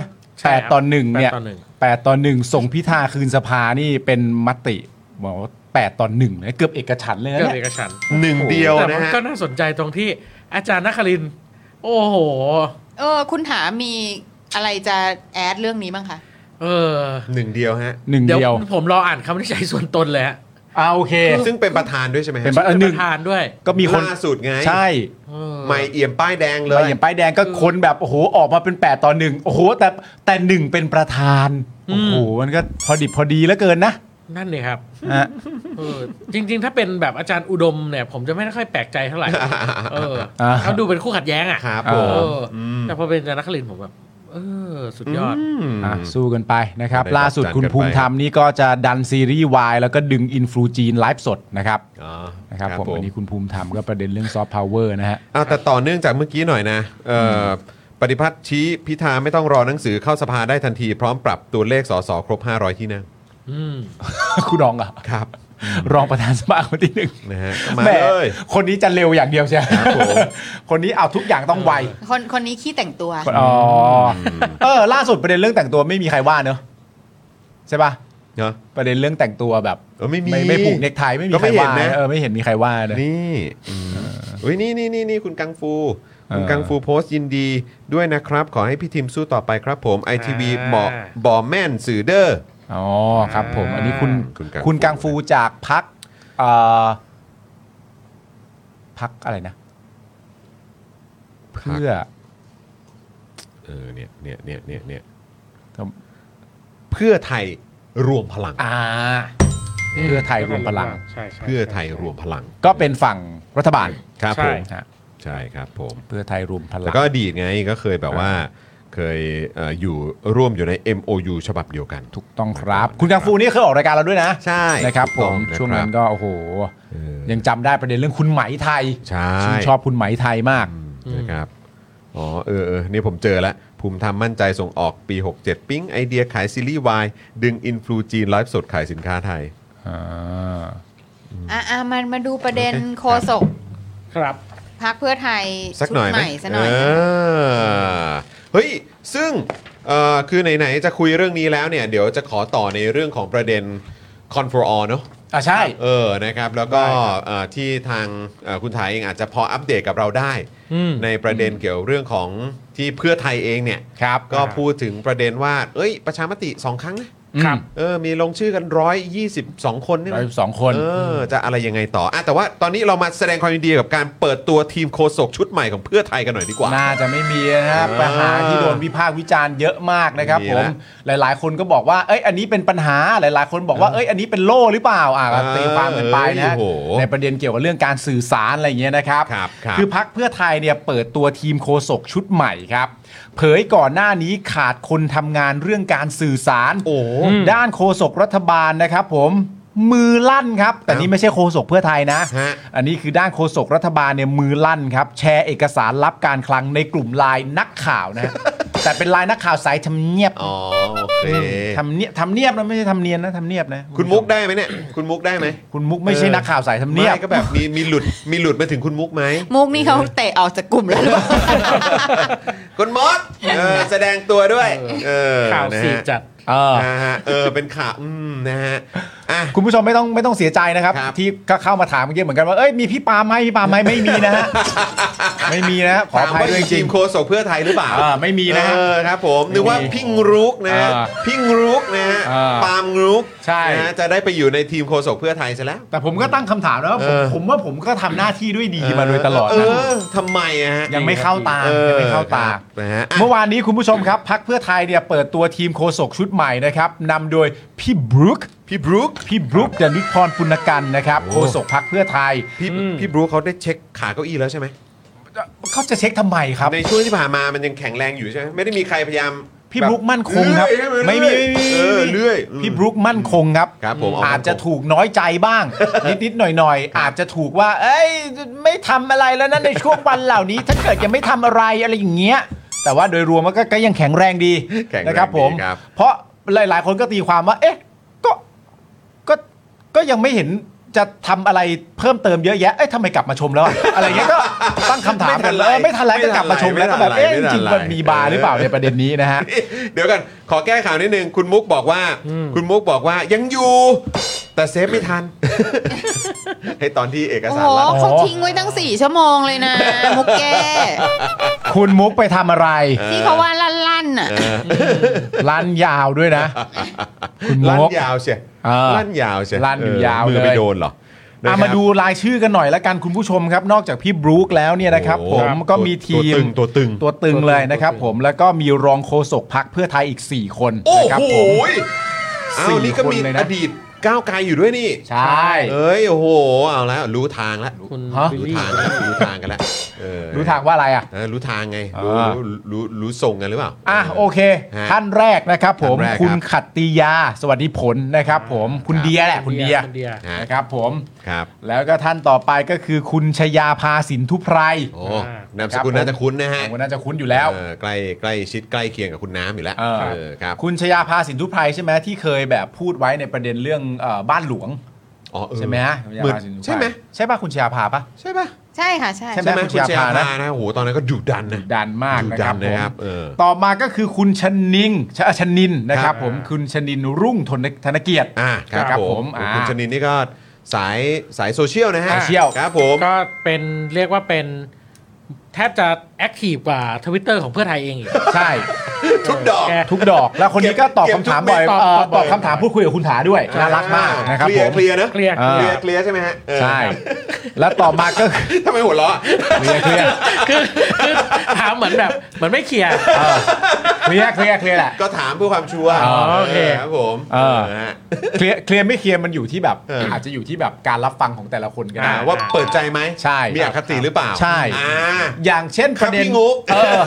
Speaker 3: แปดต่อหนึ่งเนี่ย
Speaker 5: แปดต่อหนึ่ง
Speaker 3: แปดต่อหนึ่งส่งพิธาคืนสภานี่เป็นมติบอกว่าแปดต่อหนึ่งเลยเกือบเอกฉันท์เลยนะ
Speaker 5: เกิด
Speaker 3: เนี่ย
Speaker 5: เอกฉันท์
Speaker 1: หนึ่งเดียว
Speaker 5: แต่
Speaker 1: นะ
Speaker 5: มัน
Speaker 1: ฮะ
Speaker 5: ก็น่าสนใจตรงที่อาจารย์นครินทร์โอ้โห
Speaker 4: ๆ เออ คุณถามีอะไรจะแอดเรื่องนี้บ้างคะ
Speaker 5: เออ
Speaker 1: หนึ่งเดียวฮะ
Speaker 3: หนึ่ง
Speaker 5: เดี๋ยว
Speaker 3: เดียว
Speaker 5: ผมรออ่านคำวินิจฉัยส่วนตนเลยฮะ
Speaker 3: อ่าโอเค
Speaker 1: ซึ่งเป็นประธานด้วยใช่ไหมฮะ
Speaker 3: เป็น อัหง
Speaker 5: ประธานด้วย
Speaker 3: ก็มีคน
Speaker 1: ล่าสุดไง
Speaker 3: ใช่
Speaker 5: เออ
Speaker 1: ไม่เอี่ยมป้ายแดงเล
Speaker 3: มาย อย่างป้ายแดงก็คนแบบ โอ้โห ออกมาเป็น 8 ต่อหนึ่งโอ้โห แต่แต่หนึ่งเป็นประธาน
Speaker 5: อืม
Speaker 3: โอ้โห มันก็พอดิบพอดีแล้วเกินนะ
Speaker 5: นั่นเลยครับ
Speaker 3: ฮะ
Speaker 5: เออจริง ๆ ถ้าเป็นแบบอาจารย์อุดมเนี่ย ผมจะไม่ค่อยแปลกใจเท่าไหร่ เออเขาดูเป็นคู่ขัดแย้งอ่ะ
Speaker 1: ครับผ
Speaker 5: เอ
Speaker 1: ม
Speaker 5: ออแต่พอเป็นอาจารย์นักลินทร์ผมแบบเออ สุดยอด
Speaker 1: ม
Speaker 3: อ่ะสู้กันไปนะครับ
Speaker 1: ได้ครับ
Speaker 3: ล่าสุด
Speaker 1: จัดกัน
Speaker 3: คุณภูมิ
Speaker 1: ไป
Speaker 3: ธรรมนี่ก็จะดันซีรีส์วายแล้วก็ดึงอินฟลูจีนไลฟ์สดนะครับ
Speaker 1: อ๋อ
Speaker 3: นะครับผมอันนี้คุณภูมิธรรมก็ประเด็นเรื่องซอฟต์พาวเวอร์นะฮะ
Speaker 1: เอาแต่ต่อเนื่องจากเมื่อกี้หน่อยนะเอ่อปฏิพัฒน์ชี้พิธาไม่ต้องรอหนังสือเข้าสภาได้ทันที พร้อมปรับตัวเลขสสครบ 500 ที่นั่ง
Speaker 5: อืม
Speaker 3: คุณรองอ่ะ
Speaker 1: ครับ
Speaker 3: รองประธานสภาคนที่หนึ่ง
Speaker 1: นะ
Speaker 3: [LAUGHS]
Speaker 1: ฮะมา
Speaker 3: แห
Speaker 1: เลย
Speaker 3: คนนี้จะเร็วอย่างเดียวใช่ไหม
Speaker 1: ครับผม
Speaker 3: คนนี้เอาทุกอย่างต้องไว
Speaker 4: คนคนนี้ขี้แต่งตัว
Speaker 3: อ๋ออเออ ล่าสุดประเด็นเรื่องแต่งตัวไม่มีใครว่าเนอะใช่ปะ
Speaker 1: เนาะ
Speaker 3: ประเด็นเรื่องแต่งตัวแบบ
Speaker 1: เออไม่มี
Speaker 3: ไม่ไม่ผูกเนกไทไม่มี
Speaker 1: ก็
Speaker 3: ใค
Speaker 1: ไม่
Speaker 3: ร
Speaker 1: เห็น
Speaker 3: ว่า
Speaker 1: นะ
Speaker 3: เออไม่เห็นมีใครว่าเลย
Speaker 1: นี่อืมอุ้ยนี่นี่นี่นี่คุณกังฟู คุณ
Speaker 3: เออ
Speaker 1: กังฟูโพสต์ยินดีด้วยนะครับ ขอให้พี่ทีมสู้ต่อไปครับผมไอทีวี
Speaker 5: อ่า
Speaker 1: บอกบอแม่นสื่อเด้อ
Speaker 3: อ๋อครับผม อันนี้คุณ
Speaker 1: คุณกังฟู
Speaker 3: คุณกังฟูจากพักเอ่อพักอะไรนะ เพื่อ
Speaker 1: เออเนี่ยเนี่ยเนี่ยเนี่ยเนี่ย
Speaker 3: ก็
Speaker 1: เพื่อไทยรวมพลัง
Speaker 3: อ่า เพื่อไทยรวมพลัง
Speaker 5: ใช่ใช่
Speaker 1: เพื่อไทยรวมพลัง
Speaker 3: ก็เป็นฝั่งรัฐบาล
Speaker 1: ครับผม
Speaker 3: ฮะ
Speaker 1: ใช่ครับผม
Speaker 3: เพื่อไทยรวมพลั
Speaker 1: แล้ว
Speaker 3: ง
Speaker 1: ก็อดีตไงก็เคยแบบว่า เคยเอ่ออยู่ร่วมอยู่ใน MOU ฉบับเดียวกัน
Speaker 3: ถูกต้องครับ คุณกังฟูนี่เคยออกรายการเราด้วยนะ
Speaker 1: ใช่
Speaker 3: นะครับ
Speaker 1: ถู
Speaker 3: ผ
Speaker 1: กต้อ
Speaker 3: ม
Speaker 1: ะ
Speaker 3: ช่วงนั้น
Speaker 1: ครับ
Speaker 3: ก็โอ้โห
Speaker 1: เออ
Speaker 3: ยังจำได้ประเด็นเรื่องคุณไหมไทย
Speaker 1: ใช่
Speaker 3: ชื่นชอบคุณไหมไทยมาก
Speaker 5: อืม
Speaker 1: นะครับอ๋อเออเออนี่ผมเจอแล้วภูมิธรรมมั่นใจส่งออกปี 67 ปิ๊งไอเดียขายซีรีส์วายดึงอินฟลูจีนไลฟ์สดขายสินค้าไทย
Speaker 4: อ่ะอ่ะมันมาดูประเด็นโคศก
Speaker 5: ครับ
Speaker 4: พักเพื่อไทย
Speaker 1: สักหน่อย
Speaker 4: ชุด
Speaker 1: ไหม
Speaker 4: ใม่สักหน่อย
Speaker 1: เอเฮ้ย ซึ่งเอ่อคือไหน ๆ จะคุยเรื่องนี้แล้วเนี่ย เดี๋ยวจะขอต่อในเรื่องของประเด็น c o n f o r all เนอะ
Speaker 3: อ่าใช่
Speaker 1: เออนะครับ แล้วก็เอ่อที่ทางเอ่อคุณไทยเองอาจจะพออัปเดตกับเราได้
Speaker 5: อืม
Speaker 1: ในประเด็นเกี่ยวเรื่องของที่เพื่อไทยเองเนี่ย
Speaker 3: ครับ
Speaker 1: ก็พูดถึงประเด็นว่า เอ้ย ประชามติสองครั้งนะ
Speaker 5: ครับ
Speaker 1: เออมีลงชื่อกัน 122 คนนี่
Speaker 3: ร้อย
Speaker 1: นะ
Speaker 3: สิบสองคน
Speaker 1: เออจะอะไรยังไงต่ออ่ะแต่ว่าตอนนี้เรามาแสดงความยินดีกับการเปิดตัวทีมโคศกชุดใหม่ของเพื่อไทยกันหน่อยดีกว่า
Speaker 3: น่าจะไม่มีนะครับ
Speaker 1: เออ
Speaker 3: ปัญหาที่โดนวิพากษ์วิจารณ์เยอะมากนะครับ
Speaker 1: มี
Speaker 3: ผ
Speaker 1: แล้
Speaker 3: ม
Speaker 1: ว
Speaker 3: หลาย ๆ คนก็บอกว่าเอ้ยอันนี้เป็นปัญหาหลาย ๆ คนบอกว่าเอ้ยอันนี้เป็นโล่หรือเปล่าอ่ะก็ตีความกันไปนะฮะ
Speaker 1: เออโอ้โห
Speaker 3: ในประเด็นเกี่ยวกับเรื่องการสื่อสารอะไรอย่างเงี้ยนะครับ
Speaker 1: ครับครับ
Speaker 3: อพักเพื่อไทยเนี่ยเปิดตัวทีมโคศกชุดใหม่ครับ เผยก่อนหน้านี้ขาดคนทำงานเรื่องการสื่อสาร
Speaker 1: โอ้โห
Speaker 3: ด้านโคศกรัฐบาลนะครับผมมือลั่นครับ แต่นี่ไม่ใช่โคศกเพื่อไทยนะ
Speaker 1: ฮะ
Speaker 3: อันนี้คือด้านโฆษกรัฐบาลเนี่ยมือลั่นครับ แชร์เอกสารลับการคลังในกลุ่มไลน์นักข่าวนะ
Speaker 1: [LAUGHS]
Speaker 3: ฮะ แต่เป็นไลน์นักข่าวสายทำเนียบ
Speaker 1: อ๋อโอเค
Speaker 3: ทำเนียบทำเนียบนะไม่ใช่ทำเนียนนะทำเนียบนะ
Speaker 1: คุณมุกได้ไหมเนี่ย คุณมุกได้ไหม
Speaker 3: คุณมุกไม่ใช่นักข่าวสายทำเนียบ
Speaker 1: ไม่ก็แบบมีมีหลุดมีหลุดมาถึงคุณมุกไหม
Speaker 4: มุกนี่เขาเตะออกจากกลุ่มแล้วหรือเปล่า
Speaker 1: คุณมดเออแสดงตัวด้วยเออ
Speaker 5: ข่าวสี่
Speaker 1: นะฮะ
Speaker 5: จัด
Speaker 3: เออ
Speaker 1: นะฮะเออเป็นข่าวอืมนะฮะอ่ะ
Speaker 3: คุณผู้ชมไม่ต้องไม่ต้องเสียใจนะครับ
Speaker 1: ครับ
Speaker 3: ที่ก็เข้ามาถามเมื่อกี้เหมือนกันว่าเอ้ยมีพี่ปาไหมพี่ปาไหมไม่มีนะฮะ ไม่มีนะฮะขออ
Speaker 1: ถาม
Speaker 3: ภัย
Speaker 1: ว่า
Speaker 3: ด้วย
Speaker 1: มี
Speaker 3: จ
Speaker 1: ที
Speaker 3: ริง
Speaker 1: มโคศกเพื่อไทยหรือเปล่า
Speaker 3: ๆอ่าไม่มีนะฮะ
Speaker 1: เออครับผมนึกว่าพิงรุกนะฮะ
Speaker 3: อ่า
Speaker 1: พิงรุกนะฮะ
Speaker 3: อ่า
Speaker 1: ปาล์มรุก
Speaker 3: ใช่
Speaker 1: นะฮะจะได้ไปอยู่ในทีมโคศกเพื่อไทยซะแล้ว
Speaker 3: แต่ผมก็ตั้งคำถามนะว่าผม
Speaker 1: เออ
Speaker 3: ผมว่าผมก็ทำหน้าที่ด้วยดีมาโดยตลอด
Speaker 1: เอ
Speaker 3: นะ
Speaker 1: อทำไมอะฮะ
Speaker 3: ยังไม่เข้าตา
Speaker 1: ออ
Speaker 3: ยังไม่เข้าตา
Speaker 1: ครับนะฮะอ่ะ
Speaker 3: เมื่อวานนี้คุณผู้ชมครับพักเพื่อไทยเนี่ยเปิดตัวทีมโคศกชุดใหม่นะครับนำโดยพี่บรูค
Speaker 1: พี่บรูค
Speaker 3: พี่บรูคเดนิพรปุณกันนะครับโคศกพักเพื่อไทย
Speaker 1: พี่พี่บรูคเขาได้เช็คขาเก้าอี้แล้วใช่ไหม
Speaker 3: เขาจะเช็คทำไมครับ
Speaker 1: ในช่วงที่ผ่านมามันยังแข็งแรงอยู่ใช่ไหมไม่ได้มีใครพยายาม
Speaker 3: พี่บรูคมั่นคงครับ
Speaker 1: เลื่อย
Speaker 3: ไม่มีไม่มี
Speaker 1: เออเลื่อยอืม
Speaker 3: พี่บรูคมั่นคงครับ
Speaker 1: ครับผมเอา
Speaker 3: อาจจะ
Speaker 1: มั่นคง
Speaker 3: ถูกน้อยใจบ้าง
Speaker 1: [LAUGHS]
Speaker 3: นิดๆหน่อยๆอาจจะถูกว่า เอ้ยไม่ทำอะไรแล้วนะในช่วงวันเหล่านี้ ถ้าเกิดยังไม่ทำอะไรอะไรอย่างเงี้ย แต่ว่าโดยรวมมันก็ก็ยังแข็งแรงดี
Speaker 1: แข็งแรงดี
Speaker 3: นะครับผม
Speaker 1: ครับ
Speaker 3: เพราะหลาย ๆ คนก็ตีความว่า เอ๊ะก็ก็ก็ยังไม่เห็นจะทำอะไรเพิ่มเติมเยอะแยะเอ้ยทำไมกลับมาชมแล้วอะอะไรเงี้ยก็ตั้งคำถามกันเลยไม่ทันแล้วก็กลับมาชมแล้วก็แบบเอ๊ะจริงๆมันมีบาร์หรือเปล่าในประเด็นนี้นะฮะ
Speaker 1: เดี๋ยวกันขอแก้ข่าวนิดนึง คุณมุกบอกว่า คุณมุกบอกว่ายังอยู่ แต่เซฟไม่ทัน [LAUGHS] ให้ตอนที่เอก
Speaker 4: โอ้
Speaker 1: สา
Speaker 4: โห
Speaker 1: รลับ
Speaker 4: เขาทิ้งไว้ตั้งสี่ชั่วโมงเลยนะ มุกแก้
Speaker 3: คุณมุกไปทำอะไร
Speaker 4: ที่เขาว่าลั่นๆน่ะ
Speaker 3: ร้านยาวด้วยนะ คุณนก
Speaker 1: ลั่นยาวเชีย
Speaker 3: เออ
Speaker 1: ลั่นยาวเชีย
Speaker 3: ลั่นอยู่ยาว
Speaker 1: เมือ
Speaker 3: เลย
Speaker 1: ไปโดนเหรอนะครั
Speaker 3: อ่ะ
Speaker 1: บ
Speaker 3: มาดูรายชื่อกันหน่อยละกันคุณผู้ชมครับ นอกจากพี่บรูคแล้วเนี่ยนะครับ
Speaker 1: โอ้
Speaker 3: ผ
Speaker 1: โห
Speaker 3: มก็มีที
Speaker 1: ตั
Speaker 3: ม
Speaker 1: วตึงตัวตึง
Speaker 3: ตัวตึงเลยนะครับ ผมแล้วก็มีรองโฆษกพักเพื่อไทยอีก 4 คน
Speaker 1: โอ้
Speaker 3: นะครับ
Speaker 1: โห
Speaker 3: ผม
Speaker 1: อ้าวนี่ก็มี
Speaker 3: สี่คนเลยนะ
Speaker 1: อดีตก้าวไกลอยู่ด้วยนี่
Speaker 3: ใช่
Speaker 1: เอ้ยโอ้โหเอาแล้วรู้ทางแล้ว
Speaker 5: คุณบิล
Speaker 1: รู้
Speaker 5: ลี่
Speaker 1: ทางแล้วรู้ทางกันแล้วเออ
Speaker 3: รู้ทางว่าอะไรอ่ะ
Speaker 1: เออรู้ทางไงรู้
Speaker 3: อ่า
Speaker 1: รู้รู้รู้ทรงกันหรือเปล่า
Speaker 3: อ่ะโอเค
Speaker 1: ฮะ
Speaker 3: ท่านแรกนะครับผม
Speaker 1: ท่านแรกครับ
Speaker 3: คุณขัตติยา สวัสดีผลนะครับ ผมคุณเดียแหละคุณเดีย
Speaker 5: คุณเดีย
Speaker 1: ฮะ
Speaker 3: นะครับผม
Speaker 1: ครับ
Speaker 3: แล้วก็ท่านต่อไปก็คือคุณชยาภาสินทุไพร
Speaker 1: โอ้
Speaker 5: อ่าน
Speaker 1: ามสกุล
Speaker 3: ครับผม
Speaker 1: น่าจะคุ้นนะฮะ
Speaker 3: ผมน่าจะคุ้นอยู่แล้ว
Speaker 1: เออใกล้ใกล้ชิดใกล้เคียงกับคุณน้ำอยู่แล้ว
Speaker 3: เออ
Speaker 1: เออครับ
Speaker 3: คุณชยาภาสินทุไพรใช่ไหมที่เคยแบบพูดไว้ในประเด็นเรื่องเอ่อบ้านหลวง
Speaker 1: อ๋อเออ
Speaker 3: ใช่ไหมฮะ
Speaker 1: เหมือนใช่ไหม
Speaker 3: ใช่ป่ะคุณชยาภาป่ะ
Speaker 1: ใช่ปะ
Speaker 4: ใช่ค่ะ ใช่
Speaker 3: ใช่ไหม
Speaker 1: ใช่ไหม
Speaker 3: คุ
Speaker 1: คุณ
Speaker 3: ณ
Speaker 1: เชียร์
Speaker 3: เชียร์พานะ
Speaker 1: พานะโอ้โหตอนนั้นก็ดุดันนะ
Speaker 3: ดันมาก
Speaker 1: ดุ
Speaker 3: นะ
Speaker 1: ดั
Speaker 3: ครับ
Speaker 1: น
Speaker 3: ผม
Speaker 1: นะครับเออ
Speaker 3: ต่อมาก็คือคุณชนิงชชนินนะครับ
Speaker 5: ครับ
Speaker 3: ผมคุณชนินรุ่งธนธนเกียรติ
Speaker 1: อ่าครับ
Speaker 3: ครับ
Speaker 1: ผ
Speaker 3: ผม
Speaker 1: มโอ้
Speaker 3: อ่า
Speaker 1: คุณชนินนี่ก็สายสายโซเชียลนะฮะ
Speaker 3: โซเชียล
Speaker 1: ครับผม
Speaker 5: ก็เป็นเรียกว่าเป็นแทบจะแอคทีฟกว่าทวิตเตอร์ของเพื่อไทยเองอีก
Speaker 3: ใช่
Speaker 1: ทุกดอก
Speaker 5: แก
Speaker 3: ทุกดอกแล้วคนนี้ก็ตอบ
Speaker 1: เก็บ
Speaker 3: คำถามบ่อย
Speaker 5: ทุกเม็ด
Speaker 3: เอ่อ
Speaker 5: ตอบบ่
Speaker 3: ต
Speaker 5: อ
Speaker 3: อย บคำถามพูดคุยกับคุณถาด้วยน่ารักมากนะครับ
Speaker 1: เคลี
Speaker 3: ผ
Speaker 1: ยร์
Speaker 3: ม
Speaker 1: เคลียร์นะ
Speaker 5: เคลียร์
Speaker 3: อ่า
Speaker 1: เคลียร์เคลียร์ใช่ไหมฮะเออ
Speaker 3: ใช่ แล้วต่อมาก็คือ
Speaker 1: [LAUGHS] ทำไมหัวเราะ
Speaker 3: เคลียร์เคลียร์
Speaker 5: คือคือถามเหมือนแบบเหมือนไม่เคลียร์
Speaker 3: เออเคลียร์เคลียร์เคลียร์แหละ
Speaker 1: ก็ถามเพื่อความชัวร์
Speaker 3: อ๋อโอเค
Speaker 1: ครับผม
Speaker 3: เออ
Speaker 1: นะฮะ
Speaker 3: เคลียร์เคลียร์ไม่เคลียร์มันอยู่ที่แบบ
Speaker 1: เอออ
Speaker 3: อาจจะอยู่ที่แบบการรับฟังของแต่ละคนก็
Speaker 1: อ่า
Speaker 3: ได้
Speaker 1: ว่าเปิดใจไหม
Speaker 3: ใช่
Speaker 1: มีอคติหรือเปล่า
Speaker 3: ใช่
Speaker 1: อ่า
Speaker 3: อย่างเช่นประเด็
Speaker 1: ครับ
Speaker 3: น
Speaker 1: พี่งุ๊ก
Speaker 3: เออ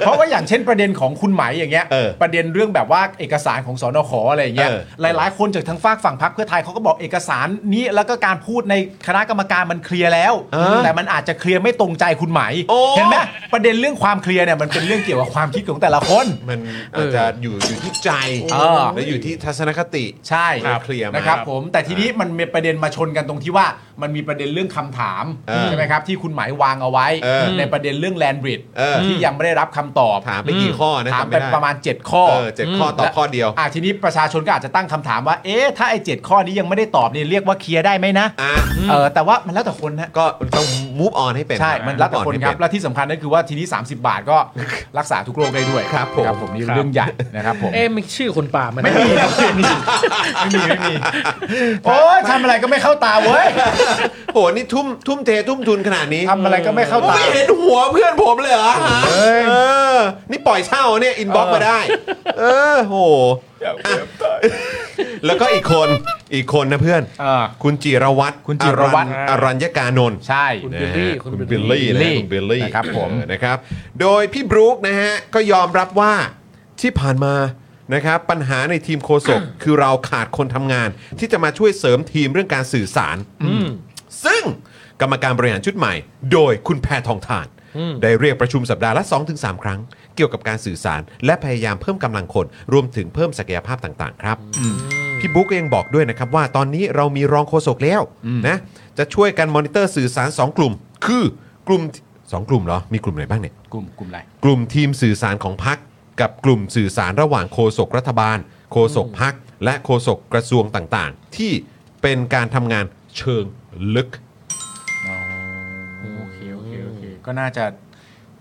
Speaker 3: เพราะว่าอย่างเช่นประเด็นของคุณไหมอย่างเงี้ย
Speaker 1: เออ
Speaker 3: ประเด็นเรื่องแบบว่าเอกสารของสอนขอะไรอย่างเงี้ย
Speaker 1: เออ
Speaker 3: หลายๆ คนจากทางฝากฝั่งพรรคเพื่อไทยเขาก็บอกเอกสารนี้แล้วก็การพูดในคณะกรรมการมันเคลียร์แล้ว
Speaker 1: เออ
Speaker 3: แต่มันอาจจะเคลียร์ไม่ตรงใจคุณไหม
Speaker 1: โอ้
Speaker 3: เห็นไหมประเด็นเรื่องความเคลียร์เนี่ยมันเป็นเรื่องเกี่ยวกับความคิดของแต่ละคน
Speaker 1: มันอาจจะอยู่อยู่ที่ใจ
Speaker 3: เออ
Speaker 1: และอยู่ที่ทัศนคติ
Speaker 3: ใช่
Speaker 1: ครับเคลียร์มา
Speaker 3: นะครับผมแต่ทีนี้มันมีประเด็นมาชนกันตรงที่ว่า มันมีประเด็นเรื่องคำถาม
Speaker 1: เออ
Speaker 3: ใช่ไหมครับที่คุณหมายวางเอาไว้
Speaker 1: เออ
Speaker 3: ในประเด็นเรื่องแลนบริด
Speaker 1: เออ
Speaker 3: ที่ยังไม่ได้รับคำตอบ
Speaker 1: ถามไปกี่ข้อนะ
Speaker 3: ถาม
Speaker 1: จำ
Speaker 3: ไป
Speaker 1: ไม่ได้
Speaker 3: ประมาณ 7 ข้อ
Speaker 1: เออเจ็ดข้อต่อ
Speaker 3: และ
Speaker 1: ข้อเดียว
Speaker 3: อ่ะทีนี้ประชาชนก็อาจจะตั้งคำถามว่า เอ๊ะ ถ้าไอ้เจ็ดข้อนี้ยังไม่ได้ตอบเนี่ยเรียกว่าเคลียร์ได้ไหมนะ
Speaker 1: อ่ะ
Speaker 3: เออ แต่ว่ามันแล้วแต่คนนะ
Speaker 1: ก็ต้อง move on ให้เป็น
Speaker 3: ใช่
Speaker 1: รับ
Speaker 3: มันแล้วแต่
Speaker 1: move on
Speaker 3: คน
Speaker 1: ให้
Speaker 3: ค
Speaker 1: เป็
Speaker 3: รับ และที่สำคัญก็คือว่าทีนี้ 30 บาทก็ [LAUGHS] รักษาทุกโรคได้ด้วย
Speaker 1: ครับผม
Speaker 3: นี่เรื่องใหญ่นะครับผม
Speaker 5: เอ๊ะมีชื่อคนป่ามัน
Speaker 3: ไม่มีครับไม่มีไม่มีไม่มี โอ้ยทำอะไรก็ไม่เข้าตาเว้ย
Speaker 1: โหนี่ทุ่มทุ่มเททุ่มทุนขนาดนี้
Speaker 3: ทำอะไรก็ไม่เข้าตา
Speaker 1: ไม่เห็นหัวเพื่อนผมเลยเหรอฮะ
Speaker 3: เฮ้ย
Speaker 1: เออ นี่ปล่อยเช่าเนี่ยอินบ็อกมาได้ เออโห แล้วก็อีกคนอีกคนนะเพื่อน
Speaker 3: เออ
Speaker 1: คุณจิรวัตร
Speaker 3: คุณจิรวัตร
Speaker 1: อรัญญกานนท์
Speaker 3: [LAUGHS] ใช่
Speaker 5: คุณ
Speaker 1: นะ
Speaker 5: บิล
Speaker 1: ฮะ
Speaker 5: ลี่
Speaker 1: คุ
Speaker 5: คุณ ณ
Speaker 1: บิลลี่นะคุณบิลลี่
Speaker 3: นะครับผม
Speaker 1: เออนะครับ โดยพี่บรู๊คนะฮะ ก็ยอมรับว่าที่ผ่านมานะครับ ปัญหาในทีมโคศก คือเราขาดคนทำงาน ที่จะมาช่วยเสริมทีมเรื่องการสื่อสาร
Speaker 5: อืม
Speaker 1: ซึ่งกรรมการบริหารชุดใหม่ โดยคุณแพทองทาน
Speaker 5: อืม
Speaker 1: ได้เรียกประชุมสัปดาห์ละ 2-3 ครั้ง เกี่ยวกับการสื่อสาร และพยายามเพิ่มกำลังคน รวมถึงเพิ่มศักยภาพต่างๆ ครับ พี่บุ๊กก็ยังบอกด้วยนะครับว่าตอนนี้เรามีรองโฆษกแล้วนะจะช่วยกันมอนิเตอร์สื่อสาร 2 กลุ่ม คือกลุ่มสองกลุ่มเหรอ มีกลุ่มไหนบ้างเนี่ย
Speaker 3: กลุ่มกลุ่มอะไร
Speaker 1: กลุ่มทีมสื่อสารของพักกับกลุ่มสื่อสารระหว่างโฆษกรัฐบาล โฆษกพักและโฆษกกระทรวงต่างๆ ที่เป็นการทำงานเชิงลึก
Speaker 3: อ๋อโอเคโอเคโอเคก็น่าจะ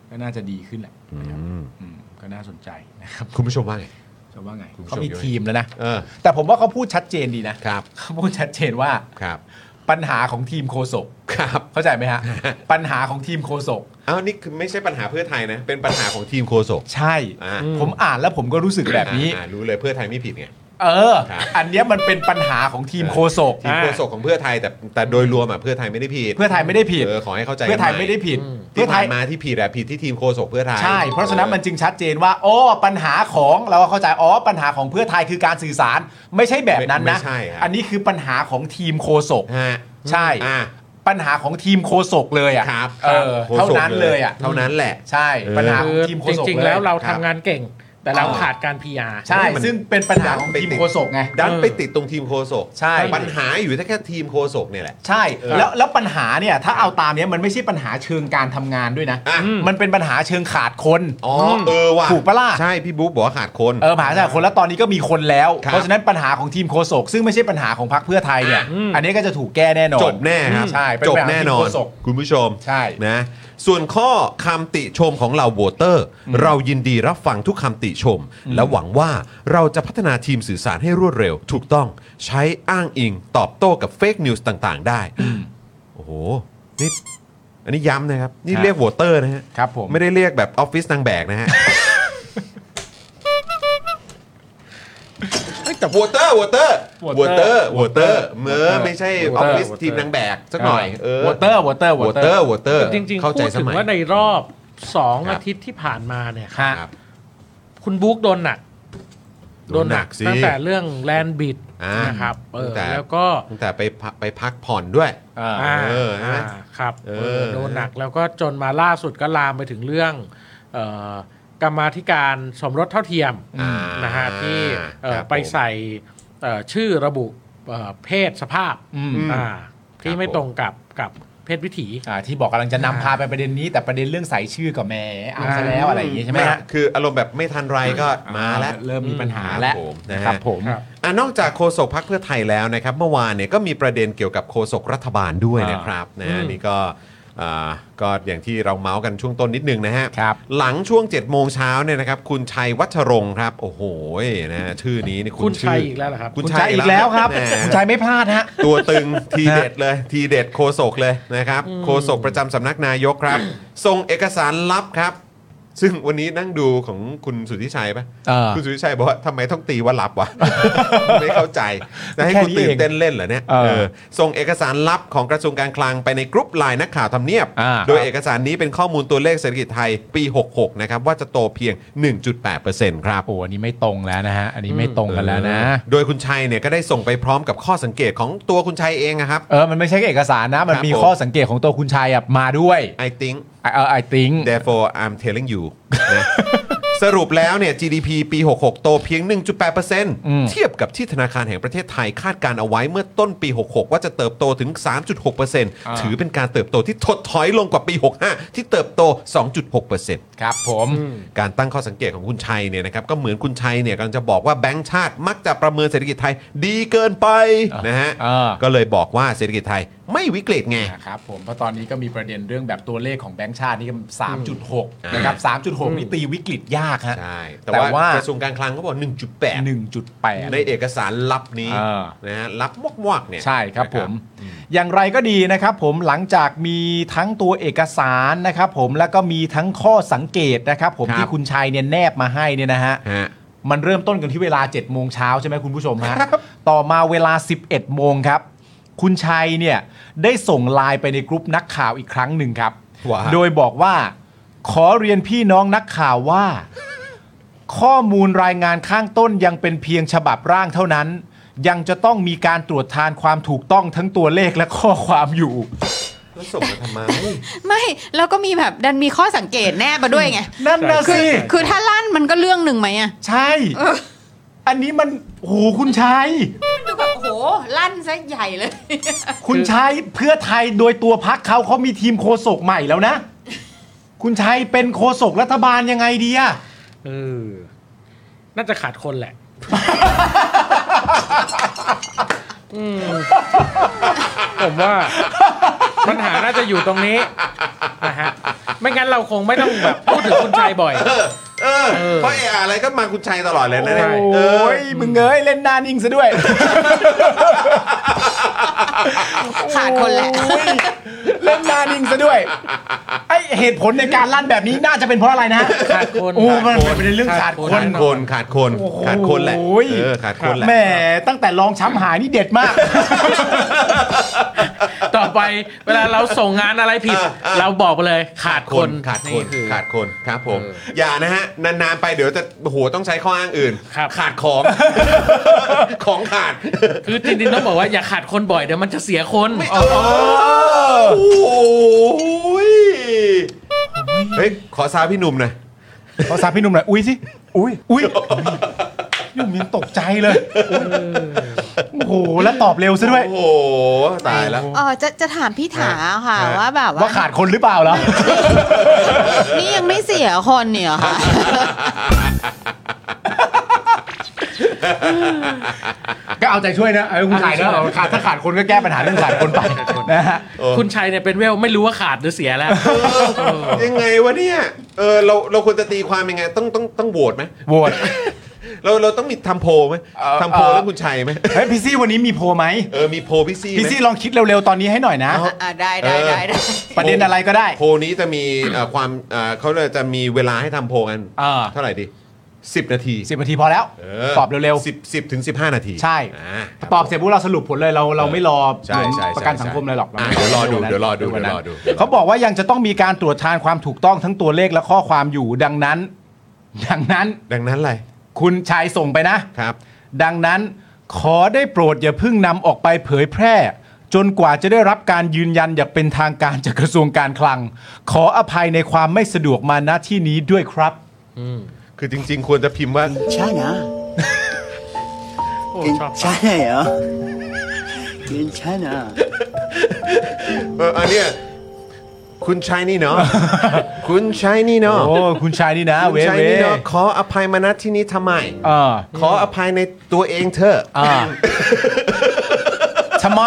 Speaker 3: ก็น่าจะดีขึ้นแหละนะครับ
Speaker 1: อืม
Speaker 3: อืมก็น่าสนใจนะครับ
Speaker 1: คุณผู้ชมว่าไง
Speaker 3: จะว่าไง
Speaker 1: คุณผู้ชม
Speaker 3: เขามี
Speaker 1: อยู่ไหน
Speaker 3: ทีมแล้วนะ
Speaker 1: เออ
Speaker 3: แต่ผมว่าเขาพูดชัดเจนดีนะครับ เขาพูดชัดเจนว่า [LAUGHS]
Speaker 1: ครับ
Speaker 3: ปัญหาของทีมโคศก
Speaker 1: ครับ
Speaker 3: เข้าใจไหม
Speaker 1: [LAUGHS]
Speaker 3: ฮะ ปัญหาของทีมโคศก
Speaker 1: อ้าวนี่คือไม่ใช่ปัญหาเพื่อไทยนะ เป็นปัญหาของทีมโคศก
Speaker 3: ใช่
Speaker 1: อ่า
Speaker 3: ผมอ่านแล้วผมก็รู้สึกแบบนี้
Speaker 1: อ่ารู้เลยเพื่อไทยไม่ผิดไง
Speaker 3: เออ
Speaker 1: ครับ
Speaker 3: อันเนี้ยมันเป็นปัญหาของทีมโคศก
Speaker 1: ทีมโคศกของเพื่อไทยแต่แต่โดยรวมอ่ะเพื่อไทยไม่ได้ผิด
Speaker 3: เพื่อไทยไม่ได้ผิด
Speaker 1: เออขอให้เข้าใจกัน
Speaker 3: เพื่อไทย
Speaker 1: ให
Speaker 3: ไม่ได้ผิดเพื่
Speaker 1: ที่
Speaker 3: อไท
Speaker 1: ผ่าย นมาที่ผิดอะผิดที่ทีมโคศกเพื่อไทย
Speaker 3: ใช่ เพราะฉะนั้นมันจึงชัดเจนว่าอ๋อปัญหาของเราก็เข้าใจอ๋อปัญหาของเพื่อไทยคือการสื่อสารไม่ใช่แบบนั้นนะ
Speaker 1: ไม่ใช่ครับ
Speaker 3: อันนี้คือปัญหาของทีมโคศก
Speaker 1: ฮะ
Speaker 3: ใช่
Speaker 1: อ่า
Speaker 3: ปัญหาของทีมโคศกเลยอ่ะ
Speaker 1: ครับ
Speaker 3: เออ
Speaker 1: โฆษก
Speaker 3: เท่านั้นเลยอ่ะ
Speaker 1: เท่านั้นแหละ
Speaker 3: ใช่
Speaker 1: เออ
Speaker 3: ปัญหาของ
Speaker 5: คือ
Speaker 3: ทีมโค
Speaker 5: จ
Speaker 3: ศก
Speaker 5: ริง
Speaker 3: เล
Speaker 5: ๆ
Speaker 3: ย
Speaker 5: แล้วเรา
Speaker 1: ครั
Speaker 5: ทำ
Speaker 1: บ
Speaker 5: งานเก่ง แต่เราขาดการ PR
Speaker 3: ใช่ซึ่งเป็นปัญหาของทีมโคศกไง
Speaker 1: ดันไปติดตรงทีมโคศก
Speaker 3: ใช่
Speaker 1: ปัญหาอยู่แค่แค่ทีมโคศกเนี่ยแหละ
Speaker 3: ใช่ แล้วแล้วปัญหาเนี่ยถ้าเอาตามเนี้ยมันไม่ใช่ปัญหาเชิงการทำงานด้วยนะ
Speaker 1: อ่ะ
Speaker 3: มันเป็นปัญหาเชิงขาดคน
Speaker 1: อ๋อเออว่ะ
Speaker 3: ถูกปะล่ะ
Speaker 1: ใช่พี่บุ๊กบอกว่าขาดคน
Speaker 3: เออปัญหาจากคนแล้วตอนนี้ก็มีคนแล้ว
Speaker 1: ครับ
Speaker 3: เพราะฉะนั้นปัญหาของทีมโคศก ซึ่งไม่ใช่ปัญหาของพรรคเพื่อไทยเนี่ย
Speaker 1: อ่ะ
Speaker 3: อันนี้ก็จะถูกแก้แน่นอน
Speaker 1: จบแน่ครับ
Speaker 3: ใช่เป็
Speaker 1: จบ
Speaker 3: ปัญหา
Speaker 1: แน่น
Speaker 3: ที
Speaker 1: อ
Speaker 3: ม
Speaker 1: น
Speaker 3: โฆษก
Speaker 1: คุณผู้ชม
Speaker 3: ใช่
Speaker 1: นะส่วนข้อคำติชมของเราโวเตอร์ เรายินดีรับฟังทุกคำติชม และหวังว่าเราจะพัฒนาทีมสื่อสารให้รวดเร็ว ถูกต้องใช้อ้างอิงตอบโต้กับเฟกนิวส์ต่างๆ ได้ โอ้โหนี่อันนี้ย้ำนะครับ นี่
Speaker 3: ครับ
Speaker 1: เรียกโวเตอร์นะฮะ
Speaker 3: ครับผม
Speaker 1: ไม่ได้เรียกแบบออฟฟิศนางแบกนะฮะ วอเตอร์วอเตอร์
Speaker 3: Water
Speaker 1: วอเตอร์วอเตอร์
Speaker 3: Water
Speaker 1: เมื่อไม่ใช่อ
Speaker 5: Water
Speaker 1: อฟฟิศ
Speaker 5: Water
Speaker 1: ทีมนางแบกสักหน่อย เออ
Speaker 3: วอเตอร์วอเตอร์ว
Speaker 1: ว
Speaker 3: อ
Speaker 1: อ
Speaker 3: เต
Speaker 1: เต
Speaker 3: อ
Speaker 1: อ
Speaker 3: ร์
Speaker 1: ร์วอเตอร์
Speaker 5: จริงๆ
Speaker 1: เข้าใจ
Speaker 5: พูด
Speaker 1: ส
Speaker 5: ถึง
Speaker 1: มัย
Speaker 5: ว่าในรอบสอง
Speaker 1: ครับ
Speaker 5: อาทิตย์ที่ผ่านมาเนี่ย
Speaker 3: ฮะ
Speaker 1: ครับ
Speaker 5: คุณบุ๊กโดนหนัก
Speaker 1: โดนหนักสิ
Speaker 5: ตั้งแต่เรื่องแลนบิด
Speaker 1: อ่าน
Speaker 5: นะครับเออแล้วก็
Speaker 1: ตั้งแต่ไปพักไปพักผ่อนด้วย
Speaker 5: อ่า
Speaker 1: เออใช่ไหม
Speaker 5: ครับ
Speaker 1: เออ
Speaker 5: เออโดนหนักแล้วก็จนมาล่าสุดก็ลามไปถึงเรื่องเอ่อกรรมาธิการสมรสเท่าเทียม
Speaker 1: อ่า
Speaker 5: นะฮะที่เอ่อ
Speaker 1: ครับผม
Speaker 5: ไปใส่เอ่อชื่อระบุเอ่อเพศสภาพ
Speaker 3: อืม
Speaker 5: อ่า
Speaker 1: ค
Speaker 5: ที่
Speaker 1: รับ
Speaker 5: ไม่
Speaker 1: ผม
Speaker 5: ตรงกับกับเพศวิถี
Speaker 3: อ่าที่บอกกำลังจะนำพาไปประเด็นนี้ แต่ประเด็นเรื่องใส่ชื่อกับแหม่เอาซะแล้วอะไรอย่างงี้ใช่ไหมฮะ
Speaker 1: คืออารมณ์แบบไม่ทันไรก็มาแล้ว
Speaker 3: เริ่มมีปัญหาแล้ว
Speaker 1: ครับผมนะฮะ
Speaker 3: ครับผม
Speaker 5: ครับ
Speaker 1: อ่ะนอกจากโฆษกพักเพื่อไทยแล้วนะครับ เมื่อวานเนี่ยก็มีประเด็นเกี่ยวกับโฆษกรัฐบาลด้วยนะครับนะฮะ
Speaker 5: อืม
Speaker 1: นี่ก็อ่าก็อย่างที่เราเมาส์กันช่วงต้นนิดนึงนะฮะ
Speaker 3: ครับ
Speaker 1: หลังช่วง7จ็ดโมงเช้าเนี่ยนะครับ คุณชัยวัชรงค์ครับ โอ้โหนะฮะชื่อนี้นี่
Speaker 5: คุณชัย
Speaker 1: อ
Speaker 5: อีกแล้วเหรอครับ
Speaker 1: คุณ
Speaker 3: คุณ
Speaker 1: ชั
Speaker 3: ชั
Speaker 1: ย
Speaker 3: ยอีกแล้วครับ
Speaker 1: แหม
Speaker 3: คุณชัยไม่พลาดฮะ
Speaker 1: ตัวตึง
Speaker 3: [LAUGHS]
Speaker 1: ทีเด็ดเลยทีเด็ดโคศกเลยนะครับ โคศกประจำสำนักนายกครับ ส่งเอกสารลับครับ ซึ่งวันนี้นั่งดูของคุณสุทธิชัยปะ
Speaker 3: เออ
Speaker 1: คุณสุทธิชัยบอกว่าทำไมต้องตีว่าลับ
Speaker 3: [LAUGHS]
Speaker 1: วะ ไม่เข้าใจจะให้
Speaker 3: แค่
Speaker 1: คุณ
Speaker 3: นี้
Speaker 1: ตื่น
Speaker 3: เอง
Speaker 1: เต้นเล่นเหรอเนี่ย
Speaker 3: เออ
Speaker 1: เออส่งเอกสารลับของกระทรวงการคลังไปในกรุ๊ปไลน์นักข่าวทำเนียบ
Speaker 3: อ่า
Speaker 1: โดย เอกสารนี้เป็นข้อมูลตัวเลขเศรษฐกิจไทยปี 66 นะครับ ว่าจะโตเพียง 1.8%ครับ
Speaker 3: โอ้อันนี้ไม่ตรงแล้วนะฮะอันนี้ไม่ตรงกันแล้วนะ
Speaker 1: โดยคุณชัยเนี่ยก็ได้ส่งไปพร้อมกับข้อสังเกตของตัวคุณชัยเองนะครับ
Speaker 3: เออ มันไม่ใช่แค่เอกสารนะ มันมี
Speaker 1: ครับผม
Speaker 3: ข้อสังเกตของตัวคุณชัยอ่ะมาด้วย
Speaker 1: I think
Speaker 3: เออไอติง
Speaker 1: therefore I'm telling you นะ สรุปแล้วเนี่ย GDP ปี 66 โตเพียง 1.8%เทียบกับที่ธนาคารแห่งประเทศไทยคาดการเอาไว้เมื่อต้นปี 66 ว่าจะเติบโตถึง 3.6%ถือเป็นการเติบโตที่ถดถอยลงกว่าปี 65 ที่เติบโต 2.6%
Speaker 3: ครับผม
Speaker 1: การตั้งข้อสังเกตของคุณชัยเนี่ยนะครับก็เหมือนคุณชัยเนี่ยกำลังจะบอกว่าแบงก์ชาติมักจะประเมินเศรษฐกิจไทยดีเกินไป
Speaker 3: อ่ะ
Speaker 1: นะฮะ
Speaker 3: อ่า
Speaker 1: ก็เลยบอกว่าเศรษฐกิจไทยไม่วิกฤตไง
Speaker 3: นะครับผมเพราะตอนนี้ก็มีประเด็นเรื่องแบบตัวเลขของแบงก์ชาตินี่ก็3.6 นะครับ 3.6 นี่ตีวิกฤตยากฮะ
Speaker 1: ใช่
Speaker 3: แต่
Speaker 1: แต่ว่า
Speaker 3: ว่า
Speaker 1: กระทรวงการคลังเขาบอก 1.8
Speaker 3: 1.8
Speaker 1: ในเอกสารลับนี้
Speaker 3: อ่า
Speaker 1: นะฮะลับมวกๆเนี่ย
Speaker 3: ใช่ครับผม อย่างไรก็ดีนะครับผมหลังจากมีทั้งตัวเอกสารนะครับผมแล้วก็มีทั้งข้อสังเกตนะครับผม
Speaker 1: ครับ
Speaker 3: ที่คุณชัยเนี่ยแนบมาให้เนี่ยนะฮะ
Speaker 1: ฮะ
Speaker 3: มันเริ่มต้นกันที่เวลา 7 โมงเช้าใช่ไหมคุณผู้ชมฮะ ต่อมาเวลา 11 โมงครับ คุณชัยเนี่ยได้ส่งไลน์ไปในกรุ๊ปนักข่าวอีกครั้งหนึ่งครับ
Speaker 1: ว่า
Speaker 3: โดยบอกว่า ขอเรียนพี่น้องนักข่าวว่า ข้อมูลรายงานข้างต้นยังเป็นเพียงฉบับร่างเท่านั้น ยังจะต้องมีการตรวจทานความถูกต้องทั้งตัวเลขและข้อความอยู่
Speaker 1: แล้วส่งมาทำไม
Speaker 4: ไม่แล้วก็มีแบบดันมีข้อสังเกตแนบมาด้วยไง
Speaker 3: นั่นนะ
Speaker 4: คือ
Speaker 3: สิ
Speaker 4: คือถ้าลั่นมันก็เรื่องหนึ่งไหมอะ
Speaker 3: ใช่ อันนี้มันโอ้โหคุณชัย
Speaker 4: ดูแบบโหลั่นซะใหญ่เลย
Speaker 3: คุณชัยเพื่อไทยโดยตัวพักเขาเขามีทีมโคศกใหม่แล้วนะ คุณชัยเป็นโคศกรัฐบาลยังไงดีอะ
Speaker 5: เออน่าจะขาดคนแหละ [LAUGHS] อืมผมว่า ปัญหาน่าจะอยู่ตรงนี้นะฮะไม่งั้นเราคงไม่ต้องแบบพูดถึงคุณชายบ่อย
Speaker 1: เออเออ
Speaker 5: เออ
Speaker 1: เพราะเอะอะไรก็มาคุณชัยตลอดเลยนะเนี่ย
Speaker 5: ใช่
Speaker 1: เออ
Speaker 3: โอ้ยมึงเอ้ยเล่นหน้านิ่งซะด้วย
Speaker 4: [LAUGHS] ขาดคนแหละ
Speaker 3: โอ้ยเล่นหน้านิ่งซะด้วยไอเหตุผลในการลั่นแบบนี้น่าจะเป็นเพราะอะไรนะ
Speaker 5: ขาดคน
Speaker 3: โอ้มัน
Speaker 5: ขาดคน
Speaker 3: เป็นเรื่องขาดคน
Speaker 1: ขาดคนขาดคน
Speaker 3: โอ้โห
Speaker 1: ขาดคนแหละเออขาดคนแหละ
Speaker 3: แหมตั้งแต่ลองช้ำหายนี่เด็ดมาก
Speaker 5: ต่อไปเวลาเราส่งงานอะไรผิด เราบอกไปเลยขาดคน
Speaker 1: ขาดคน
Speaker 5: อ
Speaker 1: ขาดคนครับผม
Speaker 5: เออ
Speaker 1: อ
Speaker 5: อย่
Speaker 1: านะฮะ นาน ๆ ไปเดี๋ยวจะโอ้โหต้องใช้ข้ออ้างอื่น
Speaker 5: ครับ
Speaker 1: ขาดของ ของขาด
Speaker 5: คือจริงๆต้องบอกว่าอย่าขาดคนบ่อยเดี๋ยวมันจะเสียคน
Speaker 1: โอ้ยเฮ้ย ขอซาวพี่หนุ่มหน่อย
Speaker 3: ขอสามพี่หนุ่มหน่อยอุ้ยสิ อุ้ย อุ้ยพี่หนุ่มยังตกใจเลย โอ้โห แล้วตอบเร็วซะด้วย
Speaker 1: โอ้โหตายแล้ว
Speaker 4: เออจะจะถามพี่ถาค่ะ
Speaker 1: ฮะ
Speaker 4: ว่าแบบ
Speaker 3: ว่าขาดคนหรือเปล่าล่ะ
Speaker 4: นี่ยังไม่เสียคนเนี่ยเหรอค่ะ
Speaker 3: ก็เอาใจช่วยนะเออคุณชายนะขาดถ้าขาดคนก็แก้ปัญหาเรื่องขาดคนไปนะฮะ
Speaker 5: คุณชัยเนี่ยเป็นเวลไม่รู้ว่าขาดหรือเสียแล้ว
Speaker 1: ยังไงวะเนี่ย เออเราเราควรจะตีความยังไง ต้องต้องต้องโหวต [LAUGHS] ไหม
Speaker 3: โหวต
Speaker 1: เราเราต้องมีทำโพลไหม
Speaker 3: เอ่อ
Speaker 1: ทำโพล
Speaker 3: เอ่อ
Speaker 1: แล้วคุณชัยไหม
Speaker 3: เฮ้ยพี่ซี่วันนี้มีโพลไหม
Speaker 1: เออมีโพลพี่ซี่ไหม
Speaker 3: พี่ซี่ลองคิดเร็วๆ ตอนนี้ให้หน่อยนะ
Speaker 1: เอา
Speaker 4: อ่ะได้ได้ได้ได้
Speaker 3: ประเด็นอะไรก็ได้
Speaker 1: โพลนี้จะมีเอ่อความเอ่อเขาเลยจะมีเวลาให้ทำโพลกัน
Speaker 3: เออ
Speaker 1: เท่าไหร่ดี 10 นาที
Speaker 3: สิบนาทีพอแล้ว
Speaker 1: เ
Speaker 3: ตอบเร็ว
Speaker 1: สิบสิบถึงสิบห้านาที
Speaker 3: ใช่
Speaker 1: อ่าค
Speaker 3: ๆ ตอบเสร็จปุ๊บเราสรุปผลเลยเราเราไม่รอ
Speaker 1: ใช่ใช่ใช่
Speaker 3: ประกันสังคมอะไรหรอก
Speaker 1: ะเดี๋ยวรอดูเดี๋ยวรอดูเดี๋ยวรอดู
Speaker 3: เขาบอกว่ายังจะต้องมีการตรวจทานความถูกต้องทั้งตัวเลขและข้อความอยู่ดังนั้น ดังนั้น
Speaker 1: ดังนั้นอะไร
Speaker 3: คุณชายส่งไปนะ
Speaker 1: ครับ
Speaker 3: ดังนั้นขอได้โปรดอย่าเพิ่งนำออกไปเผยแพร่ จนกว่าจะได้รับการยืนยันอย่างเป็นทางการจากกระทรวงการคลัง ขออภัยในความไม่สะดวกมาณที่นี้ด้วยครับ
Speaker 1: คือจริง ๆ ควรจะพิมพ์ว่า
Speaker 8: 괜찮아.
Speaker 5: โอ้ชอบ
Speaker 8: 괜찮아요. 괜찮아.
Speaker 1: เอออันเนี้ยคุณชายนี่เนาะ
Speaker 3: [LAUGHS]
Speaker 1: คุณชายนี่เนาะ
Speaker 3: โอ้คุณชายนี่นะ
Speaker 1: คุณ
Speaker 3: เว้ย
Speaker 1: ชาย
Speaker 3: เว้
Speaker 1: นี่
Speaker 3: ย
Speaker 1: เนาะขออภัยมาณที่นี้ทำไม
Speaker 3: เออ
Speaker 1: ขออภัยในตัวเองเถอะ
Speaker 3: เออทำไม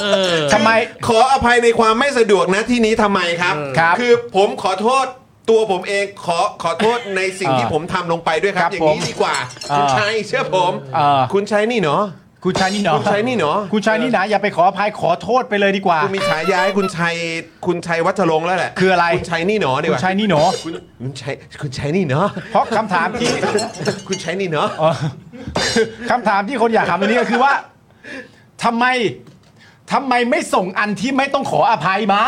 Speaker 5: เออ
Speaker 3: ทำไม
Speaker 1: ขออภัยในความไม่สะดวกนะที่นี้ทำไมครับ
Speaker 3: ครับ
Speaker 1: อผมขอโทษตัวผมเองขอขอโทษในสิ่งที่ผมทำลงไปด้วยครับ อย่างนี้ดีกว่า คุณชายเชื่อผม คุณชายนี่เนาะ
Speaker 3: คุณชายนี่เนาะ
Speaker 1: คุณชายนี่เนาะ
Speaker 3: คุณชายนี่นะอย่าไปขออภัยขอโทษไปเลยดีกว่า
Speaker 1: กูมีฉายาให้คุณชัยคุณชัยวัชรงค์แล้วแหละ
Speaker 3: คืออะไร
Speaker 1: คุณชัยนี่หนอดีก
Speaker 3: คุณ
Speaker 1: ว่า
Speaker 3: ชายนี่เนาะ
Speaker 1: คุณคุณชัยคุณชัยนี่หนอ
Speaker 3: เพราะคำถามที่
Speaker 1: คุณชัยนี่หนอ
Speaker 3: เออคำถามที่คนอยากถามตรงนี้ก็คือว่าทำไมทำไมไม่ส่งอันที่ไม่ต้องขออภัยมา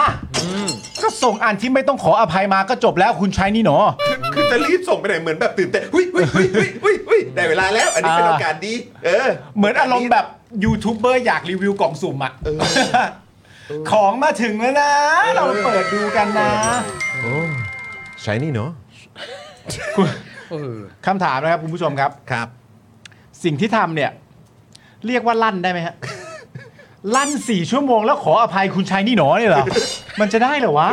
Speaker 3: ก็ส่งอันที่ไม่ต้องขออภัยมาก็จบแล้วคุณใช้นี่หนอ
Speaker 1: คือคือจะรีบส่งไปไหนเหมือนแบบตื่นเต้นหุ้ยหุ้ยหุ้ยหุ้ยหุ้ยหุ้ยได้เวลาแล้ว อันนี้เป็น
Speaker 3: อ่า
Speaker 1: โอกาสดี เออ
Speaker 3: เหมือนอารมณ์แบบยูทูบเบอร์อยากรีวิวกล่องสุ่มอะของมาถึงแล้วนะ เราเปิดดูกันนะ
Speaker 1: ชัยนี่หนอ
Speaker 5: เออ
Speaker 3: คำถามนะครับคุณผู้ชมครับ
Speaker 1: ครับ
Speaker 3: สิ่งที่ทำเนี่ย เรียกว่าลั่นได้ไหมฮะ ลั่นสี่ชั่วโมงแล้วขออภัยคุณชายนี่หนอเนี่ยเหรอ มันจะได้เหรอวะ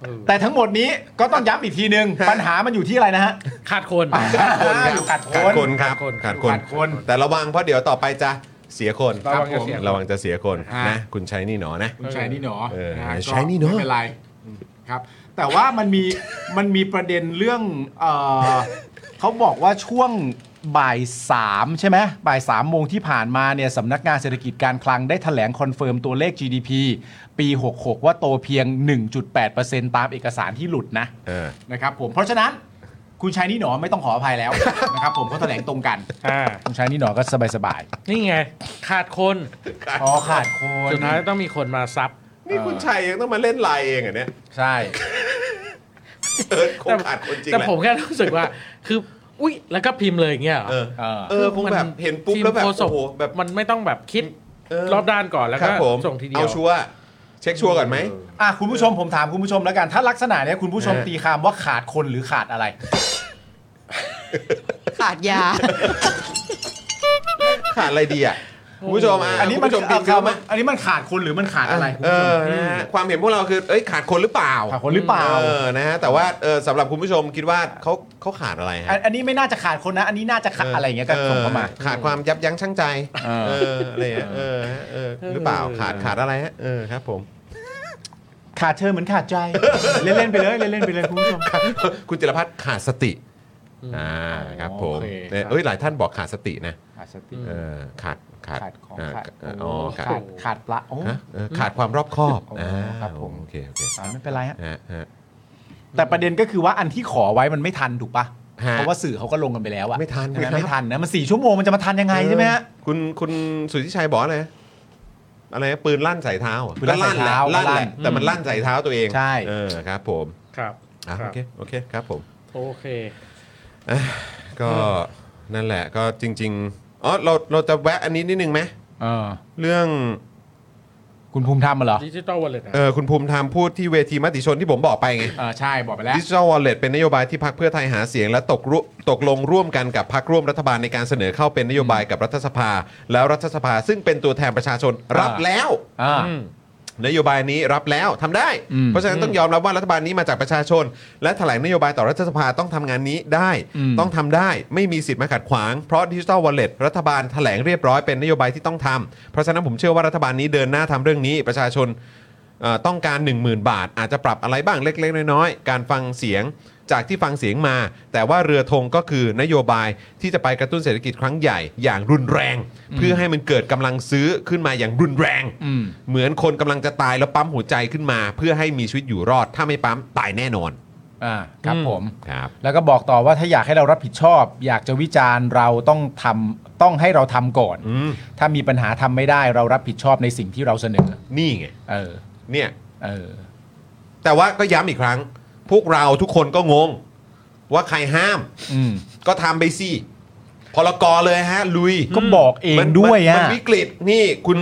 Speaker 5: เออ
Speaker 3: แต่ทั้งหมดนี้ก็ต้องย้ำอีกทีนึง ปัญหามันอยู่ที่อะไรนะฮะ
Speaker 5: ขาดคน
Speaker 3: ขาดคนครับ
Speaker 1: ขาดคนครับขาดคน
Speaker 3: ขาดคน
Speaker 1: แต่ระวังเพราะเดี๋ยวต่อไปจะเสียคน
Speaker 5: ระวังจะเสียคน
Speaker 1: ระวังจะเสียคน
Speaker 3: อ่าน
Speaker 1: นะคุณใช้นี่หนอนะ
Speaker 3: คุณชายนี่หนอ
Speaker 1: เออ
Speaker 3: นะฮะก็
Speaker 1: ชายนี่หนอ
Speaker 3: ไม่เป็นไรครับ แต่ว่ามันมีมันมีประเด็นเรื่องเอ่ [LAUGHS] อเขาบอกว่าช่วงบ่ายสามใช่ไหมบ่ายสามโมงที่ผ่านมาเนี่ยสำนักงานเศรษฐกิจการคลังได้ถแถลงคอนเฟิร์มตัวเลข GDP ปี 66 ว่าโตเพียง 1.8%ตามเอกสารที่หลุดนะ
Speaker 1: เออ
Speaker 3: นะครับผมเพราะฉะนั้นคุณชายนี่หนอไม่ต้องขออภัยแล้ว [LAUGHS] นะครับผมเพราะแถลงตรงกัน
Speaker 5: อ่า
Speaker 3: คุณชายนี่หนอก็สบาย
Speaker 5: นี่ไง ขาดคน
Speaker 3: ๆอ๋อขาดคน
Speaker 5: สุดท้ายต้องมีคนมาซับ
Speaker 1: นี่คุณชัยยังต้องมาเล่นไลน์เองเหรอ่ะเนี่ย
Speaker 3: ใช่
Speaker 1: เออคงขาดคนจริง
Speaker 5: แต่
Speaker 1: แหละ
Speaker 5: ผมแค่รู้สึกว่า คือ อุ๊ย แล้วก็พิมพ์เลยอย่างเงี้ยเหรอ
Speaker 1: เออ
Speaker 3: เออ
Speaker 1: เออคงแบบ
Speaker 5: มัน
Speaker 1: เห็นปุ๊บแล้วแบบ
Speaker 5: ทีมฆษ
Speaker 1: โอ้โหแบบ
Speaker 5: มันไม่ต้องแบบคิด
Speaker 1: เออ
Speaker 5: รอบด้านก่อนแล้ว
Speaker 1: ครั
Speaker 5: ก็
Speaker 1: บผม
Speaker 5: ส่งทีเดีย
Speaker 1: เอา
Speaker 5: ว
Speaker 1: ชัวร์เช็คชัวร์ก่อนไหม
Speaker 3: อ่ะคุณผู้ชมผมถามคุณผู้ชมแล้วกัน ถ้าลักษณะเนี้ยคุณผู้ชม
Speaker 1: เออ
Speaker 3: ตีความว่าขาดคนหรือขาดอะไร
Speaker 4: ขาดยา
Speaker 1: ขาดอะไรดีอ่ะคุณผู้ชมอ่ะ
Speaker 3: อันนี้มัน
Speaker 1: คุณผู้ชมพิมพ์เข้ามา
Speaker 3: อันนี้มันขาดคนหรือมันขาดอะไรคุณ
Speaker 1: เอ
Speaker 3: ผู้
Speaker 1: อ
Speaker 3: ชม
Speaker 1: นะฮะความเห็นพวกเราคือเอ้ยขาดคนหรือเปล่า
Speaker 3: ขาดคนหรือเปล่า
Speaker 1: เออนะฮะแต่ว่าเออสำหรับคุณผู้ชมคิดว่าเขาเขาขาดอะไรฮะ
Speaker 3: อันอันนี้ไม่น่าจะขาดคนนะ อันนี้น่าจะขาดอะไรอย่างเงี้ยก็ส่งเข้ามา
Speaker 1: ออขาดความยับยั้งชั่งใจ
Speaker 3: เออ
Speaker 1: เอออะไรอย่างเงี้ยเออฮะเออหรือเปล่าขาดขาดอะไรฮะเออครับผม [LAUGHS]
Speaker 3: ขาดเธอเหมือนขาดใจ เล่นๆไปเลยเล่นๆไปเลยคุณผู้ชม
Speaker 1: คุณจิรพัฒน์ขาดสติอ่าครับผม
Speaker 3: โอเค
Speaker 1: เนี่ยเอ้ยหลายท่านบอกขาดสตินะ
Speaker 3: ขาดสติ
Speaker 1: เออขาดขาด
Speaker 3: ขาดของ
Speaker 1: เออ
Speaker 3: ขาด
Speaker 1: อ๋อขาด
Speaker 3: ขาดขาดปลาโอ้
Speaker 1: ฮะเออขาดความรอบคอบ
Speaker 3: โอ้
Speaker 1: อ่า
Speaker 3: ครับผม
Speaker 1: โอเคโอเค
Speaker 3: อ่ะไม่เป็นไรฮะ
Speaker 1: ฮะฮะ
Speaker 3: แต่ประเด็นก็คือว่าอันที่ขอไว้มันไม่ทันถูกปะ
Speaker 1: ฮะ
Speaker 3: เพราะว่าสื่อเขาก็ลงกันไปแล้วอะ
Speaker 1: ไม่ทัน
Speaker 3: ใช่ไหม
Speaker 1: ครับ
Speaker 3: ไม่ทันนะ มันสี่ชั่วโมงมันจะมาทันยังไงใช่ไหมฮะ
Speaker 1: คุณคุณสุทธิชัยบอกอะไรอะไรนะปืนลั่นใส่เท้า
Speaker 3: ปืนลั่นใส่เท้า
Speaker 1: ก็ลั่นแหละลั่นแหละ
Speaker 3: ลั่น
Speaker 1: แต่มันลั่นใส่เท้าตัวเอง
Speaker 3: ใช่
Speaker 1: เออครับผม
Speaker 5: ครับ
Speaker 1: อ่ะ
Speaker 5: ค
Speaker 1: โอ
Speaker 5: รับ
Speaker 1: เคโอเคครับผม
Speaker 5: โอเค
Speaker 1: ก็นั่นแหละก็จริงๆอ๋อเราเราจะแวะอันนี้นิดนึงไหม
Speaker 3: เออ
Speaker 1: เรื่อง
Speaker 3: คุณภูมิธรรมมาเหรอ
Speaker 5: ดิจิตอลวอลเล็ต
Speaker 1: เออคุณภูมิธรรมพูดที่เวทีมติชนที่ผมบอกไปไง
Speaker 3: เออใช่บอกไปแล้ว
Speaker 1: ดิจิ t a ลวอลเล็ตเป็นนโยบายที่พรรคเพื่อไทยหาเสียง และตกรุตกลงร่วมกันกับพรรคร่วมรัฐบาลในการเสนอเข้าเป็นนโยบายกับรัฐสภา แล้วรัฐสภาซึ่งเป็นตัวแทนประชาชน
Speaker 3: อ่ารั
Speaker 1: รับแล้ว
Speaker 3: อ่า
Speaker 1: นโยบายนี้รับแล้วทำได้
Speaker 3: อืม
Speaker 1: เพราะฉะนั้นต้องยอมรับว่ารัฐบาลนี้มาจากประชาชน และแถลงนโยบายต่อรัฐสภาต้องทำงานนี้ได้
Speaker 3: อืม
Speaker 1: ต้องทำได้ไม่มีสิทธิ์มาขัดขวาง เพราะดิจิทัลวอลเล็ตรัฐบาลแถลงเรียบร้อยเป็นนโยบายที่ต้องทำเพราะฉะนั้นผมเชื่อว่ารัฐบาลนี้เดินหน้าทำเรื่องนี้ประชาชนเอ่อต้องการ 10,000 บาท อาจจะปรับอะไรบ้างเล็ก ๆ น้อยๆ การฟังเสียงจากที่ฟังเสียงมา แต่ว่าเรือธงก็คือนโยบายที่จะไปกระตุ้นเศรษฐกิจครั้งใหญ่อย่างรุนแรง เพื่อให้มันเกิดกำลังซื้อขึ้นมาอย่างรุนแรง
Speaker 3: อืม
Speaker 1: เหมือนคนกำลังจะตายแล้วปั๊มหัวใจขึ้นมา เพื่อให้มีชีวิตอยู่รอด ถ้าไม่ปั๊มตายแน่นอน
Speaker 3: อ่า ครับผม
Speaker 1: ครับ
Speaker 3: แล้วก็บอกต่อว่าถ้าอยากให้เรารับผิดชอบ อยากจะวิจารณ์เราต้องทำต้องให้เราทำก่อน
Speaker 1: อืม
Speaker 3: ถ้ามีปัญหาทำไม่ได้เรารับผิดชอบในสิ่งที่เราเสนอ
Speaker 1: นี่ไง
Speaker 3: เออ
Speaker 1: เนี่ย
Speaker 3: เออ
Speaker 1: แต่ว่าก็ย้ำอีกครั้ง พวกเราทุกคนก็งง ว่าใครห้าม
Speaker 3: อืม
Speaker 1: ก็ทำไปสิพลกรเลยฮะ ลุย
Speaker 3: ก็บอกเอง
Speaker 1: มัน
Speaker 3: ด้วย
Speaker 1: มัน
Speaker 3: อะ
Speaker 1: มันวิกฤตนี่คุณ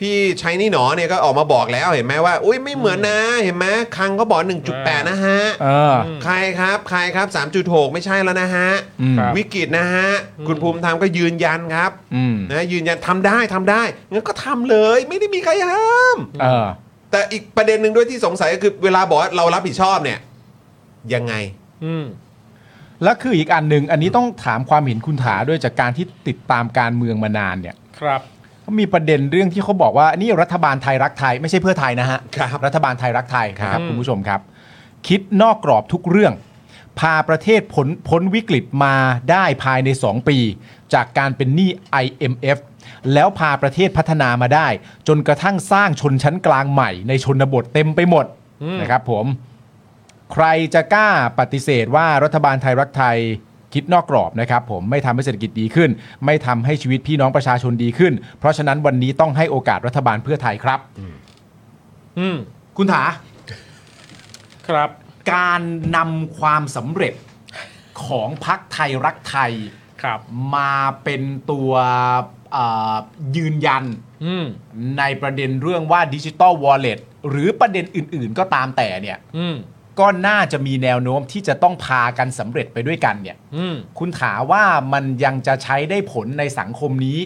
Speaker 1: พี่ชัยนี่หนอเนี่ยก็ออกมาบอกแล้วเห็นไหมว่า อุ้ยไม่เหมือนนะเห็นไหมคลังเขาบอก 1.8 นะฮะ
Speaker 3: เออ
Speaker 1: ใครครับใครครับ 3.6 ไม่ใช่แล้วนะฮะ
Speaker 3: อืม
Speaker 1: วิกฤตนะฮะ คุณภูมิธรรมก็ยืนยันครับ
Speaker 3: อืม
Speaker 1: นะยืนยันทำได้ทำได้งั้นก็ทำเลยไม่ได้มีใครห้าม
Speaker 3: เออ
Speaker 1: แต่อีกประเด็นหนึ่งด้วยที่สงสัยก็คือเวลาบอกว่าเรารับผิดชอบเนี่ย ยังไง
Speaker 5: อืม
Speaker 3: แล้วคืออีกอันหนึ่งอันนี้ต้องถามความเห็นคุณถาด้วยจากการที่ติดตามการเมืองมานานเนี่ย
Speaker 5: ครับ
Speaker 3: เขามีประเด็นเรื่องที่เขาบอกว่านี่รัฐบาลไทยรักไทยไม่ใช่เพื่อไทยนะฮะ
Speaker 1: ครับ
Speaker 3: รัฐบาลไทยรักไทย
Speaker 1: ครับ
Speaker 3: นะครับคุณผู้ชมครับ คิดนอกกรอบทุกเรื่อง พาประเทศพ้นพ้นวิกฤตมาได้ภายใน 2 ปี จากการเป็นหนี้ IMF แล้วพาประเทศพัฒนามาได้ จนกระทั่งสร้างชนชั้นกลางใหม่ในชนบทเต็มไปหมดนะครับผม ใครจะกล้าปฏิเสธว่ารัฐบาลไทยรักไทยคิดนอกกรอบนะครับผมไม่ทำให้เศรษฐกิจดีขึ้น ไม่ทำให้ชีวิตพี่น้องประชาชนดีขึ้น เพราะฉะนั้นวันนี้ต้องให้โอกาสรัฐบาลเพื่อไทยครับ
Speaker 5: อืม
Speaker 3: คุณถา
Speaker 5: ครับ
Speaker 3: การนำความสำเร็จของพักไทยรักไทย
Speaker 5: ครับ
Speaker 3: มาเป็นตัวเอ่อยืนยัน
Speaker 5: อืม
Speaker 3: ในประเด็นเรื่องว่าดิจิ t a ลวอลเล็ตหรือประเด็นอื่น ๆ ก็ตามแต่เนี่ย
Speaker 5: อืม
Speaker 3: ก็น่าจะมีแนวโน้มที่จะต้องพากันสำเร็จไปด้วยกันเนี่ย
Speaker 5: อืม
Speaker 3: คุณถาว่ามันยังจะใช้ได้ผลในสังคมนี้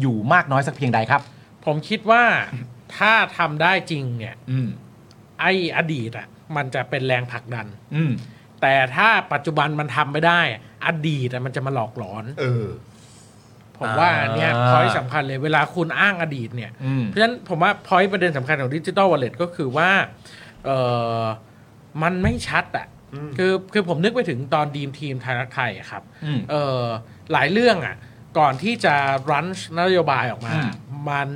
Speaker 3: อยู่มากน้อยสักเพียงใดครับ
Speaker 5: ผมคิดว่าถ้าทำได้จริงเนี่ย
Speaker 3: อืม
Speaker 5: ไอ้อดีตอ่ะมันจะเป็นแรงผลักดัน
Speaker 3: อืม
Speaker 5: แต่ถ้าปัจจุบันมันทำไม่ได้อะอดีตอะมันจะมาหลอกหลอน
Speaker 6: เออ
Speaker 5: ผมว่าอันเนี่ย
Speaker 3: อ่า
Speaker 5: พอยสำคัญเลยเวลาคุณอ้างอดีตเนี่ย
Speaker 3: อืม
Speaker 5: เพราะฉะนั้นผมว่าพอยประเด็นสำคัญของดิจิ t a ลวอลเล็ตก็คือว่าเออมันไม่ชัดอ่ะคือคือผมนึกไปถึงตอนดีมทีมไทยรักไทยอะครับ
Speaker 3: อืม
Speaker 5: เออหลายเรื่องอ่ะก่อนที่จะรันช์นโยบายออกมา
Speaker 3: อืม
Speaker 5: มัน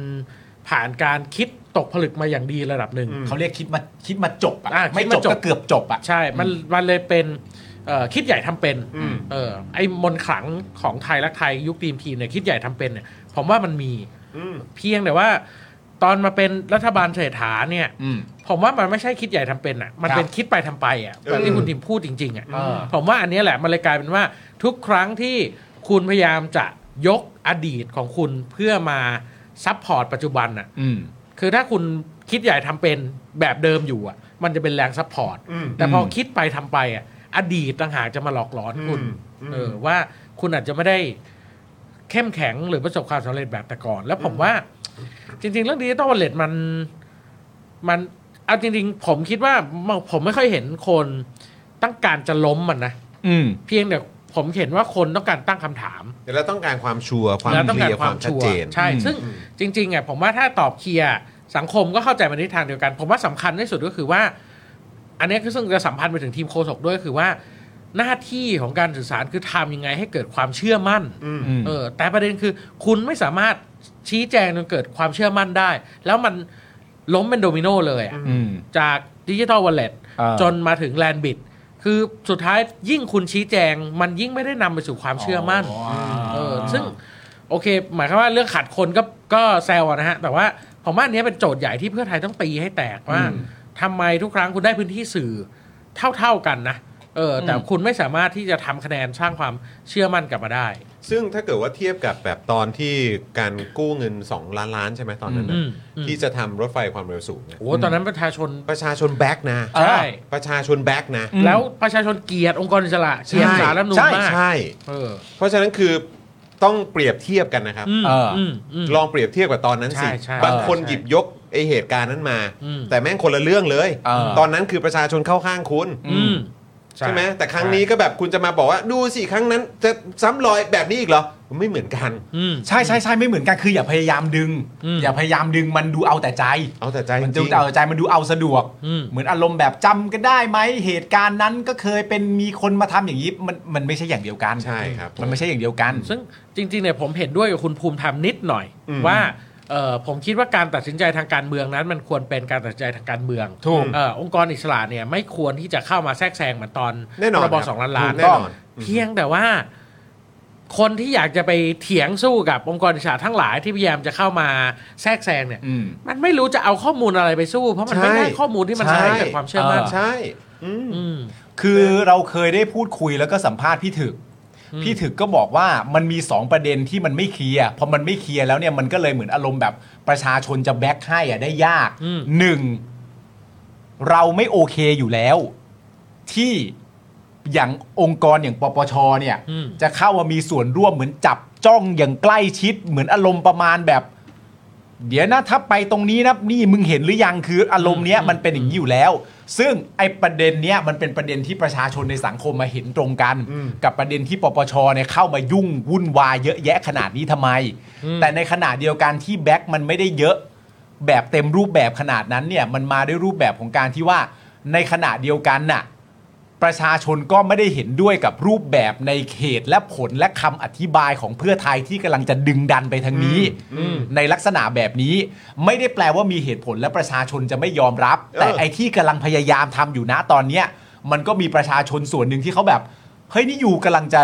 Speaker 5: ผ่านการคิดตกผลึกมาอย่างดีระดับหนึ่ง
Speaker 3: เขาเรียกคิดมาคิดมาจบ
Speaker 5: อ่ะ
Speaker 3: อะไม่
Speaker 5: คิด
Speaker 3: จบ
Speaker 5: มาจบ
Speaker 3: ก็เกือบจบอะ
Speaker 5: ใช่ มันมันเลยเป็นเอ่อคิดใหญ่ทำเป็นเออไอ้มนต์ขลังของไทยรักไทยยุคทีมทีมเนี่ยคิดใหญ่ทำเป็นเนี่ยผมว่ามันมีเพียงแต่ว่า ตอนมาเป็นรัฐบาลเศรษฐาเนี่ย
Speaker 3: อืม
Speaker 5: ผมว่ามันไม่ใช่คิดใหญ่ทำเป็นอ่ะ มันเป็น
Speaker 3: ครับ
Speaker 5: คิดไปทำไปอ่ะแบบที่
Speaker 6: เออ
Speaker 5: คุณทิมพูดจริง ๆอ่ะ
Speaker 3: เออ
Speaker 5: ผมว่าอันเนี้ยแหละมันเลยกลายเป็นว่าทุกครั้งที่คุณพยายามจะยกอดีตของคุณเพื่อมาซัพพอร์ตปัจจุบันอ่ะ
Speaker 3: อืม
Speaker 5: คือถ้าคุณคิดใหญ่ทำเป็นแบบเดิมอยู่อ่ะ มันจะเป็นแรงซัพพอร์ต แต่พออ
Speaker 3: ม
Speaker 5: คิดไปทำไปอ่ะ อดีตต่างหากจะมาหลอกหลอนคุณ
Speaker 6: อืม
Speaker 5: เออว่าคุณอาจจะไม่ได้เข้มแข็งหรือประสบความสำเร็จแบบแต่ก่อน แล้วผมว่า จริง ๆ เรื่องดิจิตอลวอลเล็ตมันมันเอาจริง ๆ ผมคิดว่าผมไม่ค่อยเห็นคนต้องการจะล้มมันนะ
Speaker 3: อืม
Speaker 5: เพียงแต่ผมเห็นว่าคนต้องการตั้งคำถาม
Speaker 6: เดี๋ยวเราต้องการความชัวร์ความ
Speaker 5: แล้วต้อ
Speaker 6: เค
Speaker 5: งการ
Speaker 6: ลียร์ค
Speaker 5: คาว
Speaker 6: วาม มชัด
Speaker 5: ชัว
Speaker 6: เจ
Speaker 5: ร์
Speaker 6: น
Speaker 5: ใช่
Speaker 3: อืม
Speaker 5: ซึ่งจริงๆอ่ะผมว่าถ้าตอบเคลียร์สังคมก็เข้าใจมาในทิศทางเดียวกัน ผมว่าสำคัญที่สุดก็คือว่า อันเนี้ยคือซึ่งจะสัมพันธ์ไปถึงทีมโคศกด้วยคือว่า หน้าที่ของการสื่อสารคือทำยังไงให้เกิดความเชื่อมั่น
Speaker 3: อืม
Speaker 5: เออแต่ประเด็นคือคุณไม่สามารถชี้แจงจนเกิดความเชื่อมั่นได้ แล้วมันล้มเป็นโดมิโนเลยอะ
Speaker 3: อืม
Speaker 5: จากดิจิทัลวอลเล็ต
Speaker 3: อ่า
Speaker 5: จนมาถึงแลนบิดคือสุดท้ายยิ่งคุณชี้แจง มันยิ่งไม่ได้นำไปสู่ความเชื่อมั่น เออซึ่งโอเค หมายความว่าเรื่องขัดคนก็ก็แซวอะนะฮะ แต่ว่าผมว่าอันเนี้ยเป็นโจทย์ใหญ่ที่เพื่อไทยต้องตีให้แตกว่าทำไมทุกครั้งคุณได้พื้นที่สื่อเท่าๆกันนะเออแต่คุณไม่สามารถที่จะทำคะแนนสร้างความเชื่อมั่นกลับมาได้
Speaker 6: ซึ่งถ้าเกิดว่าเทียบกับแบบตอนที่การกู้เงิน 2 ล้านล้านใช่ไหมตอนนั้นน่ะ
Speaker 5: อืมอืม
Speaker 6: ที่จะทำรถไฟความเร็วสูงเนี่ย
Speaker 5: โอ้โหตอนนั้นประชาชน
Speaker 6: ประชาชนแบ็กนะ
Speaker 5: ใช่
Speaker 6: ประชาชนแบ็กนะ
Speaker 5: แล้วประชาชนเกลียดองค์กรอิสระเกลียดสารรัฐธรรมนูญ
Speaker 6: ใช่
Speaker 5: มาก
Speaker 6: ใช่
Speaker 5: เออ
Speaker 6: เพราะฉะนั้นคือต้องเปรียบเทียบกันนะครับ
Speaker 5: อืม
Speaker 3: เอออื
Speaker 5: มอืม
Speaker 6: ลองเปรียบเทียบกับตอนนั้นสิ
Speaker 5: ใช่ใช่
Speaker 6: บางคน
Speaker 5: ใช่
Speaker 6: หยิบยกไอเหตุการณ์นั้นมา
Speaker 5: อืม
Speaker 6: แต่แม่งคนละเรื่องเลย
Speaker 3: เออ
Speaker 6: ตอนนั้นคือประชาชนเข้าข้างคุณ
Speaker 5: อืม
Speaker 6: ใช่ไหมแต่ครั้งนี้ก็แบบคุณจะมาบอกว่าดูสิครั้งนั้นจะซ้ำรอยแบบนี้อีกเหรอไม่เหมือนกัน
Speaker 5: อืม
Speaker 3: ใช่ใช่ใช่ไม่เหมือนกันคืออย่าพยายามดึง
Speaker 5: อืม
Speaker 3: อย่าพยายามดึงมันดูเอาแต่ใจ
Speaker 6: เอาแต่ใจจ
Speaker 3: มันดู
Speaker 6: ริง
Speaker 3: เอาแต่ใจมันดูเอาสะดวก
Speaker 5: อืม
Speaker 3: เหมือนอารมณ์แบบจำก็ได้ไหมเหตุการณ์นั้นก็เคยเป็นมีคนมาทำอย่างนี้มันมันไม่ใช่อย่างเดียวกัน
Speaker 6: ๆใช่ครับผ
Speaker 3: มัน
Speaker 6: ม
Speaker 3: ไม่ใช่อย่างเดียวกัน
Speaker 5: ซึ่งจริงๆเนี่ยผมเห็นด้วยกับคุณภูมิธรรมนิดหน่อย
Speaker 6: อืม
Speaker 5: ว่าเอ่อผมคิดว่าการตัดสินใจทางการเมืองนั้น มันควรเป็นการตัดสินใจทางการเมือง
Speaker 3: ถูก
Speaker 5: เออองค์กรอิสระเนี่ยไม่ควรที่จะเข้ามาแทรกแซงเหมือนตอน
Speaker 6: แน่นอน
Speaker 5: พรบ
Speaker 6: ครับ
Speaker 5: สองล้านล้าน
Speaker 6: ถูกแน่นอน
Speaker 5: เพียงแต่ว่า คนที่อยากจะไปเถียงสู้กับองค์กรอิสระทั้งหลายที่พยายามจะเข้ามาแทรกแซงเนี่ย
Speaker 3: อืม
Speaker 5: มันไม่รู้จะเอาข้อมูลอะไรไปสู้ เพราะมันไม่ได้
Speaker 6: ใช่
Speaker 5: ข้อมูลที่มัน
Speaker 6: ใช่
Speaker 5: ทำให้เกิดความเชื่อมั่น
Speaker 3: เออ
Speaker 6: ใช่อืม
Speaker 5: อืม
Speaker 3: คือเราเคยได้พูดคุยแล้วก็สัมภาษณ์พี่ถึก
Speaker 5: อืม
Speaker 3: พี่ถึกก็บอกว่ามันมี 2 ประเด็นที่มันไม่เคลียร์พอมันไม่เคลียร์แล้วเนี่ยมันก็เลยเหมือนอารมณ์แบบประชาชนจะแบ็คให้อะได้ยาก
Speaker 5: อืม
Speaker 3: หนึ่งเราไม่โอเคอยู่แล้ว ที่อย่างองค์กรอย่างปปชเนี่ย
Speaker 5: อืม
Speaker 3: จะเข้ามามีส่วนร่วมเหมือนจับจ้องอย่างใกล้ชิด เหมือนอารมณ์ประมาณแบบ เดี๋ยวนะถ้าไปตรงนี้นะนี่มึงเห็นหรือยังคืออารมณ์เนี้ยมันเป็นอย่างนี้อยู่แล้ว ซึ่งไอ้ประเด็นเนี้ยมันเป็นประเด็นที่ประชาชนในสังคมมาเห็นตรงกัน กับประเด็นที่ปปชเนี่ยเข้ามายุ่งวุ่นวายเยอะแยะขนาดนี้ทำไม แต่ในขณะเดียวกันที่แบ็คมันไม่ได้เยอะ แบบเต็มรูปแบบขนาดนั้นเนี่ยมันมาด้วยรูปแบบของการที่ว่าในขณะเดียวกันน่ะ ประชาชนก็ไม่ได้เห็นด้วยกับรูปแบบในเขตและผลและคำอธิบายของเพื่อไทยที่กำลังจะดึงดันไปทางนี้ ในลักษณะแบบนี้ ไม่ได้แปลว่ามีเหตุผลและประชาชนจะไม่ยอมรับ
Speaker 6: เออ
Speaker 3: แต่ไอ้ที่กำลังพยายามทำอยู่นะตอนเนี้ย มันก็มีประชาชนส่วนหนึ่งที่เขาแบบเฮ้ยนี่อยู่กำลังจะ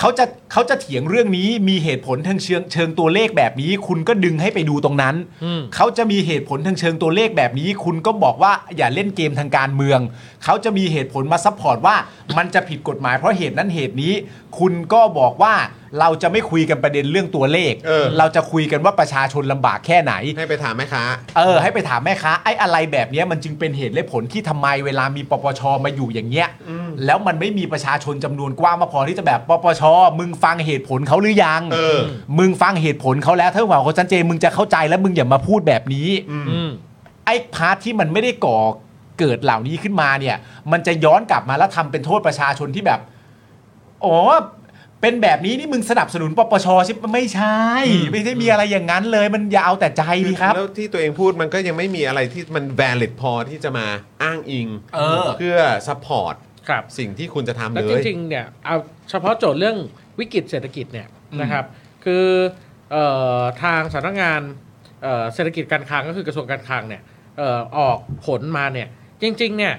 Speaker 3: เขาจะเขาจะเถียงเรื่องนี้มีเหตุผลทางเชิงเชิงตัวเลขแบบนี้ คุณก็ดึงให้ไปดูตรงนั้น
Speaker 5: อืม
Speaker 3: เขาจะมีเหตุผลทางเชิงตัวเลขแบบนี้ คุณก็บอกว่าอย่าเล่นเกมทางการเมือง เขาจะมีเหตุผลมาซัพพอร์ตว่า มันจะผิดกฎหมายเพราะเหตุนั้นเหตุนี้ คุณก็บอกว่า เราจะไม่คุยกันประเด็นเรื่องตัวเลข
Speaker 1: เออ
Speaker 3: จะคุยกันว่าประชาชนลำบากแค่ไหน
Speaker 1: ให้ไปถามแม่ค้า
Speaker 3: เออให้ไปถามแม่ค้าไอ้อะไรแบบเนี้ยมันจึงเป็นเหตุและผลที่ทำไมเวลามีปปชมาอยู่อย่างเงี้ยแล้วมันไม่มีประชาชนจำนวนกว้างมาพอที่จะแบบปปชมึงฟังเหตุผลเขาหรือยัง
Speaker 1: เออ
Speaker 3: มึงฟังเหตุผลเขาแล้วถ้าหวังเขาชัดเจนมึงจะเข้าใจแล้วมึงอย่ามาพูดแบบนี้
Speaker 5: อืม
Speaker 3: ไอ้พาร์ทที่มันไม่ได้ก่อเกิดเหล่านี้ขึ้นมาเนี่ย มันจะย้อนกลับมาแล้วทำเป็นโทษประชาชนที่แบบอ๋อเป็นแบบนี้นี่มึงสนับสนุนปปชใช่ปะไม่ใช่ ไม่ได้มีอะไรอย่างนั้นเลย มันอย่าเอาแต่ใจดีครับ
Speaker 1: แล้วที่ตัวเองพูดมันก็ยังไม่มีอะไรที่มัน valid พอที่จะมาอ้างอิง
Speaker 3: เออ
Speaker 1: อ support
Speaker 5: ครับ
Speaker 1: สิ่งที่คุณจะทำ
Speaker 5: แล้ว
Speaker 1: เล
Speaker 5: จ
Speaker 1: ย
Speaker 5: ริงๆ เนี่ย เอาเฉพาะโจทย์เรื่องวิกฤตเศรษฐกิจเนี่ยนะครับ คือเอ่อทางสำนักงานเอ่อเศรษฐกิจการคลังก็คือกระทรวงการคลังเนี่ยเอ่อออกผลมาเนี่ย จริง ๆ เนี่ย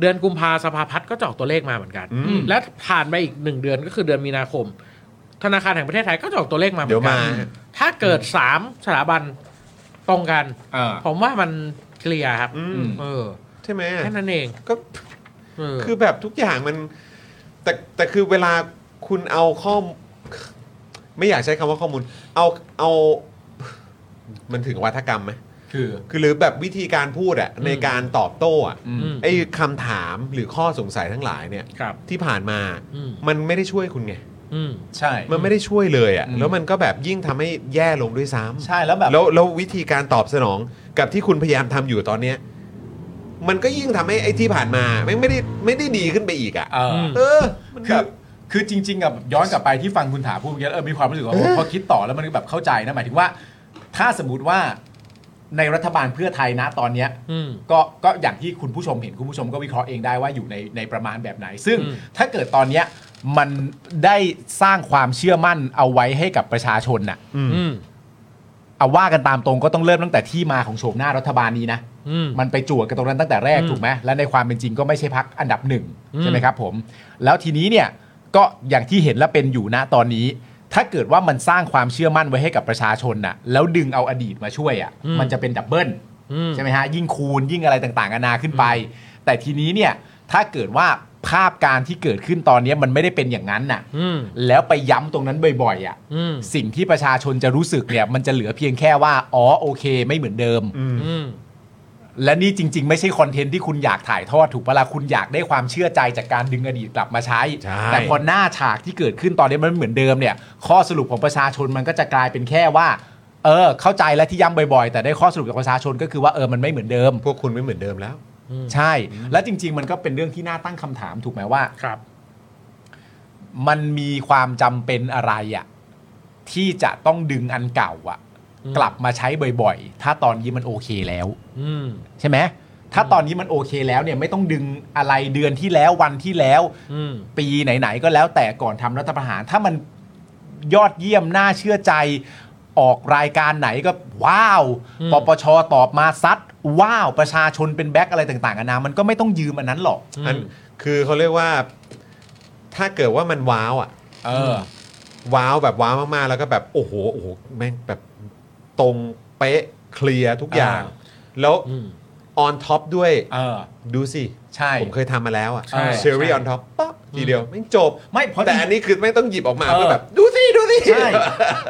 Speaker 5: เดือนกุมภาสภาพัฒน์ก็จะออกตัวเลขมาเหมือนกัน
Speaker 1: อืม
Speaker 5: และผ่านไปอีกหนึ่งเดือนก็คือเดือนมีนาคม ธนาคารแห่งประเทศไทยก็จะออกตัวเลขมาเหมื
Speaker 1: เดี๋ย
Speaker 5: อ
Speaker 1: วน
Speaker 5: กั
Speaker 1: มา
Speaker 5: น ถ้าเกิดสามสถาบันตรงกัน
Speaker 3: เออ
Speaker 5: ผมว่ามันเคลียร์ครับ
Speaker 1: อืม
Speaker 5: เออ
Speaker 1: ใช่ไหม
Speaker 5: แค่นั้นเอง
Speaker 1: ก็
Speaker 5: เออ
Speaker 1: คือแบบทุกอย่างมัน แต่แต่คือเวลาคุณเอาข้อมไม่อยากใช้คำว่าข้อมูล เอาเอา มันถึงวัฒกรรมไหม
Speaker 3: คือ
Speaker 1: คือหรือแบบวิธีการพูดอะในการตอบโต้อะ
Speaker 3: อืม
Speaker 1: ไอ้คำถามหรือข้อสงสัยทั้งหลายเนี่ย
Speaker 5: ครับ
Speaker 1: ที่ผ่านมา
Speaker 5: อืม
Speaker 1: มันไม่ได้ช่วยคุณไง
Speaker 5: อืม
Speaker 3: ใช่
Speaker 1: มันไม่ได้ช่วยเลยอะ่ะ
Speaker 3: อืม
Speaker 1: แล้วมันก็แบบยิ่งทำให้แย่ลงด้วยซ้ำ
Speaker 3: ใช่แล้วแบบ
Speaker 1: แล้วแล้ววิธีการตอบสนองกับที่คุณพยายามทำอยู่ตอนเนี้ยมันก็ยิ่งทำให้ไอ้ที่ผ่านมาไม่งไม่ได้ไม่ได้ดีขึ้นไปอีกอะ่ะ
Speaker 3: เอออ
Speaker 5: ม
Speaker 1: เออมัน
Speaker 3: คื
Speaker 1: แบ
Speaker 3: อบ คือจริงๆอะย้อนกลับไปที่ฟังคุณถาพูดเมื่อกี้เออมีความรู้สึกว่าโอ้พอคิดต่อแล้วมันก็แบบเข้าใจนะหมายถึงว่า ถ้าสมมติว่าในรัฐบาลเพื่อไทยนะตอนเนี้ย
Speaker 5: อืม
Speaker 3: ก็ก็อย่างที่คุณผู้ชมเห็นคุณผู้ชมก็วิเคราะห์เองได้ว่าอยู่ในในประมาณแบบไหน ซึ่ง
Speaker 5: อืม
Speaker 3: ถ้าเกิดตอนเนี้ยมันได้สร้างความเชื่อมั่นเอาไว้ให้กับประชาชนน่ะ
Speaker 5: อืม
Speaker 3: เอาว่ากันตามตรงก็ต้องเริ่มตั้งแต่ที่มาของโฉมหน้ารัฐบาลนี้นะ
Speaker 5: อืม
Speaker 3: มันไปจั่วกันตรงนั้นตั้งแต่แรก
Speaker 5: อืม
Speaker 3: ถูกไหมและในความเป็นจริงก็ไม่ใช่พักอันดับหนึ่ง
Speaker 5: อืม
Speaker 3: ใช่ไหมครับผม แล้วทีนี้เนี่ยก็อย่างที่เห็นและเป็นอยู่ณตอนนี้ ถ้าเกิดว่ามันสร้างความเชื่อมั่นไว้ให้กับประชาชนน่ะแล้วดึงเอาอดีตมาช่วยอ่ะมันจะเป็นดับเบิล
Speaker 5: อืม
Speaker 3: ใช่ไหมฮะ ยิ่งคูณยิ่งอะไรต่างๆนานาขึ้นไป แต่ทีนี้เนี่ยถ้าเกิดว่าภาพการที่เกิดขึ้นตอนนี้มันไม่ได้เป็นอย่างนั้นน่ะ
Speaker 5: อืม
Speaker 3: แล้วไปย้ำตรงนั้นบ่อยๆอ่ะ
Speaker 5: อืม
Speaker 3: สิ่งที่ประชาชนจะรู้สึกเนี่ยมันจะเหลือเพียงแค่ว่า อ๋อโอเค ไม่เหมือนเดิม
Speaker 5: อืม
Speaker 3: และนี่จริง ๆ ไม่ใช่คอนเทนต์ที่คุณอยากถ่ายทอดถูกปะล่ะคุณอยากได้ความเชื่อใจจากการดึงอดีตกลับมาใช้
Speaker 1: ใช่
Speaker 3: แต่พอหน้าฉากที่เกิดขึ้นตอนนี้มันไม่เหมือนเดิมเนี่ย ข้อสรุปของประชาชนมันก็จะกลายเป็นแค่ว่า เออ เข้าใจและที่ย้ำบ่อยๆ แต่ได้ข้อสรุปจากประชาชนก็คือว่าเออมันไม่เหมือนเดิม
Speaker 1: พวกคุณไม่เหมือนเดิมแล้ว
Speaker 3: ใช่ และจริง ๆ มันก็เป็นเรื่องที่น่าตั้งคำถามถูกไหมว่า
Speaker 5: ครับ
Speaker 3: มันมีความจำเป็นอะไรอะที่จะต้องดึงอันเก่าอะ
Speaker 5: อืม
Speaker 3: กลับมาใช้บ่อยๆ ถ้าตอนนี้มันโอเคแล้ว
Speaker 5: อืม
Speaker 3: ใช่ไหมถ้าตอนนี้มันโอเคแล้วเนี่ยไม่ต้องดึงอะไรเดือนที่แล้ววันที่แล้ว
Speaker 5: อืม
Speaker 3: ปีไหนๆก็แล้วแต่ก่อนทำรัฐประหาร ถ้ามันยอดเยี่ยมน่าเชื่อใจออกรายการไหนก็ว้าว
Speaker 5: อืม
Speaker 3: ปปชตอบมาซัดว้าวประชาชนเป็นแบ็คอะไรต่างๆนานามันก็ไม่ต้องยืมอันนั้นหรอก
Speaker 1: อันคือเขาเรียกว่า ถ้าเกิดว่ามันว้าวอะ่ะ
Speaker 3: เออ
Speaker 1: ว้าวแบบว้าวมากๆ แล้วก็แบบโอ้โหโอ้โหแม่งแบบตรงเป๊ะเคลียร์ทุกอย่าง
Speaker 3: อ่
Speaker 1: แล้ว
Speaker 5: อืม
Speaker 1: ออนท็อปด้วย
Speaker 3: เออ
Speaker 1: ดูสิ
Speaker 3: ใช่
Speaker 1: ผมเคยทำมาแล้วอ่ะ
Speaker 3: ใช่
Speaker 1: เชอรี่อ
Speaker 5: ใช่
Speaker 1: อนท็อปป๊อกทีเดียวไม่งจบ
Speaker 3: ไม่เพราะ
Speaker 1: แต่อันนี้คือไม่ต้องหยิบออกมา
Speaker 3: เออ
Speaker 1: เพื่อแบบ ดูสิ ดูสิ
Speaker 3: ใช่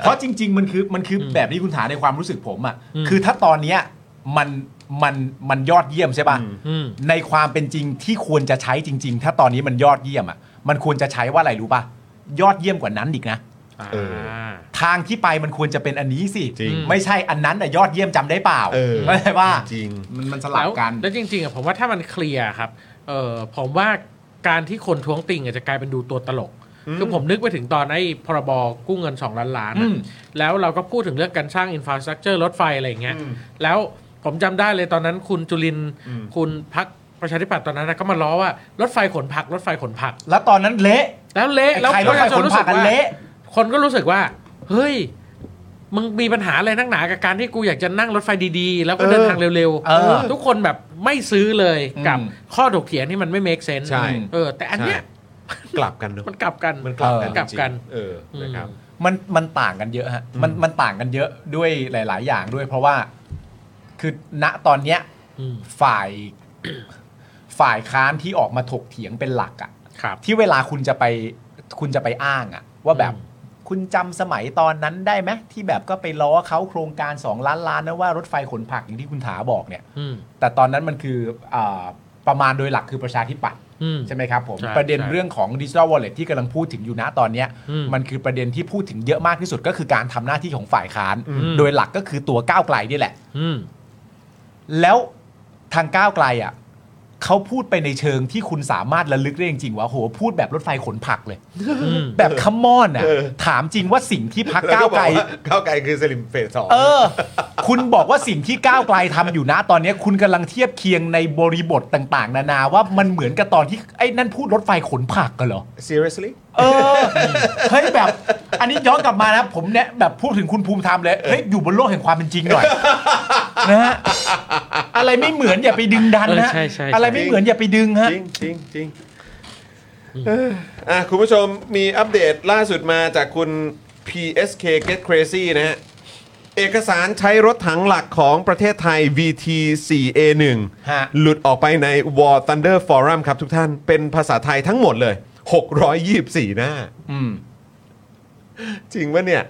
Speaker 3: เพราะจริง ๆ มันคือมันคือแบบที่คุณถาในความรู้สึกผมอ่ะ
Speaker 5: อืม
Speaker 3: คือถ้าตอนเนี้ยมันมันมันยอดเยี่ยมใช่ป่ะ
Speaker 5: อืม
Speaker 3: ในความเป็นจริงที่ควรจะใช้จริง ๆ ถ้าตอนนี้มันยอดเยี่ยมอ่ะ มันควรจะใช้ว่าอะไรรู้ป่ะ ยอดเยี่ยมกว่านั้นอีกนะ
Speaker 5: อ่า
Speaker 1: เออ
Speaker 3: ทางที่ไปมันควรจะเป็นอันนี้สิ
Speaker 1: จริง
Speaker 3: ไม่ใช่อันนั้นแต่ะยอดเยี่ยมจำได้เปล่า
Speaker 1: เออ
Speaker 3: ไม่ใช่ว่า
Speaker 1: จริง
Speaker 3: มันมันสลับกัน
Speaker 5: แล้วแล้วจริงๆอะผมว่าถ้ามันเคลียร์ครับเออผมว่าการที่คนท้วงติงอะจะกลายเป็นดูตัวตลก คือผมนึกไปถึงตอนไอ้พรบกู้เงิน 2 ล้านล้านอะ
Speaker 3: อืม
Speaker 5: แล้วเราก็พูดถึงเรื่องการสร้างอินฟราสตรักเจอร์รถไฟอะไรอย่างเงี้ยแล้วผมจำได้เลยตอนนั้นคุณจุลินทร์คุณพักประชาธิปัตย์ตอนนั้นนะก็มาล้อว่ารถไฟขนผักรถไฟขนผัก
Speaker 3: แล้วตอนนั้นเละ
Speaker 5: แล้วเละแล้ว
Speaker 3: ใครรถไฟขนผักกัน
Speaker 5: ว่า
Speaker 3: เละ
Speaker 5: คนก็รู้สึกว่า เฮ้ย มึงมีปัญหาอะไรนักหนากับการที่กูอยากจะนั่งรถไฟดีๆ แล้วก็เดินทางเร็ว
Speaker 3: เออ
Speaker 5: ทุกคนแบบไม่ซื้อเลย
Speaker 3: อืม
Speaker 5: กับข้อถกเถียงที่มันไม่ make sense
Speaker 1: ใช่
Speaker 5: เออ แต่อันเนี้ย
Speaker 1: กลับกันเนอะ
Speaker 5: มันกลับกัน
Speaker 1: มันกลับกัน
Speaker 5: เออกลับ
Speaker 1: จริงๆ
Speaker 5: กัน
Speaker 1: เออนะครับ
Speaker 3: มันมันต่างกันเยอะฮะมันมันต่างกันเยอะด้วยหลาย ๆ อย่างด้วยเพราะว่าคือณตอนเนี้ย
Speaker 5: อืม
Speaker 3: ฝ่าย ฝ่ายค้านที่ออกมาถกเถียงเป็นหลักอะ
Speaker 5: ครับ
Speaker 3: ที่เวลาคุณจะไปคุณจะไปอ้างอะว่าแบบ คุณจำสมัยตอนนั้นได้ไหมที่แบบก็ไปล้อเขาโครงการ 2 ล้านล้านนะว่ารถไฟขนผักอย่างที่คุณถาบอกเนี่ย
Speaker 5: อืม
Speaker 3: แต่ตอนนั้นมันคืออาประมาณโดยหลักคือประชาธิปัตย์
Speaker 5: อืม
Speaker 3: ใช่ไหมครับผม
Speaker 5: ใช่
Speaker 3: ประเด็น
Speaker 5: ใช่
Speaker 3: เรื่องของดิจิทัลวอลเล็ตที่กำลังพูดถึงอยู่นะตอนเนี้ย
Speaker 5: อืม
Speaker 3: มันคือประเด็นที่พูดถึงเยอะมากที่สุดก็คือการทำหน้าที่ของฝ่ายค้าน
Speaker 5: อืม
Speaker 3: โดยหลักก็คือตัวก้าวไกลนี่แหละ
Speaker 5: อืม
Speaker 3: แล้วทางก้าวไกลอ่ะเขาพูดไปในเชิงที่คุณสามารถระลึกได้จริงๆว่าโหพูดแบบรถไฟขนผักเลย
Speaker 5: อืม
Speaker 3: แบบคัมมอนอ่ะ
Speaker 1: เออ
Speaker 3: ถามจริงว่าสิ่งที่พัก
Speaker 1: แล้
Speaker 3: ก้าว วไกล
Speaker 1: บอก้าวไกลคือสลิมเฟสสอง
Speaker 3: เออ คุณบอกว่าสิ่งที่ก้าวไกลทำอยู่นะตอนนี้คุณกำลังเทียบเคียงในบริบทต่างๆ นานาว่ามันเหมือนกับตอนที่ไอ้นั่นพูดรถไฟขนผักกันเหรอ
Speaker 1: seriously
Speaker 3: เออเฮ้ยแบบ อันนี้ย้อนกลับมานะผมเนี่ยแบบพูดถึงคุณภูมิธรรมเลยเฮ้ยอยู่บนโลกแห่งความเป็นจริงหน่อยนะฮะอะไรไม่เหมือนอย่าไปดึงดันนะฮะ
Speaker 5: เออใช่ใช่ใช่
Speaker 3: อะไรไม่เหมือนอย่าไปดึงฮะ
Speaker 1: จริงจริงจริงเอ้ออ่ะคุณผู้ชมมีอัปเดตล่าสุดมาจากคุณ PSK Get Crazy นะฮะ เอกสารใช้รถถังหลักของประเทศไทย VT4A1
Speaker 3: ฮะ
Speaker 1: หลุดออกไปใน War Thunder Forum ครับทุกท่านเป็นภาษาไทยทั้งหมดเลย 624 หน้า
Speaker 3: อืม
Speaker 1: จริงปะเนี่ย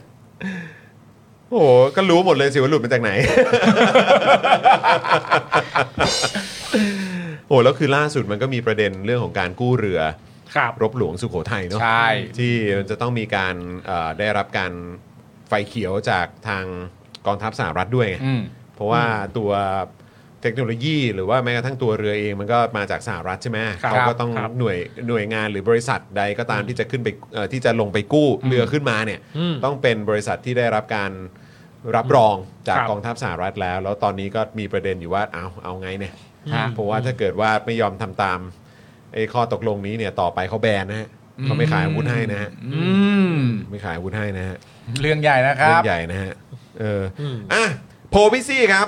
Speaker 1: โอ้โห ก็รู้หมดเลยสิว่าหลุดมาจาก
Speaker 3: [LAUGHS]
Speaker 1: ไหน โอ้แล้วคือล่าสุดมันก็มีประเด็นเรื่องของการกู้เรือ
Speaker 5: ครับ
Speaker 1: รบหลวงสุโขทัยเนาะ
Speaker 3: ใช่
Speaker 1: ที่มันจะต้องมีการเอ่อได้รับการไฟเขียวจากทางกองทัพสหรัฐด้วยไง
Speaker 3: อืม
Speaker 1: เพราะว่าตัวเทคโนโลยีหรือว่าแม้กระทั่งตัวเรือเองมันก็มาจากสหรัฐใช่ไหม
Speaker 5: ครับ
Speaker 1: เขาก็ต้อง
Speaker 5: ครับ
Speaker 1: หน่วยหน่วยงานหรือบริษัทใดก็ตามที่จะขึ้นไปเอ่อที่จะลงไปกู้เรือขึ้นมาเนี่ย
Speaker 5: อืม
Speaker 1: ต้องเป็นบริษัทที่ได้รับการรับรองจาก
Speaker 5: ครับ
Speaker 1: กองทัพสหรัฐแล้ว แล้วตอนนี้ก็มีประเด็นอยู่ว่าเอาเอาไงเนี่ย
Speaker 3: ฮะ
Speaker 1: เพราะว่าถ้าเกิดว่าไม่ยอมทำตามไอ้ข้อตกลงนี้เนี่ยต่อไปเขาแบนนะฮะเขาไม่ขายอาวุธให้นะฮะ
Speaker 3: อืม
Speaker 1: ไม่ขายอาวุธให้นะฮะ
Speaker 3: เรื่องใหญ่นะครั
Speaker 1: เรื่
Speaker 3: บ
Speaker 1: องใหญ่นะฮะ เอออ
Speaker 5: ม
Speaker 1: อ่ะ โพลพี่ซี่ครับ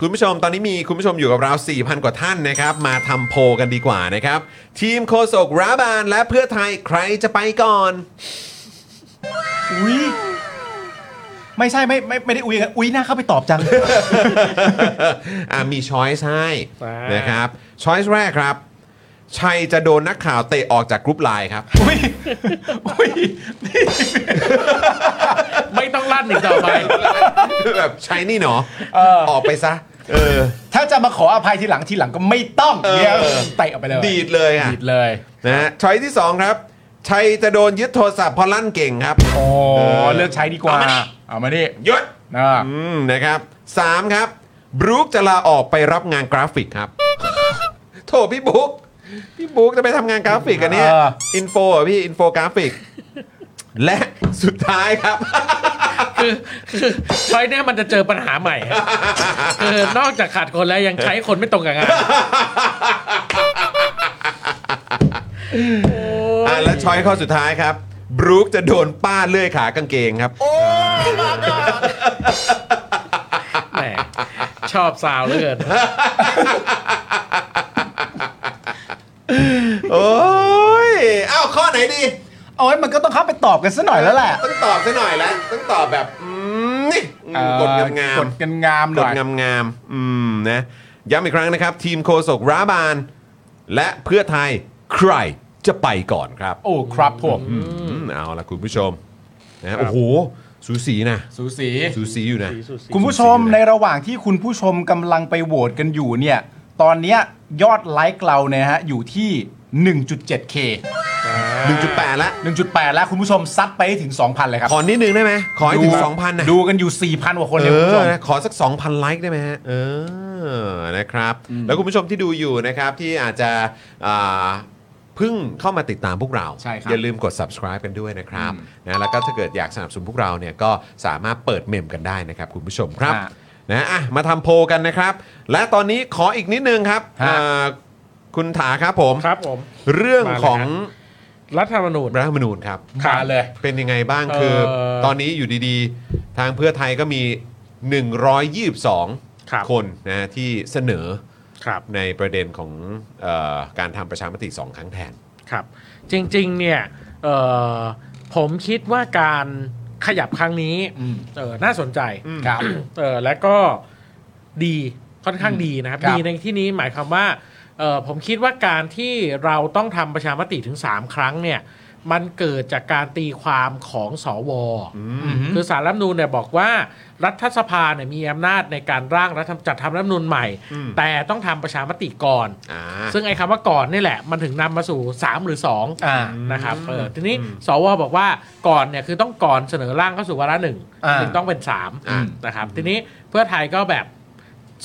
Speaker 1: คุณผู้ชมตอนนี้มีคุณผู้ชมอยู่กับเรา 4,000 กว่าท่านนะครับ มาทำโพลกันดีกว่านะครับ ทีมโคศกราบานและเพื่อไทยใครจะไปก่อน
Speaker 3: อุ้ยไม่ใช่ไม่ไม่ไม่ได้อุ้ยกันอุ้ยน่าเข้าไปตอบจัง [LAUGHS]
Speaker 1: อ่ะมีช้อยส์ให้
Speaker 5: อ่าน
Speaker 1: นะครับ ช้อยส์แรกครับ ชัยจะโดนนักข่าวเตะออกจากกรุ๊ปไลน์ครับ [LAUGHS]
Speaker 3: อุ้ยอุ้ยนี่
Speaker 5: ไม่ต้องลั่นอีกต่อไป
Speaker 1: แบบชัยนี่หนอออกไปซะ เออ
Speaker 3: ถ้าจะมาขออภัยทีหลังทีหลังก็ไม่ต้อง
Speaker 1: เออ
Speaker 3: เนี่ยเตะออกไปเลย
Speaker 1: ดีดเลยอ่ะ
Speaker 3: ดีดเลย
Speaker 1: นะฮะช้อยส์ที่สองครับ ชัยจะโดนยึดโทรศัพท์เพอลั่นเก่งครับ
Speaker 3: โอ้
Speaker 1: เออ
Speaker 3: เลือกใช้ดีกว่า เอามาดิ
Speaker 1: หยุด
Speaker 3: อ่า
Speaker 1: อืมนะครับสามครับบรูคจะลาออกไปรับงานกราฟิกครับ [LAUGHS] โถพี่บุ๊กพี่บุ๊กจะไปทำงานกราฟิกอันเนี้ยอินโฟอ่ะพี่อินโฟกราฟิก [LAUGHS] และสุดท้ายครับ
Speaker 5: คือคือช้อยเนี้ยมันจะเจอปัญหาใหม่ฮะคือนอกจากขาดคนแล้วยังใช้คนไม่ตรงกับงาน
Speaker 1: อ่ะและช้อยข้อสุดท้ายครับบรูคจะโดนป้าเลื่อยขากางเกงครับ
Speaker 5: แหมชอบสาวเหลือเกิน
Speaker 1: โอ้ยเอ้าข้อไหนดี
Speaker 3: โอ้ยมันก็ต้องเข้าไปตอบกันซะหน่อยแล้วแหละ
Speaker 1: ต้องตอบซะหน่อยแล้วต้องตอบแบบอืมนี่อืมกดงามงาม
Speaker 3: กดกันงาม
Speaker 1: ๆ
Speaker 3: ห
Speaker 1: กด
Speaker 3: น่อย
Speaker 1: งามงามๆอืมนะย้ำอีกครั้งนะครับ ทีมโคศกราบาน และเพื่อไทยใครจะไปก่อนครับ
Speaker 3: โอ้ครับผม
Speaker 1: อืมเอาละคุณผู้ชมนะโอ้โห สูสีนะ
Speaker 3: สูสี
Speaker 1: สูสีอยู่นะ
Speaker 3: คุณผู้ชมในระหว่างที่คุณผู้ชมกำลังไปโหวตกันอยู่เนี่ย ตอนเนี้ยยอดไลค์เราเนี่ยฮะอยู่ที่ 1.7k
Speaker 1: 1.8 ละ
Speaker 3: 1.8 แล้วคุณผู้ชมซัดไปให้ถึง 2,000 เลยครับ
Speaker 1: ขอนิดนึงได้ไหม ขอให้ถึง
Speaker 3: ดู
Speaker 1: 2,000นะ
Speaker 3: ดูกันอยู่ 4,000 กว่าคนเลย
Speaker 1: เอ
Speaker 3: คุณผู้ช
Speaker 1: อ
Speaker 3: ม
Speaker 1: นะขอสัก 2,000 ไลค์ได้ไหมฮะ เออ นะครับ แล้วคุณผู้ชมที่ดูอยู่นะครับ ที่อาจจะอ่าเพิ่งเข้ามาติดตามพวกเรา
Speaker 3: ใช่ครับ
Speaker 1: อย่าลืมกด subscribe กันด้วยนะครับ
Speaker 3: อืม
Speaker 1: นะแล้วก็ถ้าเกิดอยากสนับสนุนพวกเราเนี่ยก็สามารถเปิดเมมกันได้นะครับ คุณผู้ชมครับ
Speaker 3: ฮะ
Speaker 1: นะอ่ะมาทำโพลกันนะครับ และตอนนี้ขออีกนิดนึงครับ
Speaker 3: ฮะ
Speaker 1: อ่าคุณถาครับผม
Speaker 5: ครับผม
Speaker 1: เรื่องของ
Speaker 5: มาเลย รัฐธรรมนูญ
Speaker 1: รัฐธรรมนูญครับ
Speaker 3: ขาเลย
Speaker 1: เป็นยังไงบ้าง
Speaker 5: เอ่อ
Speaker 1: คือ ตอนนี้อยู่ดีๆ ทางเพื่อไทยก็มี 122
Speaker 5: ครับ
Speaker 1: คนนะที่เสนอ
Speaker 5: ครับ
Speaker 1: ในประเด็นของเออการทำประชามติสองครั้งแทน
Speaker 5: ครับ จริง ๆ เนี่ยเอ่อผมคิดว่าการขยับครั้งนี้
Speaker 3: อืม
Speaker 5: เออน่าสนใจ
Speaker 3: ครับ
Speaker 5: เออและก็ดีค่อนข้าง
Speaker 3: อืม
Speaker 5: ดีนะครับ
Speaker 3: ครับ
Speaker 5: ดีในที่นี้หมายความว่าเออผมคิดว่าการที่เราต้องทำประชามติถึง 3 ครั้งเนี่ย มันเกิดจากการตีความของสว
Speaker 3: อืม
Speaker 5: คือสารรัฐธรรมนูญเนี่ยบอกว่ารัฐสภาเนี่ยมีอำนาจในการร่างรัฐจัดทำรัฐธรรมนูญใหม่
Speaker 6: อืม
Speaker 5: แต่ต้องทำประชามติก่อน
Speaker 6: อ่า
Speaker 5: ซึ่งไอ้คำว่าก่อนนี่แหละ มันถึงนำมาสู่ 3 หรือ
Speaker 3: อ่า
Speaker 5: 2 นะครับเออทีนี้
Speaker 6: อืม
Speaker 5: สวบอกว่าก่อนเนี่ยคือต้องก่อนเสนอร่างเข้าสู่วาระหนึ่ง
Speaker 3: อ่า
Speaker 5: ถึงต้องเป็น
Speaker 6: อ่า
Speaker 5: 3 นะครับ ทีนี้เพื่อไทยก็แบบ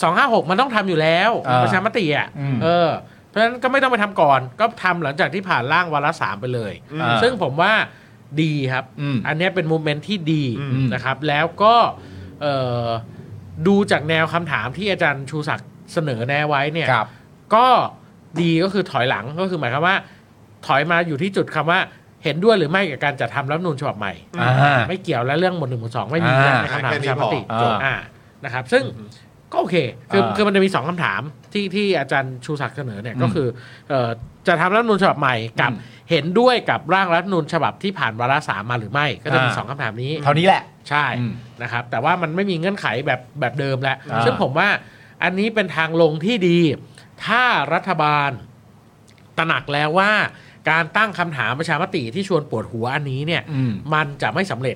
Speaker 5: 256 มันต้องทำอยู่แล้ว
Speaker 3: อ่า
Speaker 5: ประชามติอ่ะ
Speaker 3: อืม
Speaker 5: เออเพราะฉะนั้นก็ไม่ต้องไปทำก่อนก็ทำหลังจากที่ผ่านร่างวาระสามไปเลย
Speaker 3: อ่า
Speaker 5: ซึ่งผมว่าดีครับ
Speaker 3: อืม
Speaker 5: อันเนี้ยเป็นโมเมนต์ที่ดี
Speaker 3: อืม
Speaker 5: นะครับ แล้วก็เอ่อดูจากแนวคำถามที่อาจารย์ชูศักดิ์เสนอแนะไว้เนี่ย
Speaker 3: ครับ
Speaker 5: ก็ดีก็คือถอยหลังก็คือหมายความว่า ถอยมาอยู่ที่จุดคำว่าเห็นด้วยหรือไม่กับการจัดทำรัฐธรรมนูญฉบับใหม่
Speaker 3: อ่า
Speaker 5: ไม่เกี่ยวและเรื่องหมวดหนึ่งหมวดสองไม่มี
Speaker 3: อ่า
Speaker 5: ในคำถาม
Speaker 6: แค่
Speaker 5: ป
Speaker 6: นี้
Speaker 5: ระชามติ
Speaker 3: พอจบ
Speaker 5: อ่านะครับ ซึ่งก็โอเคคือ
Speaker 3: อ่า
Speaker 5: คือมันจะมีสองคำถามที่ที่อาจารย์ชูศักดิ์เสนอเนี่ย
Speaker 3: อืม
Speaker 5: ก็คือเอ่อจะทำรัฐธรรมนูญฉบับใหม่กับ
Speaker 3: อืม
Speaker 5: เห็นด้วยกับร่างรัฐธรรมนูญฉบับที่ผ่านวาระสามมาหรือไม่ ก็จะมี
Speaker 3: อ่า
Speaker 5: สองคำถามนี้
Speaker 3: เท่านี้แหละ
Speaker 5: ใช่
Speaker 3: อืม
Speaker 5: นะครับ แต่ว่ามันไม่มีเงื่อนไขแบบแบบเดิมแล้ว
Speaker 3: อ่า
Speaker 5: ซึ่งผมว่าอันนี้เป็นทางลงที่ดี ถ้ารัฐบาลตระหนักแล้วว่า การตั้งคำถามประชามติที่ชวนปวดหัวอันนี้เนี่ย
Speaker 3: อืม
Speaker 5: นจะไม่สำเร็จ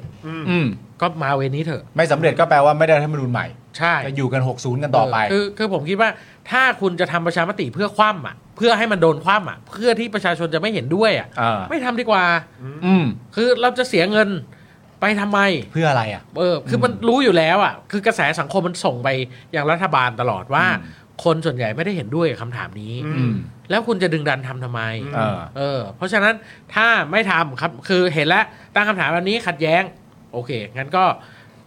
Speaker 3: อืม
Speaker 5: ก็มาเวนี้เถอะ
Speaker 3: ไม่สำเร็จก็แปลว่าไม่ได้รัฐธรรมนูญใหม่
Speaker 5: ใช่
Speaker 3: จะอยู่กัน 60 กันต่อไป
Speaker 5: คือคือผมคิดว่าถ้าคุณจะทำประชามติเพื่อคว่ำอ่ะ เพื่อให้มันโดนคว่ำอ่ะ เพื่อที่ประชาชนจะไม่เห็นด้วยอ่ะ
Speaker 3: อ่า
Speaker 5: ไม่ทำดีกว่า
Speaker 3: อืม
Speaker 5: คือเราจะเสียเงินไปทำไม
Speaker 3: เพื่ออะไรอ่ะ
Speaker 5: เออคือมันรู้อยู่แล้วอ่ะ คือกระแสสังคมมันส่งไปอย่างรัฐบาลตลอดว่า
Speaker 3: อืม
Speaker 5: คนส่วนใหญ่ไม่ได้เห็นด้วยกับคำถามนี้
Speaker 3: อืม
Speaker 5: แล้วคุณจะดึงดันทำทำไม
Speaker 3: เออ
Speaker 5: เออ เพราะฉะนั้นถ้าไม่ทำครับคือเห็นแล้วตั้งคำถามอันนี้ขัดแย้ง โอเค งั้นก็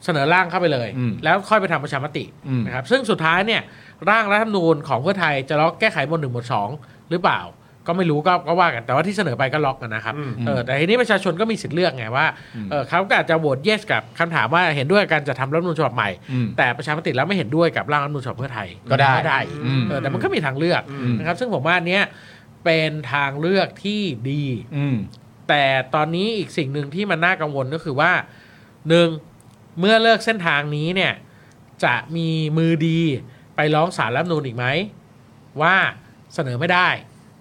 Speaker 5: เสนอร่างเข้าไปเลย
Speaker 3: อืม
Speaker 5: แล้วค่อยไปทำประชามติ
Speaker 3: อืม
Speaker 5: นะครับ ซึ่งสุดท้ายเนี่ย ร่างรัฐธรรมนูญของเพื่อไทยจะล็อกแก้ไขหมวดหนึ่งหมวดสองหรือเปล่า ก็ไม่รู้ก็ก็ว่ากันแต่ว่าที่เสนอไปก็ล็อกกันนะครับ
Speaker 6: อืม
Speaker 5: เออแต่ทีนี้ประชาชนก็มีสิทธิ์เลือกไงว่าเออเขาก็อาจจะโหวตเยสกับคำถามว่าเห็นด้วยกับการจะทำรัฐธรรมนูญฉบับใหม่
Speaker 3: อืม
Speaker 5: แต่ประชามติแล้วไม่เห็นด้วยกับร่างรัฐธรรมนูญฉบับเพื่อไทย
Speaker 3: ก็ได้
Speaker 5: ได้
Speaker 3: อืม
Speaker 5: เออแต่มันก็มีทางเลือก
Speaker 6: อืม
Speaker 5: นะครับซึ่งผมว่าอันเนี้ยเป็นทางเลือกที่ดี
Speaker 3: อืม
Speaker 5: แต่ตอนนี้อีกสิ่งหนึ่งที่มันน่ากังวลก็คือว่าหนึ่งเมื่อเลิกเส้นทางนี้เนี่ยจะมีมือดีไปร้องศาลรัฐธรรมนูญอีกไหมว่าเสนอไม่ได้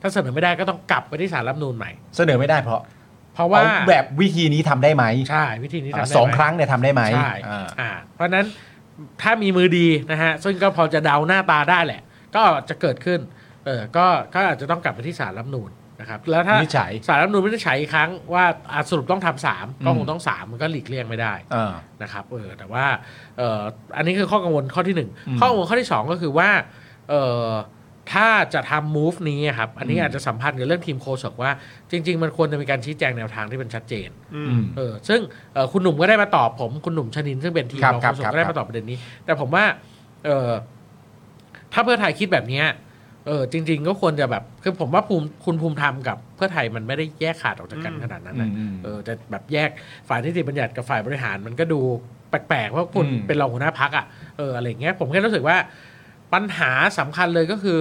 Speaker 5: ถ้าเสนอไม่ได้ก็ต้องกลับไปที่ศาลรัฐธรรมนูญใหม่
Speaker 3: เสนอไม่ได้เพราะ
Speaker 5: เพราะว่า
Speaker 3: เอแบบวิธีนี้ทำได้ไหม
Speaker 5: ใช่วิธีนี้ทำได้ไหม
Speaker 3: สองครั้งเนี่ยทำได้ไหม
Speaker 5: ใช่
Speaker 3: อ่า
Speaker 5: อ่าเพราะฉะนั้นถ้ามีมือดีนะฮะ ซึ่งก็พอจะเดาหน้าตาได้แหละ ก็จะเกิดขึ้นเออก็ก็อาจจะต้องกลับไปที่ศาลรัฐธรรมนูนนะครับแล้วถ้า
Speaker 3: วินิจฉัย
Speaker 5: ศาลรัฐธรรมนูนวินิจฉัยอีกครั้งว่าอ่ะสรุปต้องทำสามก็
Speaker 3: อืม
Speaker 5: คงต้องสามมันก็หลีกเลี่ยงไม่ได้
Speaker 3: อ่า
Speaker 5: นะครับเออแต่ว่าเอออันนี้คือข้อกังวลข้อที่หนึ่ง
Speaker 3: อืม
Speaker 5: ข้อกังวลข้อที่สองก็คือว่าเออถ้าจะทำ move นี้ครับอันนี้อาจจะสัมพันธ์กับเรื่องทีมโคศกว่า จริง ๆ มันควรจะมีการชี้แจงแนวทางที่เป็นชัดเจน
Speaker 6: อื
Speaker 3: อื
Speaker 6: ม
Speaker 3: ม
Speaker 5: เออซึ่งเอ่อคุณหนุ่มก็ได้มาตอบผมคุณหนุ่มชนินซึ่งเป็นทีม
Speaker 3: ครับ
Speaker 5: รอง
Speaker 3: ครั
Speaker 5: โฆ
Speaker 3: บ
Speaker 5: ษก
Speaker 3: ครับ
Speaker 5: ก็ได้มาตอบประเด็นนี้ แต่ผมว่าเออถ้าเพื่อไทยคิดแบบเนี้ยเออจริง ๆ ก็ควรจะแบบคือผมว่าภูมิคุณภูมิธรรมกับเพื่อไทยมันไม่ได้แยกขาดออกจากกัน
Speaker 6: อืม
Speaker 5: ขนาดนั้นนะ
Speaker 3: อืม
Speaker 5: เออแต่แบบแยกฝ่ายนิติบัญญัติกับฝ่ายบริหารมันก็ดูแปลกๆเพราะคุณ
Speaker 3: อืม
Speaker 5: เป็นรองหัวหน้าพักอ่ะเอออะไรอย่างเงี้ยผมแค่รู้สึกว่าปัญหาสำคัญเลยก็คือ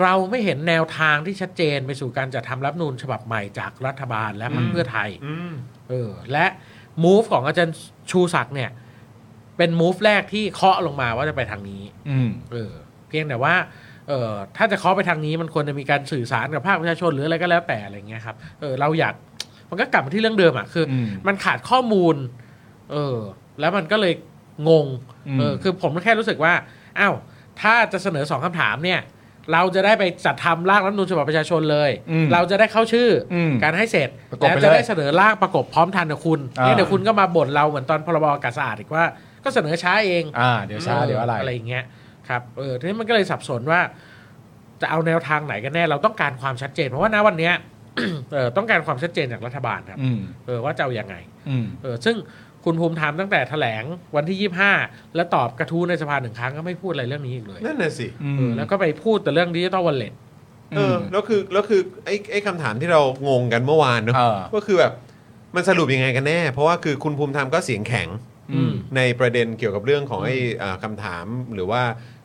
Speaker 5: เราไม่เห็นแนวทางที่ชัดเจนไปสู่การจัดทำรัฐธรรมนูญฉบับใหม่จากรัฐบาลและพรรคเพื่อไทย
Speaker 6: อืม
Speaker 5: เออและ move ของอาจารย์ชูศักดิ์เนี่ย เป็น move แรกที่เคาะลงมาว่าจะไปทางนี้
Speaker 3: อืม
Speaker 5: เออเพียงแต่ว่าเออถ้าจะเคาะไปทางนี้มันควรจะมีการสื่อสารกับภาคประชาชนหรืออะไรก็แล้วแต่อะไรเงี้ยครับเออเราอยากมันก็กลับมาที่เรื่องเดิมอะ่ะคืออ
Speaker 3: ม
Speaker 5: มันขาดข้อมูลเออแล้วมันก็เลยงง
Speaker 3: อืม
Speaker 5: เออคือผมแค่รู้สึกว่าอ้าวถ้าจะเสนอสองคำถามเนี่ย เราจะได้ไปจัดทำร่างรัฐธรรมนูญฉบับประชาชนเลย
Speaker 3: อืม
Speaker 5: เราจะได้เข้าชื่ออ
Speaker 3: ม
Speaker 5: การให้เสร็จ
Speaker 3: ประกบ
Speaker 5: แล้
Speaker 3: ไป
Speaker 5: วจะ
Speaker 3: เลย
Speaker 5: ได้ เสนอร่างประกบพร้อมทันกับคุณ
Speaker 3: อ่า
Speaker 5: เนี่ยเดี๋ยวคุณก็มาบ่นเราเหมือนตอนพรบอากาศสะอาดอีกว่า ก็เสนอช้าเอง
Speaker 3: อ่า เดี๋ยวช้าเดี๋ยวอะไร
Speaker 5: อะไรอย่างเงี้ยครับเออทีนี้มันก็เลยสับสนว่า จะเอาแนวทางไหนกันแน่ เราต้องการความชัดเจน เพราะว่าณวันเนี้ย [COUGHS] เออต้องการความชัดเจนจากรัฐบาลครับ
Speaker 3: อืม
Speaker 5: เออว่าจะเอาอย่างไง
Speaker 3: อืม
Speaker 5: เออซึ่งคุณภูมิธรรมตั้งแต่แถลงวันที่ 25 และตอบกระทู้ในสภาหนึ่งครั้งก็ไม่พูดอะไรเรื่องนี้อีกเลย
Speaker 6: นั่นน่ะสิ
Speaker 3: อื
Speaker 5: เอ
Speaker 3: ม
Speaker 5: อแล้วก็ไปพูดแต่เรื่องดิจิตอลวอลเล็ต
Speaker 6: เออ แล้วคือ แล้วคือ ไอ้ ไอ้คำถามที่เรางงกันเมื่อวานเนอะ
Speaker 3: เออ
Speaker 6: ก็คือแบบ มันสรุปยังไงกันแน่ เพราะว่าคือคุณภูมิธรรมก็เสียงแข็ง
Speaker 3: อืม
Speaker 6: ในประเด็นเกี่ยวกับเรื่องของไอ้เอ่อคำถามหรือว่า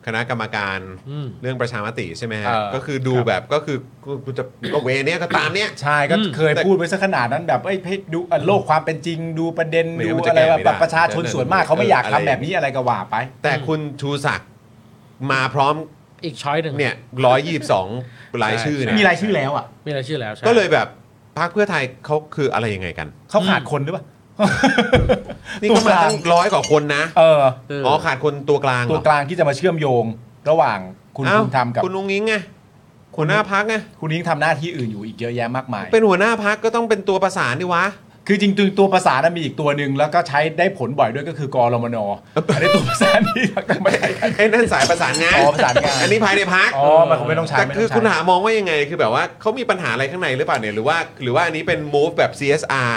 Speaker 6: คณะกรรมการ
Speaker 5: อืม
Speaker 6: เรื่องประชามติใช่ไหมฮะ
Speaker 3: เออ
Speaker 6: ก็คือดูแบบก็คือกูกูจะก็เวเนี้ยก็ตามเนี้ย
Speaker 3: ใช่ก็
Speaker 5: อืม
Speaker 3: เคยพูดไปซะขนาดนั้นแบบเอ้ยเพชรดูอ่ะโลกความเป็นจริงดูประเด็น
Speaker 6: ไม่รู้
Speaker 3: ดู
Speaker 6: มันจะ
Speaker 3: อะไร
Speaker 6: แก้ไม่ได้
Speaker 3: แบบประชาชนส่วนมากเขาไม่อยากทำ
Speaker 6: อะไร
Speaker 3: แบบนี้อะไรก็ว่าไป
Speaker 6: แต่คุณชูศักดิ์มาพร้อม
Speaker 5: อีกช้อยหนึ่ง
Speaker 6: เนี่ยร้อยยี่สิบสองรายชื่อเนี่
Speaker 3: มี
Speaker 6: ย
Speaker 3: รายชื่อแล้วอ่ะ
Speaker 5: มีรายชื่อแล้วใช่
Speaker 6: ก็เลยแบบ พรรคเพื่อไทยเขาคืออะไรยังไงกัน
Speaker 3: เขาขาดคนหรือเปล่า
Speaker 6: นี่ก็มาตั้งร้อยกว่าคนนะ
Speaker 3: เออ
Speaker 6: อ๋อขาดคนตัวกลางเหรอ
Speaker 3: ตัวกลางที่จะมาเชื่อมโยงระหว่างคุณ
Speaker 6: อ้าว
Speaker 3: ภูมิธรรมกับ
Speaker 6: คุณนุ้งอิงไงหัวหน้าพักไง
Speaker 3: คุณนิ้งทำหน้าที่อื่นอยู่อีกเยอะแยะมากมาย
Speaker 6: เป็นหัวหน้าพักก็ต้องเป็นตัวประสานดิวะ
Speaker 3: คือจริงๆตัวประสานน่ะมีอีกตัวหนึ่งแล้วก็ใช้ได้ผลบ่อยด้วยก็คือกรมนอันนี้ตัวประสานที่ [LAUGHS] ทำไม่ได้
Speaker 6: ไอ้นั่นสายประสานงาน
Speaker 3: อ๋อประสานงาน
Speaker 6: อันนี้ภายในพัก
Speaker 3: อ๋อมันคงไม่ต้องใช้
Speaker 6: แต่
Speaker 3: ไม่
Speaker 6: คือ
Speaker 3: ต้องใช้
Speaker 6: คุณหามองว่ายังไงคือแบบว่าเขามีปัญหาอะไรข้างในหรือเปล่าเนี่ยหรือว่า หรือว่าอันนี้เป็น move แบบ CSR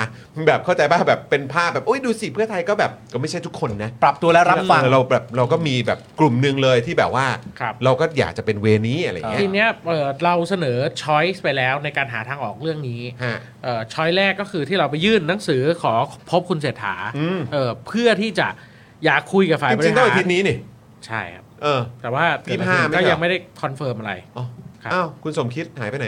Speaker 6: แบบเข้าใจป่ะแบบเป็นภาพแบบโอ้ยดูสิเพื่อไทยก็แบบก็ไม่ใช่ทุกคนนะ
Speaker 3: ปรับตัวและรับฟัง
Speaker 6: เออเราแบบเราก็มีแบบกลุ่มหนึ่งเลยที่แบบว่า
Speaker 5: ครับ
Speaker 6: เราก็อยากจะเป็นเวนี้อะไรอย่างเงี้ย
Speaker 5: ทีเนี้ยเอ่อเราเสนอช้อยส์ไปแล้วในการหาทางออกเรื่องนี้
Speaker 6: ฮะ
Speaker 5: ช้อยแรกก็คือที่เราไปยื่นหนังสือขอพบคุณเศรษฐา
Speaker 6: อืม
Speaker 5: เอ่อเพื่อที่จะอยากคุยกับฝ่าย
Speaker 6: จ
Speaker 5: บ
Speaker 6: ริ
Speaker 5: ริ
Speaker 6: งๆต้อง
Speaker 5: หาร
Speaker 6: อาทิตย์นี้นี่
Speaker 5: ใช่ครับ
Speaker 6: เออ
Speaker 5: แต่ว่า
Speaker 6: ยี่สิบห้าไม่
Speaker 5: ก็
Speaker 6: ใช่เหรอ
Speaker 5: ยังไม่ได้คอนเฟิร์มอะไร
Speaker 6: อ๋อ
Speaker 5: ครับ
Speaker 6: อ้าวคุณสมคิดหายไปไหน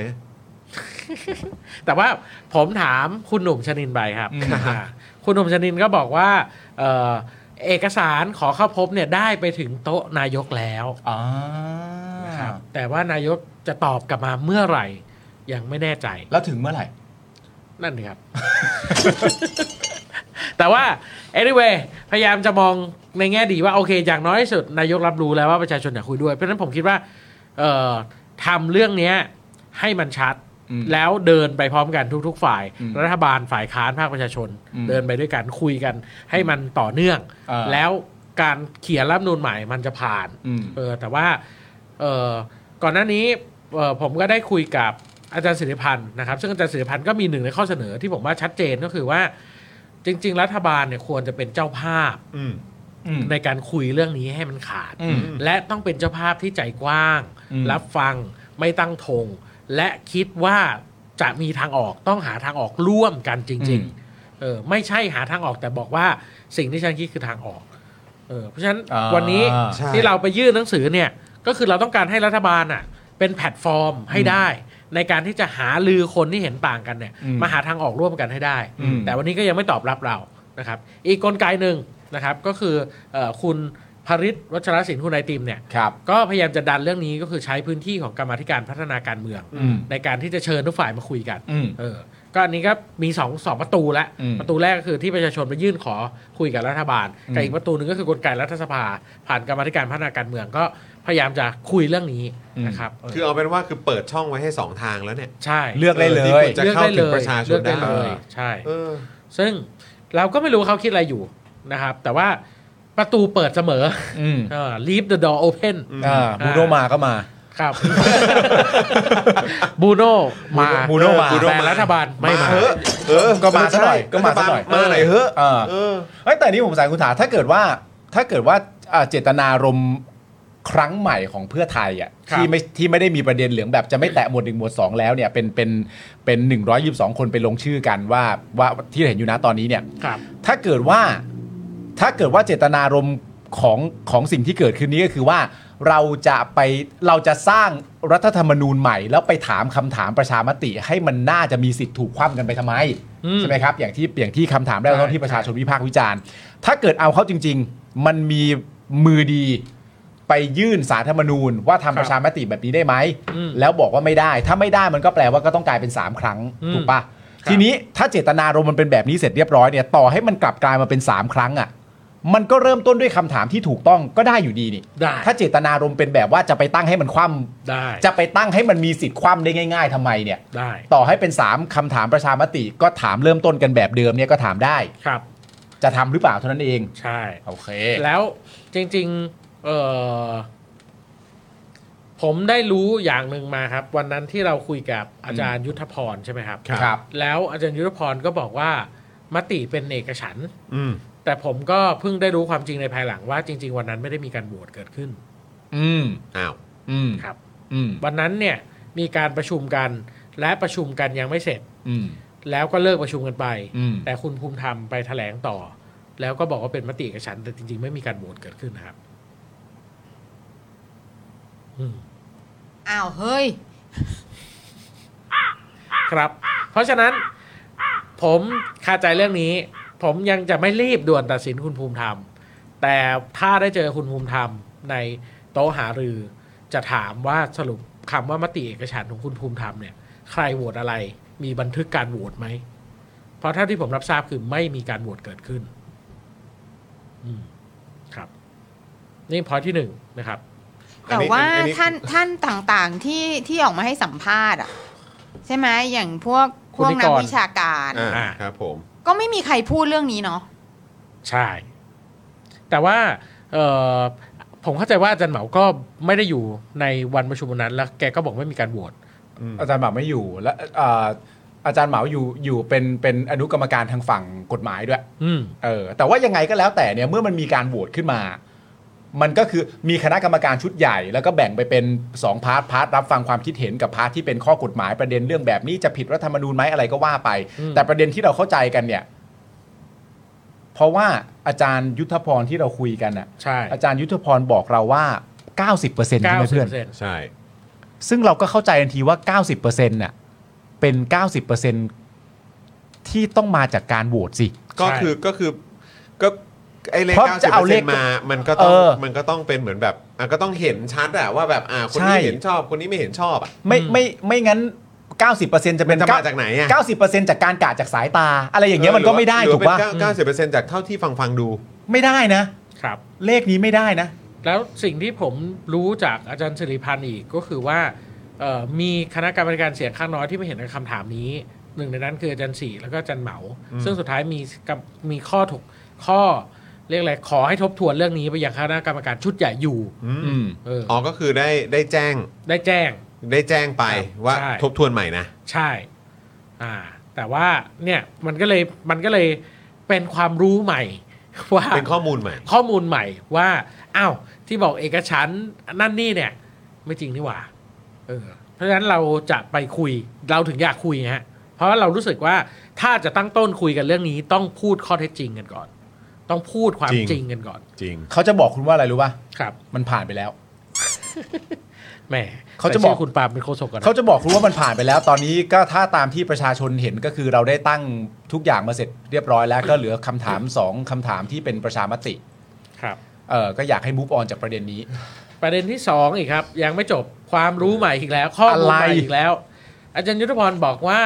Speaker 5: แต่ว่าผมถามคุณหนุ่มชนินไปครับ
Speaker 3: อืม
Speaker 5: อ่าคุณหนุ่มชนินก็บอกว่าเอ่อเอกสารขอเข้าพบเนี่ยได้ไปถึงโต๊ะนายกแล้ว
Speaker 3: อ่า
Speaker 5: นะครับแต่ว่านายกจะตอบกลับมาเมื่อไหร่ยังไม่แน่ใจ
Speaker 3: แล้วถึงเมื่อไหร่
Speaker 5: นั่นสิครับ [LAUGHS] แต่ว่า anyway พยายามจะมองในแง่ดีว่า โอเค อย่างน้อยที่สุด นายกรับรู้แล้วว่าประชาชนอยากคุยด้วย เพราะฉะนั้นผมคิดว่า เอ่อทำเรื่องเนี้ยให้มันชัด
Speaker 3: อืม
Speaker 5: แล้วเดินไปพร้อมกันทุก ๆ ฝ่าย
Speaker 3: อืม
Speaker 5: รัฐบาลฝ่ายค้านภาคประชาชน
Speaker 3: อืม
Speaker 5: เดินไปด้วยกันคุยกัน ให้มันต่อเนื่อง
Speaker 3: อ่า
Speaker 5: แล้วการเขียนรัฐธรรมนูนใหม่มันจะผ่าน
Speaker 3: อืม
Speaker 5: เออแต่ว่าเออก่อนหน้านี้เออผมก็ได้คุยกับอาจารย์สิริพันธ์นะครับ ซึ่งอาจารย์สิริพันธ์ก็มีหนึ่งในข้อเสนอที่ผมว่าชัดเจนก็คือว่า จริง ๆ รัฐบาลเนี่ยควรจะเป็นเจ้าภาพ
Speaker 6: อืม
Speaker 3: อืม
Speaker 5: ในการคุยเรื่องนี้ให้มันขาด
Speaker 3: อืม
Speaker 5: และต้องเป็นเจ้าภาพที่ใจกว้าง
Speaker 3: อืม
Speaker 5: รับฟังไม่ตั้งธงและคิดว่าจะมีทางออกต้องหาทางออกร่วมกันจริง ๆ เออไม่ใช่หาทางออกแต่บอกว่าสิ่งที่ฉันคิดคือทางออกเออเพราะฉะนั้น
Speaker 3: อ่า
Speaker 5: วันนี้
Speaker 3: ใช่
Speaker 5: ที่เราไปยื่นหนังสือเนี่ยก็คือเราต้องการให้รัฐบาลอ่ะเป็นแพลตฟอร์มให้ได้ ในการที่จะหาลือคนที่เห็นต่างกันเนี่ย
Speaker 3: อืม
Speaker 5: มาหาทางออกร่วมกันให้ได้
Speaker 3: อืม
Speaker 5: แต่วันนี้ก็ยังไม่ตอบรับเรานะครับอีกกลไกหนึ่งนะครับก็คือเออคุณภริศวัชรศิลป์คุณไอติมเนี่ย
Speaker 3: ครับ
Speaker 5: ก็พยายามจะดันเรื่องนี้ก็คือใช้พื้นที่ของกรรมาธิการพัฒนาการเมือง
Speaker 3: อืม
Speaker 5: ในการที่จะเชิญทุกฝ่ายมาคุยกัน
Speaker 3: อืม
Speaker 5: เออ ก็อันนี้ก็มีสองสองประตูละ
Speaker 3: อืม
Speaker 5: ประตูแรกก็คือที่ประชาชนไปยื่นขอคุยกับรัฐบาล
Speaker 3: อืม
Speaker 5: กับอีกประตูหนึ่งก็คือกลไกรัฐสภา ผ่านกรรมาธิการพัฒนาการเมืองก็พยายามจะคุยเรื่องนี้นะครับเออ
Speaker 6: คือเอาเป็นว่าคือเปิดช่องไว้ให้สองทางแล้วเนี่ย
Speaker 5: ใช่
Speaker 3: เลือกได้เล
Speaker 6: ที่
Speaker 3: ย
Speaker 6: คุณจะเข้าถึงประชาช
Speaker 5: เลื
Speaker 6: น
Speaker 5: อก
Speaker 6: ได้
Speaker 5: ได้เลย ใช่
Speaker 6: เออ
Speaker 5: ซึ่งเราก็ไม่รู้เขาคิดอะไรอยู่นะครับ แต่ว่าประตูเปิดเสมอ
Speaker 3: อืม
Speaker 5: เออ leave the door open
Speaker 3: อ่าบูโนมาก็มา [LAUGHS]
Speaker 5: ครับ บูโน่มา
Speaker 3: บูโน่มา
Speaker 5: แต่รัฐบาลไม่มา
Speaker 6: เออเออ
Speaker 3: ก็มาซะหน่อยก็มาซะหน่อย
Speaker 6: รัฐบลมาหน่อยเฮ้อะ
Speaker 3: เออ
Speaker 6: เออ
Speaker 3: เอ้ยแต่นี่ผมสายคุณถาถ้าเกิดว่าถ้าเกิดว่าอ่าเจตนารมณ์ครั้งใหม่ของเพื่อไทยอ่ะ
Speaker 5: ครับ
Speaker 3: ที่ไม่ที่ไม่ได้มีประเด็นเหลืองแบบจะไม่แตะหมวดหนึ่งหมวดสองแล้วเนี่ยเป็นเป็นเป็นหนึ่งร้อยยี่สิบสองคนไปลงชื่อกันว่าว่าที่เห็นอยู่นะตอนนี้เนี่ย
Speaker 5: ครับ
Speaker 3: ถ้าเกิดว่าถ้าเกิดว่าเจตนารมณ์ของของสิ่งที่เกิดขึ้นนี้ก็คือว่า เราจะไปเราจะสร้างรัฐธรรมนูญใหม่ แล้วไปถามคำถามประชามติ ให้มันน่าจะมีสิทธิ์ถูกคว่ำกันไปทำไม
Speaker 5: อืม
Speaker 3: ใช่ไหมครับ อย่างที่อย่างที่คำถามแรก
Speaker 5: ใช่
Speaker 3: ที่ประชาชนวิพากษ์วิจารณ์ ถ้าเกิดเอาเข้าจริง ๆ มันมีมือดีไปยื่นสารธรรมนูญ ว่าทำประชามติแบบนี้ได้ไหม
Speaker 5: อืม
Speaker 3: แล้วบอกว่าไม่ได้ ถ้าไม่ได้มันก็แปลว่าก็ต้องกลายเป็น 3 ครั้ง
Speaker 5: อืม
Speaker 3: ถูกปะ
Speaker 5: ครับ
Speaker 3: ทีนี้ถ้าเจตนารมณ์มันเป็นแบบนี้เสร็จเรียบร้อยเนี่ยต่อให้มันกลับกลายมาเป็น 3 ครั้งอะ่ะมันก็เริ่มต้นด้วยคำถามที่ถูกต้องก็ได้อยู่ดีนี่
Speaker 5: ได้
Speaker 3: ถ้าเจตนารมณ์เป็นแบบว่าจะไปตั้งให้มันคว่
Speaker 5: ได้
Speaker 3: ำจะไปตั้งให้มันมีสิทธิ์คว่ำได้ง่ายๆทำไมเนี่ย
Speaker 5: ได้
Speaker 3: ต่อให้เป็น 3คำถามประชามติก็ถามเริ่มต้นกันแบบเดิมเนี่ยก็ถามได้
Speaker 5: ครับ
Speaker 3: จะทำหรือเปล่าเท่านั้นเอง
Speaker 5: ใช่
Speaker 3: โอเค
Speaker 5: แล้วจริงๆเออผมได้รู้อย่างหนึ่งมาครับ วันนั้นที่เราคุยกับอาจารย์ยุทธพรใช่ไหมครับ
Speaker 3: ครับ
Speaker 5: แล้วอาจารย์ยุทธพรก็บอกว่ามติเป็นเอกฉันท์
Speaker 6: อืม
Speaker 5: แต่ผมก็เพิ่งได้รู้ความจริงในภายหลังว่าจริง ๆ วันนั้นไม่ได้มีการโหวตเกิดขึ้น
Speaker 3: อืม
Speaker 6: อ้าว
Speaker 3: อืม
Speaker 5: ครับ
Speaker 3: อืม
Speaker 5: วันนั้นเนี่ยมีการประชุมกันและประชุมกันยังไม่เสร็จ
Speaker 3: อืม
Speaker 5: แล้วก็เลิกประชุมกันไป
Speaker 3: อืม
Speaker 5: แต่คุณภูมิธรรมไปแถลงต่อ แล้วก็บอกว่าเป็นมติเอกฉันท์แต่จริง ๆ ไม่มีการโหวตเกิดขึ้นนะครับ อืม
Speaker 9: อ้าวเฮ้ย
Speaker 5: ครับ เพราะฉะนั้น ผมคาใจเรื่องนี้ ผมยังจะไม่รีบด่วนตัดสินคุณภูมิธรรม แต่ถ้าได้เจอคุณภูมิธรรมในโต๊ะหารือ จะถามว่าสรุปคำว่ามติเอกฉันท์ของคุณภูมิธรรมเนี่ย ใครโหวตอะไร มีบันทึกการโหวตไหม เพราะเท่าที่ผมรับทราบคือไม่มีการโหวตเกิดขึ้น อืมครับ นี่พอที่หนึ่งนะครับ
Speaker 1: อัน
Speaker 4: แต่
Speaker 1: นี้
Speaker 4: ว่า
Speaker 1: อันนี้
Speaker 4: ท่านท่านต่างๆที่ที่ออกมาให้สัมภาษณ์อ่ะใช่ไหมอย่างพวก
Speaker 5: คุ
Speaker 4: พว
Speaker 5: ณ
Speaker 4: ก
Speaker 5: นิกร
Speaker 4: นักวิชาการ
Speaker 1: อ่า
Speaker 5: อ่า
Speaker 1: ครับผม
Speaker 4: ก็ไม่มีใครพูดเรื่องนี้เนาะ
Speaker 5: ใช่ แต่ว่าเออผมเข้าใจว่าอาจารย์เหมาก็ไม่ได้อยู่ในวันประชุมวันนั้น แล้วแกก็บอกไม่มีการโหวต
Speaker 3: อาจารย์เหมาไม่อยู่และเอ่ออาจารย์เหมาอยู่อยู่เป็นเป็นอนุกรรมการทางฝั่งกฎหมายด้วย
Speaker 5: อืม
Speaker 3: เออแต่ว่ายังไงก็แล้วแต่เนี่ยเมื่อมันมีการโหวตขึ้นมา มันก็คือมีคณะกรรมการชุดใหญ่ แล้วก็แบ่งไปเป็น 2 พาร์ทพาร์ทรับฟังความคิดเห็นกับพาร์ทที่เป็นข้อกฎหมายประเด็นเรื่องแบบนี้จะผิดรัฐธรรมนูญไหมอะไรก็ว่าไป
Speaker 5: อืม
Speaker 3: แต่ประเด็นที่เราเข้าใจกันเนี่ย เพราะว่าอาจารย์ยุทธพรที่เราคุยกันอ่ะ
Speaker 5: ใช่
Speaker 3: อาจารย์ยุทธพรบอกเราว่า 90%ใช่
Speaker 5: เก้า
Speaker 3: ไหม
Speaker 5: สิบ
Speaker 3: เพื่อน
Speaker 5: เปอร์เซ็นต์
Speaker 1: ใช่
Speaker 3: ซึ่งเราก็เข้าใจทันทีว่า 90%น่ะเป็น 90%ที่ต้องมาจากการโหวตสิ
Speaker 1: ก็คือก็คือก็ไอเลข
Speaker 3: เพราะ
Speaker 1: เก้าสิ
Speaker 3: จะ
Speaker 1: บ
Speaker 3: เอาเลข
Speaker 1: มามันก็ต้อง
Speaker 3: เออ
Speaker 1: มันก็ต้องเป็นเหมือนแบบอ่ะก็ต้องเห็นชัดอะว่าแบบอ่าคนนี้
Speaker 3: ใช่
Speaker 1: เห็นชอบคนนี้ไม่เห็นชอบอะ
Speaker 3: ไม่ไม่ไม่งั้น 90%จะเป็น
Speaker 1: มันจะมาจากไหนอะ
Speaker 3: 90%จากการกะจากสายตา อะไรอย่างเงี้ยมันก็ไม่ได้
Speaker 1: หรือ
Speaker 3: ถูกป่ะ
Speaker 1: เนเก้าสิบเปอร์เซ็นต์จากเท่าที่ฟังฟังๆดู
Speaker 3: ไม่ได้นะ
Speaker 5: ครับ
Speaker 3: เลขนี้ไม่ได้นะ
Speaker 5: แล้วสิ่งที่ผมรู้จากอาจารย์สิริพันธ์อีกก็คือว่าเอ่อมีคณะกรรมการเสียงข้างน้อยที่ไม่เห็นในคำถามนี้หนึ่งในนั้นคืออาจารย์สี่แล้วก็อาจารย์เหมา ซึ่งสุดท้ายมีกับมีข้อถกข้อเรียกอะไรขอให้ทบทวนเรื่องนี้ไปยังคณะกรรมการชุดใหญ่อยู่
Speaker 3: อืม
Speaker 5: เอออ
Speaker 1: อ๋อก็คือได้ได้แจ้ง
Speaker 5: ได้แจ้ง
Speaker 1: ได้แจ้งไป
Speaker 5: ครับ
Speaker 1: ว่า
Speaker 5: ใช่
Speaker 1: ทบทวนใหม่นะ
Speaker 5: ใช่ อ่า แต่ว่าเนี่ยมันก็เลยมันก็เลยเป็นความรู้ใหม่ ว่า
Speaker 1: เป็นข้อมูลใหม่
Speaker 5: ข้อมูลใหม่ว่าอ้าวที่บอกเอกฉันท์นั่นนี่เนี่ย ไม่จริงนี่หว่าเออเพราะฉะนั้นเราจะไปคุยเราถึงอยากคุยฮะเพราะว่าเรารู้สึกว่าถ้าจะตั้งต้นคุยกันเรื่องนี้ต้องพูดข้อเท็จจริงกันก่อน ต้องพูดความ
Speaker 1: จริง
Speaker 5: จริงกันก่อน
Speaker 1: จริง
Speaker 3: เขาจะบอกคุณว่าอะไรรู้ป่ะ
Speaker 5: ครับ
Speaker 3: มันผ่านไปแล้ว
Speaker 5: แหม
Speaker 3: เขาจะบอก
Speaker 5: ใส่ชื่คุณปาล์มเป็นโฆษกก่อนนะ
Speaker 3: เขาจะบอกคุณว่ามันผ่านไปแล้ว ตอนนี้ก็ถ้าตามที่ประชาชนเห็นก็คือเราได้ตั้งทุกอย่างมาเสร็จเรียบร้อยแล้วก็เหลือคำถามสองคำถามที่เป็นประชามติ
Speaker 5: ครับ
Speaker 3: เออก็อยากให้มูฟออนจากประเด็นนี้
Speaker 5: ประเด็นที่สองอีกครับ ยังไม่จบความรู้ใหม่อีกแล้ว ข้อมูลใหม่
Speaker 3: อะไร
Speaker 5: อีกแล้ว อาจารย์ยุทธพรบอกว่า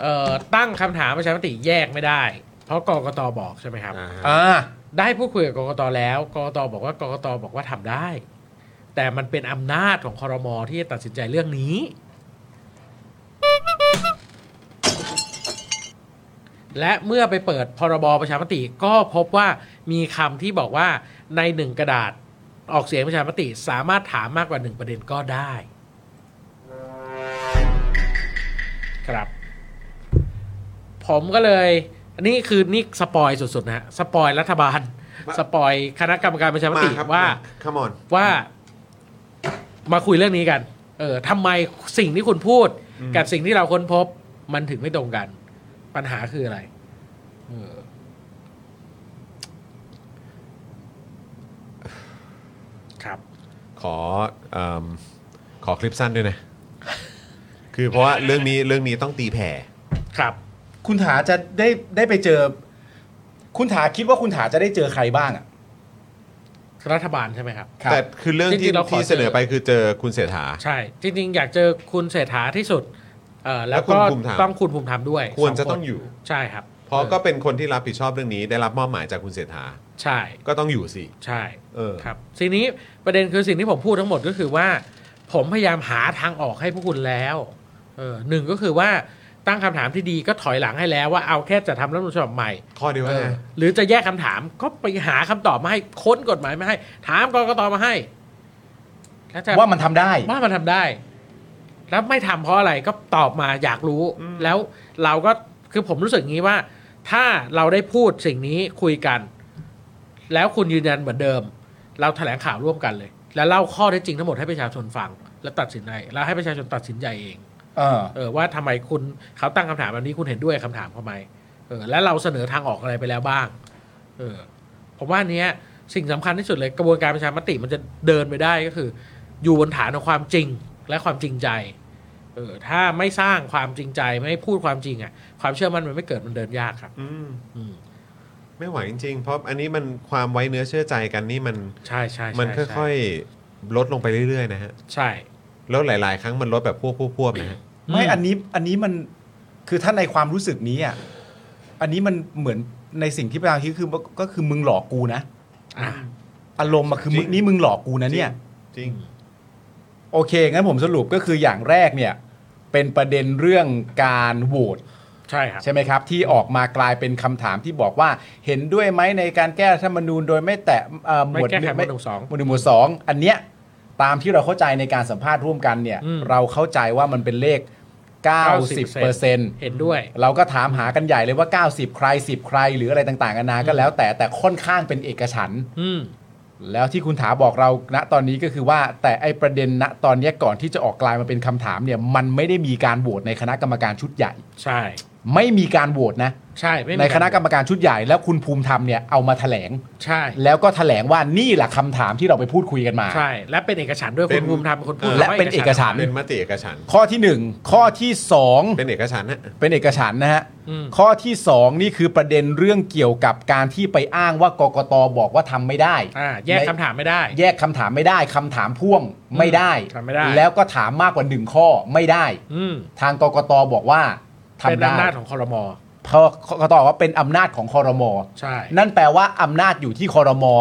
Speaker 5: เอ่อตั้งคำถามประชามติแยกไม่ได้ เพราะกกตบอกใช่ไหมครับ
Speaker 1: อ่าฮะ
Speaker 3: อ่า
Speaker 5: ได้พูดคุยกับกกตแล้ว กกตบอกว่ากกตบอกว่าทำได้ แต่มันเป็นอำนาจของคอรมอที่จะตัดสินใจเรื่องนี้ และเมื่อไปเปิดพรบประชามติก็พบว่ามีคำที่บอกว่าในหนึ่งกระดาษออกเสียงประชามติสามารถถามมากกว่าหนึ่งประเด็นก็ได้ ครับ ผมก็เลยนี่คือนี่สปอยสุดๆนะฮะสปอยรัฐบาล
Speaker 1: มา
Speaker 5: สปอยคณะกรรมการประชาม
Speaker 1: มา
Speaker 5: ติ
Speaker 1: ครับ
Speaker 5: ว่า
Speaker 1: ขมอน
Speaker 5: ว่ามาคุยเรื่องนี้กัน เออทำไมสิ่งที่คุณพูด กับสิ่งที่เราค้นพบ มันถึงไม่ตรงกัน ปัญหาคืออะไร เออ ครับ
Speaker 1: ขอเอิ่มขอคลิปสั้นด้วยนะ คือเพราะว่าเรื่องนี้เรื่องนี้ต้องตีแผ่
Speaker 5: ครับ
Speaker 3: คุณถาจะได้ได้ไปเจอ คุณถาคิดว่าคุณถาจะได้เจอใครบ้างอ่ะ
Speaker 5: รัฐบาลใช่ไหมครับ
Speaker 3: ครับ
Speaker 1: แต่คือเรื่อง
Speaker 5: จริ
Speaker 1: ที่
Speaker 5: งๆเราขอ
Speaker 1: ที่เสนอไปคือเจอคุณเสถา
Speaker 5: ใช่ จริงๆ อยากเจอคุณเศรษฐาที่สุด เออแล้วก็
Speaker 1: และคุณภูมิธรรม
Speaker 5: ต้องคุณภูมิธรรมด้วย
Speaker 1: ควรจะ
Speaker 5: สน
Speaker 1: ต้องอยู่
Speaker 5: ใช่ครับ
Speaker 1: เพราะก็
Speaker 5: ออ
Speaker 1: เป็นคนที่รับผิดชอบเรื่องนี้ได้รับมอบหมายจากคุณเสถา
Speaker 5: ใช่
Speaker 1: ก็ต้องอยู่สิ
Speaker 5: ใช่
Speaker 1: เออ
Speaker 5: ครับทีนี้ประเด็นคือสิ่งที่ผมพูดทั้งหมดก็คือว่า ผมพยายามหาทางออกให้พวกคุณแล้วเออหนึ่งก็คือว่าตั้งคำถามที่ดีก็ถอยหลังให้แล้วว่าเอาแค่จะทำรัฐธรรมนูญฉบับใหม่
Speaker 1: ข้อเดียว
Speaker 5: เอ
Speaker 1: ว่า
Speaker 5: อ
Speaker 1: ไง
Speaker 5: หรือจะแยกคำถามก็ไปหาคำตอบมาให้ค้นกฎหมายมาให้ ถามกกตมาให้แล้วจะ
Speaker 3: ว่ามันทำได้
Speaker 5: ว่ามันทำได้ แล้วไม่ทำเพราะอะไรก็ตอบมาอยากรู้ แล้วเราก็คือผมรู้สึกงี้ว่า ถ้าเราได้พูดสิ่งนี้คุยกัน แล้วคุณยืนยันเหมือนเดิม เราแถลงข่าวร่วมกันเลย แล้วเล่าข้อเท็จจริงทั้งหมดให้ประชาชนฟัง แล้วตัดสินใจแล้วให้ประชาชนตัดสินใจเอง
Speaker 3: เออ
Speaker 5: เออว่าทำไมคุณเขาตั้งคำถามแบบนี้คุณเห็นด้วยกับคำถามเขาไหมเออแล้วเราเสนอทางออกอะไรไปแล้วบ้างเออผมว่าอันเนี้ยสิ่งสำคัญที่สุดเลยกระบวนการประชามติมันจะเดินไปได้ก็คือ อยู่บนฐานของความจริงและความจริงใจเออถ้าไม่สร้างความจริงใจไม่พูดความจริงอ่ะความเชื่อมั่นมันไม่เกิดมันเดินยากครับ
Speaker 1: อืม
Speaker 5: อืม
Speaker 1: ไม่ไหวจริงๆ เพราะอันนี้มันความไว้เนื้อเชื่อใจกันนี่มัน
Speaker 5: ใช่ใช่ใช่
Speaker 1: มันค่อยๆ ลดลงไปเรื่อยๆนะฮะ
Speaker 5: ใช่
Speaker 1: แล้วหลาย ๆ ครั้งมันลดแบบพวกๆๆนะฮะ
Speaker 3: ไม่อันนี้อันนี้มัน คือถ้าในความรู้สึกนี้อ่ะอันนี้มันเหมือนในสิ่งที่ประธานคิดคือก็คือมึงหลอกกูนะ
Speaker 5: อ่า
Speaker 3: อารมณ์อะคือมึ
Speaker 1: จ
Speaker 3: ง
Speaker 1: ริง
Speaker 3: นี่มึงหลอกกูนะเนี่ย
Speaker 1: จริง
Speaker 3: โอเค งั้นผมสรุปก็คืออย่างแรกเนี่ย เป็นประเด็นเรื่องการโหวต
Speaker 5: ใช่ครับ
Speaker 3: ใช่ไหมครับที่ออกมากลายเป็นคำถามที่บอกว่าเห็นด้วยไหมในการแก้รัฐธรรมนูญโดยไม่แตะเอ่อหมวด
Speaker 5: ไม่แก้ไขหมวดหนึ่งสอง
Speaker 3: หมวดหนึ่งหมวดสองอันเนี้ยตามที่เราเข้าใจในการสัมภาษณ์ร่วมกันเนี่ย
Speaker 5: อืม
Speaker 3: เราเข้าใจว่ามันเป็นเลข 90%
Speaker 5: เห็นด้วย
Speaker 3: เราก็ถามหากันใหญ่เลยว่า 90 ใคร 10 ใคร หรืออะไรต่างๆกันานาก็แล้วแต่แต่ค่อนข้างเป็นเอกฉันท์
Speaker 5: อืม
Speaker 3: แล้วที่คุณถาบอกเราณตอนนี้ก็คือว่า แต่ไอประเด็นณตอนเนี้ยก่อนที่จะออกกลายมาเป็นคำถามเนี่ย มันไม่ได้มีการโหวตในคณะกรรมการชุดใหญ่
Speaker 5: ใช่
Speaker 3: ไม่มีการโหวตนะ
Speaker 5: ใช่ไม่มี
Speaker 3: ในคณะกรรมการชุดใหญ่แล้วคุณภูมิธรรมเนี่ยเอามาแถลง
Speaker 5: ใช่
Speaker 3: แล้วก็แถลงว่านี่แหละคำถามที่เราไปพูดคุยกันมา
Speaker 5: ใช่ และเป็นเอกฉันท์ด้วย
Speaker 1: เป็
Speaker 5: คุณ
Speaker 1: น
Speaker 5: ภูมิธรรมเป็นคนพูด
Speaker 3: และ
Speaker 5: ว่า
Speaker 3: เป็นเอกฉันท์
Speaker 1: เป็นมติเอกฉันท์
Speaker 3: ข้อที่หนึ่งข้อที่สอง
Speaker 1: เป็นเอกฉันท์นะ
Speaker 3: เป็นเอกฉันท์นะฮะ
Speaker 5: อืม
Speaker 3: ข้อที่สองนี่คือประเด็นเรื่องเกี่ยวกับการที่ไปอ้างว่ากกตบอกว่าทำไม่ได้
Speaker 5: อ่า แยกคำถามไม่ได้
Speaker 3: แยกคำถามไม่ได้คำถามพ่วงไม่ได้
Speaker 5: ทำไม่ได้
Speaker 3: แล้วก็ถามมากกว่าหนึ่งข้อไม่ได้
Speaker 5: อืม
Speaker 3: ทางกกตบอกว่าทำ
Speaker 5: เป็น
Speaker 3: ได้
Speaker 5: อำนาจของคอรมอ
Speaker 3: เพราะกกตบอกว่าเป็นอำนาจของคอรมอ
Speaker 5: ใช่
Speaker 3: นั่นแปลว่าอำนาจอยู่ที่คอรมอ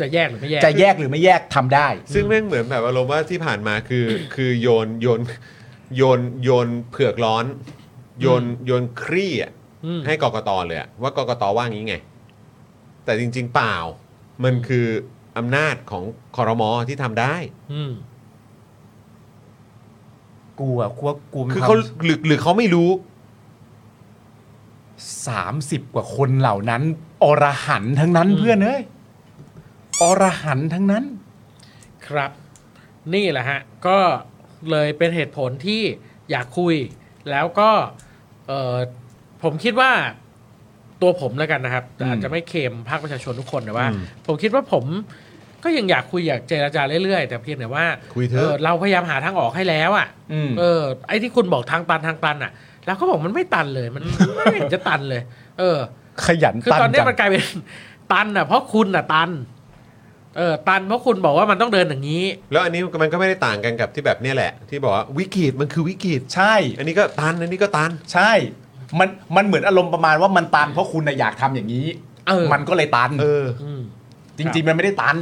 Speaker 5: จะแยกหรือไม่แยก
Speaker 3: จะแยกหรือไม่แยกทำได้
Speaker 1: ซึ่งแม่งเหมือนแบบอารมณ์ว่าที่ผ่านมา [COUGHS] คือ คือโยนโยนโยนโยนเผือกร้อน โยนโยนครี่อะ
Speaker 5: อืม
Speaker 1: ให้กกตเลยอะว่ากกตว่างี้ไง แต่จริง ๆ เปล่า มันคืออำนาจของคอรมอที่ทำได้
Speaker 5: อืม
Speaker 3: กูอะกูว่ากูมี
Speaker 1: คือ
Speaker 3: ว
Speaker 1: เขาหรือหรือเขาไม่รู้
Speaker 3: สามสิบกว่าคนเหล่านั้นอรหันต์ทั้งนั้น
Speaker 5: อืม
Speaker 3: เพื่อนเอ้ยอรหันต์ทั้งนั้น
Speaker 5: ครับ นี่แหละฮะ ก็เลยเป็นเหตุผลที่อยากคุย แล้วก็เออผมคิดว่าตัวผมแล้วกันนะครับแต่อาจจะไม่เค็มภาคประชาชนทุกคนแต่ว่า ผมคิดว่าผมก็ยังอยากคุยอยากเจรจาเรื่อยๆ แต่เพียงแต่ว่า
Speaker 1: คุยเถอะ
Speaker 5: อเราพยายามหาทางออกให้แล้วอ่ะ
Speaker 3: อืม
Speaker 5: เออไอ้ที่คุณบอกทางตันทางตันอ่ะ แล้วก็บอกมันไม่ตันเลยมัน [LAUGHS] ไม่เห็นจะตันเลย เออ
Speaker 3: ขยัน
Speaker 5: คือ
Speaker 3: ตัน
Speaker 5: ตอนเนี้
Speaker 3: จั
Speaker 5: ย
Speaker 3: ง
Speaker 5: มันกลายเป็น [LAUGHS] ตันอ่ะ เพราะคุณอ่ะตัน เออ ตันเพราะคุณบอกว่ามันต้องเดินอย่างนี้
Speaker 1: แล้วอันนี้มันก็ไม่ได้ต่างกันกับที่แบบเนี้ยแหละ ที่บอกว่าวิกฤตมันคือวิกฤต
Speaker 3: ใช่
Speaker 1: อันนี้ก็ตันอันนี้ก็ตัน
Speaker 3: ใช่ มันมันเหมือนอารมณ์ประมาณว่ามันตันเพราะคุณน่ะอยากทำอย่างนี้
Speaker 5: เออ
Speaker 3: มันก็เลยตัน
Speaker 1: เออ
Speaker 5: อืม
Speaker 3: จริง ๆ มันไม่ได้ตัน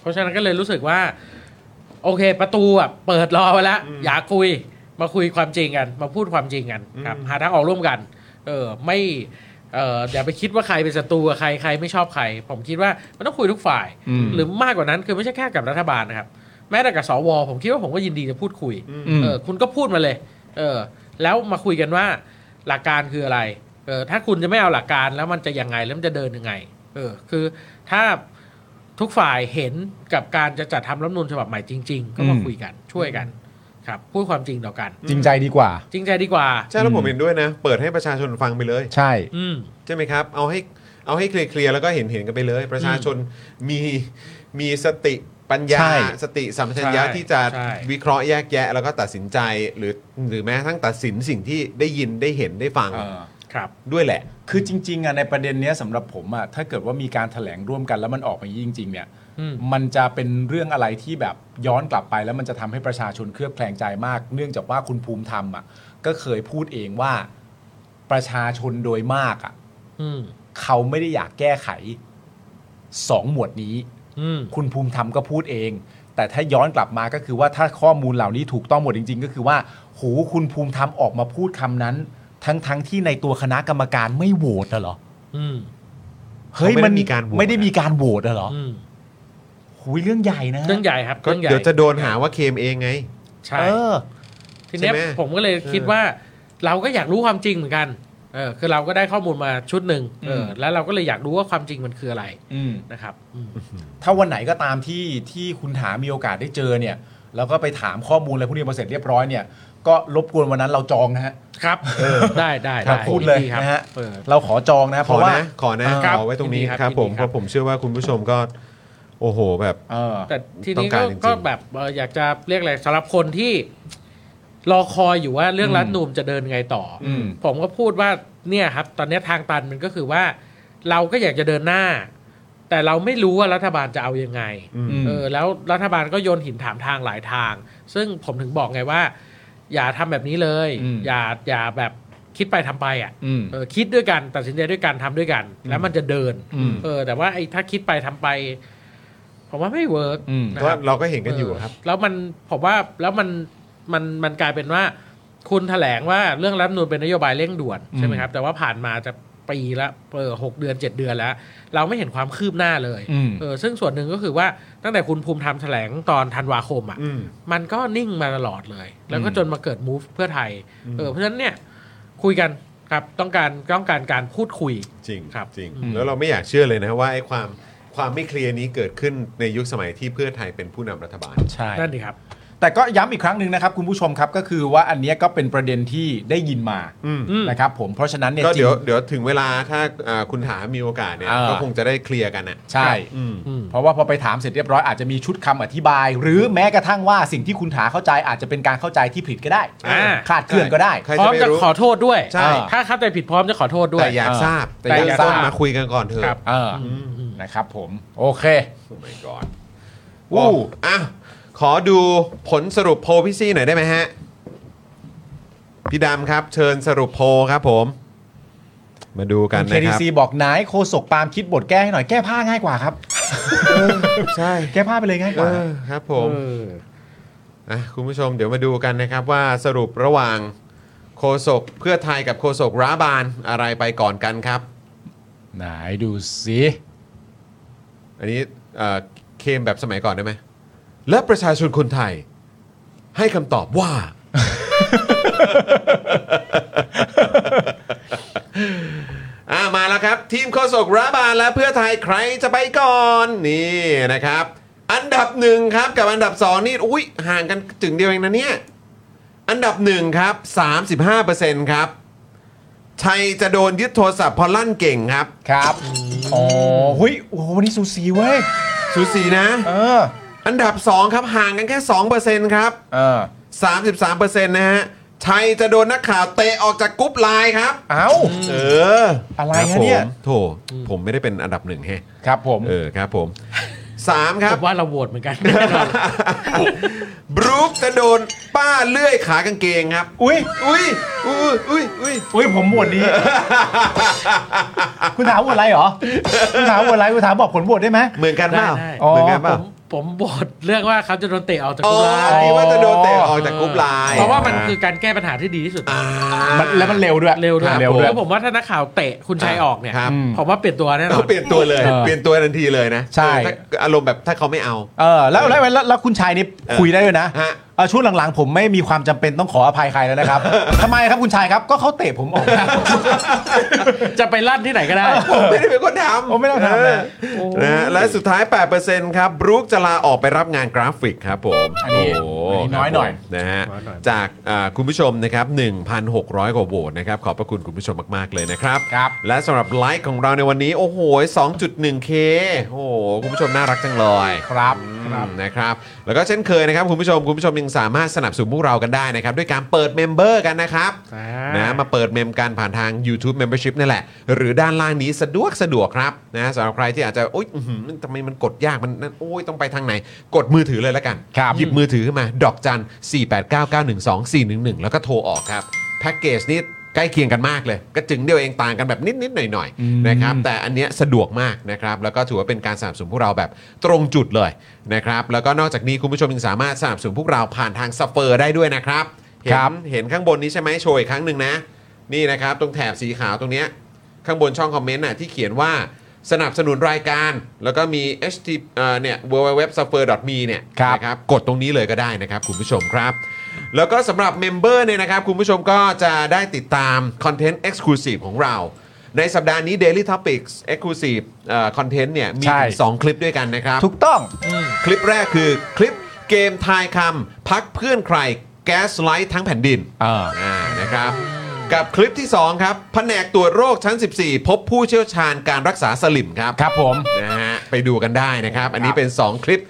Speaker 5: เพราะฉะนั้นก็เลยรู้สึกว่า โอเค ประตูอ่ะเปิดรอไว้แล้วอยากคุยมาคุยความจริงกัน มาพูดความจริงกันครับ หาทางออกร่วมกัน เออไม่เอออย่าไปคิดว่าใครเป็นศัตรูกับใครใครไม่ชอบใคร ผมคิดว่ามันต้องคุยทุกฝ่าย
Speaker 3: อืม
Speaker 5: หรือมากกว่านั้นคือไม่ใช่แค่กับรัฐบาลนะครับ แม้แต่กับสวผมคิดว่าผมก็ยินดีจะพูดคุย เออคุณก็พูดมาเลย เออ แล้วมาคุยกันว่าหลักการคืออะไร เออ ถ้าคุณจะไม่เอาหลักการแล้วมันจะยังไงแล้วมันจะเดินยังไง เออ คือถ้าทุกฝ่ายเห็นกับการจะจัดทำรัฐธรรมนูญฉบับใหม่จริง ๆ ก็มา
Speaker 3: อืม
Speaker 5: คุยกันช่วยกัน ครับ พูดความจริงต่อกัน
Speaker 3: จริงใจดีกว่า
Speaker 5: จริงใจดีกว่า
Speaker 1: ใช่แล้วผมเห็นด้วยนะ เปิดให้ประชาชนฟังไปเลย
Speaker 3: ใช่
Speaker 5: อืม
Speaker 1: ใช่ไหมครับ เอาให้เอาให้เคลียร์ๆแล้วก็เห็นเห็นกันไปเลย ประชาชนมีมีสติปัญญา
Speaker 3: ใช่
Speaker 1: สติสัมปชัญญะ
Speaker 5: ใช่
Speaker 1: ที่จะ
Speaker 5: ใช่
Speaker 1: วิเคราะห์แยกแยะ แล้วก็ตัดสินใจหรือหรือแม้กระทั้งตัดสินสิ่งที่ได้ยินได้เห็นได้ฟัง
Speaker 5: ครับ
Speaker 1: ด้วยแหละ
Speaker 3: คือจริงๆอ่ะในประเด็นเนี้ยสำหรับผมอ่ะถ้าเกิดว่ามีการแถลงร่วมกันแล้วมันออกมาอย่างนี้จริง ๆ เนี่ย
Speaker 5: อืม
Speaker 3: มันจะเป็นเรื่องอะไรที่แบบย้อนกลับไปแล้วมันจะทำให้ประชาชนเคลือบแคลงใจมาก เนื่องจากว่าคุณภูมิธรรมอ่ะก็เคยพูดเองว่าประชาชนโดยมากอ่ะ
Speaker 5: อืม
Speaker 3: เขาไม่ได้อยากแก้ไขสองหมวดนี้
Speaker 5: อืม
Speaker 3: คุณภูมิธรรมก็พูดเอง แต่ถ้าย้อนกลับมาก็คือว่าถ้าข้อมูลเหล่านี้ถูกต้องหมดจริง ๆ ก็คือว่าหูคุณภูมิธรรมออกมาพูดคำนั้น ทั้งๆที่ในตัวคณะกรรมการไม่โหวตน่ะเหรอ
Speaker 5: อืม
Speaker 3: เฮ้ย
Speaker 1: เขาไม่
Speaker 3: มัน
Speaker 1: ได้มีการโหวต
Speaker 3: ไม่ได้มีการโหวตอะเหรอ
Speaker 5: อืม
Speaker 3: หุยเรื่องใหญ่นะฮะ
Speaker 5: เรื่องใหญ่ครับ
Speaker 1: ก็
Speaker 5: เรื่องใหญ่
Speaker 1: เดี๋ยวจะโดนหาว่าเคมเองไง
Speaker 5: ใช่
Speaker 3: เออ
Speaker 5: ทีเนี้ย
Speaker 1: ใช่ไหม
Speaker 5: ผมก็เลยคิดว่าเราก็อยากรู้ความจริงเหมือนกัน เออ คือเราก็ได้ข้อมูลมาชุดหนึ่งเอออ
Speaker 3: ม
Speaker 5: แล้วเราก็เลยอยากรู้ว่าความจริงมันคืออะไร
Speaker 3: อืม
Speaker 5: นะครับอืม
Speaker 3: ถ้าวันไหนก็ตามที่ที่คุณถามีโอกาสได้เจอเนี่ย แล้วก็ไปถามข้อมูลอะไรพวกนี้มาเสร็จเรียบร้อยเนี่ย ก็รบกวนวันนั้นเราจองนะฮะ
Speaker 5: ครับได้ได้
Speaker 3: ครับ
Speaker 5: ไ
Speaker 3: พูดเลย
Speaker 5: ครับ
Speaker 3: นะฮะ
Speaker 5: เออ
Speaker 3: เราขอจองนะ
Speaker 1: ขอ
Speaker 3: เพราะว่า
Speaker 1: นะขอนะ
Speaker 5: ครับ
Speaker 1: ขอไว้ตรงนี้
Speaker 5: ยินดีครับ
Speaker 1: ครับ ผม
Speaker 5: ยินดี
Speaker 1: เพ
Speaker 5: ครับ
Speaker 1: ราะผมเชื่อว่าคุณผู้ชมก็ โอ้โหแบบ
Speaker 3: เออ
Speaker 5: แต่ที
Speaker 1: ต้อ
Speaker 5: นี้
Speaker 1: งการ
Speaker 5: ก็
Speaker 1: จริงๆ
Speaker 5: ก็แบบเอ่ออยากจะเรียกอะไรสำหรับคนที่รอคอยอยู่ว่าเรื่อง
Speaker 3: อืม
Speaker 5: รัฐธรรมนูมจะเดินไงต่ออ
Speaker 3: ม
Speaker 5: ผมก็พูดว่าเนี่ยครับ ตอนนี้ทางตันมันก็คือว่า เราก็อยากจะเดินหน้า แต่เราไม่รู้ว่ารัฐบาลจะเอายังไง
Speaker 3: อืม
Speaker 5: เออแล้วรัฐบาลก็โยนหินถามทางหลายทาง ซึ่งผมถึงบอกไงว่า อย่าทำแบบนี้เลย
Speaker 3: อืม
Speaker 5: อย่าอย่าแบบ คิดไปทำไปอ่ะ
Speaker 3: อืม
Speaker 5: เออคิดด้วยกันตัดสินใจด้วยกันทำด้วยกัน แล้วมันจะเดิน
Speaker 3: อืม
Speaker 5: เออแต่ว่าไอ้ถ้าคิดไปทำไป ผมว่าไม่เวิร์ก
Speaker 3: อืม
Speaker 5: นะ
Speaker 1: ก็
Speaker 5: ครับ
Speaker 1: เราก็เห็นกันอยู่ครับ
Speaker 5: เแล้วมันผมว่าแล้วมันมันมันกลายเป็นว่า คุณแถลงว่าเรื่องรัฐธรรมนูนเป็นนโยบายเร่งด่วน
Speaker 3: อืม
Speaker 5: ใช่ไหมครับ แต่ว่าผ่านมาจะปีละเออหกเดือนเจ็ดเดือนแล้ว เราไม่เห็นความคืบหน้าเลย
Speaker 3: อืม
Speaker 5: เออซึ่งส่วนหนึ่งก็คือว่าตั้งแต่คุณภูมิธรรมแถลงตอนธันวาคมอ่ะ
Speaker 1: อืม
Speaker 5: มันก็นิ่งมาตลอดเลย แล้วก็
Speaker 3: อืม
Speaker 5: จนมาเกิด move เพื่อไทย เออเพราะฉะนั้นเนี่ย คุยกันครับต้องการต้องการการพูดคุย
Speaker 1: จริง
Speaker 5: ครับ
Speaker 1: จริง
Speaker 3: อืม
Speaker 1: แล้วเราไม่อยากเชื่อเลยนะว่าไอ้ความความไม่เคลียร์นี้เกิดขึ้นในยุคสมัยที่เพื่อไทยเป็นผู้นำรัฐบาล
Speaker 3: ใช่
Speaker 5: นั่นดีครับ
Speaker 3: แต่ก็ย้ำอีกครั้งหนึ่งนะครับคุณผู้ชมครับก็คือว่าอันเนี้ยก็เป็นประเด็นที่ได้ยินมา
Speaker 1: อืม
Speaker 3: นะครับผมเพราะฉะนั้นเนี่ย
Speaker 1: ก็
Speaker 3: จริ
Speaker 1: เดี๋ยว
Speaker 3: ง
Speaker 1: เดี๋ยวถึงเวลาถ้าอ่าคุณถามมีโอกาสเนี่ย
Speaker 3: อ่า
Speaker 1: ก็คงจะได้เคลียร์กันอ่ะ
Speaker 3: ใช่
Speaker 1: อืม
Speaker 5: อืม
Speaker 3: เพราะว่าพอไปถามเสร็จเรียบร้อยอาจจะมีชุดคำอธิบาย หรือแม้กระทั่งว่าสิ่งที่คุณถาเข้าใจอาจจะเป็นการเข้าใจที่ผิดก็ได้
Speaker 5: อ่า
Speaker 3: คลาดเคลื่อนก็ได้
Speaker 1: ใคร
Speaker 5: พร้
Speaker 1: จะ
Speaker 5: อม
Speaker 1: ไป
Speaker 5: จะ
Speaker 1: รู้
Speaker 5: ขอโทษด้วย
Speaker 1: ใช่
Speaker 5: ถ้าเข้าใจผิดพร้อมจะขอโทษด้วย
Speaker 1: แต่อยาก
Speaker 3: อ่า
Speaker 1: ทราบ แต่
Speaker 5: แต่อ
Speaker 1: อาย
Speaker 5: ยาก ก
Speaker 1: ทราบ
Speaker 5: ทราบ
Speaker 1: มาคุยกันก่อนเถ
Speaker 5: ครั
Speaker 1: อะ
Speaker 5: บ
Speaker 3: เออ
Speaker 1: อืมอืม
Speaker 3: นะครับผมโอเค
Speaker 1: โอ้ my god
Speaker 3: วู้
Speaker 1: อ่ะขอดูผลสรุปโพลพี่ซี่หน่อยได้ไหมฮะ พี่ดำครับ เชิญสรุปโพลครับผม มาดูกัน
Speaker 3: เค
Speaker 1: นะ
Speaker 3: ดี
Speaker 1: ครับ
Speaker 3: ซีบอกนายโคศกปาล์มคิดบทแก้ให้หน่อยแก้ผ้าง่ายกว่าครับ
Speaker 1: ใช่
Speaker 3: แก้ผ้าไปเลยง่ายก
Speaker 1: เอ
Speaker 3: ว่า
Speaker 1: อครับผมอ่ะคุณผู้ชมเดี๋ยวมาดูกันนะครับว่าสรุประหว่างโคศกเพื่อไทยกับโคศกร้าบานอะไรไปก่อนกันครับ
Speaker 3: ไหนดูสิ
Speaker 1: อันนี้เอ่อเคมแบบสมัยก่อนได้ไหม และประชาชนคนไทย ให้คำตอบว่า [LAUGHS] อ่ามาแล้วครับ ทีมโฆษกรัฐบาลและเพื่อไทยใครจะไปก่อนนี่นะครับ อันดับหนึ่งครับกับอันดับสองนี่อุ้ยห่างกันถึงเดียวเองนะเนี่ย อันดับหนึ่งครับ 35%ครับไทยจะโดนยึดโทรศัพท์เพอลั่นเก่งครับ
Speaker 3: ครับอ๋อหุ้ยโอ้โหวันนี้สูสีเว้ย
Speaker 1: สูสีนะ
Speaker 3: เออ
Speaker 1: อันดับ 2 ครับ ห่างกันแค่ 2%ครับ
Speaker 3: เออ
Speaker 1: 33%นะฮะไทยจะโดนนักข่าวเตะออกจากกรุ๊ปไลน์ครับ
Speaker 3: เอ้า
Speaker 1: เออ
Speaker 3: อะไร
Speaker 1: คบ
Speaker 3: ฮะเนี่
Speaker 1: ผ
Speaker 3: ย
Speaker 1: มโถผมไม่ได้เป็นอันดับหนึ่งแฮะ
Speaker 3: ครับผม
Speaker 1: เออครับผม 3 ครั
Speaker 5: ผ
Speaker 1: บ
Speaker 5: มว่าเราโหวตเหมือน [LAUGHS] กัน
Speaker 1: บรูคจะโดนป้าเลื่อยขากางเกงครับ
Speaker 3: อุ้ย
Speaker 1: อุ้ยอุ้ยอุ้ยอุ้ย
Speaker 3: อุ้ยผมบวชดี คุณถามบวชอะไรเหรอ คุณถามบวชอะไรคุณถามบอกผลบวชได้ไหม
Speaker 1: เหมือนกันเปล่า
Speaker 5: ได้ได้
Speaker 1: เหมือนกันเป
Speaker 5: ผ
Speaker 1: ล่าม
Speaker 5: ผมโหวตเรื่องว่าเขาจะโดนเตะออกจาก
Speaker 1: โอ้
Speaker 5: กรุ๊ปไลน์
Speaker 1: คิดว่าจะโดนเตะออกจากกรุ๊ปไลน์
Speaker 5: เพราะว่ามันคือการแก้ปัญหาที่ดีที่สุด
Speaker 1: อ่า
Speaker 3: มันแล้วมันเร็วด้วย
Speaker 5: เร็วด้วย
Speaker 3: เร็วด้วย
Speaker 5: แล้วผมว่าถ้านักข่าวเตะคุณชัยออกเนี่ย
Speaker 1: ครับ
Speaker 5: ผมว่าเปลี่ยนตัวแน่น
Speaker 1: เรา
Speaker 5: อน
Speaker 1: เปลี่ยนตัวเลย
Speaker 3: เออ
Speaker 1: เปลี่ยนตัวทันทีเลยนะ
Speaker 3: ใช่
Speaker 1: เออถ้าอารมณ์แบบถ้าเขาไม่เอา
Speaker 3: เออแล้วแล้วแล้วแล้วคุณชายนี่
Speaker 1: เออ
Speaker 3: คุยได้ด้วยนะ
Speaker 1: ฮะ
Speaker 3: เออช่วงหลังๆ ผมไม่มีความจำเป็นต้องขออภัยใครแล้วนะครับ ทำไมครับคุณชายครับก็เขาเตะผมออกนะ
Speaker 5: จะไปลั่นที่ไหนก็ได้
Speaker 1: ผมไม่ได้เป็นคนทำ
Speaker 3: โอ้ไม่ต้องทำนะ
Speaker 1: เอนะฮะและสุดท้าย 8%ครับบรูคจะลาออกไปรับงานกราฟิกครับผม
Speaker 3: อันนี้
Speaker 1: โ
Speaker 3: อันนี้น้อยหน่อย
Speaker 1: ครับผมนะฮะจากอ่าคุณผู้ชมนะครับ 1,600 กว่าโหวตนะครับ ขอบพระคุณคุณผู้ชมมาก ๆ เลยนะครับ
Speaker 3: ครับ
Speaker 1: และสำหรับไลค์ของเราในวันนี้ โอ้โห 2.1K โอ้โห คุณผู้ชมน่ารักจังเลย
Speaker 3: ครับ
Speaker 1: อืมนะครับแล้วก็เช่นเคยนะครับคุณผู้ชมคุณผู้ชมยังสามารถสนับสนุนพวกเรากันได้นะครับด้วยการเปิดเมมเบอร์กันนะครับ
Speaker 5: อ่าน
Speaker 1: นะมาเปิดเมมกันผ่านทาง YouTube Membership นี่แหละ หรือด้านล่างนี้สะดวกสะดวกครับนะสำหรับใครที่อาจจะโอ๊ยอื้อหือทำไมมันกดยากมันนั่นโอ๊ยต้องไปทางไหน กดมือถือเลยละกัน
Speaker 3: ครับ
Speaker 1: หยิบมือถือขึ้นมา ดอกจัน 489912411 แล้วก็โทรออกครับแพ็กเกจนี้ใกล้เคียงกันมากเลย ก็จึงเดียวเองต่างกันแบบนิดๆหน่อย
Speaker 3: อืม
Speaker 1: ๆนะครับ แต่อันเนี้ยสะดวกมากนะครับ แล้วก็ถือว่าเป็นการสนับสนุนพวกเราแบบตรงจุดเลยนะครับ แล้วก็นอกจากนี้คุณผู้ชมยังสามารถสนับสนุนพวกเราผ่านทางสเฟอร์ได้ด้วยนะครับเห็
Speaker 3: คน รับ
Speaker 1: เห็นข้างบนนี้ใช่ไหมโชว์อีกครั้งหนึ่งนะ นี่นะครับ ตรงแถบสีขาวตรงเนี้ยข้างบนช่องคอมเมนต์น่ะที่เขียนว่าสนับสนุนรายการ แล้วก็มี ht เอ่อเนี่ย www s u f f e r me เนี่ย
Speaker 3: ครับ
Speaker 1: นะครับกดตรงนี้เลยก็ได้นะครับ คุณผู้ชมครับ แล้วก็สำหรับเมมเบอร์เนี่ยนะครับ คุณผู้ชมก็จะได้ติดตามคอนเทนต์ Exclusive ของเรา ในสัปดาห์นี้ Daily Topics Exclusive คอนเทนต์เนี่ยมี
Speaker 3: ใช่
Speaker 1: ถึงสองคลิปด้วยกันนะครับ
Speaker 3: ถูกต้อง
Speaker 1: คลิปแรกคือคลิปเกมทายคำพักเพื่อนใครแก๊สไลท์ทั้งแผ่นดิน
Speaker 3: อ่า
Speaker 1: นะครับ กับคลิปที่ 2 ครับแผนกตรวจโรคชั้น 14 พบผู้เชี่ยวชาญการรักษาสลิมครับ
Speaker 3: ครับผม
Speaker 1: นะฮะไปดูกันได้นะครับ อันนี้เป็น 2 คลิป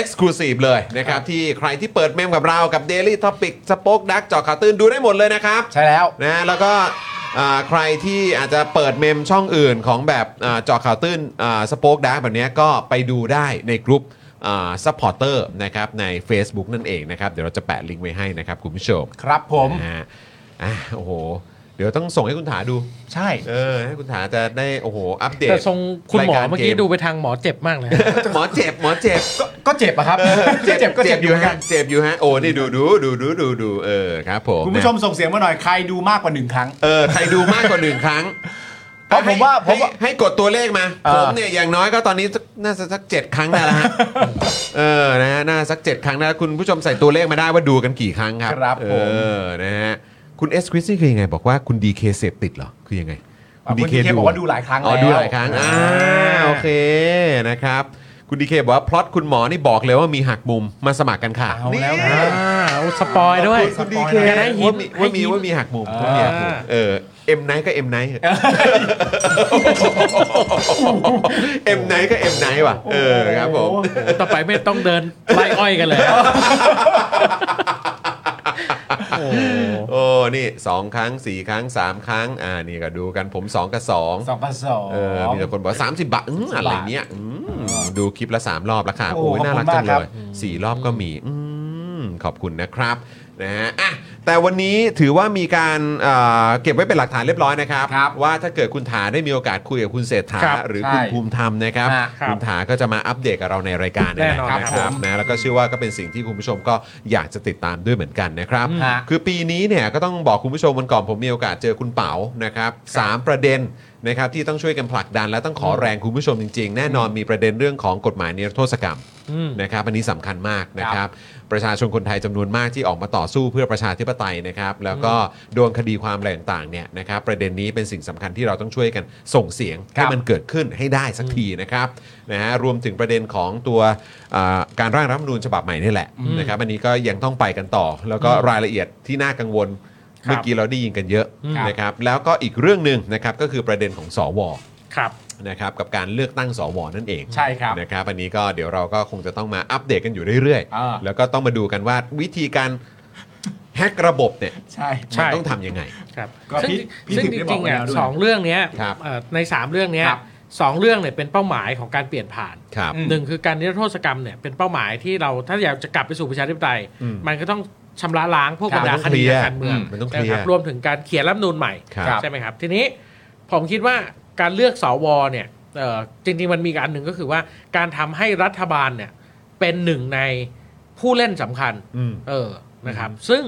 Speaker 1: Exclusive เลยนะครับ ที่ใครที่เปิดเมมกับเรากับ Daily Topic สป็อกดักจอข่าวตื่นดูได้หมดเลยนะครับ
Speaker 3: ใช่แล้ว
Speaker 1: นะฮะแล้วก็อ่าใครที่อาจจะเปิดเมมช่องอื่นของแบบอ่าเจอข่าวตื้นสป็อคดาร์กแบบเนี้ยก็ไปดูได้ในกลุ่มซัพพอร์เตอร์นะครับใน Facebook นั่นเองนะครับ เดี๋ยวเราจะแปะลิงก์ไว้ให้นะครับ คุณผู้ชม
Speaker 3: ครับผม
Speaker 1: นะฮะอ่ะโอ้โห ดี๋ยวต้องส่งให้คุณถาดู
Speaker 3: ใช่
Speaker 1: เออ ให้คุณถาจะได้โอ้โหอัปเดต
Speaker 5: แต่ทรงคุณหมอ
Speaker 1: รายการเกม
Speaker 5: เมื่อกี้ดูไปทางหมอเจ็บมากเลย
Speaker 1: หมอเจ็บหมอเจ็บ
Speaker 3: ก็ก็เจ็บอะครับเจ็บก็เจ็บอยู่เหมือนกัน
Speaker 1: เจ็บอยู่ฮะ โอ้ นี่ดูดูดูดูดูดูเออครับผม
Speaker 3: คุณผู้ชมส่งเสียงมาหน่อยใครดูมากกว่าหนึ่งครั้ง
Speaker 1: เออใครดูมากกว่าหนึ่งครั้ง
Speaker 3: เพราะผมว่า
Speaker 1: ให้
Speaker 3: ผมว่า
Speaker 1: ให้ให้กดตัวเลขมา
Speaker 3: เออ
Speaker 1: ผมเนี่ยอย่างน้อยก็ตอนนี้น่าจะสักเจ็ดครั้งได้แล้ว
Speaker 3: [LAUGHS]
Speaker 1: ฮะ เออนะฮะน่าสักเจ็ดครั้งนะคุณผู้ชมใส่ตัวเลขมาได้ว่าดูกันกี่ครั้งครับ
Speaker 3: ครับ
Speaker 1: เอ
Speaker 3: ผม
Speaker 1: อนะฮะคุณเอสคริสนี่คือยังไง บอกว่าคุณดีเคเสพติดเหรอ คือยังไง
Speaker 3: คุณดีเคบอกว่าดูหลายครั้ง
Speaker 1: อ๋อ
Speaker 3: แล้ว
Speaker 1: ดูหลายครั้งอ่าโอเคนะครับ คุณดีเคบอกว่าพล็อตคุณหมอนี่บอกเลยว่ามีหักมุมมาสมัครกันค่ะ
Speaker 3: เอา
Speaker 1: นี่
Speaker 3: แล้วนะ
Speaker 5: อ่าเอาสปอยด้วย
Speaker 1: คุณดีเค
Speaker 5: จะได้หิ
Speaker 1: ว่าน มีว่ามีว่ามีหักมุมว่ามีหักมุมเออเอ็มไนก็เอ็มไนเอ็มไนก็เอ็มไนว่ะเออครับผม
Speaker 5: ต่อไปไม่ต้องเดินไล่อ้อยกันเลย
Speaker 1: โอ้นี่สองครั้งสี่ครั้งสามครั้งอ่านี่ก็ดูกันผมสองกับสอง
Speaker 3: สองพันสอง
Speaker 1: เออมีแต่คนบอกสามสิบบาทอื้ออะไรเนี้ยอืมดูคลิปละสามรอบละค่ะ
Speaker 3: โอ้
Speaker 1: โอ้ย
Speaker 3: ขอบคุณ
Speaker 1: น่ารักจังเล
Speaker 3: มากครับ
Speaker 1: ยสี่รอบก็มีอืมขอบคุณนะครับนะฮะอ่ะแต่วันนี้ถือว่ามีการเอ่อเก็บไว้เป็นหลักฐานเรียบร้อยนะครับ ว่าถ้าเกิดคุณถาได้มีโอกาสคุยกับคุณเศรษฐา
Speaker 5: ครับ
Speaker 1: หรือคุณ
Speaker 3: ใช่
Speaker 1: ภูมิธรรมนะครับ
Speaker 3: ฮะ
Speaker 5: ครับ
Speaker 1: คุณถาก็จะมาอัปเดตกับเราในรายการเย
Speaker 5: แน่นอน
Speaker 1: ครั
Speaker 5: ครับ
Speaker 1: ค
Speaker 5: ผม
Speaker 1: รับนะแล้วก็เชื่อว่าก็เป็นสิ่งที่คุณผู้ชมก็อยากจะติดตามด้วยเหมือนกันนะครับ
Speaker 3: ฮะ
Speaker 1: คือปีนี้เนี่ยก็ต้องบอกคุณผู้ชมวันก่อนผมมีโอกาสเจอคุณเป๋านะครับสามประเด็นนะครับที่ต้องช่วยกันผลักดัน และต้องขอแรงคุณผู้ชมจริงๆ แน่นอนมีประเด็นเรื่องของกฎหมายนิรโทษกรรม
Speaker 5: อืม
Speaker 1: นะครับอันนี้สำคัญมากนะครับประชาชนคนไทยจำนวนมากที่ออกมาต่อสู้เพื่อประชาธิปไตยนะครับแล้วก็โดนคดีความอะไรต่างๆเนี่ยนะครับประเด็นนี้เป็นสิ่งสำคัญที่เราต้องช่วยกันส่งเสียงให้มันเกิดขึ้นให้ได้สักทีนะครับนะฮะรวมถึงประเด็นของตัวอ่าการร่างรัฐธรรมนูญฉบับใหม่นี่แหละนะครับอันนี้ก็ยังต้องไปกันต่อ แล้วก็รายละเอียดที่น่ากังวล
Speaker 5: ครับ
Speaker 1: เมื่อกี้เราได้ยินกันเยอะ
Speaker 5: ครับ
Speaker 1: นะครับแล้วก็อีกเรื่องหนึ่งนะครับก็คือประเด็นของสว
Speaker 5: ครับ
Speaker 1: นะครับกับการเลือกตั้งสวนั่นเอง
Speaker 3: ใช่ครับ
Speaker 1: นะครับอันนี้ก็เดี๋ยวเราก็คงจะต้องมาอัปเดตกันอยู่เรื่อย
Speaker 3: อ่า
Speaker 1: แล้วก็ต้องมาดูกันว่าวิธีการแฮกระบบเนี่ย
Speaker 3: ใช่
Speaker 5: ใช่
Speaker 1: มันต้องทำยังไง
Speaker 5: ครับ
Speaker 3: ก็
Speaker 5: ซึ่ง
Speaker 3: พี่พี่
Speaker 5: ซึ่ง
Speaker 3: ถึง
Speaker 5: จ
Speaker 3: ได้บอก
Speaker 5: ริงๆ
Speaker 3: ไว้
Speaker 5: อ่ะ
Speaker 3: แล้วด้วย
Speaker 5: สองเรื่องเนี้ย
Speaker 1: ครับ
Speaker 5: เอ่อในสามเรื่องเนี้ย
Speaker 3: ครับ
Speaker 5: สองเรื่องเนี่ยเป็นเป้าหมายของการเปลี่ยนผ่าน
Speaker 1: ครับ
Speaker 3: อืม
Speaker 5: หนึ่งคือการนิรโทษกรรมเนี่ยเป็นเป้าหมายที่เราถ้าอยากจะกลับไปสู่ประชาธิปไตย
Speaker 1: อืม
Speaker 5: มันก็ต้องชำระล้างพวก
Speaker 1: ครับ
Speaker 5: บรรดา
Speaker 1: มันต้
Speaker 5: ค
Speaker 1: อง
Speaker 5: ดี
Speaker 1: เคลียร์
Speaker 5: ทางการเมือง
Speaker 1: อืมมันต้องเคลี
Speaker 5: นะ
Speaker 1: ย
Speaker 5: ค
Speaker 1: ร์
Speaker 5: รับรวมถึงการเขียนรัฐธรรมนูญใหม่
Speaker 1: ครับ
Speaker 5: ใช่ไหมครับ ทีนี้ผมคิดว่าการเลือกสวเนี่ยเอ่อจริงๆมันมีอีกอันหนึ่งก็คือว่าการทำให้รัฐบาลเนี่ยเป็นหนึ่งในผู้เล่นสำคัญ
Speaker 1: อืม
Speaker 5: เออ นะครับ ซึ่ง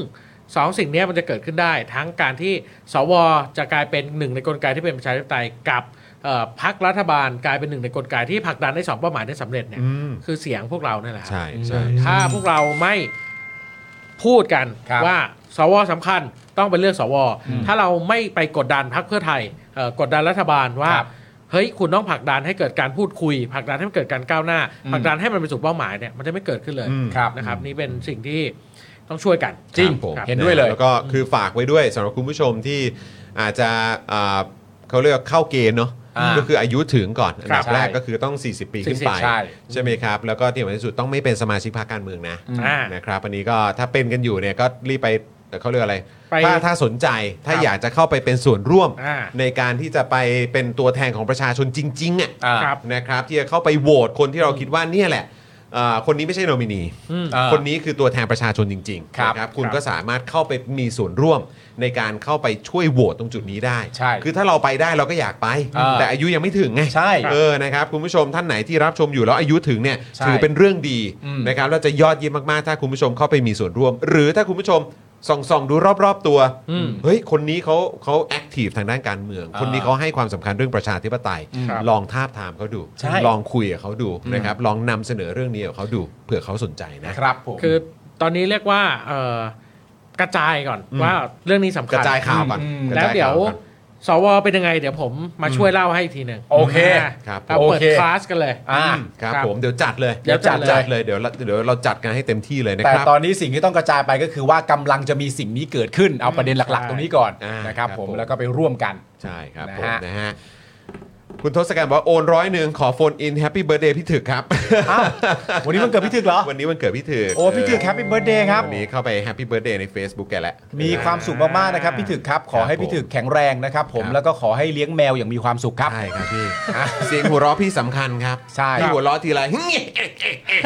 Speaker 5: สองสิ่งเนี้ยมันจะเกิดขึ้นได้ ทั้งการที่สวจะกลายเป็นหนึ่งในกลไกที่เป็นประชาธิปไตยกับเอ่อพรรครัฐบาลกลายเป็นหนึ่งในกลไกที่ผลักดันให้สองเป้าหมายได้สำเร็จเนี่ย
Speaker 1: อืม
Speaker 5: คือเสียงพวกเราเนี่ยแหละครับ
Speaker 1: ใช่ใช่
Speaker 5: ถ้าพวกเราไม่พูดกัน
Speaker 3: ครับ
Speaker 5: ว่าสวสำคัญต้องไปเลือกสว
Speaker 3: อืม
Speaker 5: ถ้าเราไม่ไปกดดันพรรคเพื่อไทยเอ่อกดดันรัฐบาลว่า
Speaker 3: ครับ
Speaker 5: เฮ้ยคุณต้องผลักดันให้เกิดการพูดคุยผลักดันให้มันเกิดการก้าวหน้า
Speaker 3: อืม
Speaker 5: ผลักดันให้มันไปสู่เป้าหมายเนี่ยมันจะไม่เกิดขึ้นเลย
Speaker 1: อืม
Speaker 3: ครับ
Speaker 5: นะครับนี่เป็นสิ่งที่ต้องช่วยกัน
Speaker 3: จริง
Speaker 1: ครับผม
Speaker 3: เห็นด้วยเลย
Speaker 1: ะแล้วก็คือฝากไว้ด้วยสำหรับคุณผู้ชมที่อาจจะอ่าเขาเรียกว่าเข้าเกณฑ์เนาะ
Speaker 3: อ่า
Speaker 1: ก็คืออายุถึงก่อนอัน
Speaker 5: ครั
Speaker 1: ดั
Speaker 5: บบ
Speaker 1: แรก
Speaker 3: ใช่
Speaker 1: ก็คือต้อง 40 ปีขึ้นไป
Speaker 3: ใช่
Speaker 1: ใช่ไหมครับ แล้วก็ที่สำคัญที่สุดต้องไม่เป็นสมาชิกพรรคการเมืองนะ
Speaker 5: อ่า
Speaker 1: นะครับอันนี้ก็ถ้าเป็นกันอยู่เนี่ยก็รีบไปเขาเรียกอะไร
Speaker 5: ไป
Speaker 1: ถ้าถ้าสนใจถ้า
Speaker 5: ครับ
Speaker 1: อยากจะเข้าไปเป็นส่วนร่วม
Speaker 5: อ่า
Speaker 1: ในการที่จะไปเป็นตัวแทนของประชาชนจริงๆอ่ะ
Speaker 3: อ่า
Speaker 5: ครับ
Speaker 1: นะครับที่จะเข้าไปโหวตคนที่เราคิดว่าเนี่ยแหละเอ่อคนนี้ไม่ใช่โนมินี
Speaker 5: อืม
Speaker 3: อ่า
Speaker 1: คนนี้คือตัวแทนประชาชนจริงๆ
Speaker 3: ครับ
Speaker 1: นะคุณ
Speaker 5: ครับ
Speaker 1: ก็สามารถเข้าไปมีส่วนร่วมในการเข้าไปช่วยโหวตตรงจุดนี้ได้
Speaker 3: ใช่
Speaker 1: คือถ้าเราไปได้เราก็อยากไป
Speaker 3: อ่า
Speaker 1: แต่อายุยังไม่ถึงไง
Speaker 3: ใช่
Speaker 1: เออนะครับคุณผู้ชมท่านไหนที่รับชมอยู่แล้วอายุถึงเนี่ย
Speaker 3: ใช่
Speaker 1: ถือเป็นเรื่องดี
Speaker 3: อืม
Speaker 1: นะครับแล้วจะยอดเยี่ยมมากๆ ถ้าคุณผู้ชมเข้าไปมีส่วนร่วม หรือถ้าคุณผู้ชมส่องๆดูรอบๆตัว
Speaker 5: อืม
Speaker 1: เฮ้ยคนนี้เขาเขาแอคทีฟทางด้านการเมือง
Speaker 3: อ่า
Speaker 1: คนนี้เขาให้ความสำคัญเรื่องประชาธิปไตย
Speaker 5: ครับ
Speaker 1: ลองทาบทามเขาดู
Speaker 3: ใช่
Speaker 1: ลองคุยกับเขาดูนะครับ ลองนำเสนอเรื่องนี้กับเขาดูเผื่อเขาสนใจนะ
Speaker 3: ครับผม
Speaker 5: คือตอนนี้เรียกว่าเอ่อกระจายก่อน
Speaker 1: อืม
Speaker 5: ว่าเรื่องนี้สำ
Speaker 1: ก
Speaker 5: คั
Speaker 1: ระ
Speaker 5: ญ
Speaker 1: จายข่าวก่อนกระ
Speaker 5: แล้ว
Speaker 1: จาข่า
Speaker 5: เดี๋ยว
Speaker 1: ก่อน
Speaker 5: สวเป็นยังไง เดี๋ยวผมมาช่วยเล่าให้อีกทีหนึ่ง
Speaker 3: โอเค
Speaker 5: อ่า
Speaker 1: ครับ
Speaker 5: เราเปิ
Speaker 3: โอ
Speaker 5: ด
Speaker 3: เค
Speaker 5: คลาสกันเลย
Speaker 3: อ่า
Speaker 1: ครับ
Speaker 5: ครับ
Speaker 1: ผมเดี๋ยวจัดเลย
Speaker 5: เดี๋ยวจัดเลย
Speaker 1: เลยเดี๋ยวเราเดี๋ยวเราจัดกันให้เต็มที่เลยนะ
Speaker 3: แต่
Speaker 1: ครับ
Speaker 3: ตอนนี้สิ่งที่ต้องกระจายไปก็คือว่ากำลังจะมีสิ่งนี้เกิดขึ้นเอาประเด็นหลัก ๆ ตรงนี้ก่อน
Speaker 1: อ่าน
Speaker 3: นะครับ
Speaker 1: ครับ
Speaker 3: ผม
Speaker 1: ผม
Speaker 3: แล้วก็ไปร่วมกัน
Speaker 1: ใช่ครับ
Speaker 3: นะ
Speaker 1: ผม
Speaker 3: ฮะ
Speaker 1: นะฮะคุณทศกัณฐ์บอกว่าโอนร้อยหนึ่งขอโฟนอินแฮปปี้เบิร์เดย์พี่ถึกครับ
Speaker 3: อ้าววันนี้มันเกิดพี่ถึกเหรอ
Speaker 1: วันนี้วันเกิดพี่ถึก
Speaker 3: โอ้พี่ถึกแฮปปี้เบิร์ดเดย์ครับ
Speaker 1: วันนี้เข้าไปแฮปปี้เบิร์เดย์ใน Facebook แกแล้ว
Speaker 3: มีความสุขมากๆนะครับพี่ถึกครับ ขอให้พี่ถึกแข็งแรงนะครับผม
Speaker 1: ครับ
Speaker 3: แล้วก็ขอให้เลี้ยงแมวอย่างมีความสุขครับ
Speaker 1: ใช่ครับพี่เสียงหัวเราะพี่สำคัญครับ
Speaker 3: ใช่
Speaker 1: พี่หัวเราะที [LAUGHS] ไร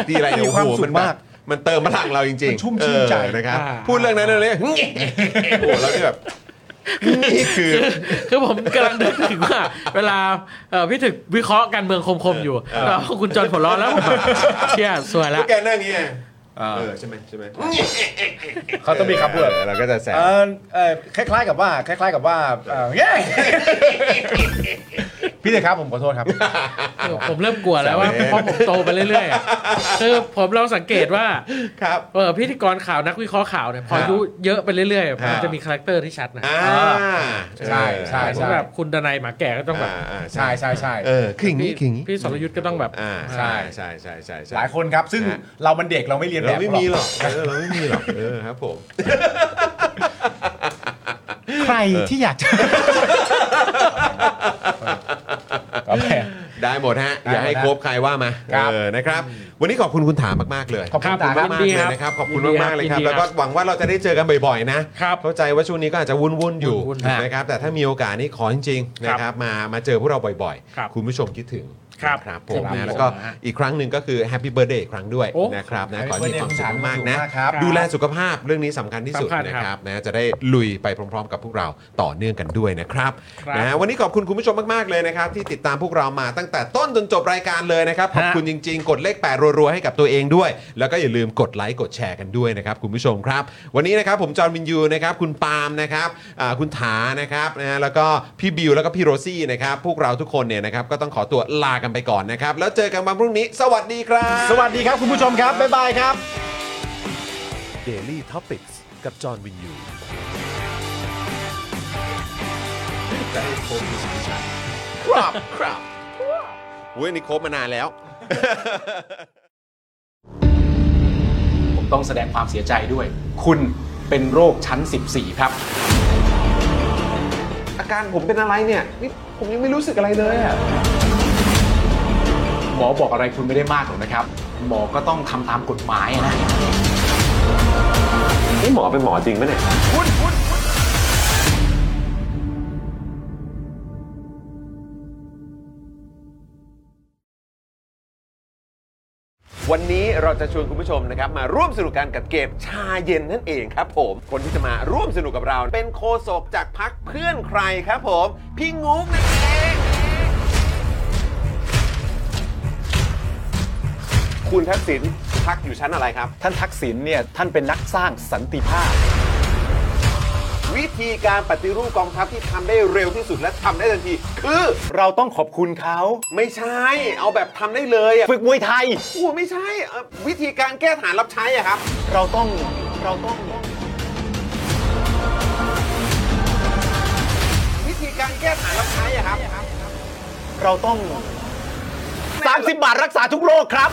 Speaker 1: ทีไรเนี่ย
Speaker 3: มีความ
Speaker 1: โอ้โห
Speaker 3: สุขมาก
Speaker 1: นแบบมันเติมพลังเราจริงๆ
Speaker 3: มันชุ่มชื่นใจ
Speaker 1: เออนะครับ [LAUGHS]
Speaker 5: อ่า
Speaker 1: พูดเรื่องนั้นเลย โอ้โหเราที่แบบ [LAUGHS]
Speaker 6: นี่คือ
Speaker 5: คือผมกำลังนึกถึงว่า [LAUGHS] เวลาเอ่อพี่ถึกวิเคราะห์การเมืองคมๆอยู่แล้วคุณจอนหัวเร้อนแล้วผมแบบเชี่ยสวยละ
Speaker 6: แกนั่งอย่างเงี้ยเออใช่ไหมใช่ไหม
Speaker 3: เขาต้องมีคำพูด
Speaker 6: เออเราก็จะแซว
Speaker 3: เอ่อเอ่อคล้ายๆกับว่าคล้ายๆกับว่าเอ่อเย้พี่เดชครับผมขอโทษครับ
Speaker 5: ผมเริ่มกลัวแล้วว่าเพราะผมโตไปเรื่อยๆอะคือผมเราสังเกตว่า
Speaker 6: ครับ
Speaker 5: เออพิธีกรข่าวนักวิเคราะห์ข่าวเนี่ยพออายุเยอะไปเรื่อยๆมันจะมีคาแรคเตอร์ที่ชัดนะ
Speaker 6: อ่า
Speaker 3: ใช่ใช่
Speaker 5: ผมแบบคุณดนายหมาแก่ก็ต้องแบบ
Speaker 6: อ่า
Speaker 3: ใช่ใช่ใช่
Speaker 6: เออคืออย่างนี้คืออย่างนี้
Speaker 5: พี่สรยุทธ์ก็ต้องแบบ
Speaker 6: อ่า
Speaker 3: ใช่
Speaker 6: ใช่ใช่ใช่ใช่ใช่
Speaker 3: หลายคนครับ ซึ่ง
Speaker 6: ฮะ
Speaker 3: เรามันเด็กเราไม่เรียนแบ
Speaker 6: เรา
Speaker 3: บ
Speaker 6: ไม่มีหรอกเออเราไม่มีหรอกเออครับผม
Speaker 3: ใครที่อยากจะ โอเค
Speaker 6: ได้หมดฮะ อย่าให้
Speaker 3: ได้
Speaker 6: ค
Speaker 3: หมดฮะ
Speaker 6: รบใครว่ามา
Speaker 3: ครับ
Speaker 6: เออนะครับ วันนี้ขอบคุณคุณถามมาก ๆ เลย
Speaker 3: ขอบคุณ
Speaker 6: มาก
Speaker 5: ครับ
Speaker 6: มากๆเลยนะครับ ขอบคุณมากๆเลยครับ
Speaker 5: ยินดีครับ
Speaker 6: แล้วก็หวังว่าเราจะได้เจอกันบ่อย ๆ นะ
Speaker 5: ครับ
Speaker 6: เข้าใจว่าช่วงนี้ก็อาจจะวุ่น ๆ อยู่
Speaker 5: วุ่นๆครับ
Speaker 6: นะครับ แต่ถ้ามีโอกาสนี่ขอจริง ๆ นะครับ มามาเจอพวกเราบ่อย
Speaker 5: ครับ
Speaker 6: คุณผู้ชมคิดถึง
Speaker 5: ครับ
Speaker 6: นะครับผม
Speaker 5: ครับ
Speaker 6: นะแล้วก็
Speaker 5: ฮะ
Speaker 6: อีกครั้งหนึ่งก็คือแฮปปี้เบิร์ดเดย์อีกครั้งด้วย
Speaker 5: โอ้
Speaker 6: นะครับนะ
Speaker 3: Happy
Speaker 6: ขอให้มีความสุข
Speaker 3: Birthday
Speaker 6: มากๆนะ
Speaker 3: ครับ
Speaker 6: ดูแลสุขภาพเรื่องนี้สำคัญที่สุด
Speaker 5: สำคัญ
Speaker 6: นะ
Speaker 5: ครับ
Speaker 6: ครับนะจะได้ลุยไปพร้อม ๆ กับพวกเราต่อเนื่องกันด้วยนะครับ
Speaker 5: ครับ
Speaker 6: นะฮะวันนี้ขอบคุณคุณผู้ชมมาก ๆ เลยนะครับ ที่ติดตามพวกเรามาตั้งแต่ต้นจนจบรายการเลยนะครับ ขอบคุณจริง ๆ กดเลขแปดรัว ๆ ให้กับตัวเองด้วย แล้วก็อย่าลืมกดไลค์กดแชร์กันด้วยนะครับคุณผู้ชมครับ วันนี้นะครับผมจอห์นวินยูนะครับคุณปาล์มนะครับอ่าคุณถานะครับนะฮะแล้วก็พี่บิวแล้วก็พี่โรซี่นะครับพวกเราทุกคนเนี่ยนะครับก็ต้องขอตัวลากันไปก่อนนะครับแล้วเจอกันวันพรุ่งนี้ สวัสดีครับ
Speaker 3: สวัสดีครับคุณผู้ชมครับ บ๊ายบายครับ
Speaker 1: Daily Topics กับจอห์นวินยู
Speaker 6: ครับครับเว้ยนี่ครบมานานแล้ว
Speaker 8: ผมต้องแสดงความเสียใจด้วย คุณเป็นโรคชั้น 14 ครับ
Speaker 1: อาการผมเป็นอะไรเนี่ย นี่ผมยังไม่รู้สึกอะไรเลยอะ
Speaker 8: หมอบอกอะไรคุณไม่ได้มากหรอกนะครับ หมอก็ต้องทำตามกฎหมายอะนะ
Speaker 1: นี่หมอเป็นหมอจริงไหมเนี่ยวันนี้เราจะชวนคุณผู้ชมนะครับมาร่วมสนุกกันกับเกมชาเย็นนั่นเองครับผม คนที่จะมาร่วมสนุกกับเรา เป็นโคศกจากพักเพื่อนใครครับผม พี่งุ๊กนั่นเอง คุณทักษิณพักอยู่ชั้นอะไรครับ
Speaker 8: ท่านทักษิณเนี่ย ท่านเป็นนักสร้างสันติภาพ
Speaker 1: วิธีการปฏิรูปกองทัพที่ทำได้เร็วที่สุดและทำได้ทันที คือ
Speaker 8: เราต้องขอบคุณเขา
Speaker 1: ไม่ใช่ เอาแบบทำได้เลยอ่ะ
Speaker 8: ฝึกมวยไทย
Speaker 1: โอ้ไม่ใช่เอ่อวิธีการแก้ฐานรับใช้อ่ะครับ
Speaker 8: เราต้องเราต้อง
Speaker 1: วิธีการแก้ฐานรับใช้อ่ะครับ
Speaker 8: เราต้อง 30 บาทรักษาทุกโรคครับ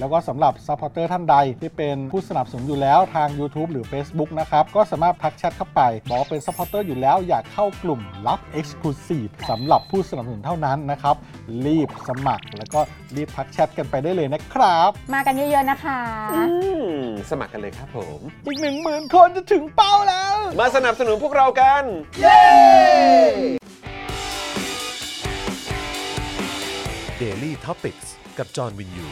Speaker 2: แล้วก็สำหรับ Supporter ท่านใดที่เป็นผู้สนับสนุนอยู่แล้วทาง YouTube หรือ Facebook นะครับ ก็สามารถทักแชทเข้าไป บอกเป็น Supporter อยู่แล้วอยากเข้ากลุ่มลับ Exclusive สำหรับผู้สนับสนุนเท่านั้นนะครับ รีบสมัครแล้วก็รีบทักแชทกันไปได้เลยนะครับ
Speaker 10: มากันเยอะๆนะคะ
Speaker 1: อืมสมัครกันเลยครับผม
Speaker 2: อีก 1 0,000 คนจะถึงเป้าแล้ว
Speaker 1: มาสนับสนุนพวกเรากัน เย้ Daily Topics กับจอห์นวินยู